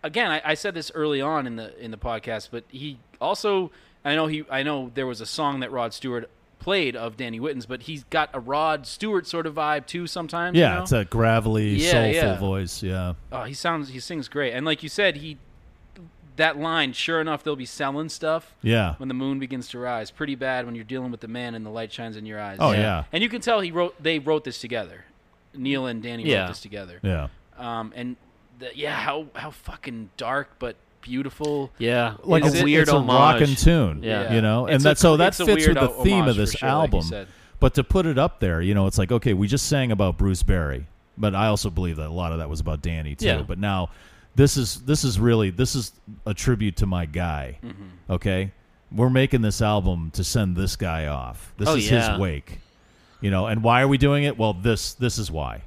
S3: again. I, I said this early on in the in the podcast, but he also I know he I know there was a song that Rod Stewart played of Danny Witten's, but he's got a Rod Stewart sort of vibe too. Sometimes
S2: Yeah,
S3: you know?
S2: it's a gravelly,
S3: Yeah,
S2: soulful
S3: yeah.
S2: voice. Yeah,
S3: Oh, he sounds he sings great. And like you said, he that line, sure enough, they'll be selling stuff.
S2: Yeah.
S3: When the moon begins to rise, pretty bad when you're dealing with the man and the light shines in your eyes.
S2: Oh, yeah.
S3: And you can tell he wrote they wrote this together. Neil and Danny
S5: Yeah.
S3: wrote this together.
S2: yeah.
S3: Um and the, yeah, how how fucking dark but beautiful.
S5: Yeah,
S2: like
S3: Is
S2: it's,
S3: it-
S5: weird
S2: it's a
S5: homage.
S2: rockin' tune,
S5: Yeah.
S2: you know, and
S3: It's a-
S2: that so that
S3: it's a
S2: fits with
S3: weird
S2: the
S3: o-
S2: theme of
S3: homage for
S2: this
S3: sure, like you
S2: album.
S3: said.
S2: but to put it up there, you know, it's like okay, we just sang about Bruce Berry, but I also believe that a lot of that was about Danny too.
S5: Yeah.
S2: But now, this is this is really this is a tribute to my guy.
S3: Mm-hmm.
S2: Okay, we're making this album to send this guy off. This
S5: Oh,
S2: is
S5: yeah.
S2: his wake, you know. And why are we doing it? Well, this this is why,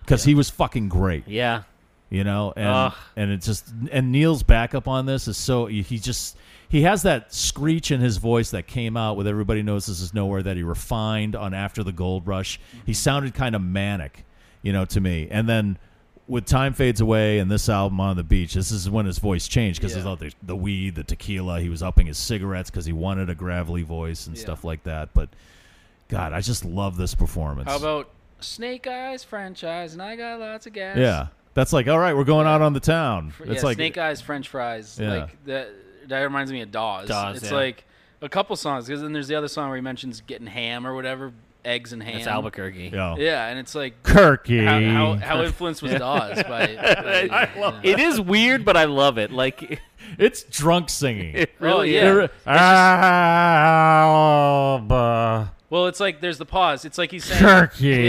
S2: because he was fucking great
S5: Yeah,
S2: you know and
S5: Ugh.
S2: and it's just and neil's backup on this is so he just he has that screech in his voice that came out with everybody knows this is nowhere that he refined on after the gold rush
S3: Mm-hmm.
S2: he sounded kind of manic you know to me and then with time fades away and this album on the beach this is when his voice changed because
S3: Yeah.
S2: of all the, the weed the tequila he was upping his cigarettes because he wanted a gravelly voice and
S3: Yeah.
S2: stuff like that but god i just love this performance
S3: How about Snake Eyes franchise and I got lots of gas.
S2: yeah that's like all right we're going out on the town
S3: Fr-
S2: it's
S3: yeah,
S2: like
S3: Snake Eyes French fries.
S2: Yeah.
S3: Like the that reminds me of Dawes.
S5: Dawes,
S3: it's
S5: yeah.
S3: like a couple songs because then there's the other song where he mentions getting ham or whatever, eggs and ham.
S5: That's Albuquerque.
S2: Yeah.
S3: Yeah, and it's like
S2: Kirky.
S3: How, how, how influenced was Dawes by? by
S5: I love it is weird, but I love it. Like
S2: it's drunk singing.
S5: It really
S3: yeah.
S5: is.
S3: It's just-
S2: Alba.
S3: well, it's like there's the pause. It's like he's saying
S2: Kirky.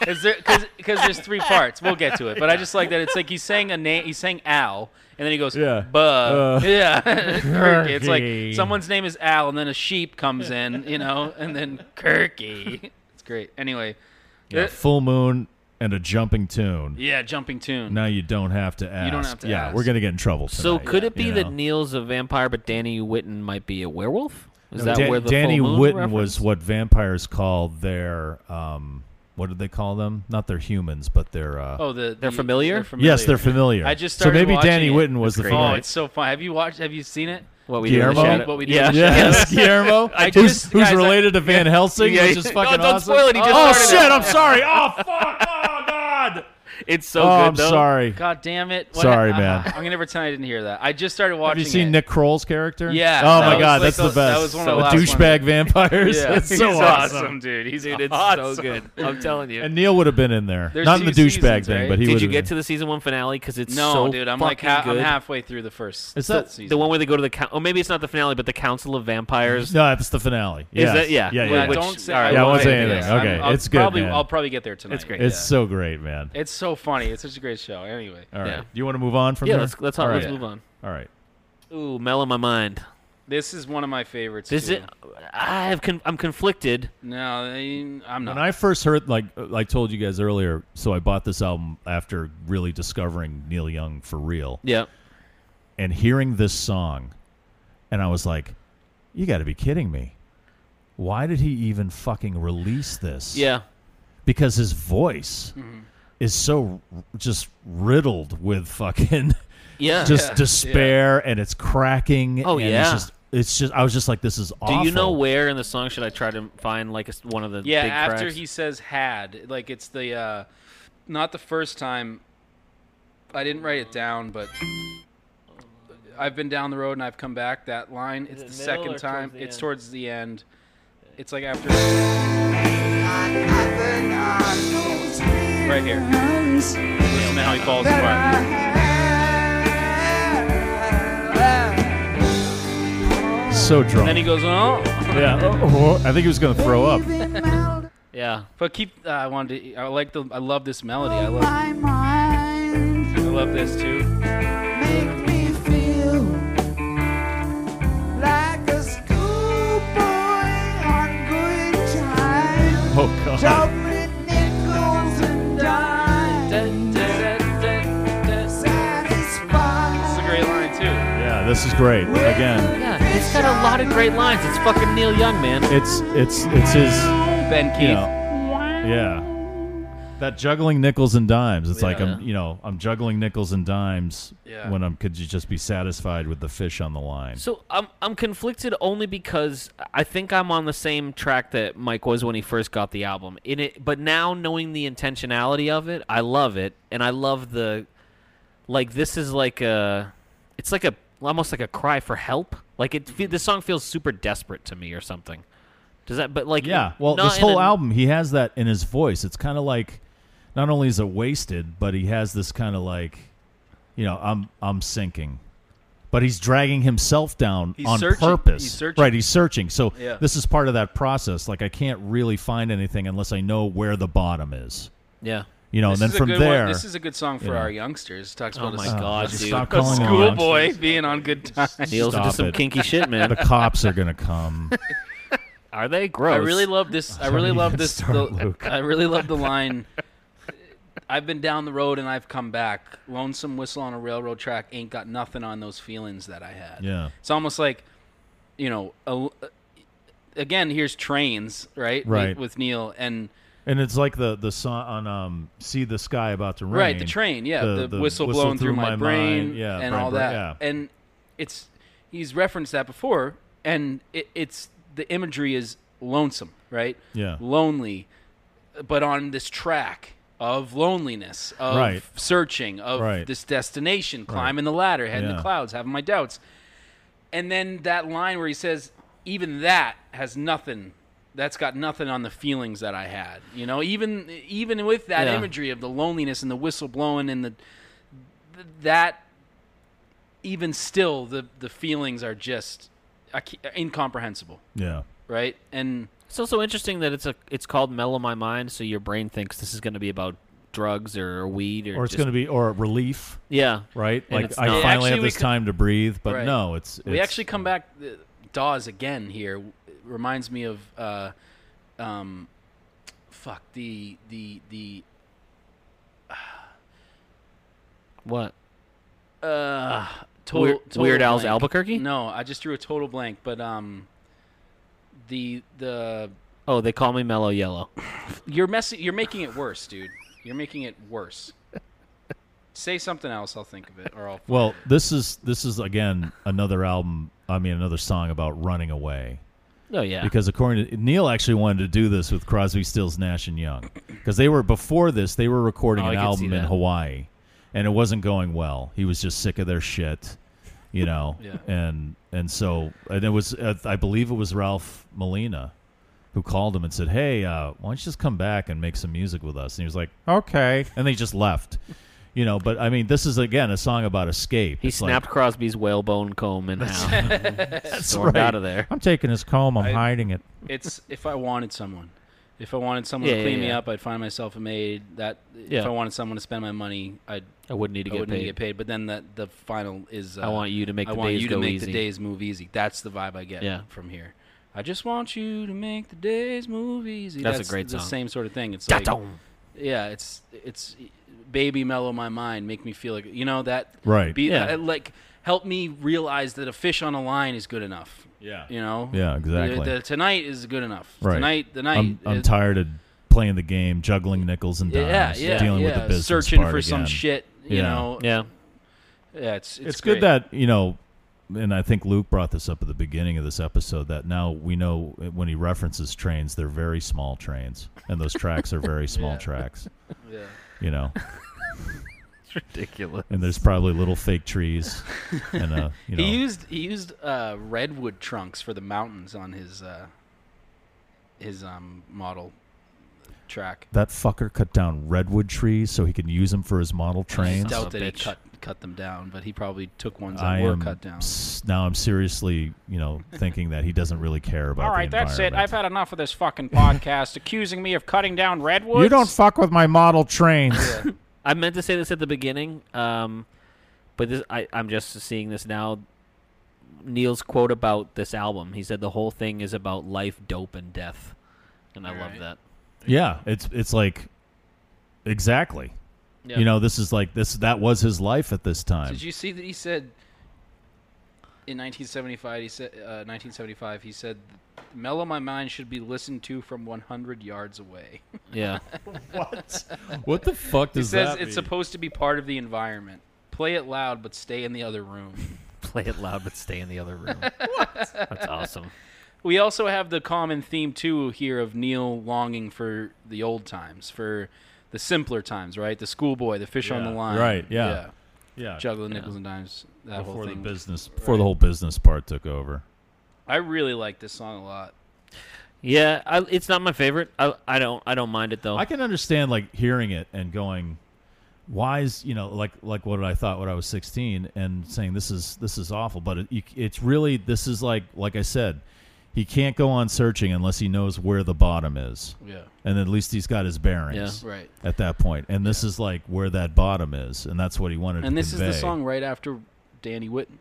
S3: Yeah, is there because there's three parts. We'll get to it, but I just like that. It's like he's saying a name. He's saying Al, and then he goes yeah,
S2: Uh,
S3: buh, yeah. Kirky. It's
S2: Kirky.
S3: like someone's name is Al, and then a sheep comes in, you know, and then Kirky. It's great. Anyway,
S2: Yeah,
S3: uh,
S2: full moon and a jumping tune.
S3: yeah, jumping tune.
S2: Now you don't have to ask.
S3: don't have to
S2: yeah,
S3: ask.
S2: we're gonna get in trouble.
S5: So
S2: tonight,
S5: could it be
S2: you
S5: that
S2: know?
S5: Neil's a vampire, but Danny Whitten might be a werewolf? Is
S2: No,
S5: that
S2: Dan-
S5: where the
S2: Danny
S5: full moon
S2: Whitten
S5: reference-
S2: was what vampires call their um, what did they call them? Not their humans, but their uh,
S3: Oh, the
S5: They're
S3: the-
S5: familiar?
S2: Yes, they're familiar.
S3: I just
S2: So
S3: started
S2: maybe
S3: watching
S2: Danny
S3: it.
S2: Whitten was the
S3: Oh,
S2: familiar.
S3: it's so fun. Have you watched? Have you seen it?
S5: What
S2: we do in the Guillermo? shadow-
S3: What we do
S2: Yeah.
S3: in the
S2: Yes,
S3: shadows.
S2: Guillermo,
S3: I
S2: who's-
S3: just-
S2: who's
S3: guys, I-
S2: related to Van Helsing, which is fucking
S5: don't
S2: awesome.
S5: spoil it. He just
S2: Oh,
S5: started
S2: shit,
S5: it.
S2: I'm sorry. Oh, fuck. Oh, God.
S5: It's so
S2: Oh,
S5: good.
S2: I'm
S5: though.
S2: sorry.
S3: God damn it!
S2: Sorry,
S3: ah,
S2: man.
S3: I'm gonna never pretend I didn't hear that. I just started
S2: Have
S3: watching.
S2: you seen
S3: it.
S2: Nick Kroll's character?
S3: Yeah.
S2: Oh
S3: that
S2: my
S3: was
S2: God,
S3: like
S2: that's the, best.
S3: That was one of the, last ones.
S2: douchebag vampires.
S3: Yeah.
S2: That's so
S3: He's
S2: awesome.
S3: dude. He's
S5: Dude, it's so
S3: awesome.
S5: good. I'm telling you.
S2: And Neil would have been in there,
S3: There's
S2: not in the
S3: two
S2: douchebag
S3: seasons,
S2: thing,
S3: right?
S2: but he
S5: Did
S2: would.
S5: you get to the season one finale? Because it's
S3: No,
S5: so
S3: dude. I'm like
S5: fucking
S3: ha- I'm
S5: good.
S3: halfway through the first.
S2: Is that-
S3: season.
S5: the one where they go to the coun or maybe it's not the finale, but the Council of Vampires.
S2: No, that's the finale.
S5: Is
S2: Yes.
S5: that- yeah.
S2: yeah,
S5: Well,
S2: yeah.
S3: Yeah, don't say.
S5: all right,
S3: I
S2: yeah, I
S3: won't
S2: won't say
S3: it,
S2: anything.
S3: yes. I'm-
S2: Okay,
S3: I'll
S2: it's good,
S3: Probably,
S2: man.
S3: I'll probably get there tonight.
S5: It's great.
S2: It's
S3: Yeah.
S2: so great, man.
S3: It's so funny. It's such a great show. Anyway.
S2: All right,
S5: Yeah.
S2: you want to move on from
S5: yeah,
S2: there?
S5: let's let's,
S2: All
S5: let's
S2: right.
S5: move on.
S2: All right.
S5: Ooh, Mel in my mind.
S3: This is one of my favorites.
S5: This
S3: too.
S5: is, I have con- I'm conflicted.
S3: No, I mean, I'm not.
S2: When I first heard, like I told you guys earlier, so I bought this album after really discovering Neil Young for real.
S5: Yeah.
S2: and hearing this song, and I was like, "You got to be kidding me! Why did he even fucking release this?
S5: Yeah. Mm-hmm.
S2: because his voice is so r- just riddled with fucking
S5: Yeah.
S2: just
S5: Yeah.
S2: despair, and it's cracking.
S5: Oh,
S2: and
S5: yeah.
S2: it's just it's just I was just like, this is
S5: Do
S2: awful.
S5: you know where in the song should I try to find like a s one of the
S3: yeah,
S5: Big
S3: after
S5: cracks?
S3: he says had, like it's the uh not the first time I didn't write it down, but I've been down the road and I've come back that line. It's the
S5: it middle
S3: second
S5: or
S3: time.
S5: towards the
S3: It's
S5: end?
S3: towards the end. It's like after right here. Listen to how he falls apart.
S2: so
S3: And then
S2: drunk?
S3: he goes, "Oh."
S2: yeah, Oh, oh, I think he was gonna throw up.
S5: yeah.
S3: But keep. Uh, I wanted. To, I like the. I love this melody. I love. I love this too.
S2: Oh god.
S3: It's a great line too.
S2: Yeah, this is great. Again,
S5: Yeah, he's got a lot of great lines. It's fucking Neil Young, man.
S2: it's it's it's his.
S3: Ben Keith.
S2: you know, yeah. That juggling nickels and dimes. It's like I'm, you know, I'm juggling nickels and dimes
S3: Yeah.
S2: when I'm. Could you just be satisfied with the fish on the line?
S5: So I'm I'm conflicted only because I think I'm on the same track that Mike was when he first got the album. In it, but now knowing the intentionality of it, I love it, and I love the, like this is like a, it's like a almost like a cry for help. Like it, fe- this song feels super desperate to me or something. Does that? But like
S2: yeah. Well,
S5: not
S2: this
S5: in
S2: whole
S5: an-
S2: album, he has that in his voice. It's kind of like, not only is it wasted, but he has this kind of like, you know, I'm I'm sinking. But he's dragging himself down
S3: He's
S2: on
S3: searching.
S2: purpose.
S3: He's searching.
S2: Right, he's searching. So
S3: Yeah.
S2: this is part of that process. Like I can't really find anything unless I know where the bottom is.
S5: Yeah.
S2: You know,
S3: This
S2: and
S3: is
S2: then
S3: a
S2: from
S3: good one-
S2: there
S3: This is a good song for
S2: you know.
S3: our youngsters. Talks
S5: Oh
S3: about a
S5: my
S3: s-
S5: god, dude!
S2: stop
S3: a
S2: calling them
S3: schoolboy being on good time.
S5: Neil's into
S2: Stop
S5: some
S2: it.
S5: kinky shit, man.
S2: the cops are gonna come.
S5: Are they gross?
S3: I really love this. I
S2: Don't
S3: really love
S2: even
S3: this.
S2: start,
S3: the-
S2: Luke.
S3: I really love the line. I've been down the road and I've come back. Lonesome whistle on a railroad track ain't got nothing on those feelings that I had.
S2: Yeah.
S3: It's almost like, you know, a, again, here's trains, right? With-
S2: Right.
S3: With, Neil and
S2: And it's like the the song on um "See the Sky About to Rain."
S3: right the train, yeah, the, whistle, blowing through, my, brain,
S2: mind, yeah,
S3: and
S2: my
S3: all
S2: brain,
S3: that.
S2: Yeah.
S3: And it's he's referenced that before, and it, it's the imagery is lonesome, right?
S2: Yeah.
S3: lonely, but on this track of loneliness, of
S2: Right.
S3: searching, of
S2: Right.
S3: this destination, climbing the ladder, heading
S2: Yeah.
S3: the clouds, having my doubts. And then that line where he says, "Even that has nothing. That's got nothing on the feelings that I had." You know, even even with that
S5: Yeah.
S3: imagery of the loneliness and the whistle blowing and the th- that even still the the feelings are just I ca- incomprehensible,
S2: Yeah.
S3: right? And
S5: It's also interesting that it's a it's called Mellow My Mind, so your brain thinks this is going to be about drugs or weed or,
S2: or it's
S5: just-
S2: going to be or relief.
S5: Yeah.
S2: right.
S5: And
S2: like
S5: it's
S2: I
S5: not.
S2: finally
S3: Actually,
S2: have
S3: we
S2: this
S3: could-
S2: time to breathe, but
S3: Right.
S2: no, it's, it's
S3: we actually come back. uh, Dawes again here It reminds me of, uh, um, fuck the the the
S5: what
S3: uh total,
S5: Weird-
S3: total
S5: Weird Al's
S3: blank.
S5: Albuquerque?
S3: No, I just drew a total blank. But um, the the
S5: Oh, they call me Mellow Yellow.
S3: you're messing. You're making it worse, dude. You're making it worse. Say something else. I'll think of it, or I'll.
S2: Well, this is this is again another album. I mean, another song about running away.
S5: Oh, yeah.
S2: Because according to Neil, actually wanted to do this with Crosby, Stills, Nash and Young, because they were before this they were recording
S5: Oh, I
S2: an
S5: can see
S2: album in
S5: that.
S2: Hawaii, and it wasn't going well. He was just sick of their shit, you know.
S5: Yeah.
S2: And and so and it was uh, I believe it was Ralph Molina who called him and said, "Hey, uh, why don't you just come back and make some music with us?" And he was like, "Okay," and they just left. You know, but I mean, this is again a song about escape.
S5: He
S2: It's like-
S5: snapped Crosby's whalebone comb in half.
S2: That's
S5: Stormed
S2: right.
S5: out of there.
S2: I'm taking his comb. I'm
S3: I-
S2: hiding it.
S3: It's if I wanted someone. If I wanted someone
S5: Yeah,
S3: to clean
S5: yeah,
S3: me
S5: yeah.
S3: up, I'd find myself a maid. That
S5: Yeah.
S3: if I wanted someone to spend my money, I'd
S5: I wouldn't need to
S3: I
S5: get
S3: wouldn't
S5: paid.
S3: get paid. But then that the final is uh,
S5: I want you to make
S3: I
S5: the
S3: want
S5: days
S3: you to
S5: go
S3: make
S5: easy.
S3: the days move easy. That's the vibe I get
S5: Yeah.
S3: from here. I just want you to make the days move easy.
S5: That's a great
S3: the
S5: song.
S3: same sort of thing. It's like,
S5: Da-dum.
S3: yeah, it's it's baby mellow my mind, make me feel like you know that
S2: Right.
S3: Be,
S2: Yeah.
S3: uh, like help me realize that a fish on a line is good enough.
S2: Yeah.
S3: You know.
S2: Yeah, exactly.
S3: The, the tonight is good enough.
S2: Right.
S3: Tonight, the night.
S2: I'm, I'm
S3: is-
S2: tired of playing the game, juggling nickels and dimes,
S3: Yeah, yeah,
S2: dealing with
S3: yeah.
S2: the business
S3: Searching
S2: part
S3: for some
S2: again.
S3: shit, you
S2: Yeah.
S3: know.
S5: Yeah.
S3: Yeah, it's it's,
S2: It's,
S3: great.
S2: good that you know, and I think Luke brought this up at the beginning of this episode that now we know when he references trains, they're very small trains, and those tracks are very small
S5: Yeah.
S2: tracks.
S3: Yeah.
S2: You know.
S5: Ridiculous.
S2: And there's probably little fake trees, and uh, you know,
S3: he used he used uh, redwood trunks for the mountains on his uh, his um, model track.
S2: that fucker cut down redwood trees so he could use them for his model trains.
S3: I doubt
S5: Son
S3: that
S5: of a
S3: he
S5: bitch.
S3: cut cut them down, but he probably took ones that
S2: I
S3: were
S2: am
S3: cut down.
S2: s- now. I'm seriously, you know, thinking that he doesn't really care about.
S13: All
S2: the
S13: right, that's it.
S2: environment.
S13: I've had enough of this fucking podcast accusing me of cutting down redwoods.
S2: You don't fuck with my model trains.
S5: I meant to say this at the beginning, um, but this I, I'm just seeing this now. Neil's quote about this album. He said the whole thing is about life, dope, and death, and I love that.
S2: Yeah, it's it's like exactly.
S5: Yeah.
S2: You know, this is like this. That was his life at this time.
S3: Did you see that he said in 1975? He said uh, 1975. He said, "Mellow My Mind" should be listened to from 100 yards away.
S5: Yeah.
S2: what? What the fuck
S3: He
S2: does
S3: says
S2: that
S3: it's
S2: mean?
S3: supposed to be part of the environment. Play it loud, but stay in the other room.
S5: Play it loud, but stay in the other room. what? That's awesome.
S3: We also have the common theme too here of Neil longing for the old times, for the simpler times, right? The schoolboy, the fish on the
S2: Yeah,
S3: line,
S2: right, yeah. Yeah.
S3: juggling nickels and dimes. That
S2: before
S3: whole
S2: the
S3: thing.
S2: business, before the whole business part took over?
S3: I really like this song a lot.
S5: Yeah, I, it's not my favorite. I, I don't I don't mind it though.
S2: I can understand like hearing it and going, "Why is you know like like what I thought when I was 16 and saying this is this is awful." But it, you, it's really this is like like I said, he can't go on searching unless he knows where the bottom is.
S3: Yeah.
S2: and at least he's got his bearings.
S3: Yeah. Right.
S2: at that point, and this is like where that bottom is, and that's what he wanted. to
S3: And this is
S2: convey.
S3: the song right after Danny Witten.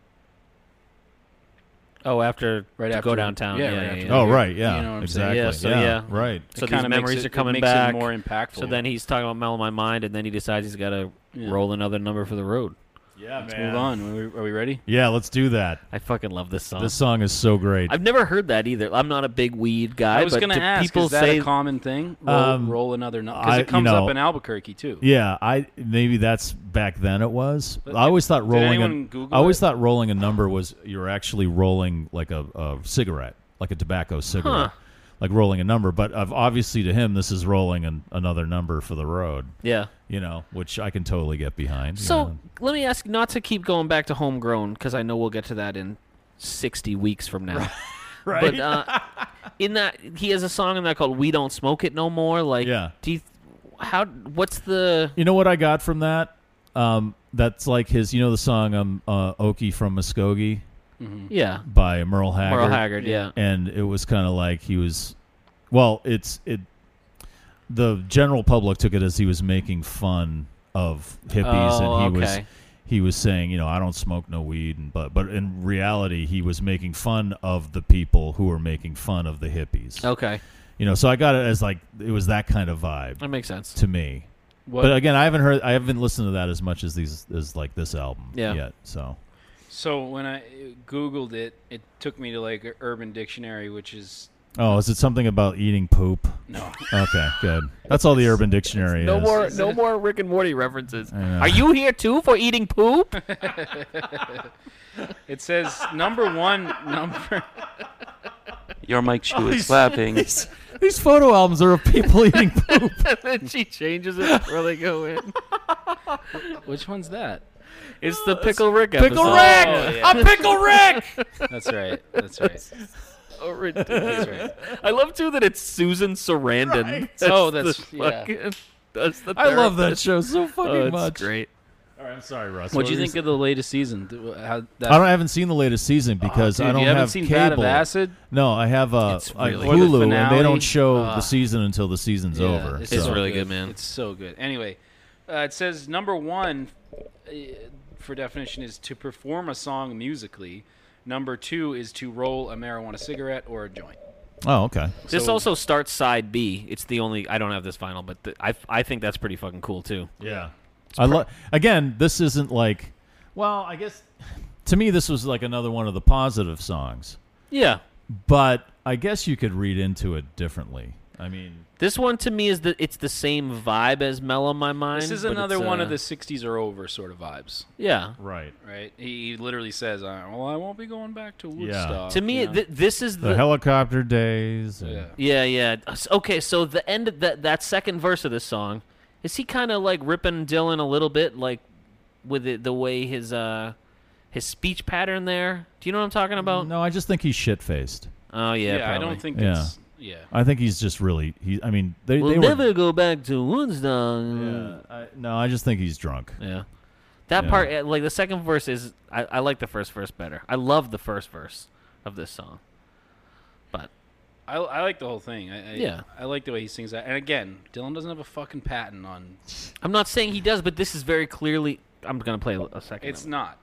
S5: oh, after
S3: Right
S5: to
S3: after
S5: go downtown.
S3: yeah,
S5: Yeah,
S3: right
S5: yeah,
S3: after
S5: yeah.
S3: the-
S2: Oh, right, yeah,
S3: you know what I'm
S2: exactly.
S5: Yeah, so
S2: yeah,
S5: yeah,
S2: right.
S5: So
S3: It kinda
S5: these
S3: makes
S5: memories
S3: it-
S5: are coming
S3: it makes it
S5: back.
S3: more impactful.
S5: So then he's talking about Mel in My Mind, and then he decides he's got to roll another number for the road.
S2: Yeah,
S3: Let's move on. Are we, are we ready?
S2: Yeah, let's do that.
S5: I fucking love this song.
S2: This song is so great.
S5: I've never heard that either. I'm not a big weed guy.
S3: I was
S5: but
S3: going to
S5: do
S3: ask,
S5: people
S3: is that
S5: say
S3: a common thing? Roll,
S2: Um,
S3: roll another number.
S2: I-
S3: Because
S2: you
S3: it comes
S2: know,
S3: up in Albuquerque, too.
S2: Yeah, I maybe that's back then it was.
S3: But
S2: I always thought
S3: did
S2: rolling.
S3: anyone
S2: A,
S3: Google
S2: I always
S3: it?
S2: thought rolling a number was you're actually rolling like a, a cigarette, like a tobacco cigarette,
S5: Huh.
S2: like rolling a number. But of obviously to him, this is rolling an, another number for the road.
S5: Yeah.
S2: you know, which I can totally get behind. you
S5: So
S2: know.
S5: let me ask, not to keep going back to homegrown, because I know we'll get to that in 60 weeks from now.
S14: Right.
S5: But uh, in that he has a song in that called "We Don't Smoke It No More." Like,
S2: Yeah.
S5: do you, how? What's the?
S2: You know what I got from that? Um, that's like his. You know the song um, uh, "Okie from Muskogee."
S5: Mhm. Yeah.
S2: By Merle Haggard.
S5: Merle Haggard, yeah.
S2: And it was kind of like he was, well, it's it. The general public took it as he was making fun of hippies,
S5: Oh,
S2: and he was
S5: okay.
S2: he was saying, you know, I don't smoke no weed, and but but in reality, he was making fun of the people who were making fun of the hippies.
S5: Okay.
S2: You know, so I got it as like it was that kind of vibe.
S5: That makes sense.
S2: to me.
S15: What-
S2: But again, I haven't heard, I haven't listened to that as much as these, as like this album
S15: Yeah.
S2: yet. So
S3: So when I uh, googled it, it took me to like Urban Dictionary, which is
S2: Oh, is it something about eating poop?
S3: No.
S2: Okay, good. That's all the Urban Dictionary
S5: No
S2: is.
S5: more, no more Rick and Morty references.
S2: I know.
S5: Are you here too for eating poop?
S3: it says number one number.
S1: Your Mike
S5: Oh,
S1: Shue
S2: These-
S1: is laughing.
S2: These, these photo albums are of people eating poop.
S5: and then she changes it before they go in.
S15: Which one's that?
S5: It's the Pickle Rick episode.
S15: Pickle Rick!
S3: Oh,
S15: I'm Pickle Rick!
S3: That's right. That's right.
S5: So ridiculous.
S3: That's right.
S5: I love too that it's Susan Sarandon.
S3: Right.
S5: That's
S3: Oh, that's-
S5: the
S3: yeah.
S5: fucking- that's the
S2: I love that
S5: therapist.
S2: show so fucking
S5: Oh, it's
S2: much.
S5: Great.
S2: All right, I'm sorry, Russ.
S15: What do you think of the latest season? Do- How, that,
S2: I don't. I haven't seen the latest season because
S15: Oh, dude,
S2: I don't
S15: you haven't
S2: have
S15: seen
S2: cable.
S15: Vat of Acid?
S2: No, I have uh,
S15: It's
S2: I-
S15: really good. Or the
S2: Hulu, and they
S15: finale?
S2: don't show
S15: Ah.
S2: the season until the season's
S15: Yeah,
S2: over.
S15: It's,
S2: so.
S15: so
S3: It's so good. Anyway, uh, it says number one uh, for definition is to perform a song musically. Number two is to roll a marijuana cigarette or a joint.
S2: Oh, okay.
S5: This
S3: So-
S5: also starts side B. It's the only I don't have this final, but th- I I think that's pretty fucking cool too.
S2: Yeah. I lo- again, this isn't like. Well, I guess. To me, this was like another one of the positive songs,
S5: Yeah.
S2: but I guess you could read into it differently. I mean,
S5: This one to me is the it's the same vibe as Mellow My Mind.
S3: This is
S5: but
S3: another
S5: it's,
S3: one
S5: uh,
S3: of the '60s are over sort of vibes.
S5: Yeah.
S2: Right.
S3: Right. He, he literally says, "I- "Well, I won't be going back to Woodstock."
S5: To me,
S3: you know?
S5: th- this is
S2: the,
S5: the,
S2: helicopter days. and-
S5: Yeah, yeah. S- Okay, so the end of that that second verse of this song, is he kind of like ripping Dylan a little bit, like with it, the way his uh his speech pattern there? Do you know what I'm talking about?
S2: No, I just think he's shit faced.
S5: Oh yeah,
S3: Mm-hmm. Yeah, I
S5: probably.
S3: don't think
S2: Yeah.
S3: it's yeah.
S2: I think he's just really. He. I mean, they.
S5: We'll
S2: they were,
S5: never go back to Woodstock.
S2: Yeah, I, no, I just think he's drunk.
S5: Yeah. That
S2: Yeah.
S5: part, eh, like the second verse, is I, I like the first verse better. I love the first verse of this song. But
S3: I, I like the whole thing. I, I,
S5: Yeah.
S3: I like the way he sings that. And again, Dylan doesn't have a fucking patent on.
S5: I'm not saying he does, but this is very clearly. I'm gonna play a second.
S3: It's not.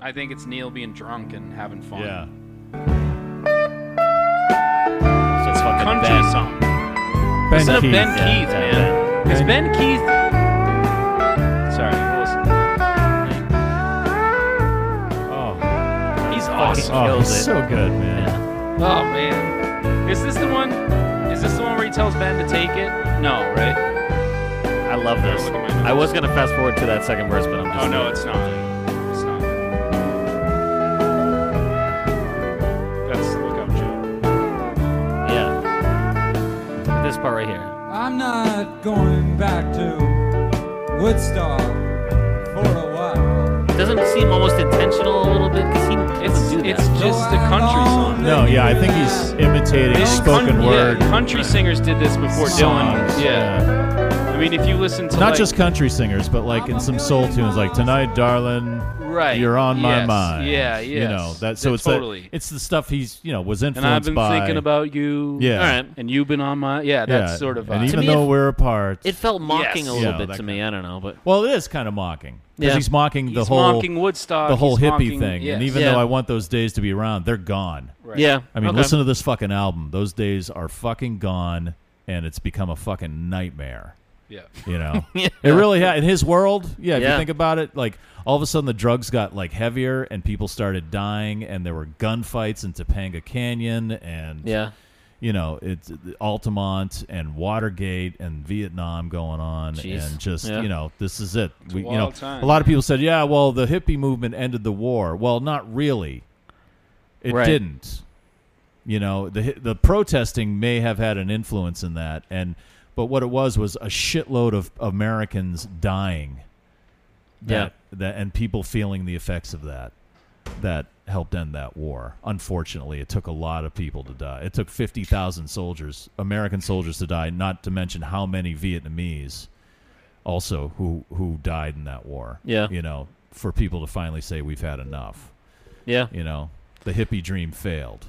S3: I think it's Neil being drunk and having fun.
S2: Yeah.
S5: So it's fucking
S3: Country
S5: bad.
S3: song.
S2: Ben
S3: Listen
S2: Keith.
S3: to Ben
S2: Yeah,
S3: Keith,
S2: yeah,
S3: man. Because ben. Keith. Sorry, listen.
S2: Oh,
S3: He's
S2: fucking-
S3: awesome.
S2: oh,
S5: kills
S2: he's
S5: it.
S2: so good, man.
S3: Oh man, is this the one? Is this the one where he tells Ben to take it? No, right?
S5: I love this. I was gonna fast forward to that second verse, but I'm just.
S3: Oh no, it's not. It's not. That's look up, Joe.
S5: Yeah. This part right here.
S16: I'm not going back to Woodstock for a while.
S5: Doesn't it seem almost intentional a little bit? Cause he it's do that.
S3: It's just a country song.
S2: No, yeah, I think he's imitating
S3: This
S2: spoken
S3: coun-
S2: word.
S3: Yeah, country singers did this before
S2: Songs,
S3: Dylan. Yeah. I mean, if you listen to
S2: Not
S3: like,
S2: just country singers, but like in some soul tunes, like "Tonight, Darling,"
S3: Right,
S2: You're on my
S3: yes,
S2: mind.
S3: yeah,
S2: You know
S3: yes,
S2: that. So
S3: yeah,
S2: it's that-
S3: totally.
S2: it's the stuff he's you know was influenced
S3: and I've been
S2: by.
S3: thinking about you.
S2: Yeah. All
S5: right.
S3: And you've been on my yeah. That
S2: yeah,
S3: sort of uh,
S2: And
S3: vibe.
S2: even
S5: me,
S2: though
S5: it-
S2: we're apart,
S5: It felt mocking
S3: Yes.
S5: a little
S2: Yeah,
S5: bit
S2: that
S5: to me. I don't know, but
S2: well, it is kind of mocking because
S5: Yeah.
S2: he's mocking the
S3: He's
S2: whole
S3: mocking Woodstock,
S2: the whole
S3: he's
S2: hippie
S3: mocking-
S2: thing. And
S3: yes.
S2: even
S5: Yeah.
S2: though I want those days to be around, they're gone.
S3: Right.
S5: yeah.
S2: I mean,
S5: okay.
S2: listen to this fucking album. Those days are fucking gone, and it's become a fucking nightmare.
S3: yeah.
S2: You know, it really ha- in his world. Yeah, if you
S5: Yeah.
S2: think about it, like all of a sudden the drugs got like heavier and people started dying, and there were gunfights in Topanga Canyon, and
S5: Yeah.
S2: you know, it's Altamont and Watergate and Vietnam going on,
S5: Jeez.
S2: and just
S5: Yeah.
S2: you know, this is it.
S3: a
S2: We, you know,
S3: wild time.
S2: a lot of people said, yeah, well, the hippie movement ended the war. Well, not really. It
S5: Right.
S2: didn't. You know, the hi- the protesting may have had an influence in that, and but what it was was a shitload of Americans dying.
S5: Yeah.
S2: That, that and people feeling the effects of that. that helped end that war. Unfortunately, it took a lot of people to die. It took 50,000 soldiers, American soldiers to die, not to mention how many Vietnamese also who who died in that war.
S1: Yeah.
S2: You know, for people to finally say we've had enough.
S1: Yeah.
S2: You know, the hippie dream failed.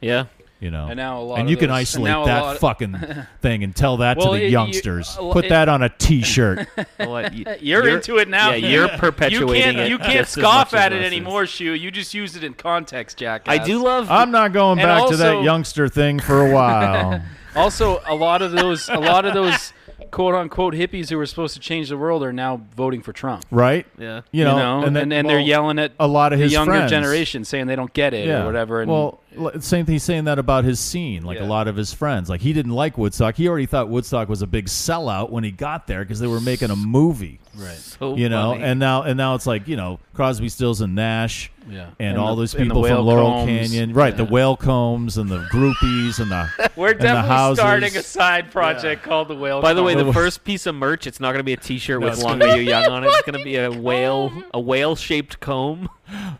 S1: Yeah.
S2: You know,
S3: And now a lot
S2: and
S3: of
S2: you can
S3: those- and
S2: isolate
S3: now a
S2: that
S3: lot-
S2: fucking thing and tell that
S3: Well,
S2: to the
S3: it- you-
S2: youngsters.
S3: a lo-
S2: Put
S3: it-
S2: that on a T-shirt.
S3: you're,
S1: you're-
S3: into it now.
S1: yeah, you're
S3: You
S1: perpetuating
S3: can't,
S1: it
S3: You can't
S1: just as
S3: scoff
S1: much as
S3: at
S1: us
S3: it
S1: is.
S3: anymore, Shu. You just used it in context, Jack.
S1: I do love.
S2: I'm not going
S3: And
S2: back to that
S3: also-
S2: youngster thing for a while.
S3: Also, a lot of those, a lot of those, quote unquote hippies who were supposed to change the world are now voting for Trump.
S2: right?
S3: Yeah.
S2: You know,
S3: and,
S2: then-
S3: and, they're
S2: well,
S3: yelling at
S2: a lot of
S3: the
S2: his
S3: younger
S2: friends.
S3: generation saying they don't get it or whatever. And
S2: well, l- same thing he's saying that about his scene. Like a lot of his friends, like he didn't like Woodstock. He already thought Woodstock was a big sellout when he got there because they were making a movie,
S3: Right.
S1: So
S2: you know.
S1: funny.
S2: And now, and now it's like you know Crosby, Stills, and Nash,
S3: Yeah.
S2: and,
S3: And
S2: all
S3: the-
S2: those
S3: and the
S2: people
S3: Whale
S2: from Laurel
S3: Combs.
S2: Canyon, right? The whale combs and the groupies and the
S3: we're
S2: and the
S3: definitely
S2: houses.
S3: starting a side project called the Whale.
S5: By the way,
S3: Company.
S5: the first piece of merch, it's not going to be a T-shirt
S2: No,
S5: with
S2: it's
S5: "Long
S2: gonna
S5: May You Young" on it. It's going to be a whale, a whale-shaped comb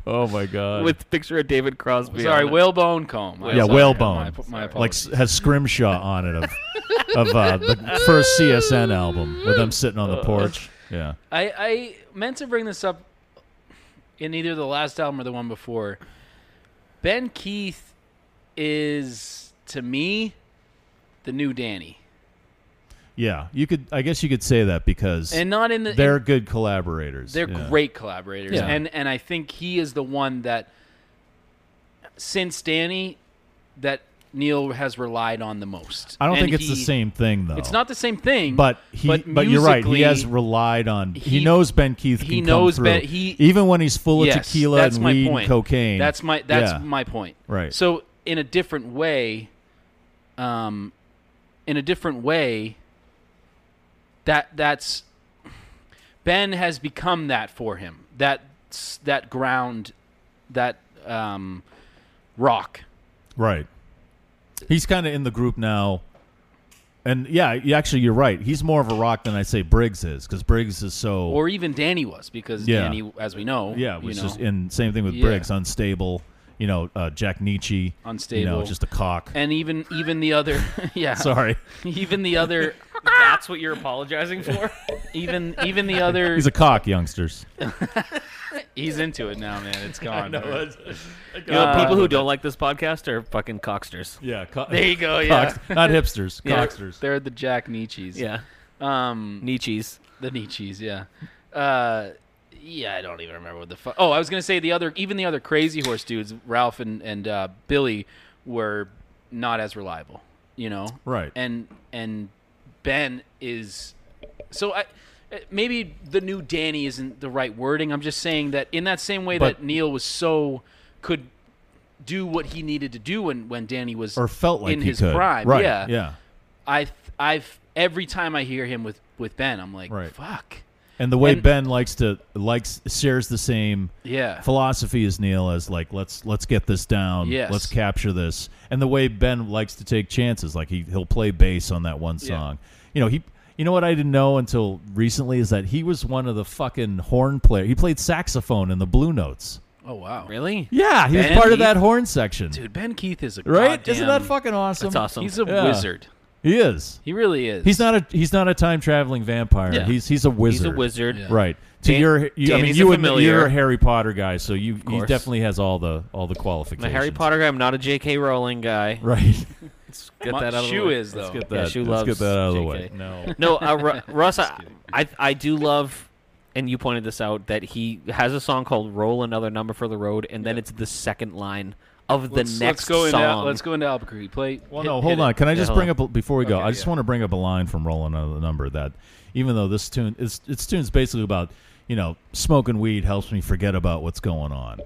S2: Oh my god!
S5: with picture of David Crosby.
S3: sorry,
S5: on it.
S3: whalebone comb. I-
S2: yeah,
S3: sorry,
S2: whalebone,
S3: My, my
S2: like
S3: apologies.
S2: s- has scrimshaw on it of of uh, the first CSN album with them sitting on the
S3: Uh,
S2: porch. Yeah.
S3: I, I meant to bring this up in either the last album or the one before. Ben Keith is to me the new Danny,
S2: Yeah, you could. I guess you could say that because
S3: and not in the in-
S2: they're good collaborators.
S3: they're
S2: Yeah.
S3: great collaborators,
S2: Yeah.
S3: and and I think he is the one that since Danny that Neil has relied on the most.
S2: I don't
S3: And
S2: think it's the
S3: he-
S2: same thing though.
S3: It's not the same thing,
S2: But he, but, you're right. He has
S3: musically-
S2: relied on. He,
S3: he-
S2: knows Ben Keith.
S3: he
S2: can
S3: knows
S2: come
S3: Ben-
S2: through.
S3: he-
S2: even when he's full of
S3: Yes,
S2: tequila
S3: that's
S2: and
S3: my
S2: weed
S3: point.
S2: and cocaine.
S3: That's my that's
S2: Yeah.
S3: my point.
S2: Right.
S3: So in a different way, um, in a different way, that that's Ben has become that for him. That s- that ground, that um, rock.
S2: Right. He's kind of in the group now. And yeah, you- actually, you're right. He's more of a rock than I say Briggs is because Briggs is so.
S3: Or even Danny was because
S2: Yeah.
S3: Danny, as we know,
S2: yeah,
S3: you
S2: which
S3: know,
S2: is in same thing with
S3: Yeah.
S2: Briggs, unstable. You know, uh, Jack Nietzsche, You know,
S3: Unstable.
S2: just a cock.
S3: and even even the other, yeah,
S2: Sorry,
S3: even the other,
S5: That's what you're apologizing for.
S3: even even the other.
S2: he's a cock, youngsters.
S3: He's into it now, man. It's gone. man.
S5: You know, people who don't like this podcast are fucking cocksters.
S2: Yeah, co-
S3: There you go. Yeah.
S2: cocks, not hipsters,
S3: They're-
S2: cocksters.
S3: They're the Jack Nietzsche's.
S5: Yeah,
S3: Um,
S5: Nietzsche's.
S3: the Nietzsche's. Yeah. Uh, yeah. I don't even remember what the fuck. Oh, I was gonna say the other, even the other Crazy Horse dudes, Ralph and and uh, Billy, were not as reliable. You know.
S2: Right.
S3: And and Ben is. So I. uh, Maybe the new Danny isn't the right wording. I'm just saying that in that same way
S2: But-
S3: that Neil was so could do what he needed to do when, when Danny was
S2: or felt like
S3: in
S2: he
S3: his
S2: could.
S3: prime.
S2: Right.
S3: Yeah.
S2: Yeah.
S3: I th- I've every time I hear him with with Ben, I'm like,
S2: Right.
S3: fuck.
S2: And the way
S3: And-
S2: Ben likes to likes shares the same
S3: Yeah.
S2: philosophy as Neil as like let's let's get this down.
S3: Yes.
S2: Let's capture this. And the way Ben likes to take chances, like he he'll play bass on that one
S3: Yeah.
S2: song. You know, he you know what I didn't know until recently is that he was one of the fucking horn player. He played saxophone in the Blue Notes.
S3: Oh wow,
S5: Really?
S2: Yeah, he
S3: Ben
S2: was part of
S3: Heath?
S2: that horn section.
S3: dude, Ben Keith is a
S2: right? Isn't
S3: goddamn-
S2: that fucking awesome?
S5: That's awesome.
S3: He's a
S2: Yeah.
S3: wizard.
S2: He is.
S3: He really is.
S2: He's not a he's not a time traveling vampire.
S3: Yeah.
S2: He's he's a
S5: He's
S2: wizard.
S5: a wizard.
S2: Right. To
S5: Dan-
S2: your, you, I mean,
S5: Danny's
S2: you
S5: a
S2: admit
S5: familiar.
S2: you're a Harry Potter guy, so you he
S5: course.
S2: definitely has all the all the
S5: I'm a
S2: qualifications.
S5: Harry Potter guy. I'm not a J.K. Rowling guy.
S2: right?
S5: Let's get
S3: My-
S5: that out of the
S3: Shu
S5: way.
S3: is, though.
S5: Let's get
S2: That-
S5: that. Shu
S2: let's
S5: loves
S2: get that out of the way.
S5: JK.
S2: No,
S5: No, uh, Ru- Russ, I, I I do love, and you pointed this out that he has a song called "Roll Another Number for the Road," and then it's the second line of the
S3: let's,
S5: next
S3: let's go
S5: song.
S3: into let's go into Albuquerque. Play.
S2: Well,
S3: hit-
S2: no,
S3: hit
S2: hold
S3: it.
S2: on. Can I just
S5: hold
S2: bring up a- before we go?
S3: Okay,
S2: I just
S3: yeah.
S2: want to bring up a line from Rolling Another Number that, even though this tune is this tune's basically about you know smoking weed helps me forget about what's going on,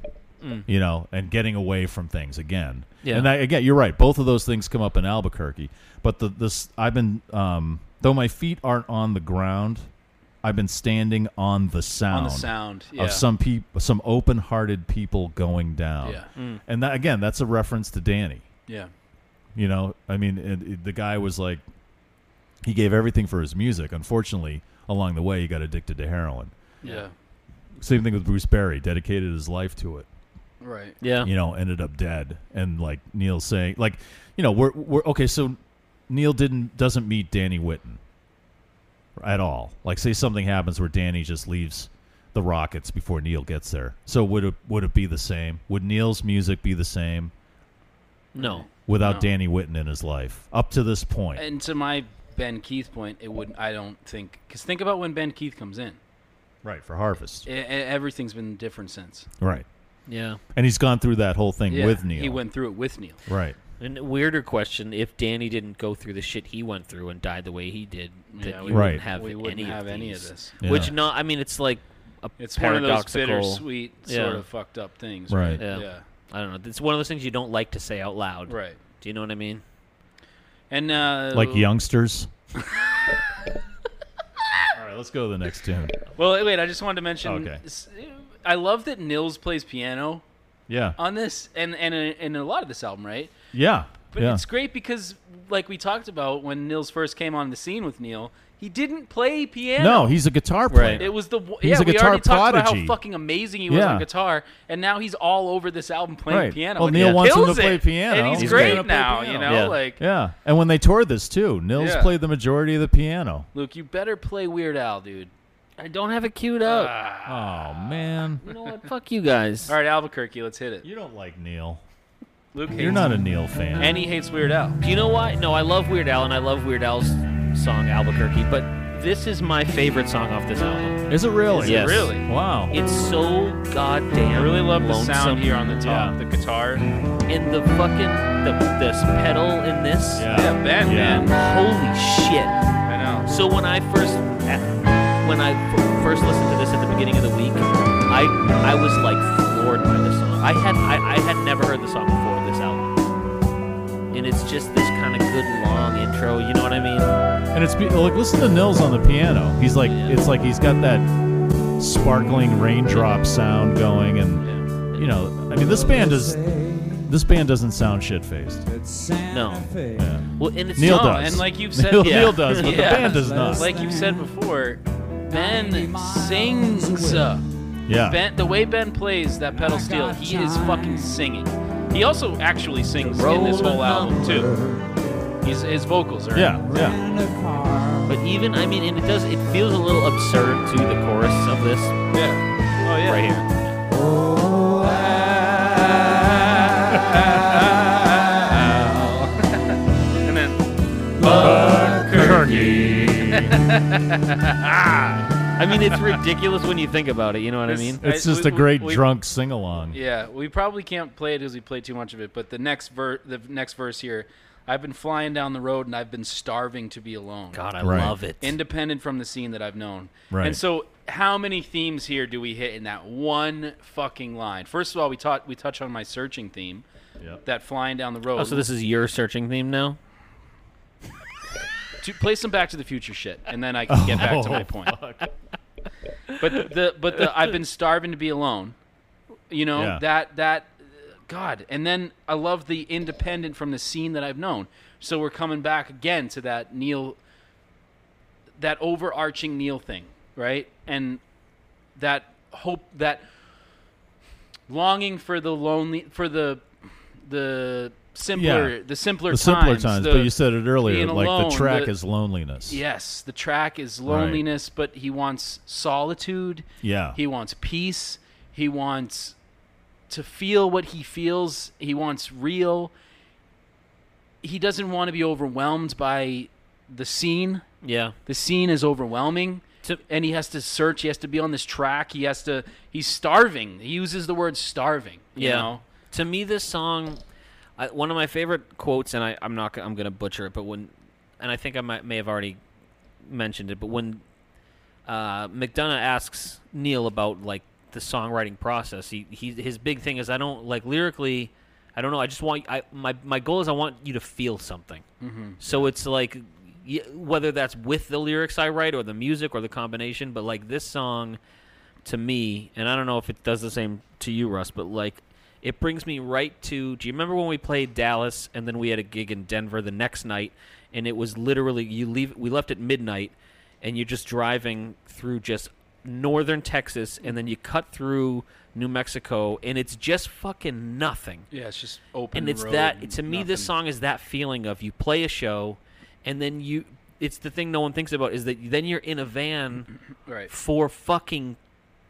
S3: Mm.
S2: you know, and getting away from things again.
S5: Yeah.
S2: And I, again, you're right. Both of those things come up in Albuquerque, but the this I've been um, though my feet aren't on the ground. I've been standing on the sound,
S3: sound, yeah.
S2: of some people, some open-hearted people going down,
S3: Yeah. Mm.
S2: and that, again, that's a reference to Danny.
S3: Yeah.
S2: You know, I mean, it, it- the guy was like, he gave everything for his music. Unfortunately, along the way, he got addicted to heroin.
S3: Yeah.
S2: Same thing with Bruce Berry, dedicated his life to it.
S3: Right.
S5: Yeah.
S2: You know, ended up dead, and like Neil saying, like, you know, we're we're okay. So Neil didn't doesn't meet Danny Whitten at all. Like, say something happens where Danny just leaves the Rockets before Neil gets there. So would it would it be the same? Would Neil's music be the same?
S5: No.
S2: Without
S3: No.
S2: Danny Whitten in his life, up to this point,
S3: And to my Ben Keith point, it would I don't think because think about when Ben Keith comes in.
S2: right for Harvest,
S3: E- e- everything's been different since.
S2: right?
S5: Yeah.
S2: And he's gone through that whole thing
S3: Yeah,
S2: with Neil,
S3: He went through it with Neil.
S2: right?
S5: And a weirder question: If Danny didn't go through the shit he went through and died the way he did, then
S3: Yeah,
S5: you
S3: we
S5: wouldn't
S2: Right.
S5: have
S3: we
S5: any
S3: wouldn't have
S5: of
S3: any of
S5: these.
S3: this.
S5: Which
S2: Yeah.
S5: no, I mean it's like a
S3: It's one of those
S5: paradoxical,
S3: bittersweet sort
S5: Yeah.
S3: of fucked up things.
S2: Right.
S5: Yeah.
S3: yeah.
S5: I don't know. It's one of those things you don't like to say out loud.
S3: Right.
S5: Do you know what I mean?
S3: And uh,
S2: Like youngsters. all right, let's go to the next tune.
S3: Well, wait. I just wanted to mention.
S2: Okay.
S3: s- I love that Nils plays piano
S2: Yeah,
S3: on this, and and uh, in a lot of this album, right?
S2: yeah,
S3: But
S2: yeah.
S3: it's great because, like we talked about when Nils first came on the scene with Neil, he didn't play piano.
S2: No, he's a guitar player.
S3: It was the w-
S2: He's
S3: yeah.
S2: a
S3: We
S2: guitar
S3: already talked about how
S2: prodigy.
S3: fucking amazing he was
S2: Yeah.
S3: on guitar, and now he's all over this album playing
S2: Right.
S3: piano.
S2: Well,
S3: and
S2: Neil
S3: he
S2: wants him
S3: kills
S2: to play
S3: it,
S2: piano.
S3: and he's,
S2: He's
S3: great
S2: gonna play
S3: now.
S2: piano.
S3: You know,
S5: Yeah.
S3: like
S2: yeah. And when they toured this too, Nils
S3: Yeah.
S2: played the majority of the piano.
S3: Luke, you better play Weird Al, dude.
S5: I don't have it queued up.
S3: Ah.
S2: Oh man,
S5: you know what? Fuck you guys.
S3: All right, Albuquerque, let's hit it.
S2: you don't like Neil.
S3: Luke, hates
S2: You're not a Neil fan.
S3: and he hates Weird Al.
S5: Do you know why? No, I love Weird Al and I love Weird Al's song Albuquerque, but this is my favorite song off this album.
S2: Is it really?
S5: Is it Yes.
S3: really?
S2: Wow.
S5: It's so
S3: I
S5: goddamn.
S3: really love the
S5: lonesome.
S3: sound here on the top, the guitar. Yeah,
S5: and the fucking the this pedal in this.
S2: yeah.
S3: Ben,
S2: Yeah.
S3: man.
S5: Holy shit!
S3: I know.
S5: So when I first when I f- first listened to this at the beginning of the week, I I was like floored by this song. I had I, I had never heard the song before this album, and it's just this kind of good long intro. You know what I mean?
S2: And it's be- like listen to Nils on the piano. He's like
S5: Yeah.
S2: it's like he's got that sparkling raindrop sound going, and
S5: Yeah.
S2: you know, I mean, this band is this band doesn't sound shit faced.
S5: No.
S2: Yeah.
S5: Well, and it's
S2: Neil
S5: not-
S3: No,
S2: does.
S3: Oh, and like you've said,
S2: Neil,
S3: yeah.
S2: Neil does, but
S3: Yeah.
S2: the band does not.
S3: Like you've said before, Ben sings.
S2: yeah.
S3: Ben, the way Ben plays that pedal steel, he is fucking singing. He also actually sings in this whole album too. He's, his vocals are.
S2: yeah, yeah,
S5: But even I mean, and it does. It feels a little absurd to the chorus of this
S3: Yeah. Oh yeah.
S5: right here.
S3: And then
S5: I mean, it's ridiculous when you think about it. You know what I
S3: This-
S5: mean?
S2: It's
S3: I-
S2: just
S3: we-
S2: a great
S3: we- we-
S2: drunk sing along.
S3: yeah, we probably can't play it because we play too much of it. But the next ver- the next verse here, I've been flying down the road and I've been starving to be alone.
S5: God, I
S2: Right.
S5: love it.
S3: independent from the scene that I've known.
S2: Right.
S3: And so, how many themes here do we hit in that one fucking line? First of all, we taught we touch on my searching theme,
S2: Yep.
S3: that flying down the road.
S5: oh, so this is your searching theme now?
S3: to, play some Back to the Future shit, and then I can get back to my
S2: Oh,
S3: point. But the but the I've been starving to be alone. You know
S2: Yeah.
S3: that that God, and then I love the independent from the scene that I've known. So we're coming back again to that Neil, that overarching Neil thing, right? And that hope that longing for the lonely for the the simpler
S2: Yeah.
S3: the simpler
S2: The simpler
S3: times,
S2: times,
S3: the-
S2: but you said it earlier.
S3: being
S2: Like
S3: alone,
S2: the track
S3: the-
S2: is loneliness.
S3: Yes, the track is
S2: Right.
S3: loneliness, but he wants solitude.
S2: Yeah.
S3: He wants peace. He wants to feel what he feels. He wants real. He doesn't want to be overwhelmed by the scene.
S5: Yeah.
S3: The scene is overwhelming.
S5: To-
S3: and he has to search. He has to be on this track. He has to. He's starving. He uses the word starving. You
S5: yeah.
S3: Know?
S5: To me, this song, I, one of my favorite quotes, and I, I'm not, gonna- I'm gonna butcher it, but when, and I think I might, may have already mentioned it, but when uh, McDonough asks Neil about like the songwriting process, he, he his big thing is I don't like lyrically, I don't know, I just want I my my goal is I want you to feel something.
S3: Mm-hmm.
S5: So it's like y- whether that's with the lyrics I write or the music or the combination, but like this song to me, and I don't know if it does the same to you, Russ, but like it brings me right to. Do you remember when we played Dallas and then we had a gig in Denver the next night, and it was literally you leave. We left at midnight, and you're just driving through just northern Texas and then you cut through New Mexico and it's just fucking nothing.
S3: Yeah, it's just open.
S5: And it's
S3: road
S5: that
S3: and
S5: to me this
S3: nothing.
S5: song is that feeling of you play a show and then you it's the thing no one thinks about is that then you're in a van
S3: Right.
S5: for fucking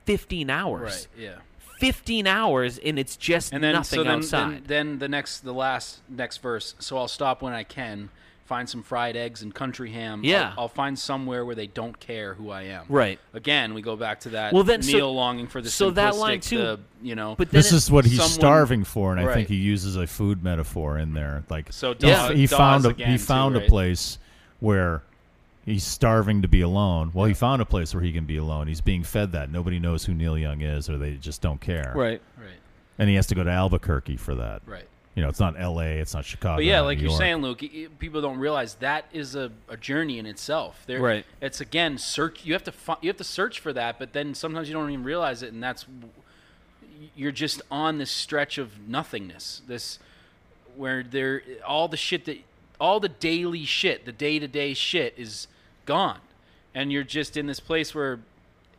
S5: 15 hours.
S3: Right. Yeah.
S5: 15 hours and it's just
S3: and then
S5: nothing
S3: so then,
S5: outside.
S3: Then, then the next the last next verse so i'll stop when i can find some fried eggs and country ham I'll-
S5: Yeah.
S3: i'll, find somewhere where they don't care who i am
S5: Right.
S3: again we go back to that
S5: Well, then, so-
S3: neil longing for the
S5: so that line
S3: simplistic,
S5: too,
S3: the, you know
S5: but
S2: This is what he's
S3: someone-
S2: starving for, and I
S3: Right.
S2: think he uses a food metaphor in there. Like
S3: So
S2: he f-
S3: Dawes-
S2: he
S3: Dawes
S2: found a
S3: again,
S2: he
S3: too,
S2: found a
S3: right?
S2: place where he's starving to be alone. Well, he found a place where he can be alone. He's being fed that. Nobody knows who Neil Young is, or they just don't care.
S5: Right.
S3: Right.
S2: And he has to go to Albuquerque for that.
S3: Right.
S2: You know, it's not L.A. It's not Chicago.
S3: But yeah,
S2: not
S3: like
S2: New
S3: you're
S2: York.
S3: saying, Luke, y- people don't realize that is a, a journey in itself. There,
S5: Right.
S3: It's again search. You have to fi- you have to search for that, but then sometimes you don't even realize it, and that's you're just on this stretch of nothingness. This where there all the shit that all the daily shit, the day to day shit is gone, and you're just in this place where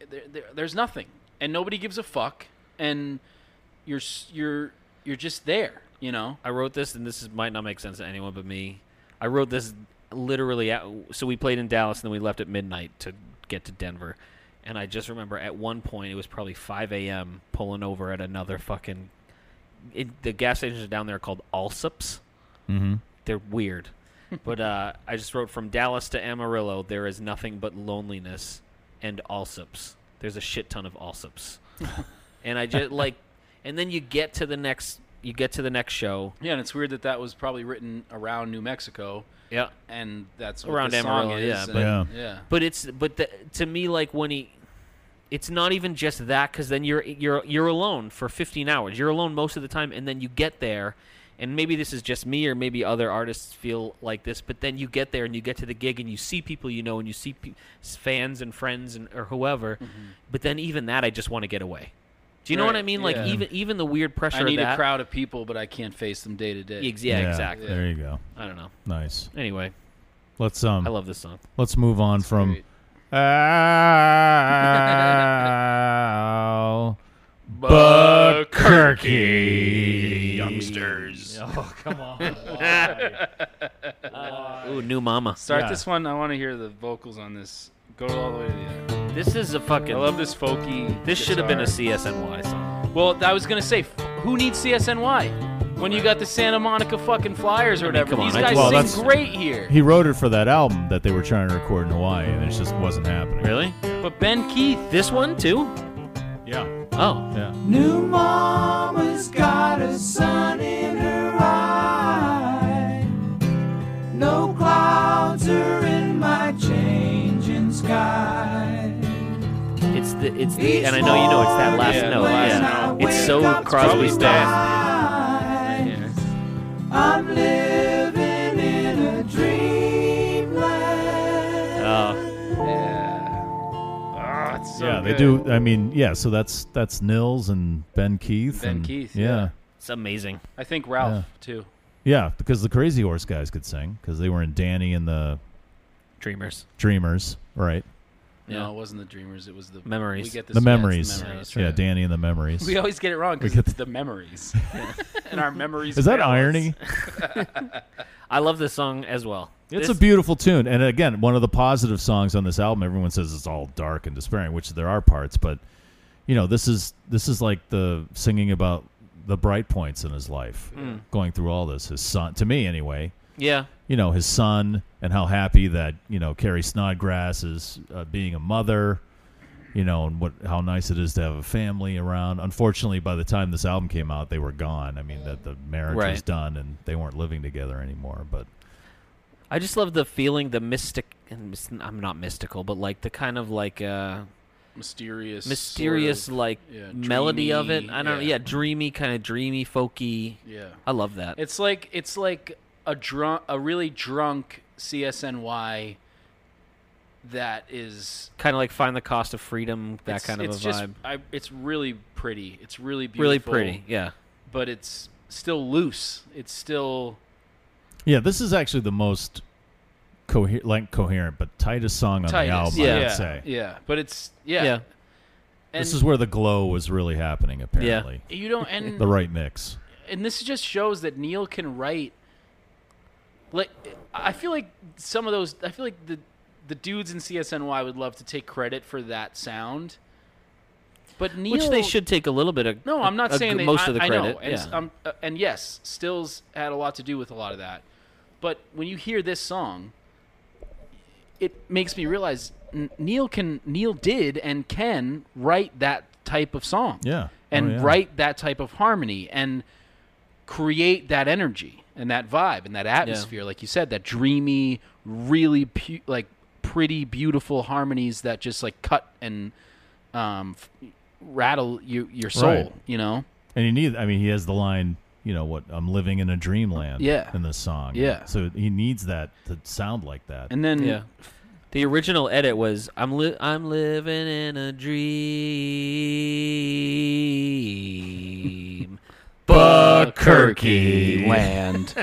S3: there, there, there's nothing, and nobody gives a fuck, and you're s- you're you're just there, you know.
S5: I wrote this, and this is, might not make sense to anyone but me. I wrote this literally at. So we played in Dallas, and then we left at midnight to get to Denver. And I just remember at one point it was probably 5 a.m. pulling over at another fucking. It, the gas stations down there are called Alsops.
S2: Mm-hmm.
S5: They're weird, but uh, I just wrote from Dallas to Amarillo. There is nothing but loneliness and Alsops. There's a shit ton of Alsops, and I just like, and then you get to the next. You get to the next show.
S3: Yeah, and it's weird that that was probably written around New Mexico.
S5: Yeah.
S3: and that's what
S5: around
S3: the song
S5: Amarillo,
S3: is,
S5: yeah,
S3: and-
S5: but, But it's but the, to me like when he, it's not even just that because then you're you're you're alone for 15 hours. You're alone most of the time, and then you get there, and maybe this is just me or maybe other artists feel like this. But then you get there and you get to the gig and you see people you know and you see pe- fans and friends and or whoever. But then even that, I just want to get away. Do you know what I mean?
S3: Mm-hmm. Right,
S5: Like
S3: yeah.
S5: even even the weird pressure.
S3: I
S5: of
S3: need
S5: that,
S3: a crowd of people, but I can't face them day to day.
S5: Ex- yeah, exactly.
S2: There you go.
S5: I don't know.
S2: Nice.
S5: Anyway,
S2: Let's um.
S5: I love this song.
S2: Let's move on from. Albuquerque.
S3: youngsters.
S17: Oh, come on.
S5: Ooh, new mama.
S3: Start this one. I want to hear the vocals on this. Go all the way to the end.
S5: This is a fucking.
S3: I love this folky.
S5: This should have been a
S3: guitar.
S5: CSNY song.
S3: Well, I was gonna say, f- who needs CSNY when you got the Santa Monica fucking Flyers or whatever?
S5: come on,
S3: These
S5: I-
S3: guys
S2: Well, that's-
S3: sing great here.
S2: He wrote it for that album that they were trying to record in Hawaii, and it just wasn't happening.
S5: Really?
S3: But Ben Keith,
S5: This one too?
S2: Yeah.
S5: Oh.
S2: Yeah.
S1: New mama's got a sun in her eye. No clouds are in my changing sky.
S5: It's the it's the and I know you know it's that last
S3: Yeah,
S5: note.
S3: last
S5: yeah.
S3: note.
S5: It's so Crosby
S3: Crosby's
S5: Stills.
S1: I'm living in a dreamland.
S5: Oh.
S3: Ah, it's so
S2: yeah, they
S3: good.
S2: do. I mean, yeah. So that's that's Nils and Ben Keith.
S3: Ben
S2: and-
S3: Keith,
S2: Yeah.
S3: yeah.
S5: It's amazing.
S3: I think Ralph too.
S2: Yeah, because the Crazy Horse guys could sing because they were in Danny and the
S5: Dreamers.
S2: Dreamers, right?
S3: No, it wasn't the Dreamers. It was the
S5: Memories.
S3: We get this,
S2: the
S3: yeah, it's
S2: Memories.
S3: the memories.
S2: yeah, Danny and the Memories.
S3: We always get it wrong because
S2: get
S3: it's the memories, and our memories.
S2: Is that
S3: fail us.
S2: irony?
S5: I love this song as well.
S2: It's
S5: This-
S2: a beautiful tune, and again, one of the positive songs on this album. Everyone says it's all dark and despairing, which there are parts, but you know, this is this is like the singing about the bright points in his life,
S5: Mm.
S2: going through all this. His son, to me anyway,
S5: yeah.
S2: you know, his son, and how happy that you know Carrie Snodgrass is uh, being a mother, you know, and what how nice it is to have a family around. Unfortunately, by the time this album came out, they were gone. I mean, that the marriage was
S5: Right.
S2: done, and they weren't living together anymore. But
S5: I just love the feeling, the mystic and mys- I'm not mystical, but like the kind of like uh
S3: Mysterious. sort
S5: mysterious
S3: of,
S5: like
S3: yeah,
S5: melody of it.
S3: dreamy,
S5: I don't know. Yeah, dreamy kind of dreamy folky.
S3: Yeah.
S5: I love that.
S3: It's like it's like a drunk, a really drunk CSNY. That is
S5: kind of like find the cost of freedom, that
S3: it's-
S5: kind of
S3: it's
S5: a
S3: just,
S5: vibe.
S3: I, it's really pretty. It's really beautiful.
S5: Really pretty, yeah.
S3: But it's still loose. It's still
S2: Yeah, this is actually the most coher- like coherent but tightest song on
S3: Titus.
S2: the album.
S3: Yeah.
S2: I would
S3: yeah.
S2: say.
S3: Yeah. But it's yeah.
S5: Yeah.
S3: And
S2: this is where the glow was really happening, apparently.
S3: You don't and
S2: the right mix.
S3: and this just shows that Neil can write. Like, I feel like some of those. I feel like the the dudes in CSNY would love to take credit for that sound. But Neil,
S5: Which they should take a little bit of.
S3: No, I'm not
S5: a-
S3: saying they,
S5: most
S3: I,
S5: of the
S3: I
S5: credit.
S3: know, and,
S5: yeah.
S3: s- um, uh, and yes, Stills had a lot to do with a lot of that. But when you hear this song, it makes me realize N- Neil can Neil did and can write that type of song.
S2: Yeah.
S3: And
S2: Oh, yeah.
S3: write that type of harmony and create that energy and that vibe and that atmosphere like you said that dreamy really pu- like pretty beautiful harmonies that just like cut and um f- rattle you, your soul
S2: Right.
S3: you know
S2: And you need, I mean, he has the line, you know, what, I'm living in a dreamland
S3: Yeah.
S2: in this song.
S3: Yeah.
S2: So he needs that to sound like that.
S3: and then
S5: Yeah. The original edit was I'm li- I'm living in a dream.
S3: Buckirky land.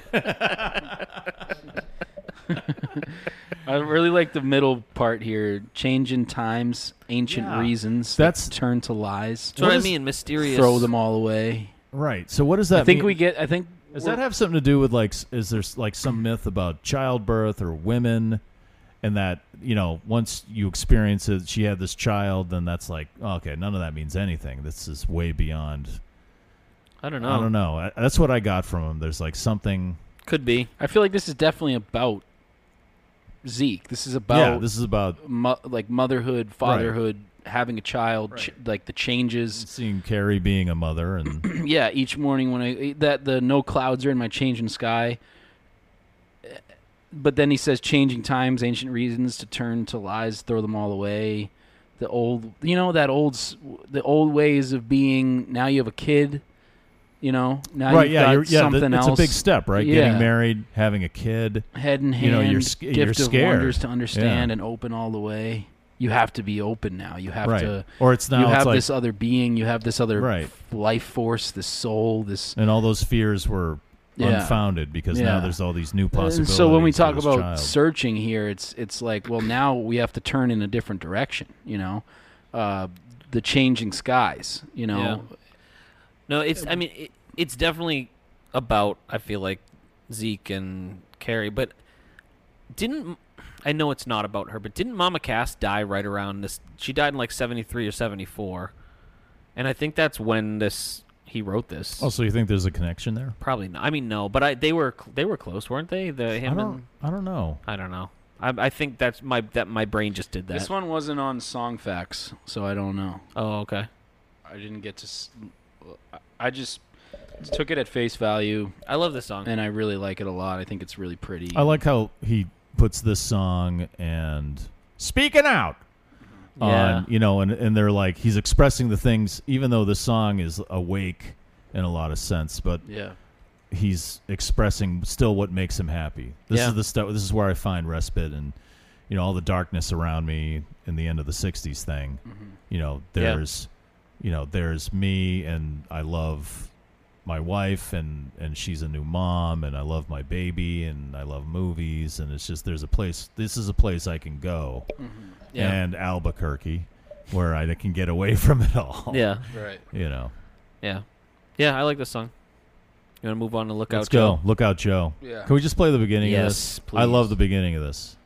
S3: I really like the middle part here. Change in times, ancient
S2: Yeah.
S3: reasons.
S2: That's-
S3: that turn to lies.
S5: That's what, I
S2: is-
S5: mean, mysterious.
S3: Throw them all away.
S2: Right. So what does that
S3: I think
S2: mean?
S3: we get. I think
S2: Does that have something to do with like s- is there s- like some myth about childbirth or women and that you know once you experience it she had this child then that's like oh, okay none of that means anything this is way beyond
S5: I don't know.
S3: Oh.
S2: I don't know I, that's what I got from him there's like something
S5: Could be.
S3: I feel like this is definitely about Zeke. This is about
S2: yeah this is about
S3: mo- like motherhood, fatherhood, having a child, ch- like the changes.
S2: seeing Carrie being a mother and
S3: yeah, each morning when I eh, that the no clouds are in my changing sky. But then he says, changing times, ancient reasons to turn to lies, throw them all away. The old, you know, that old, s- the old ways of being. Now you have a kid, you know. Now
S2: right
S3: you've
S2: yeah
S3: got
S2: you're, yeah th-
S3: something
S2: it's
S3: else.
S2: a big step right
S3: Yeah.
S2: getting married having a kid
S3: Head in hand,
S2: you know you're sc-
S3: gift
S2: you're
S3: of
S2: scared
S3: wonders to
S2: Yeah.
S3: understand and open all the way. You have to be open now. You have
S2: Right.
S3: to,
S2: Or it's now
S3: you
S2: it's
S3: have
S2: like-
S3: this other being. You have this other
S2: Right.
S3: life force, this soul, this
S2: and all those fears were
S3: Yeah.
S2: unfounded because now
S3: Yeah.
S2: there's all these new
S3: And
S2: possibilities
S3: so when we
S2: for
S3: talk
S2: this
S3: about
S2: child.
S3: searching here, it's it's like well now we have to turn in a different direction. You know, uh, the changing skies. You know,
S5: No, it's. I mean, it, it's definitely about. I feel like Zeke and Carrie, but didn't I know it's not about her? But didn't Mama Cass die right around this? She died in like seventy three or seventy four, and I think that's when this he wrote this.
S2: oh so you think there's a connection there
S5: Probably not. I mean, no, but I they were cl- they were close, weren't they? The
S2: I
S5: him
S2: don't.
S5: and
S2: I don't know.
S5: I don't know. I, I think that's my that my brain just did that.
S3: this one wasn't on Song Facts, so I don't know.
S5: Oh, okay.
S3: I didn't get to. s- I just took it at face value,
S5: I love this song.
S3: and I really like it a lot. I think it's really pretty.
S2: I like how he puts this song and speaking out
S5: Yeah.
S2: on you know, and and they're like he's expressing the things, even though the song is awake in a lot of sense, but
S3: yeah.
S2: he's expressing still what makes him happy. This
S5: Yeah.
S2: is the stuff. This is where I find respite and you know all the darkness around me in the end of the '60s thing. You know,
S5: Mm-hmm. Yeah.
S2: there's you know there's me and I love my wife and and she's a new mom and I love my baby and I love movies and it's just there's a place. This is a place I can go
S5: Mm-hmm. Yeah.
S2: and Albuquerque where I can get away from it all.
S5: yeah.
S3: Right.
S2: You know,
S5: Yeah. Yeah, I like this song. You want to move on to Look
S2: let's
S5: Out
S2: go.
S5: Joe?
S2: Look out, Joe.
S3: Yeah.
S2: Can we just play the beginning of
S5: Yes,
S2: this? I love
S5: please.
S2: the beginning of this.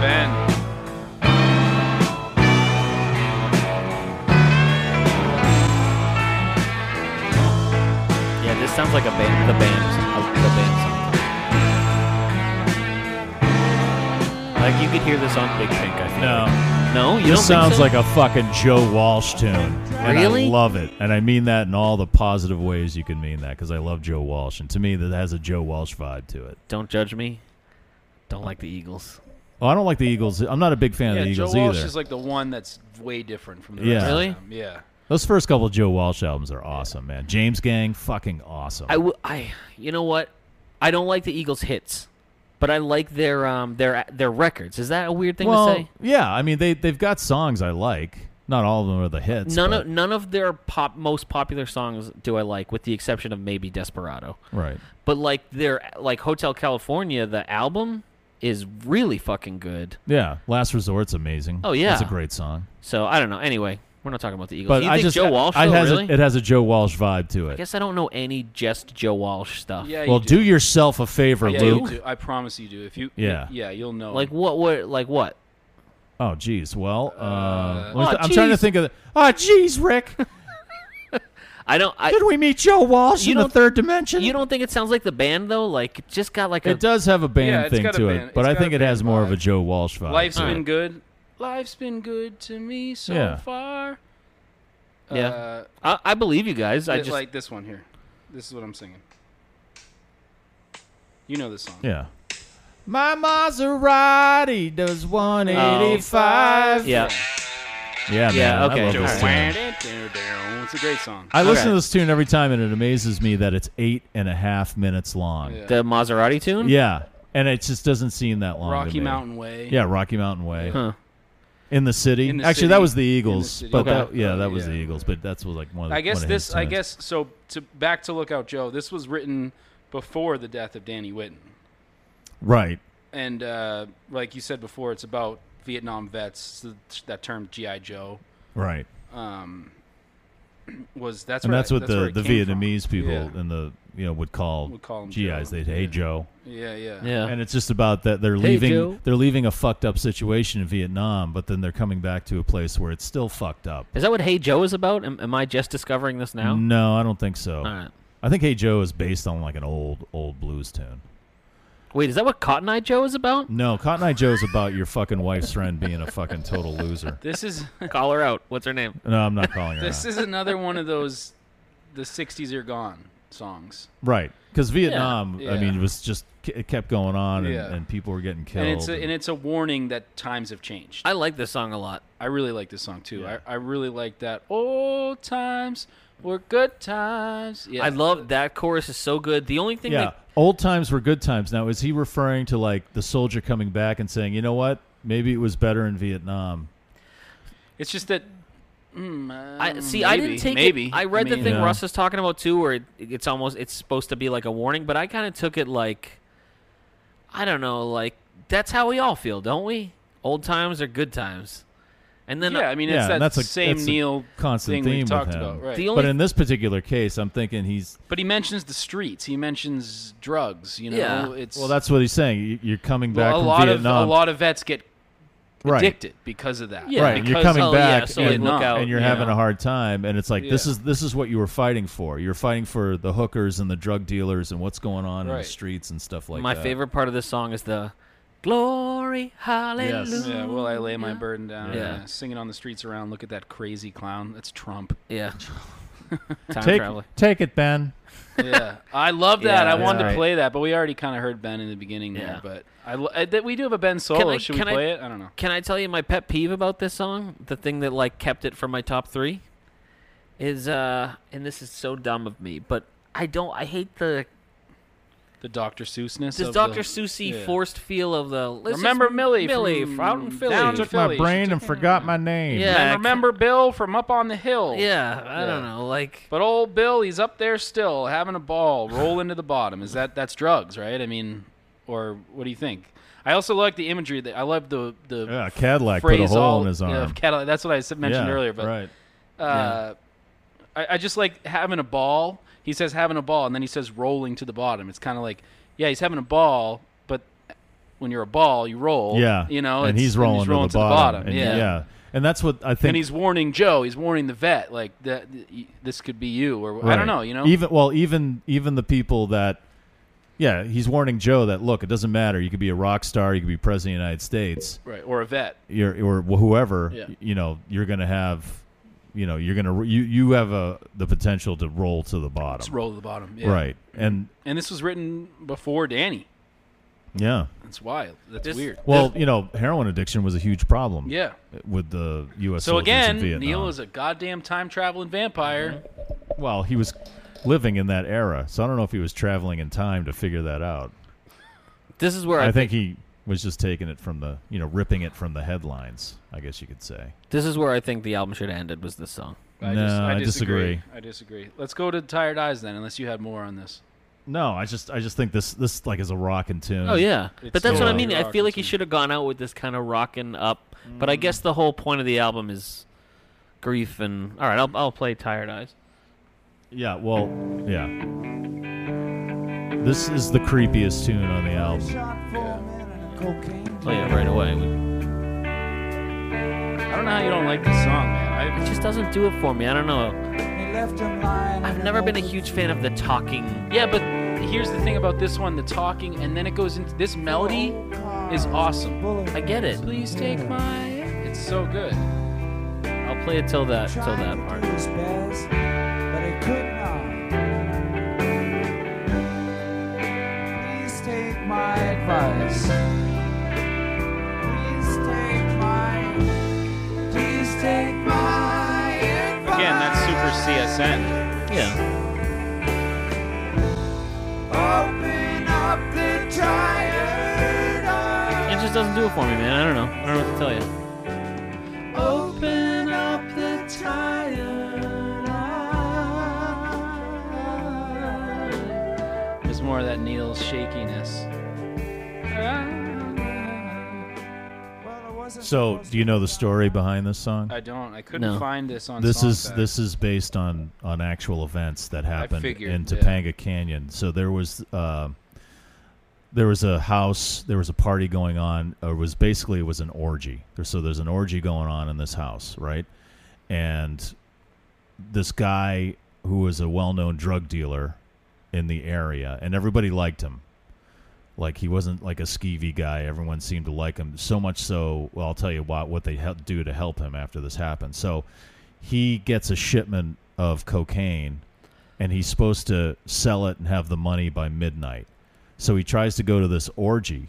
S13: Ben.
S5: Yeah, this sounds like a band, the band, the band song. Like you could hear this on Big Pink, I think.
S2: No.
S5: No, you
S2: This
S5: don't
S2: sounds
S5: think
S2: like a fucking Joe Walsh tune. And
S5: Really?
S2: I love it. And I mean that in all the positive ways you can mean that because I love Joe Walsh. And to me, that has a Joe Walsh vibe to it.
S5: Don't judge me. Don't like the Eagles.
S2: Well, Oh, I don't like the Eagles. I'm not a big fan
S13: Yeah,
S2: of the Eagles
S13: Joe Walsh
S2: either.
S13: is like the one that's way different from the
S2: Yeah.
S13: rest of
S5: Really?
S13: them. Yeah.
S2: Those first couple Joe Walsh albums are awesome, man. James Gang, fucking awesome.
S5: I, w- I, you know what? I don't like the Eagles hits, but I like their um their their records. Is that a weird thing
S2: well,
S5: to say?
S2: yeah. I mean, they, they've got songs I like. Not all of them are the hits.
S5: None
S2: but,
S5: of none of their pop most popular songs do I like, with the exception of maybe Desperado.
S2: Right.
S5: But like their like Hotel California, the album, is really fucking good.
S2: Yeah, Last Resort's amazing.
S5: Oh, yeah.
S2: it's a great song.
S5: So I don't know. Anyway, we're not talking about the Eagles.
S2: But
S5: you
S2: I
S5: think
S2: just
S5: Joe Walsh?
S2: I,
S5: though,
S2: has
S5: really?
S2: a, it has a Joe Walsh vibe to
S5: I
S2: it.
S5: guess I don't know any just Joe Walsh stuff.
S3: Yeah,
S2: well, do. yourself a favor,
S3: yeah,
S2: Luke.
S3: You do. I promise you do. If you,
S2: Yeah.
S3: yeah, you'll know.
S5: Like what? What? Like what?
S2: Oh, geez. Well, uh, let me
S5: Aw,
S2: th- I'm trying to
S5: geez.
S2: think of. The, oh, geez, Rick.
S5: I don't. I,
S2: Did we meet Joe Walsh
S5: You
S2: in the
S5: don't-
S2: third dimension?
S5: you don't think it sounds like the band though? Like it just got like a.
S2: it does have a band
S3: Yeah, it's
S2: thing
S3: got a
S2: to
S3: band-
S2: it, but
S3: it's
S2: I
S3: got
S2: think
S3: a
S2: it has
S3: band
S2: more of
S3: vibe.
S2: a Joe Walsh vibe.
S3: Life's
S2: to it.
S3: been good. Life's been good to me so
S2: Yeah.
S3: far.
S5: Yeah.
S3: Uh,
S5: I, I believe you guys. I
S3: th-
S5: just
S3: like this one here. This is what I'm singing. You know this song.
S2: Yeah.
S12: My Maserati does 185.
S5: yeah.
S2: Oh.
S5: Yeah,
S2: Yeah, man. I
S5: okay.
S2: love this tune.
S3: It's a great song.
S2: I listen
S5: Okay.
S2: to this tune every time, and it amazes me that it's eight and a half minutes long. Yeah,
S5: The Maserati tune.
S2: and it just doesn't seem that long. to
S3: Rocky
S2: me.
S3: Mountain Way.
S2: Yeah, Rocky Mountain Way.
S5: Huh.
S2: In the city.
S3: In the
S2: Actually, that
S3: city.
S2: was the
S3: In the
S2: Eagles,
S3: city.
S2: but
S3: Okay.
S2: that, yeah,
S3: Oh,
S2: that was
S3: yeah.
S2: the Eagles, but that's was like one. Of the,
S3: I guess
S2: one of his
S3: this. I
S2: tunes.
S3: guess so. To back to Lookout Joe. This was written before the death of Danny Whitten,
S2: Right.
S3: and uh, like you said before, it's about Vietnam vets. th- That term GI Joe
S2: Right.
S3: um, was that's
S2: and
S3: where
S2: that's
S3: I,
S2: what
S3: where
S2: the,
S3: it
S2: the
S3: came from.
S2: Vietnamese people
S3: Yeah.
S2: in the you know would call
S3: Would call 'em
S2: GIs.
S3: Joe.
S2: They'd hey Joe.
S3: Yeah, yeah,
S5: Yeah.
S2: And it's just about that they're
S5: Hey,
S2: leaving
S5: Joe.
S2: they're leaving a fucked up situation in Vietnam, but then they're coming back to a place where it's still fucked up.
S5: Is that what Hey Joe is about? Am, am I just discovering this now?
S2: No, I don't think so.
S5: Alright.
S2: I think Hey Joe is based on like an old old blues tune.
S5: Wait, is that what Cotton Eye Joe is about?
S2: No, Cotton Eye Joe's about your fucking wife's friend being a fucking total loser.
S3: This is
S5: Call her out. What's her name?
S2: No, I'm not calling her.
S3: this
S2: out.
S3: is another one of those the '60s are gone songs.
S2: Right, because Vietnam, I
S3: Yeah.
S2: mean, it was just it kept going on, and,
S3: Yeah.
S2: and people were getting killed.
S3: and it's a, and it's a warning that times have changed.
S5: I like this song a lot.
S3: I really like this song too. I, I really like that old times were good times. Yeah,
S5: I love that chorus is so good. The only thing
S2: yeah,
S5: that
S2: old times were good times. Now, is he referring to like the soldier coming back and saying, you know what, maybe it was better in Vietnam?
S3: it's just that. Mm,
S5: I
S3: um,
S5: see. I didn't
S3: maybe,
S5: take
S3: maybe.
S5: It, I read the
S3: mean,
S5: thing
S2: Yeah.
S5: Russ is talking about too, where it, it's almost it's supposed to be like a warning, but I kind of took it like, I don't know, like that's how we all feel, don't we? Old times are good times, and then uh,
S3: Yeah, I mean,
S2: Yeah,
S3: it's
S2: and
S3: that
S2: that's a-
S3: same
S2: that's a
S3: Neil
S2: constant
S3: thing
S2: theme
S3: we've
S2: with
S3: talked
S2: him.
S3: about, right?
S5: The only
S2: But in this particular case, I'm thinking he's
S3: but he mentions the streets. He mentions drugs. You know,
S5: Yeah.
S3: it's
S2: well. That's what he's saying. You- You're coming
S3: well,
S2: back
S3: a
S2: from
S3: lot
S2: Vietnam,
S3: of a lot of vets get
S2: right?
S3: addicted because of that.
S5: Yeah,
S2: right, you're
S5: because-
S2: coming
S5: oh, yeah,
S2: back,
S5: so,
S3: like,
S2: and,
S3: look out,
S2: and you're
S3: you
S2: having
S3: know.
S2: a hard time, and it's like this
S3: Yeah.
S2: is this is what you were fighting for. You're fighting for the hookers and the drug dealers and what's going on in the
S3: Right.
S2: streets and stuff like
S5: my
S2: that.
S5: favorite part of this song is the glory hallelujah.
S3: Yeah, will I lay my burden down?
S5: Yeah.
S3: Yeah. Singing on the streets around. Look at that crazy clown. That's Trump.
S5: Yeah. Time
S2: Take,
S5: traveler.
S2: take it, Ben.
S3: Yeah. I love that.
S5: Yeah,
S3: I wanted
S5: right.
S3: to play that, but we already kind of heard Ben in the beginning
S5: Yeah.
S3: there. But I, lo- I that we do have a Ben solo.
S5: I-
S3: Oh, Should we
S5: can I-
S3: play it? I don't know.
S5: Can I tell you my pet peeve about this song? The thing that like kept it from my top three is uh and this is so dumb of me, but I don't I hate the
S3: The Dr. Seussness.
S5: this
S3: of
S5: Dr.
S3: the-
S5: Susie
S3: yeah.
S5: forced feel of the "Let's just
S3: Remember Millie
S5: Millie
S3: from
S5: out in Philly.
S3: down to
S2: Took my
S3: Philly, she
S2: brain
S3: took
S2: and
S3: it.
S2: forgot my name.
S5: Yeah.
S3: And
S5: I
S3: remember Bill from up on the hill.
S5: yeah, I don't
S3: Yeah.
S5: know. Like
S3: But old Bill, he's up there still having a ball, roll into the bottom. Is that that's drugs, right? I mean, or what do you think? I also like the imagery that I love the the
S2: Yeah, Cadillac put a
S3: phrase
S2: hole
S3: all-
S2: in his
S3: yeah,
S2: arm.
S3: Cadillac. That's what I s- mentioned
S2: Yeah,
S3: earlier. But
S2: right.
S3: uh, I, I just like having a ball. He says having a ball, and then he says rolling to the bottom. It's kind of like, yeah, he's having a ball, but when you're a ball, you roll.
S2: Yeah,
S3: you know,
S2: and
S3: it's-
S2: he's rolling,
S3: rolling
S2: to the bottom. and,
S3: yeah.
S2: and that's what I think.
S3: And he's warning Joe. He's warning the vet, like that. This could be you, or I
S2: Right.
S3: don't know. You know,
S2: even well, even even the people that, yeah, he's warning Joe that look, it doesn't matter. You could be a rock star, you could be president of the United States,
S3: right? Or a vet.
S2: you're, or wh- whoever.
S3: Yeah.
S2: You know, you're gonna have, you know, you're gonna you you have a the potential to roll to the bottom,
S3: Let's roll to the bottom. Yeah.
S2: right? And
S3: And this was written before Danny.
S2: yeah,
S3: That's wild. That's
S5: This-
S3: weird.
S2: well, you know, heroin addiction was a huge problem.
S3: Yeah.
S2: with the U.S.
S3: So
S2: soldiers
S3: again,
S2: in Vietnam. Mm-hmm.
S3: Neil is a goddamn time traveling vampire.
S2: Well, he was living in that era, so I don't know if he was traveling in time to figure that out.
S5: this is where I,
S2: I think he was just taking it from the, you know, ripping it from the headlines, I guess you could say.
S5: this is where I think the album should have ended was this song.
S3: I,
S2: No,
S3: dis- I,
S2: I
S3: disagree.
S2: disagree.
S3: I disagree. Let's go to Tired Eyes then, unless you had more on this.
S2: No, I just I just think this this like is a rockin' tune.
S5: Oh yeah, but that's what I mean. I feel like he should have gone out with this kind of rocking up. But I
S3: Mm.
S5: guess the whole point of the album is grief and all right. I'll I'll play Tired Eyes.
S2: Yeah, well, yeah. This is the creepiest tune on the album. Oh,
S5: Play it right away.
S3: I don't know how you don't like this song, man.
S5: I, it just doesn't do it for me. I don't know. I've never been a huge fan of the talking.
S3: Yeah, but here's the thing about this one: the talking, and then it goes into this melody is awesome.
S5: I get it.
S3: Please take my. It's so good.
S5: I'll play it till that till that part.
S1: Please take my advice. Please take my. Please take my advice.
S3: Again, that's super CSN.
S5: Yeah.
S1: Open up the tired
S5: It
S1: eyes.
S5: just doesn't do it for me, man. I don't know. I don't know what to tell you.
S1: Open up the tired eyes.
S3: There's more of that Neil shakiness.
S2: So, do you know the story behind this song?
S3: I don't. I couldn't
S5: No.
S3: find this on.
S2: This is
S3: Songfest.
S2: this is based on on actual events that happened
S3: figured,
S2: in
S3: yeah.
S2: Topanga Canyon. So there was uh, there was a house, there was a party going on, or it was basically it was an orgy. There- So there's an orgy going on in this house, right? And this guy who was a well-known drug dealer in the area, and everybody liked him. Like he wasn't like a skeevy guy. Everyone seemed to like him so much so. Well, I'll tell you what what they help do to help him after this happened. So he gets a shipment of cocaine, and he's supposed to sell it and have the money by midnight. So he tries to go to this orgy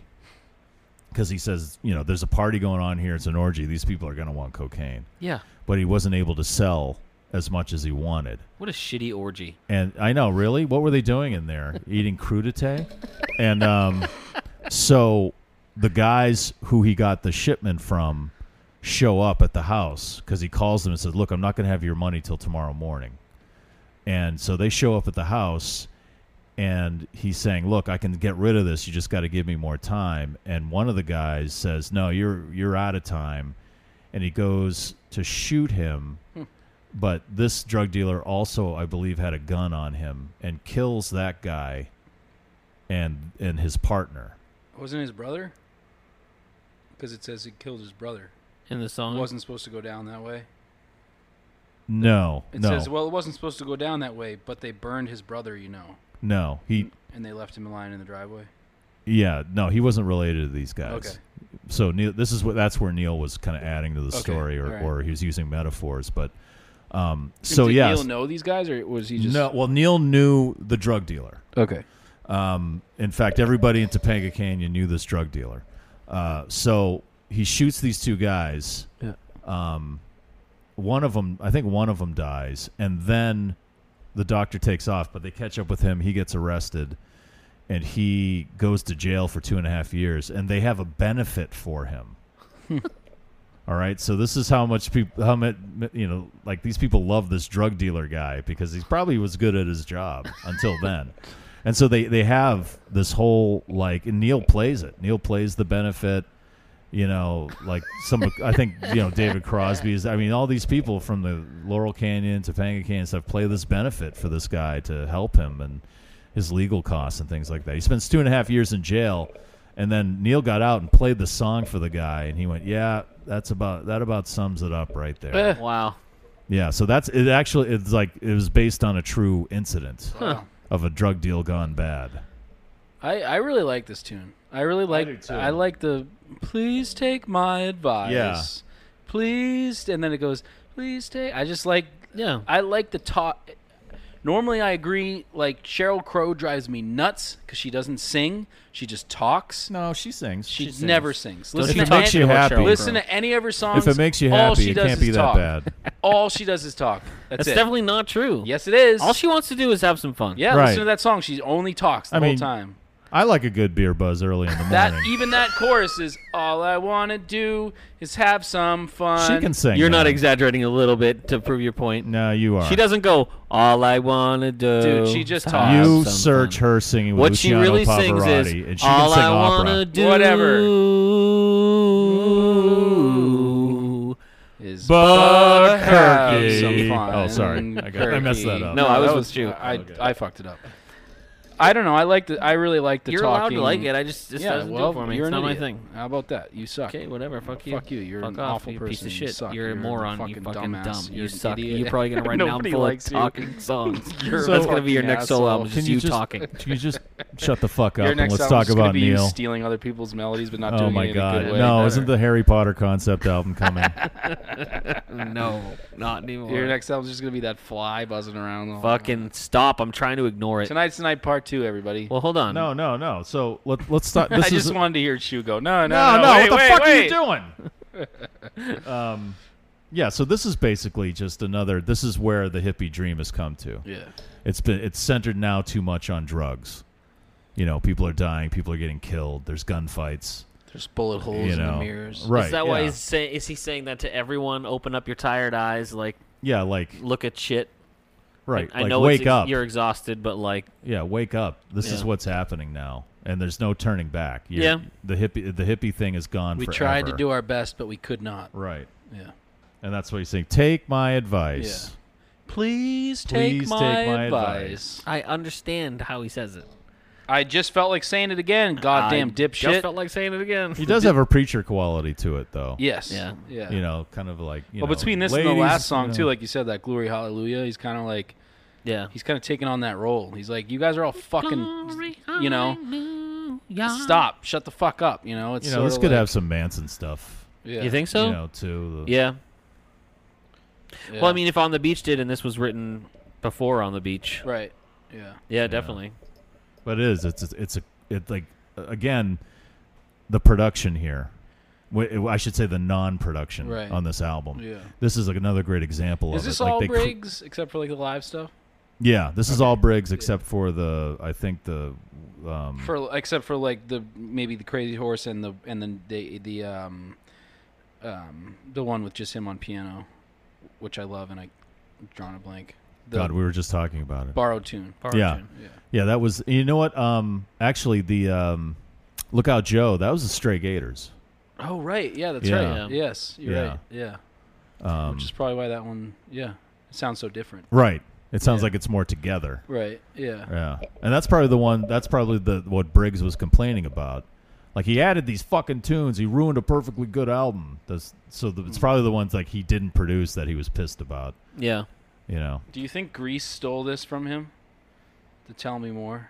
S2: because he says, you know, there's a party going on here. It's an orgy. These people are going to want cocaine.
S5: Yeah.
S2: But he wasn't able to sell as much as he wanted.
S5: What a shitty orgy.
S2: And I know, really, what were they doing in there? Eating crudité, and um, so the guys who he got the shipment from show up at the house because he calls them and says, "Look, I'm not going to have your money till tomorrow morning." And so they show up at the house, and he's saying, "Look, I can get rid of this. You just got to give me more time." And one of the guys says, "No, you're you're out of time," and he goes to shoot him but this drug dealer also i believe had a gun on him and kills that guy and and his partner
S3: Wasn't it his brother? Because it says he killed his brother.
S5: In the
S3: It
S5: song.
S3: wasn't supposed to go down that way.
S2: no
S3: It
S2: no
S3: says, well, it wasn't supposed to go down that way, but they burned his brother, you know,
S2: no he
S3: and they left him lying in the driveway.
S2: yeah no he wasn't related to these guys
S3: Okay.
S2: so neil this is what that's where neil was kind of adding to the
S3: Okay,
S2: story or,
S3: alright.
S2: or he was using metaphors but um so
S3: Did
S2: yes
S3: Neil know these guys, or was he just
S2: no well neil knew the drug dealer
S3: Okay.
S2: Um, in fact, everybody in Topanga Canyon knew this drug dealer. Uh, so he shoots these two guys.
S3: Yeah.
S2: Um, one of them, I think one of them dies, and then the doctor takes off, but they catch up with him. He gets arrested, and he goes to jail for two and a half years, and they have a benefit for him. All right, so this is how much people, how much you know, like these people love this drug dealer guy because he probably was good at his job until then, and so they they have this whole like and Neil plays it. Neil plays the benefit, you know, like some I think you know David Crosby is. I mean, all these people from the Laurel Canyon to Panga Canyon and stuff play this benefit for this guy to help him and his legal costs and things like that. He spends two and a half years in jail, and then Neil got out and played the song for the guy, and he went, "Yeah, that's about that about sums it up right there."
S3: Eh.
S5: Wow.
S2: Yeah, so that's it. Actually, it's like it was based on a true incident
S3: Wow.
S2: of a drug deal gone bad.
S3: I, I really like this tune. I really like
S2: too.
S3: I, like the please take my advice.
S2: Yeah.
S3: Please and then it goes please take I just like
S5: Yeah.
S3: I like the talk Normally I agree like Cheryl Crow drives me nuts cuz she doesn't sing, she just talks.
S2: No, she sings.
S3: She, never sings.
S2: If
S3: Listen
S2: it
S3: to
S2: makes
S3: any,
S2: you happy,
S3: listen to any of her songs.
S2: if it makes you
S3: all she
S2: happy, it
S3: does
S2: can't
S3: is
S2: be that
S3: talk.
S2: bad.
S3: All she does is talk. That's,
S5: That's
S3: it.
S5: definitely not true.
S3: Yes it is.
S5: All she wants to do is have some fun.
S3: yeah,
S2: Right.
S3: listen to that song. She only talks the
S2: I
S3: whole
S2: mean,
S3: time.
S2: I like a good beer buzz early in the morning.
S3: That even that chorus is all I want to do is have some fun.
S2: She can sing.
S5: You're
S2: that.
S5: not exaggerating a little bit to prove your point.
S2: No, you are.
S5: She doesn't go. All I wanna do.
S3: Dude, she just
S5: is
S3: talks.
S5: have
S2: You
S5: some
S2: search
S5: fun."
S2: her singing with
S5: What she
S2: Luciano
S5: really sings
S2: Pavarotti,
S5: is
S2: and she
S5: all
S2: can sing
S5: I
S2: opera.
S5: wanna do.
S3: Whatever. Is
S2: But
S3: have
S2: Herky.
S3: some fun.
S2: Oh, sorry. I got- I messed that up.
S5: No, I was
S3: that
S5: with you.
S3: I, I fucked it up. I don't know. I like the. I really like the
S5: You're allowed to
S3: talking.
S5: like it. I just- this
S3: yeah,
S5: doesn't do it
S3: well,
S5: for me.
S3: You're
S5: It's not
S3: an
S5: my
S3: idiot.
S5: thing.
S3: How about that? You suck.
S5: Okay, whatever. Fuck you.
S3: Fuck you. You're
S5: Fuck
S3: an
S5: off,
S3: awful
S5: you
S3: person.
S5: piece of
S3: You
S5: shit.
S3: suck.
S5: You're a
S3: You're a
S5: moron. you
S3: fucking
S5: fucking
S3: dumbass.
S5: dumb.
S3: You're
S5: you
S3: an
S5: suck.
S3: idiot.
S5: You're probably gonna write an
S3: Nobody
S5: album full of
S3: likes you.
S5: talking songs.
S3: You're a
S5: That's gonna be your
S3: fucking
S5: next solo
S3: asshole.
S5: album. It's
S2: Can
S5: Just
S2: you
S5: you,
S2: just-
S5: talking.
S2: Can you just shut the fuck up
S3: Your
S2: and
S3: next
S2: let's
S3: album's
S2: talk about
S3: gonna be you
S2: Neil?
S3: stealing other people's melodies, but not
S2: Oh
S3: doing
S2: my
S3: it in a
S2: god!
S3: good way.
S2: No,
S3: Better.
S2: isn't the Harry Potter concept album coming?
S5: no, not anymore.
S3: Your next album's just gonna be that fly buzzing around. the whole
S5: Fucking stop! I'm trying to ignore it.
S3: Tonight's the night part two, everybody.
S5: Well, hold on.
S2: no, no, no. So let, let's start. This
S3: I
S2: is
S3: just wanted to hear Chew go.
S2: No,
S3: No, no, no.
S2: no, what
S3: wait,
S2: the
S3: wait,
S2: fuck are you
S3: wait.
S2: doing? um, yeah. So this is basically just another. This is where the hippie dream has come to.
S3: Yeah.
S2: It's been it's centered now too much on drugs. You know, people are dying, people are getting killed. There's gunfights.
S3: There's bullet holes
S2: You
S3: in
S2: know,
S3: the mirrors.
S2: right?
S5: Is that why
S2: yeah.
S5: he's saying? Is he saying that to everyone? Open up your tired eyes. Like
S2: Yeah, like
S5: look at shit.
S2: right.
S5: I
S2: like
S5: know
S2: wake
S5: it's, ex-
S2: up.
S5: You're exhausted, but like
S2: Yeah, wake up. This is
S5: Yeah.
S2: what's happening now, and there's no turning back. You're-
S5: Yeah.
S2: the hippie the hippie thing is gone.
S3: We tried to
S2: forever.
S3: do our best, but we could not.
S2: right,
S3: Yeah.
S2: and that's what he's saying. Take my advice.
S3: Please take,
S2: Please
S3: my,
S2: take my
S3: advice.
S5: I understand how he says it.
S3: I just felt like saying it again. Goddamn
S5: I
S3: dipshit.
S5: Just felt like saying it again.
S2: He does have a preacher quality to it, though.
S3: yes.
S5: Yeah.
S3: Yeah.
S2: You know, kind of like you
S3: well,
S2: know,
S3: between this and
S2: ladies,
S3: the last song
S2: you know.
S3: too, like you said, that "Glory Hallelujah," he's kind of like
S5: Yeah.
S3: he's kind of taking on that role. He's like, "You guys are all fucking, you know, stop, shut the fuck up." You know, it's
S2: you know, this
S3: sorta
S2: could
S3: like-
S2: have some Manson stuff.
S3: Yeah.
S5: You think so?
S2: You know, too. The-
S5: Yeah.
S3: Yeah.
S5: Well, I mean, if On the Beach did, and this was written before On the Beach.
S3: right? Yeah.
S5: Yeah, definitely.
S2: But it is. It's it's, it's a it's like uh, again, the production here. Wh- I should say the non-production
S3: Right.
S2: on this album.
S3: Yeah.
S2: This is like another great example
S3: Is
S2: of
S3: this
S2: it. Like,
S3: all
S2: they cr-
S3: Briggs except for like the live stuff?
S2: Yeah, this is all Briggs except for the I think the um,
S3: For except for like the maybe the Crazy Horse and the and then the the um um the one with just him on piano, which I love, and I drawn a blank. The
S2: God. We were just talking about it.
S3: borrowed tune.
S2: yeah,
S3: Yeah.
S2: yeah. That was you know what? Um, actually, the um, Lookout Joe. That was the Stray Gators.
S3: Oh right, yeah, that's
S2: Yeah.
S3: right. Yes, you're
S2: Yeah.
S3: right. Yeah,
S2: Um,
S3: which is probably why that one. Yeah, it sounds so different.
S2: right. It sounds
S3: Yeah.
S2: like it's more together.
S3: Right. Yeah.
S2: Yeah, and that's probably the one. That's probably the what Briggs was complaining about. Like he added these fucking tunes. He ruined a perfectly good album. This, so the, it's
S3: Hmm.
S2: probably the ones like he didn't produce that he was pissed about.
S5: Yeah.
S2: You know?
S3: Do you think Grease stole this from him? To tell me more.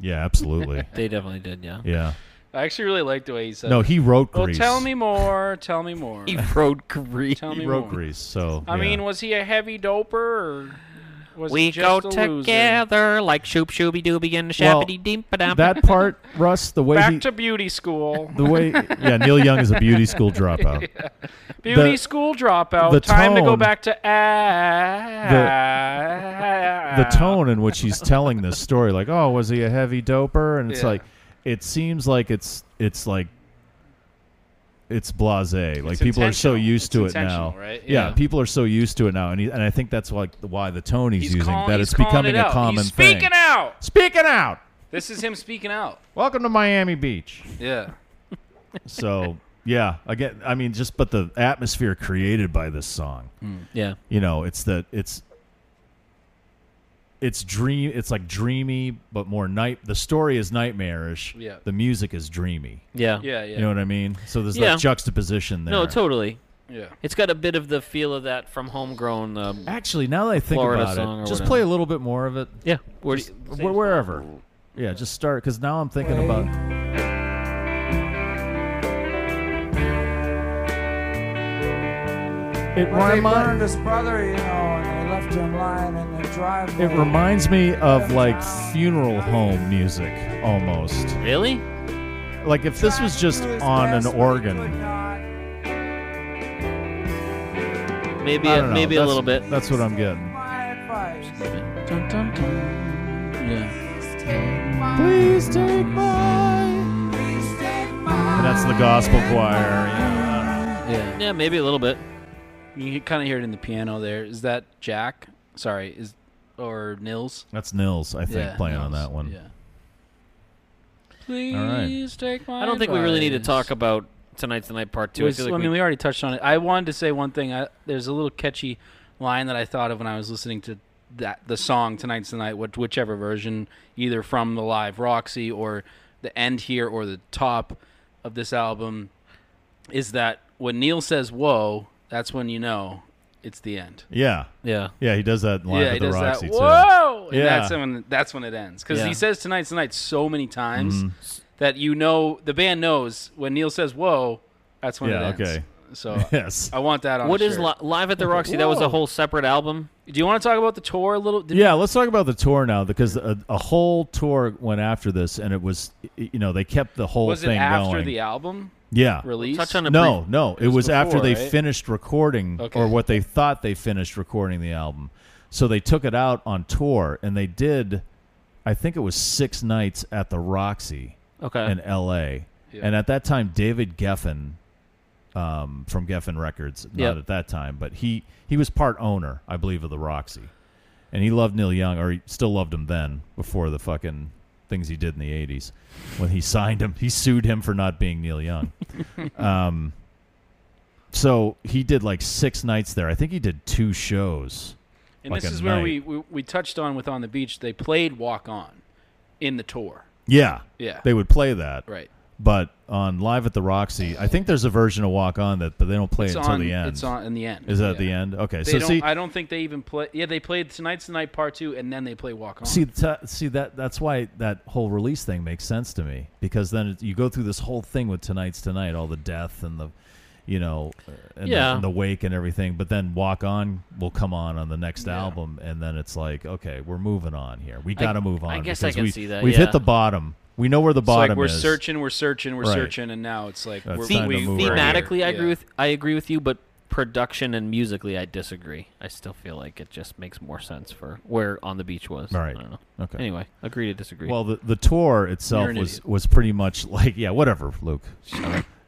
S2: Yeah, absolutely.
S5: They definitely did, yeah.
S2: yeah.
S3: I actually really like the way he said.
S2: No,
S3: it.
S2: he wrote
S3: Well,
S2: Grease.
S3: tell me more. Tell me more.
S5: He wrote Greece.
S3: tell
S2: He
S3: me
S2: wrote
S3: more.
S2: Grease. So
S3: I
S2: yeah.
S3: mean, was he a heavy doper or was
S5: We
S3: he just
S5: go
S3: a loser?
S5: together like shoop shooby dooby and
S2: Well,
S5: shabbity deep ba
S2: that part, Russ, the way
S3: Back
S2: he,
S3: to beauty school.
S2: the way, yeah, Neil Young is a beauty school dropout.
S3: Beauty
S2: the-
S3: school dropout.
S2: the
S3: Time to go
S2: tone-
S3: back to
S2: the
S3: the,
S2: tone in which he's telling this story, like, oh, was he a heavy doper? And it's
S3: Yeah.
S2: like, it seems like it's it's like it's blasé. Like
S3: It's
S2: people are so
S3: intentional.
S2: used to
S3: It's
S2: it now.
S3: intentional, right?
S2: Yeah.
S3: Yeah.
S2: people are so used to it now, and he, and I think that's like why the tone he's,
S3: He's
S2: using
S3: calling-
S2: that
S3: he's
S2: it's
S3: calling
S2: becoming
S3: it
S2: a
S3: out.
S2: common
S3: He's
S2: thing.
S3: speaking out.
S2: Speaking out.
S3: This is him speaking out.
S2: Welcome to Miami Beach.
S3: Yeah.
S2: So yeah, again, I mean, just but the atmosphere created by this song.
S5: Yeah.
S2: you know it's the it's it's dream it's like dreamy but more night the story is nightmarish
S3: Yeah.
S2: the music is dreamy
S5: Yeah.
S3: Yeah, yeah.
S2: you know what i mean so there's
S5: Yeah.
S2: that juxtaposition there
S5: No, totally.
S3: yeah.
S5: It's got a bit of the feel of that from homegrown. Um,
S2: actually now that i think
S5: Florida
S2: about
S5: song
S2: it
S5: or
S2: just
S5: whatever.
S2: play a little bit more of it
S5: yeah. Where do
S2: Just-
S5: you-
S2: wh- wherever
S5: Mm.
S2: yeah just start because now i'm thinking about it
S18: Well, they
S2: reminds
S18: burned his brother, you know, and they left him lying in the driveway.
S2: It reminds me of like funeral home music almost.
S5: really?
S2: Like if this was just on an organ.
S5: Maybe
S2: I
S5: a,
S2: don't know,
S5: maybe a
S2: that's-
S5: little bit.
S2: That's what I'm getting.
S18: My advice.
S3: Dun, dun, dun. Yeah.
S12: Please take my.
S2: That's the gospel choir.
S3: Yeah.
S5: Yeah, maybe a little bit.
S3: You can kind of hear it in the piano there. Is that Jack? Sorry, is or Nils?
S2: That's Nils, I think,
S3: Yeah,
S2: playing on
S3: Nils,
S2: that one.
S3: Yeah.
S13: Please take my
S5: I don't think we really need to talk about tonight's the night part two.
S3: Was-
S5: I
S3: I,
S5: feel like
S3: mean,
S5: we,
S3: we already touched on it. I wanted to say one thing. I, there's a little catchy line that I thought of when I was listening to that the song "Tonight's the Night," which, whichever version, either from the live Roxy or the end here or the top of this album, is that when Neil says "Whoa," that's when you know it's the end.
S2: Yeah.
S5: Yeah.
S2: Yeah, he does that live
S3: yeah,
S2: at
S3: he
S2: the
S3: does
S2: Roxy
S3: that.
S2: too.
S3: Whoa! And
S2: Yeah.
S3: that's when that's when it ends because
S5: Yeah.
S3: he says "Tonight's the Night" so many times
S2: Mhm.
S3: that you know the band knows when Neil says "Whoa," that's when
S2: Yeah,
S3: it ends.
S2: okay.
S3: So
S2: Yes.
S3: I want that on.
S5: what
S3: a
S5: is
S3: shirt.
S5: li- live at the Roxy? That was a
S3: Whoa.
S5: whole separate album.
S3: Do you want to talk about the tour a little? Did
S2: yeah, let's talk about the tour now because a, a whole tour went after this, and it was, you know, they kept the whole
S3: was it
S2: thing
S3: after
S2: going.
S3: the album?
S2: Yeah.
S3: Release.
S5: Touch on a
S2: no,
S5: brief-
S2: no, it, was, after
S3: before,
S2: they
S3: right?
S2: finished recording
S3: Okay.
S2: or what they thought they finished recording the album. So they took it out on tour, and they did, I think it was six nights at the Roxy
S5: Okay.
S2: in L.A.
S3: Yeah.
S2: And at that time, David Geffen um, from Geffen Records, not
S5: Yep.
S2: at that time, but he he was part owner, I believe, of the Roxy, and he loved Neil Young, or he still loved him then, before the fucking things he did in the '80s when he signed him. He sued him for not being Neil Young. um, so he did like six nights there. I think he did two shows.
S3: And
S2: like
S3: this
S2: a
S3: is where
S2: night.
S3: we, we we touched on with on the beach. They played Walk On in the tour.
S2: Yeah.
S3: Yeah.
S2: They would play that.
S3: Right.
S2: But on Live at the Roxy, I think there's a version of Walk On that, but they don't play
S3: It's
S2: it until
S3: on-
S2: the end.
S3: it's on- in the end,
S2: Is that at
S3: yeah.
S2: the end? Okay.
S3: They
S2: so
S3: don't,
S2: see,
S3: I don't think they even play. Yeah, they played Tonight's the Night Part Two, and then they play Walk On.
S2: see, t- see that that's why that whole release thing makes sense to me because then it, you go through this whole thing with Tonight's Tonight, all the death and the, you know, uh, and,
S5: Yeah.
S2: the, and the wake and everything. But then Walk On will come on on the next album, and then it's like, okay, we're moving on here. We
S5: I-
S2: got to move on.
S5: I guess I
S2: because
S5: can
S2: we,
S5: see that,
S2: We've
S5: yeah.
S2: hit the bottom. We know where the
S3: it's like
S2: bottom
S3: we're
S2: is.
S3: searching, we're searching, we're
S2: Right.
S3: searching, and now it's like
S2: That's
S3: we're,
S2: time to
S3: we,
S2: move
S3: we're
S2: on.
S3: here.
S5: Thematically, I agree
S3: Yeah.
S5: with I agree with you, but production and musically, I disagree. I still feel like it just makes more sense for where on the beach was.
S2: All right.
S5: I don't know.
S2: Okay.
S5: Anyway, agree to disagree.
S2: Well, the, the tour itself
S3: You're an
S2: was
S3: idiot.
S2: was pretty much like yeah, whatever, Luke.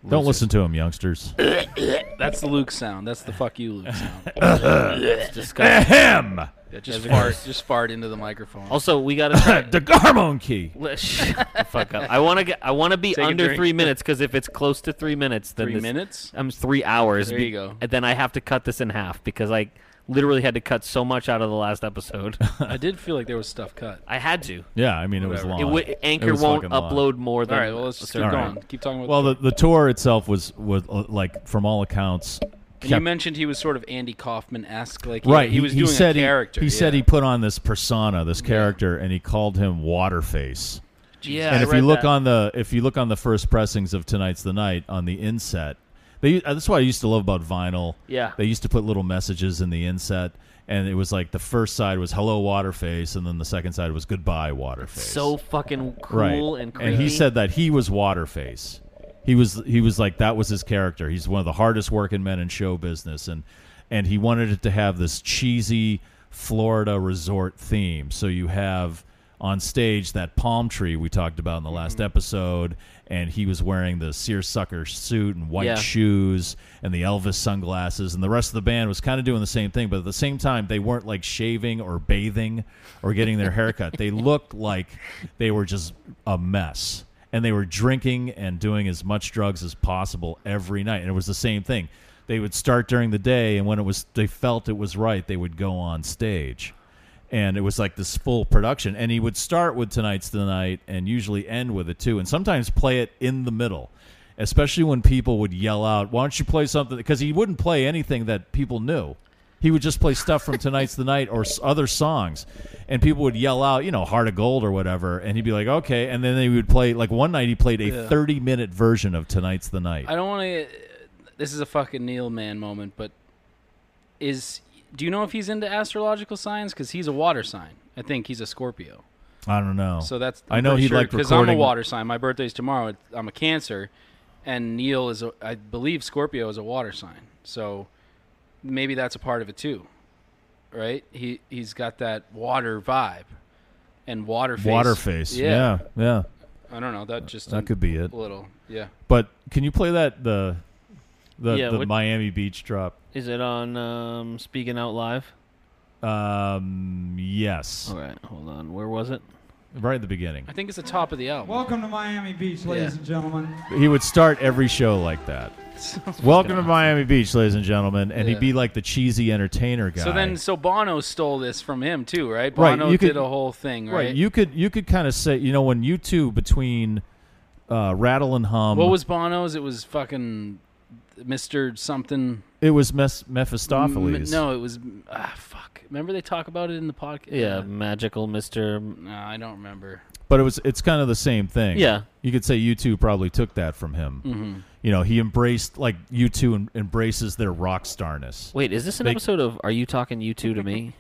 S2: Don't listen to him, youngsters.
S3: That's the Luke sound. That's the fuck you Luke sound.
S5: it's disgusting.
S2: Ahem!
S3: Yeah, just fart, just fart into the microphone.
S5: Also, we gotta try.
S2: The hormone key.
S5: Let's shut the fuck up. I want to get. I want to be
S3: a
S5: under
S3: drink.
S5: three minutes because if it's close to three minutes, then
S3: Three
S5: this-
S3: minutes?
S5: I'm three hours.
S3: There
S5: be-
S3: you go.
S5: And then I have to cut this in half because I literally had to cut so much out of the last episode.
S3: I did feel like there was stuff cut.
S5: I had to.
S2: Yeah, I mean it was long.
S5: It would Anchor
S2: was
S5: won't
S2: fucking long.
S5: upload more
S3: All
S5: than.
S3: right, well let's just keep
S2: All right.
S3: going. Keep talking about.
S2: Well, the, the tour itself was was uh, like from all accounts.
S3: And you
S2: kept-
S3: mentioned he was sort of Andy Kaufman esque, like
S2: right,
S3: He, was
S2: he
S3: doing
S2: said
S3: a character.
S2: He, he said
S3: yeah.
S2: he put on this persona, this character, and he called him Waterface.
S5: yeah,
S2: and
S5: I
S2: if you
S5: read
S2: look
S5: that.
S2: on the if you look on the first pressings of tonight's the night on the inset they uh, that's what i used to love about vinyl
S5: Yeah.
S2: they used to put little messages in the inset and it was like the first side was hello waterface and then the second side was goodbye waterface
S5: so fucking
S2: right
S5: cool and creepy.
S2: and he said that he was waterface he was he was like that was his character he's one of the hardest working men in show business and and he wanted it to have this cheesy florida resort theme so you have on stage that palm tree we talked about in the last
S5: Mm-hmm.
S2: episode and he was wearing the seersucker suit and white
S5: Yeah.
S2: shoes and the elvis sunglasses and the rest of the band was kind of doing the same thing but at the same time they weren't like shaving or bathing or getting their haircut they looked like they were just a mess and they were drinking and doing as much drugs as possible every night and it was the same thing they would start during the day and when it was they felt it was right they would go on stage and it was like this full production and he would start with tonight's the night and usually end with it too and sometimes play it in the middle especially when people would yell out why don't you play something because he wouldn't play anything that people knew he would just play stuff from tonight's the night or s- other songs and people would yell out you know heart of gold or whatever and he'd be like okay and then they would play like one night he played a 30 minute version of tonight's the night
S3: I don't want to. This is a fucking Neil Man moment, but is do you know if he's into astrological signs? Because he's a water sign. I think he's a Scorpio.
S2: i don't know
S3: So that's
S2: i know he liked
S3: because I'm a
S2: recording
S3: water sign. My birthday's tomorrow. It- I'm a Cancer, and Neil is a, I believe Scorpio is a water sign. So maybe that's a part of it too, right? He he's got that water vibe. and Waterface.
S2: Waterface. Yeah. yeah,
S3: I don't know. That just
S2: That could be it.
S3: A little, yeah.
S2: But can you play that the the,
S5: Yeah,
S2: the
S5: what-
S2: Miami Beach drop?
S5: Is it on um, Speaking Out Live?
S2: Um, yes.
S5: All right, hold on. Where was it?
S2: Right at the beginning.
S3: I think it's the top of the album.
S19: Welcome to Miami Beach, ladies and gentlemen.
S2: He would start every show like that. Welcome to Miami Beach, ladies and gentlemen, and he'd
S3: Yeah.
S2: be like the cheesy entertainer guy.
S3: So then, so Bono stole this from him too, right?
S2: Right,
S3: Bono
S2: you could-
S3: did a whole thing, right?
S2: you could you could kind of say, you know, when you two between uh, Rattle and Hum,
S3: what was Bono's? It was fucking Mister something.
S2: it was Mes-
S3: M-
S2: Mephistopheles.
S3: no, it was ah fuck. Remember they talk about it in the podcast?
S5: Yeah, magical Mister. No,
S3: I don't remember.
S2: But it was it's kind of the same thing.
S5: Yeah.
S2: You could say U two probably took that from him.
S3: Mm-hmm.
S5: Mhm.
S2: You know, he embraced like U two em- embraces their rock starness.
S5: Wait, is this an
S2: They-
S5: episode of Are You Talking You Two to Me?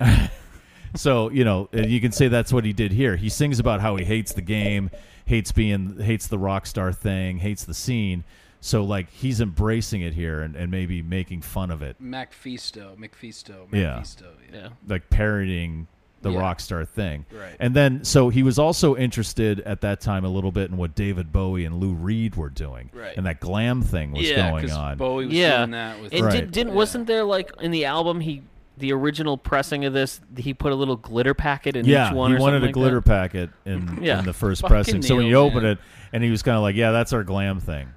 S2: So you know, uh, you can say that's what he did here. He sings about how he hates the game, hates being, hates the rock star thing, hates the scene. So like he's embracing it here and, and maybe making fun of it.
S3: Macfisto, Macfisto,
S2: Yeah.
S3: Macfisto. Yeah.
S2: like parodying the
S3: Yeah.
S2: rock star thing.
S3: Right.
S2: And then so he was also interested at that time a little bit in what David Bowie and Lou Reed were doing.
S5: Right.
S2: And that glam thing was
S3: Yeah,
S2: going
S3: 'cause
S2: on.
S3: Bowie was
S5: yeah,
S3: doing that with-
S5: and
S2: Oh Right.
S5: did, didn't wasn't there like in the album he the original pressing of this he put a little glitter packet in
S2: yeah,
S5: each one.
S2: he
S5: or
S2: wanted
S5: something
S2: a
S5: like
S2: glitter
S5: that?
S2: packet in,
S5: Yeah.
S2: in the first
S5: Fucking
S2: pressing. so when
S5: Neil,
S2: you open
S5: man.
S2: it, and he was kind of like, "Yeah, that's our glam thing,"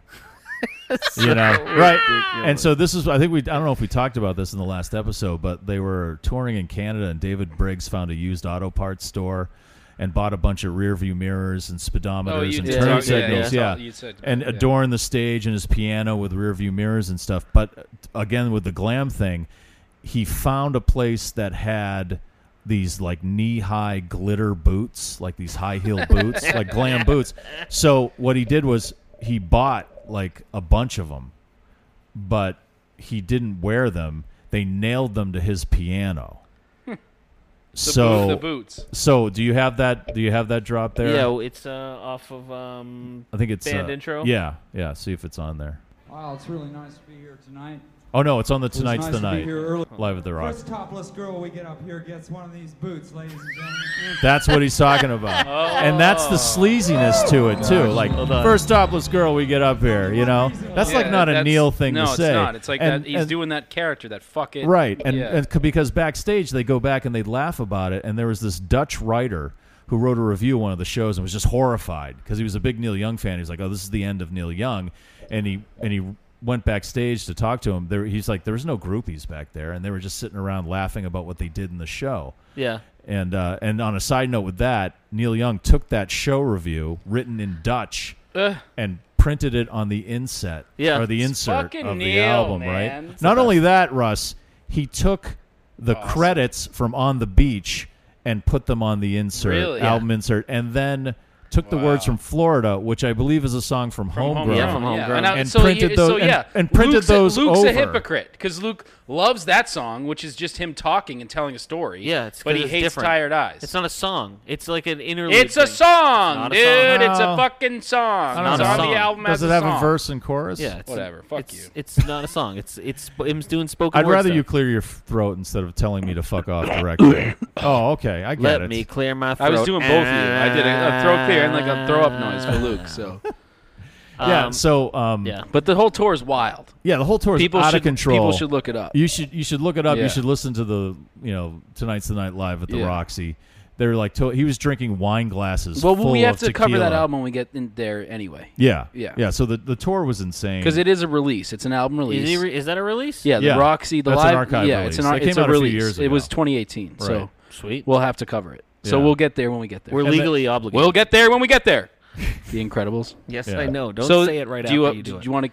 S5: So
S2: you know, right? And
S5: ridiculous.
S2: so this is, I think we, I don't know if we talked about this in the last episode, but they were touring in Canada, and David Briggs found a used auto parts store and bought a bunch of rear view mirrors and speedometers
S3: Oh, you
S2: and
S3: did
S2: turn
S3: talk- yeah,
S2: signals,
S3: yeah.
S2: yeah,
S3: You said-
S2: and
S3: yeah.
S2: adorned the stage and his piano with rear view mirrors and stuff. But uh, again, with the glam thing, he found a place that had these like knee high glitter boots, like these high heel boots, like glam boots. So what he did was he bought like a bunch of them, but he didn't wear them. They nailed them to his piano. so
S3: boot- the boots.
S2: So do you have that? Do you have that drop there?
S5: Yeah, it's uh, off of um.
S2: I think it's
S5: band
S2: uh,
S5: intro.
S2: Yeah, yeah. See if it's on there.
S19: Wow, it's really nice to be here tonight.
S2: Oh no, it's on the
S19: It was
S2: tonight's
S19: nice
S2: the
S19: to be
S2: night.
S19: here early.
S2: Live at the Rock.
S19: First topless girl we get up here gets one of these boots, ladies and gentlemen.
S2: That's what he's talking about.
S3: Oh.
S2: And that's the sleaziness to it too. Like
S19: Hold on.
S2: first topless girl we get up here, you know? That's like
S3: Yeah,
S2: not a
S3: that's-
S2: Neil thing
S3: no,
S2: to say.
S3: it's not. It's like
S2: And-
S3: that. He's
S2: and-
S3: doing that character, that fuck it.
S2: Right. And,
S3: yeah.
S2: and c- because backstage they go back and they laugh about it and there was this Dutch writer who wrote a review of one of the shows and was just horrified because he was a big Neil Young fan. He's like, "Oh, this is the end of Neil Young." And he and he went backstage to talk to him. There he's like, "There was no groupies back there and they were just sitting around laughing about what they did in the show."
S5: Yeah.
S2: And uh, and on a side note with that, Neil Young took that show review written in Dutch
S3: Ugh.
S2: and printed it on the inset
S5: Yeah.
S2: or the
S5: It's
S2: insert
S5: fucking
S2: of the
S5: Neil,
S2: album,
S5: man.
S2: right?
S5: It's the
S2: Not only that, Russ, he took the credits from On the Beach and put them on the insert
S3: Really?
S2: album insert and then took the words from Florida, which I believe is a song from, Homegrown,
S3: Yeah, from Homegrown. And, I-
S2: and
S3: so
S2: printed
S3: he,
S2: those
S3: So,
S2: and-
S3: yeah.
S2: and, printed
S3: Luke's
S2: those
S3: a, Luke's
S2: over.
S3: a hypocrite because Luke loves that song, which is just him talking and telling a story.
S5: Yeah, it's
S3: but
S5: 'cause
S3: he
S5: it's
S3: hates
S5: different.
S3: tired eyes.
S5: It's not a song. It's like an interlude.
S3: It's a
S5: thing.
S3: song,
S5: Not a
S3: dude.
S5: song.
S3: It's a fucking song.
S5: Not
S3: it's
S5: a
S3: on
S5: song.
S3: the album
S2: Does
S3: as
S2: it have a
S3: song.
S2: verse and chorus?
S5: Yeah, it's
S3: Whatever. Fuck
S5: it's, you. It's not a song. It's it's him doing spoken.
S2: I'd
S5: word
S2: rather
S5: stuff.
S2: you clear your f- throat instead of telling me to fuck off directly. oh, okay, I get
S5: Let
S2: it.
S5: me clear my throat. Ah.
S3: I was doing both of you. I did a, a throw clear and like a throw up noise for Luke. So
S2: yeah.
S3: Um,
S2: so um,
S5: yeah.
S3: But the whole tour is wild.
S2: Yeah, the whole tour is
S3: People
S2: out
S3: should-
S2: of control.
S3: people should look it up.
S2: You should you should look it up.
S3: Yeah.
S2: You should listen to the you know tonight's the night live at the
S3: Yeah.
S2: Roxy. They're like to- he was drinking wine glasses.
S3: Well,
S2: full
S3: we have
S2: of
S3: to cover that
S2: tequila.
S3: album when we get in there anyway.
S2: Yeah,
S3: Yeah.
S2: yeah. So the the tour was insane
S3: Because it is a release. It's an album release.
S5: Is, he re- is that a release?
S3: Yeah, the
S2: Yeah.
S3: Roxy, the
S2: That's an
S3: live.
S2: archive
S3: yeah,
S2: release.
S3: it's an ar-
S2: That came
S3: it's a
S2: out a few
S3: release.
S2: years
S3: It was
S2: ago.
S3: 2018.
S2: Right.
S3: So
S5: Sweet.
S3: We'll have to cover it. So
S5: Yeah.
S3: we'll get there when we get there.
S5: We're
S3: And
S5: legally
S3: the-
S5: obligated.
S3: We'll get there when we get there. the Incredibles.
S5: Yes, I know. Don't
S3: so
S5: say it right
S3: do you,
S5: after
S3: uh,
S5: you do it.
S3: you want to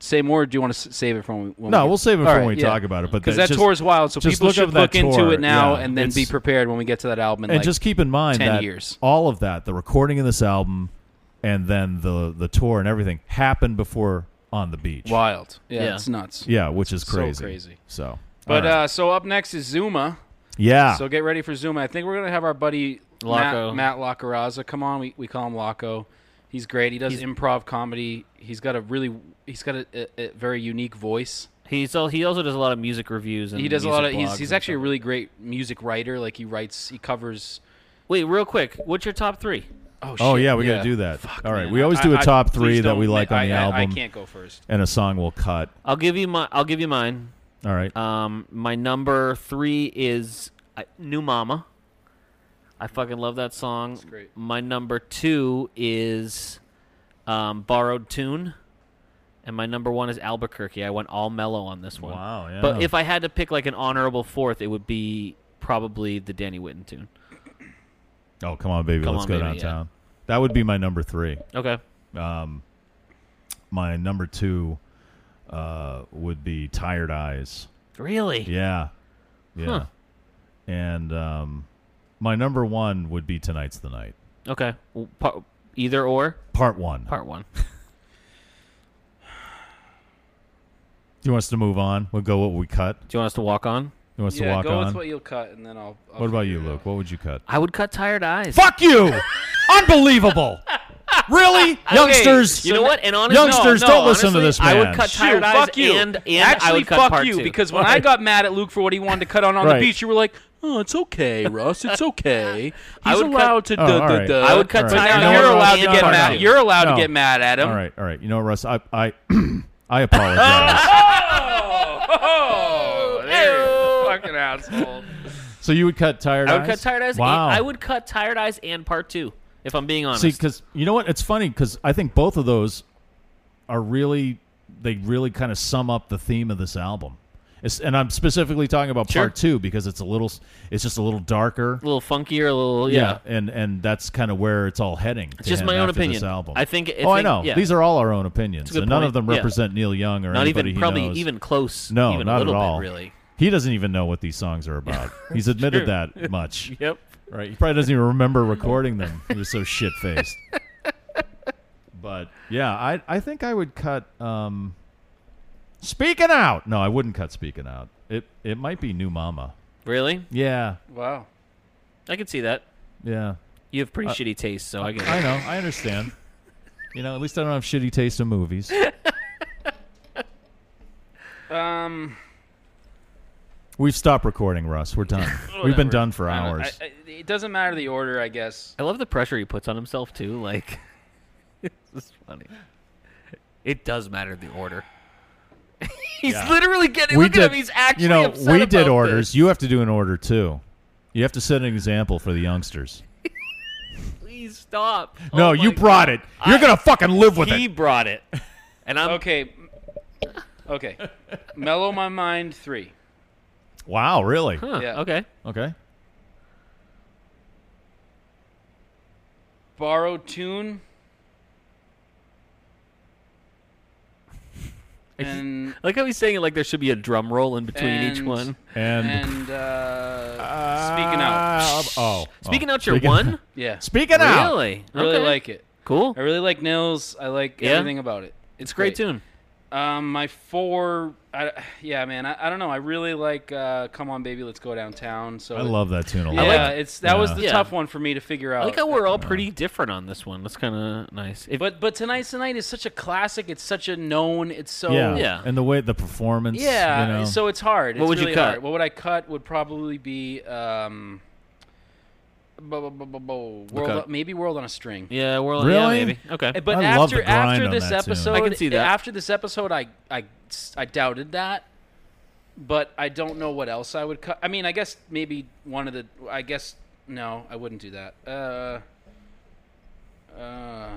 S3: say more? or Do you want to save it for when we? When
S2: No,
S3: we
S2: we'll save it for
S3: All
S2: when we talk about it, but
S3: because
S2: that-
S3: that
S2: just-
S3: tour is wild, so
S2: just
S3: people
S2: look up
S3: should
S2: that
S3: look into
S2: tour,
S3: it now
S2: yeah.
S3: and then be
S2: It's-
S3: prepared when we get to that album. In
S2: and
S3: like
S2: just keep in mind
S3: ten
S2: that
S3: years.
S2: all of that, the recording of this album, and then the the tour and everything happened before on the beach.
S3: Wild. Yeah, Yeah. it's nuts.
S2: Yeah, which is
S3: So
S2: crazy.
S3: crazy.
S2: So,
S3: But
S2: all right.
S3: uh, so up next is Zuma.
S2: Yeah.
S3: So get ready for Zuma. I think we're gonna have our buddy
S5: Locko.
S3: Matt, Matt Lacaraza come on. We, we call him Laco. He's great. He does improv comedy. He's got a really he's got a, a, a very unique voice.
S5: He's all, he also does a lot of music reviews and
S3: he does a lot of
S5: music
S3: he's,
S5: blogs
S3: he's
S5: and
S3: actually a really great music writer. Like he writes he covers
S5: Wait, real quick. What's your top three?
S2: Oh, yeah, we got to do that. All right, we always do a top three that we like on the album. And a song we'll cut.
S5: I'll give you my. I'll give you mine.
S2: All right.
S5: Um, my number three is uh, "New Mama." I fucking love that song. great. My number two is um, "Borrowed Tune," and my number one is "Albuquerque." I went all mellow on this one.
S2: Wow. Yeah.
S5: But if I had to pick like an honorable fourth, it would be probably the Danny Whitten tune.
S2: Oh, come on, baby.
S5: Come
S2: Let's
S5: on,
S2: go
S5: baby,
S2: downtown. That would be my number three.
S5: Okay.
S2: Um, my number two uh, would be Tired Eyes.
S5: Really?
S2: Yeah. Yeah.
S5: Huh.
S2: And um, my number one would be Tonight's the Night.
S5: Okay. Well, par- either or.
S2: Part one.
S5: Part one.
S2: Do you want us to move on? We'll go what we cut.
S5: Do you want us to walk on?
S2: You want us to
S3: yeah,
S2: walk
S3: go
S2: on?
S3: with what you'll cut, and then I'll. I'll
S2: what about you, Luke? What would you cut?
S5: I would cut tired eyes.
S2: Fuck you! Unbelievable. Really, youngsters?
S5: you know what? And honestly,
S2: youngsters,
S5: no, no,
S2: don't listen to this
S5: honestly,
S2: man.
S5: I would cut
S3: Tired
S5: tired eyes
S3: fuck you.
S5: and and
S3: Actually,
S5: I would cut
S3: fuck
S5: part
S3: you
S5: two.
S3: because when I got mad at Luke for what he wanted to cut on on
S2: Right.
S3: the beach, you were like, "Oh, it's okay, Russ. It's okay.
S5: I
S3: He's
S5: would cut-
S3: allowed to."
S2: Oh,
S3: duh,
S2: all
S3: duh,
S2: right.
S3: duh."
S5: I would cut
S3: But
S5: Tired
S3: now
S5: Eyes
S3: you're allowed
S5: and
S3: to get
S5: Part
S3: mad.
S5: Two.
S3: You're allowed
S2: No.
S3: to get mad at him.
S2: All right, all right. You know, Russ, I I I apologize.
S3: Oh, there you fucking asshole.
S2: so you would cut tired
S5: I would
S2: eyes?
S5: cut tired eyes.
S2: Wow.
S5: And, I would cut tired eyes and part two. If I'm being honest.
S2: See, because you know what? It's funny because I think both of those are really they really kind of sum up the theme of this album. It's, and I'm specifically talking about
S5: Sure.
S2: part two because it's a little, s- it's just a little darker.
S5: a little funkier, a little yeah.
S2: and and that's kind of where it's all heading. to
S5: just
S2: him
S5: my own
S2: after this
S5: opinion.
S2: album.
S5: I think- I
S2: oh, I
S5: think-
S2: know.
S5: yeah.
S2: These are all our own opinions,
S5: It's a good
S2: and none
S5: point.
S2: of them
S5: Yeah.
S2: represent Neil Young or
S5: Not
S2: anybody
S5: even
S2: he
S5: probably
S2: knows.
S5: even close.
S2: No,
S5: even a
S2: not
S5: little
S2: at all.
S5: Bit, really.
S2: he doesn't even know what these songs are about. He's admitted
S5: True.
S2: that much.
S5: Yep.
S2: Right. He probably doesn't even remember recording them. He was so shit faced. but yeah, I I think I would cut um Speaking Out. No, I wouldn't cut Speaking Out. It it might be New Mama.
S5: Really?
S2: Yeah.
S3: Wow.
S5: I could see that.
S2: Yeah.
S5: You have pretty
S2: Uh,
S5: shitty taste, so I get it.
S2: I know. I understand. You know, at least I don't have shitty taste in movies.
S3: Um,
S2: We've stopped recording, Russ. We're done. We've
S3: whatever.
S2: been done for
S3: I don't-
S2: hours.
S3: I- I- it doesn't matter the order, I guess.
S5: I love the pressure he puts on himself too. Like, this is funny. It does matter the order. He's
S2: Yeah.
S5: literally getting.
S2: we
S5: look
S2: did,
S5: at him. He's actually.
S2: you know,
S5: upset
S2: we did
S5: about
S2: orders.
S5: this.
S2: You have to do an order too. You have to set an example for the youngsters.
S5: Please stop.
S2: no,
S5: Oh
S2: you
S5: my
S2: brought
S5: God.
S2: it. You're
S5: I-
S2: gonna fucking live with
S5: He
S2: it.
S5: brought it, and I'm
S3: Okay. Okay. Mellow my mind three.
S2: Wow, really?
S5: Huh,
S3: Yeah.
S5: Okay.
S2: Okay.
S3: Borrow tune. And
S5: I like how he's saying it like there should be a drum roll in between each
S3: and-
S5: one.
S2: And,
S3: And uh, speaking out.
S2: Uh, oh,
S5: Speaking
S2: oh.
S5: out your
S2: Speaking-
S5: one?
S3: Yeah.
S2: Speaking out.
S5: Really?
S3: Really
S5: Okay.
S3: like it.
S5: Cool.
S3: I really like Nils. I like
S5: Yeah?
S3: everything about it. It's,
S5: It's a great tune.
S3: Um, my four. I, yeah, man. I, I don't know. I really like uh, "Come On, Baby, Let's Go Downtown." So
S2: I love that tune a
S3: Yeah,
S2: lot.
S3: it's that was
S2: Yeah.
S3: the
S5: Yeah.
S3: tough one for me to figure out.
S5: I like how we're all pretty different on this one. That's kind of nice. If,
S3: but but tonight's the night is such a classic. It's such a known. It's so
S2: yeah.
S5: Yeah.
S2: And the way the performance.
S3: Yeah,
S2: You know.
S3: so it's hard.
S5: What
S3: It's
S5: would you
S3: really
S5: cut?
S3: Hard. What would I cut? Would probably be um, bo- bo- bo- bo- bo- world
S5: Okay.
S3: maybe world on a string.
S5: yeah, we're all-
S2: Really?
S5: yeah, maybe. Okay.
S3: But
S2: I love
S3: after
S2: the grind
S3: after
S2: on
S3: this
S2: that tune.
S3: episode,
S5: I can see that.
S3: After this episode, I, I I doubted that, but I don't know what else I would cut. I mean, I guess maybe one of the. I guess no, I wouldn't do that. Uh, uh,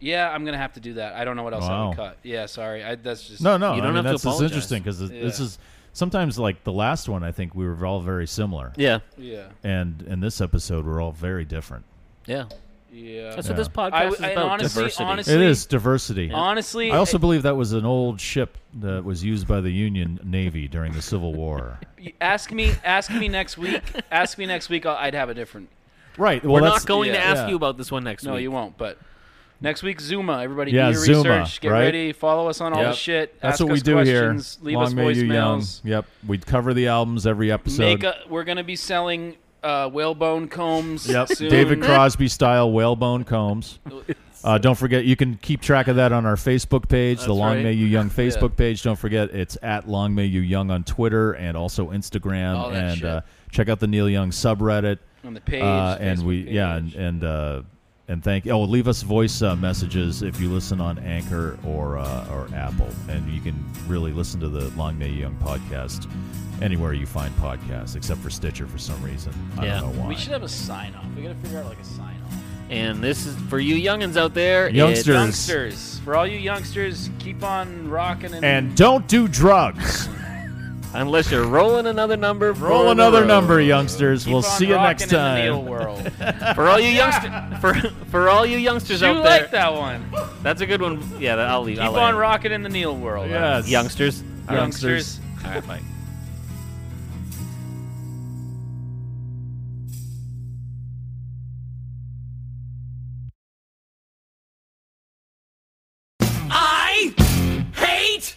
S3: yeah, I'm gonna have to do that. I don't know what else I
S2: Wow.
S3: would cut. Yeah, sorry. I, that's just
S2: No, no.
S5: You
S2: I
S5: don't
S2: mean,
S5: have to
S2: that's it's
S5: apologize.
S2: interesting because this
S3: Yeah.
S2: is sometimes like the last one. I think we were all very similar,
S5: Yeah.
S3: Yeah,
S2: and in this episode we're all very different.
S5: Yeah.
S3: yeah.
S5: That's
S2: Yeah.
S5: what this podcast
S3: I-
S5: is
S3: and
S5: about.
S3: honestly-
S5: diversity.
S3: honestly-
S2: It is diversity.
S3: Honestly,
S2: I also believe that was an old ship that was used by the Union Navy during the Civil War.
S3: You ask me ask me next week ask me next week I'll, i'd have a different
S2: right. Well,
S5: we're
S2: that's
S5: not going to
S3: yeah.
S5: ask
S2: Yeah.
S5: you about this one next
S3: no
S5: week.
S3: you won't but next week zuma everybody
S2: Yeah,
S3: do your
S2: Zuma,
S3: research get
S2: right?
S3: ready follow us on all
S2: Yep.
S3: the shit
S2: That's
S3: ask
S2: what we
S3: us
S2: do here.
S3: questions, leave
S2: Long
S3: us
S2: may you young.
S3: voicemails
S2: Yep. We'd cover the albums every episode.
S3: make a, we're gonna be selling uh, whalebone combs
S2: yep.
S3: soon.
S20: Oh,
S2: David Crosby style whalebone combs. Uh, don't forget, you can keep track of that on our Facebook page, the
S20: That's
S2: Long
S20: right.
S2: May You Young
S20: Yeah.
S2: Facebook page. Don't forget, it's at Long May You Young on Twitter and also Instagram.
S20: All that
S2: and
S20: shit.
S2: Uh, check out the Neil Young subreddit
S20: On the page,
S2: Uh, and
S20: Facebook
S2: we, yeah, and and, uh, and thank. Oh, leave us voice uh, messages if you listen on Anchor or uh, or Apple, and you can really listen to the Long May You Young podcast anywhere you find podcasts, except for Stitcher for some reason. I
S5: Yeah.
S2: don't know why.
S3: We should have a sign off. We gotta figure out like a sign off.
S5: And this is for you youngins out there. it's-
S2: Youngsters.
S3: Youngsters, for all you youngsters, keep on rocking and,
S2: and don't do drugs.
S5: Unless you're rolling another number.
S2: Roll
S5: for
S2: another
S5: the road.
S2: number, youngsters. we'll see you next
S3: rocking in the
S2: time.
S3: Neil world.
S5: For all you youngsters, for for all you youngsters
S3: You
S5: out there.
S3: like that one?
S5: That's a good one. Yeah, that- I'll leave.
S3: Keep
S5: I'll
S3: on
S5: end.
S3: rocking in the Neil world.
S2: Yes.
S5: Youngsters. All right.
S3: Youngsters.
S5: All right, Mike.
S21: I hate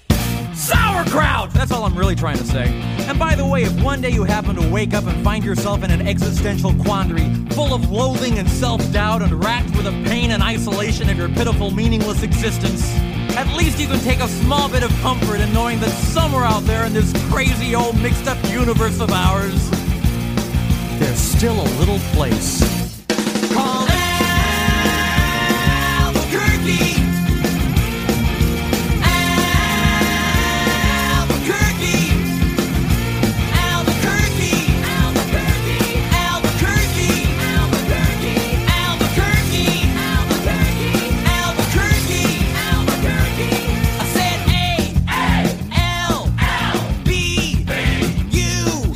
S21: sauerkraut. That's all I'm really trying to say. And by the way, if one day you happen to wake up and find yourself in an existential quandary, full of loathing and self doubt and racked with the pain and isolation of your pitiful, meaningless existence, at least you can take a small bit of comfort in knowing that somewhere out there in this crazy old mixed up universe of ours, there's still a little place. Called Albuquerque. Albuquerque. Albuquerque. Albuquerque. Albuquerque. Albuquerque. Albuquerque. Albuquerque. Albuquerque. Albuquerque. I said A. A. L. L. B. B. U. U.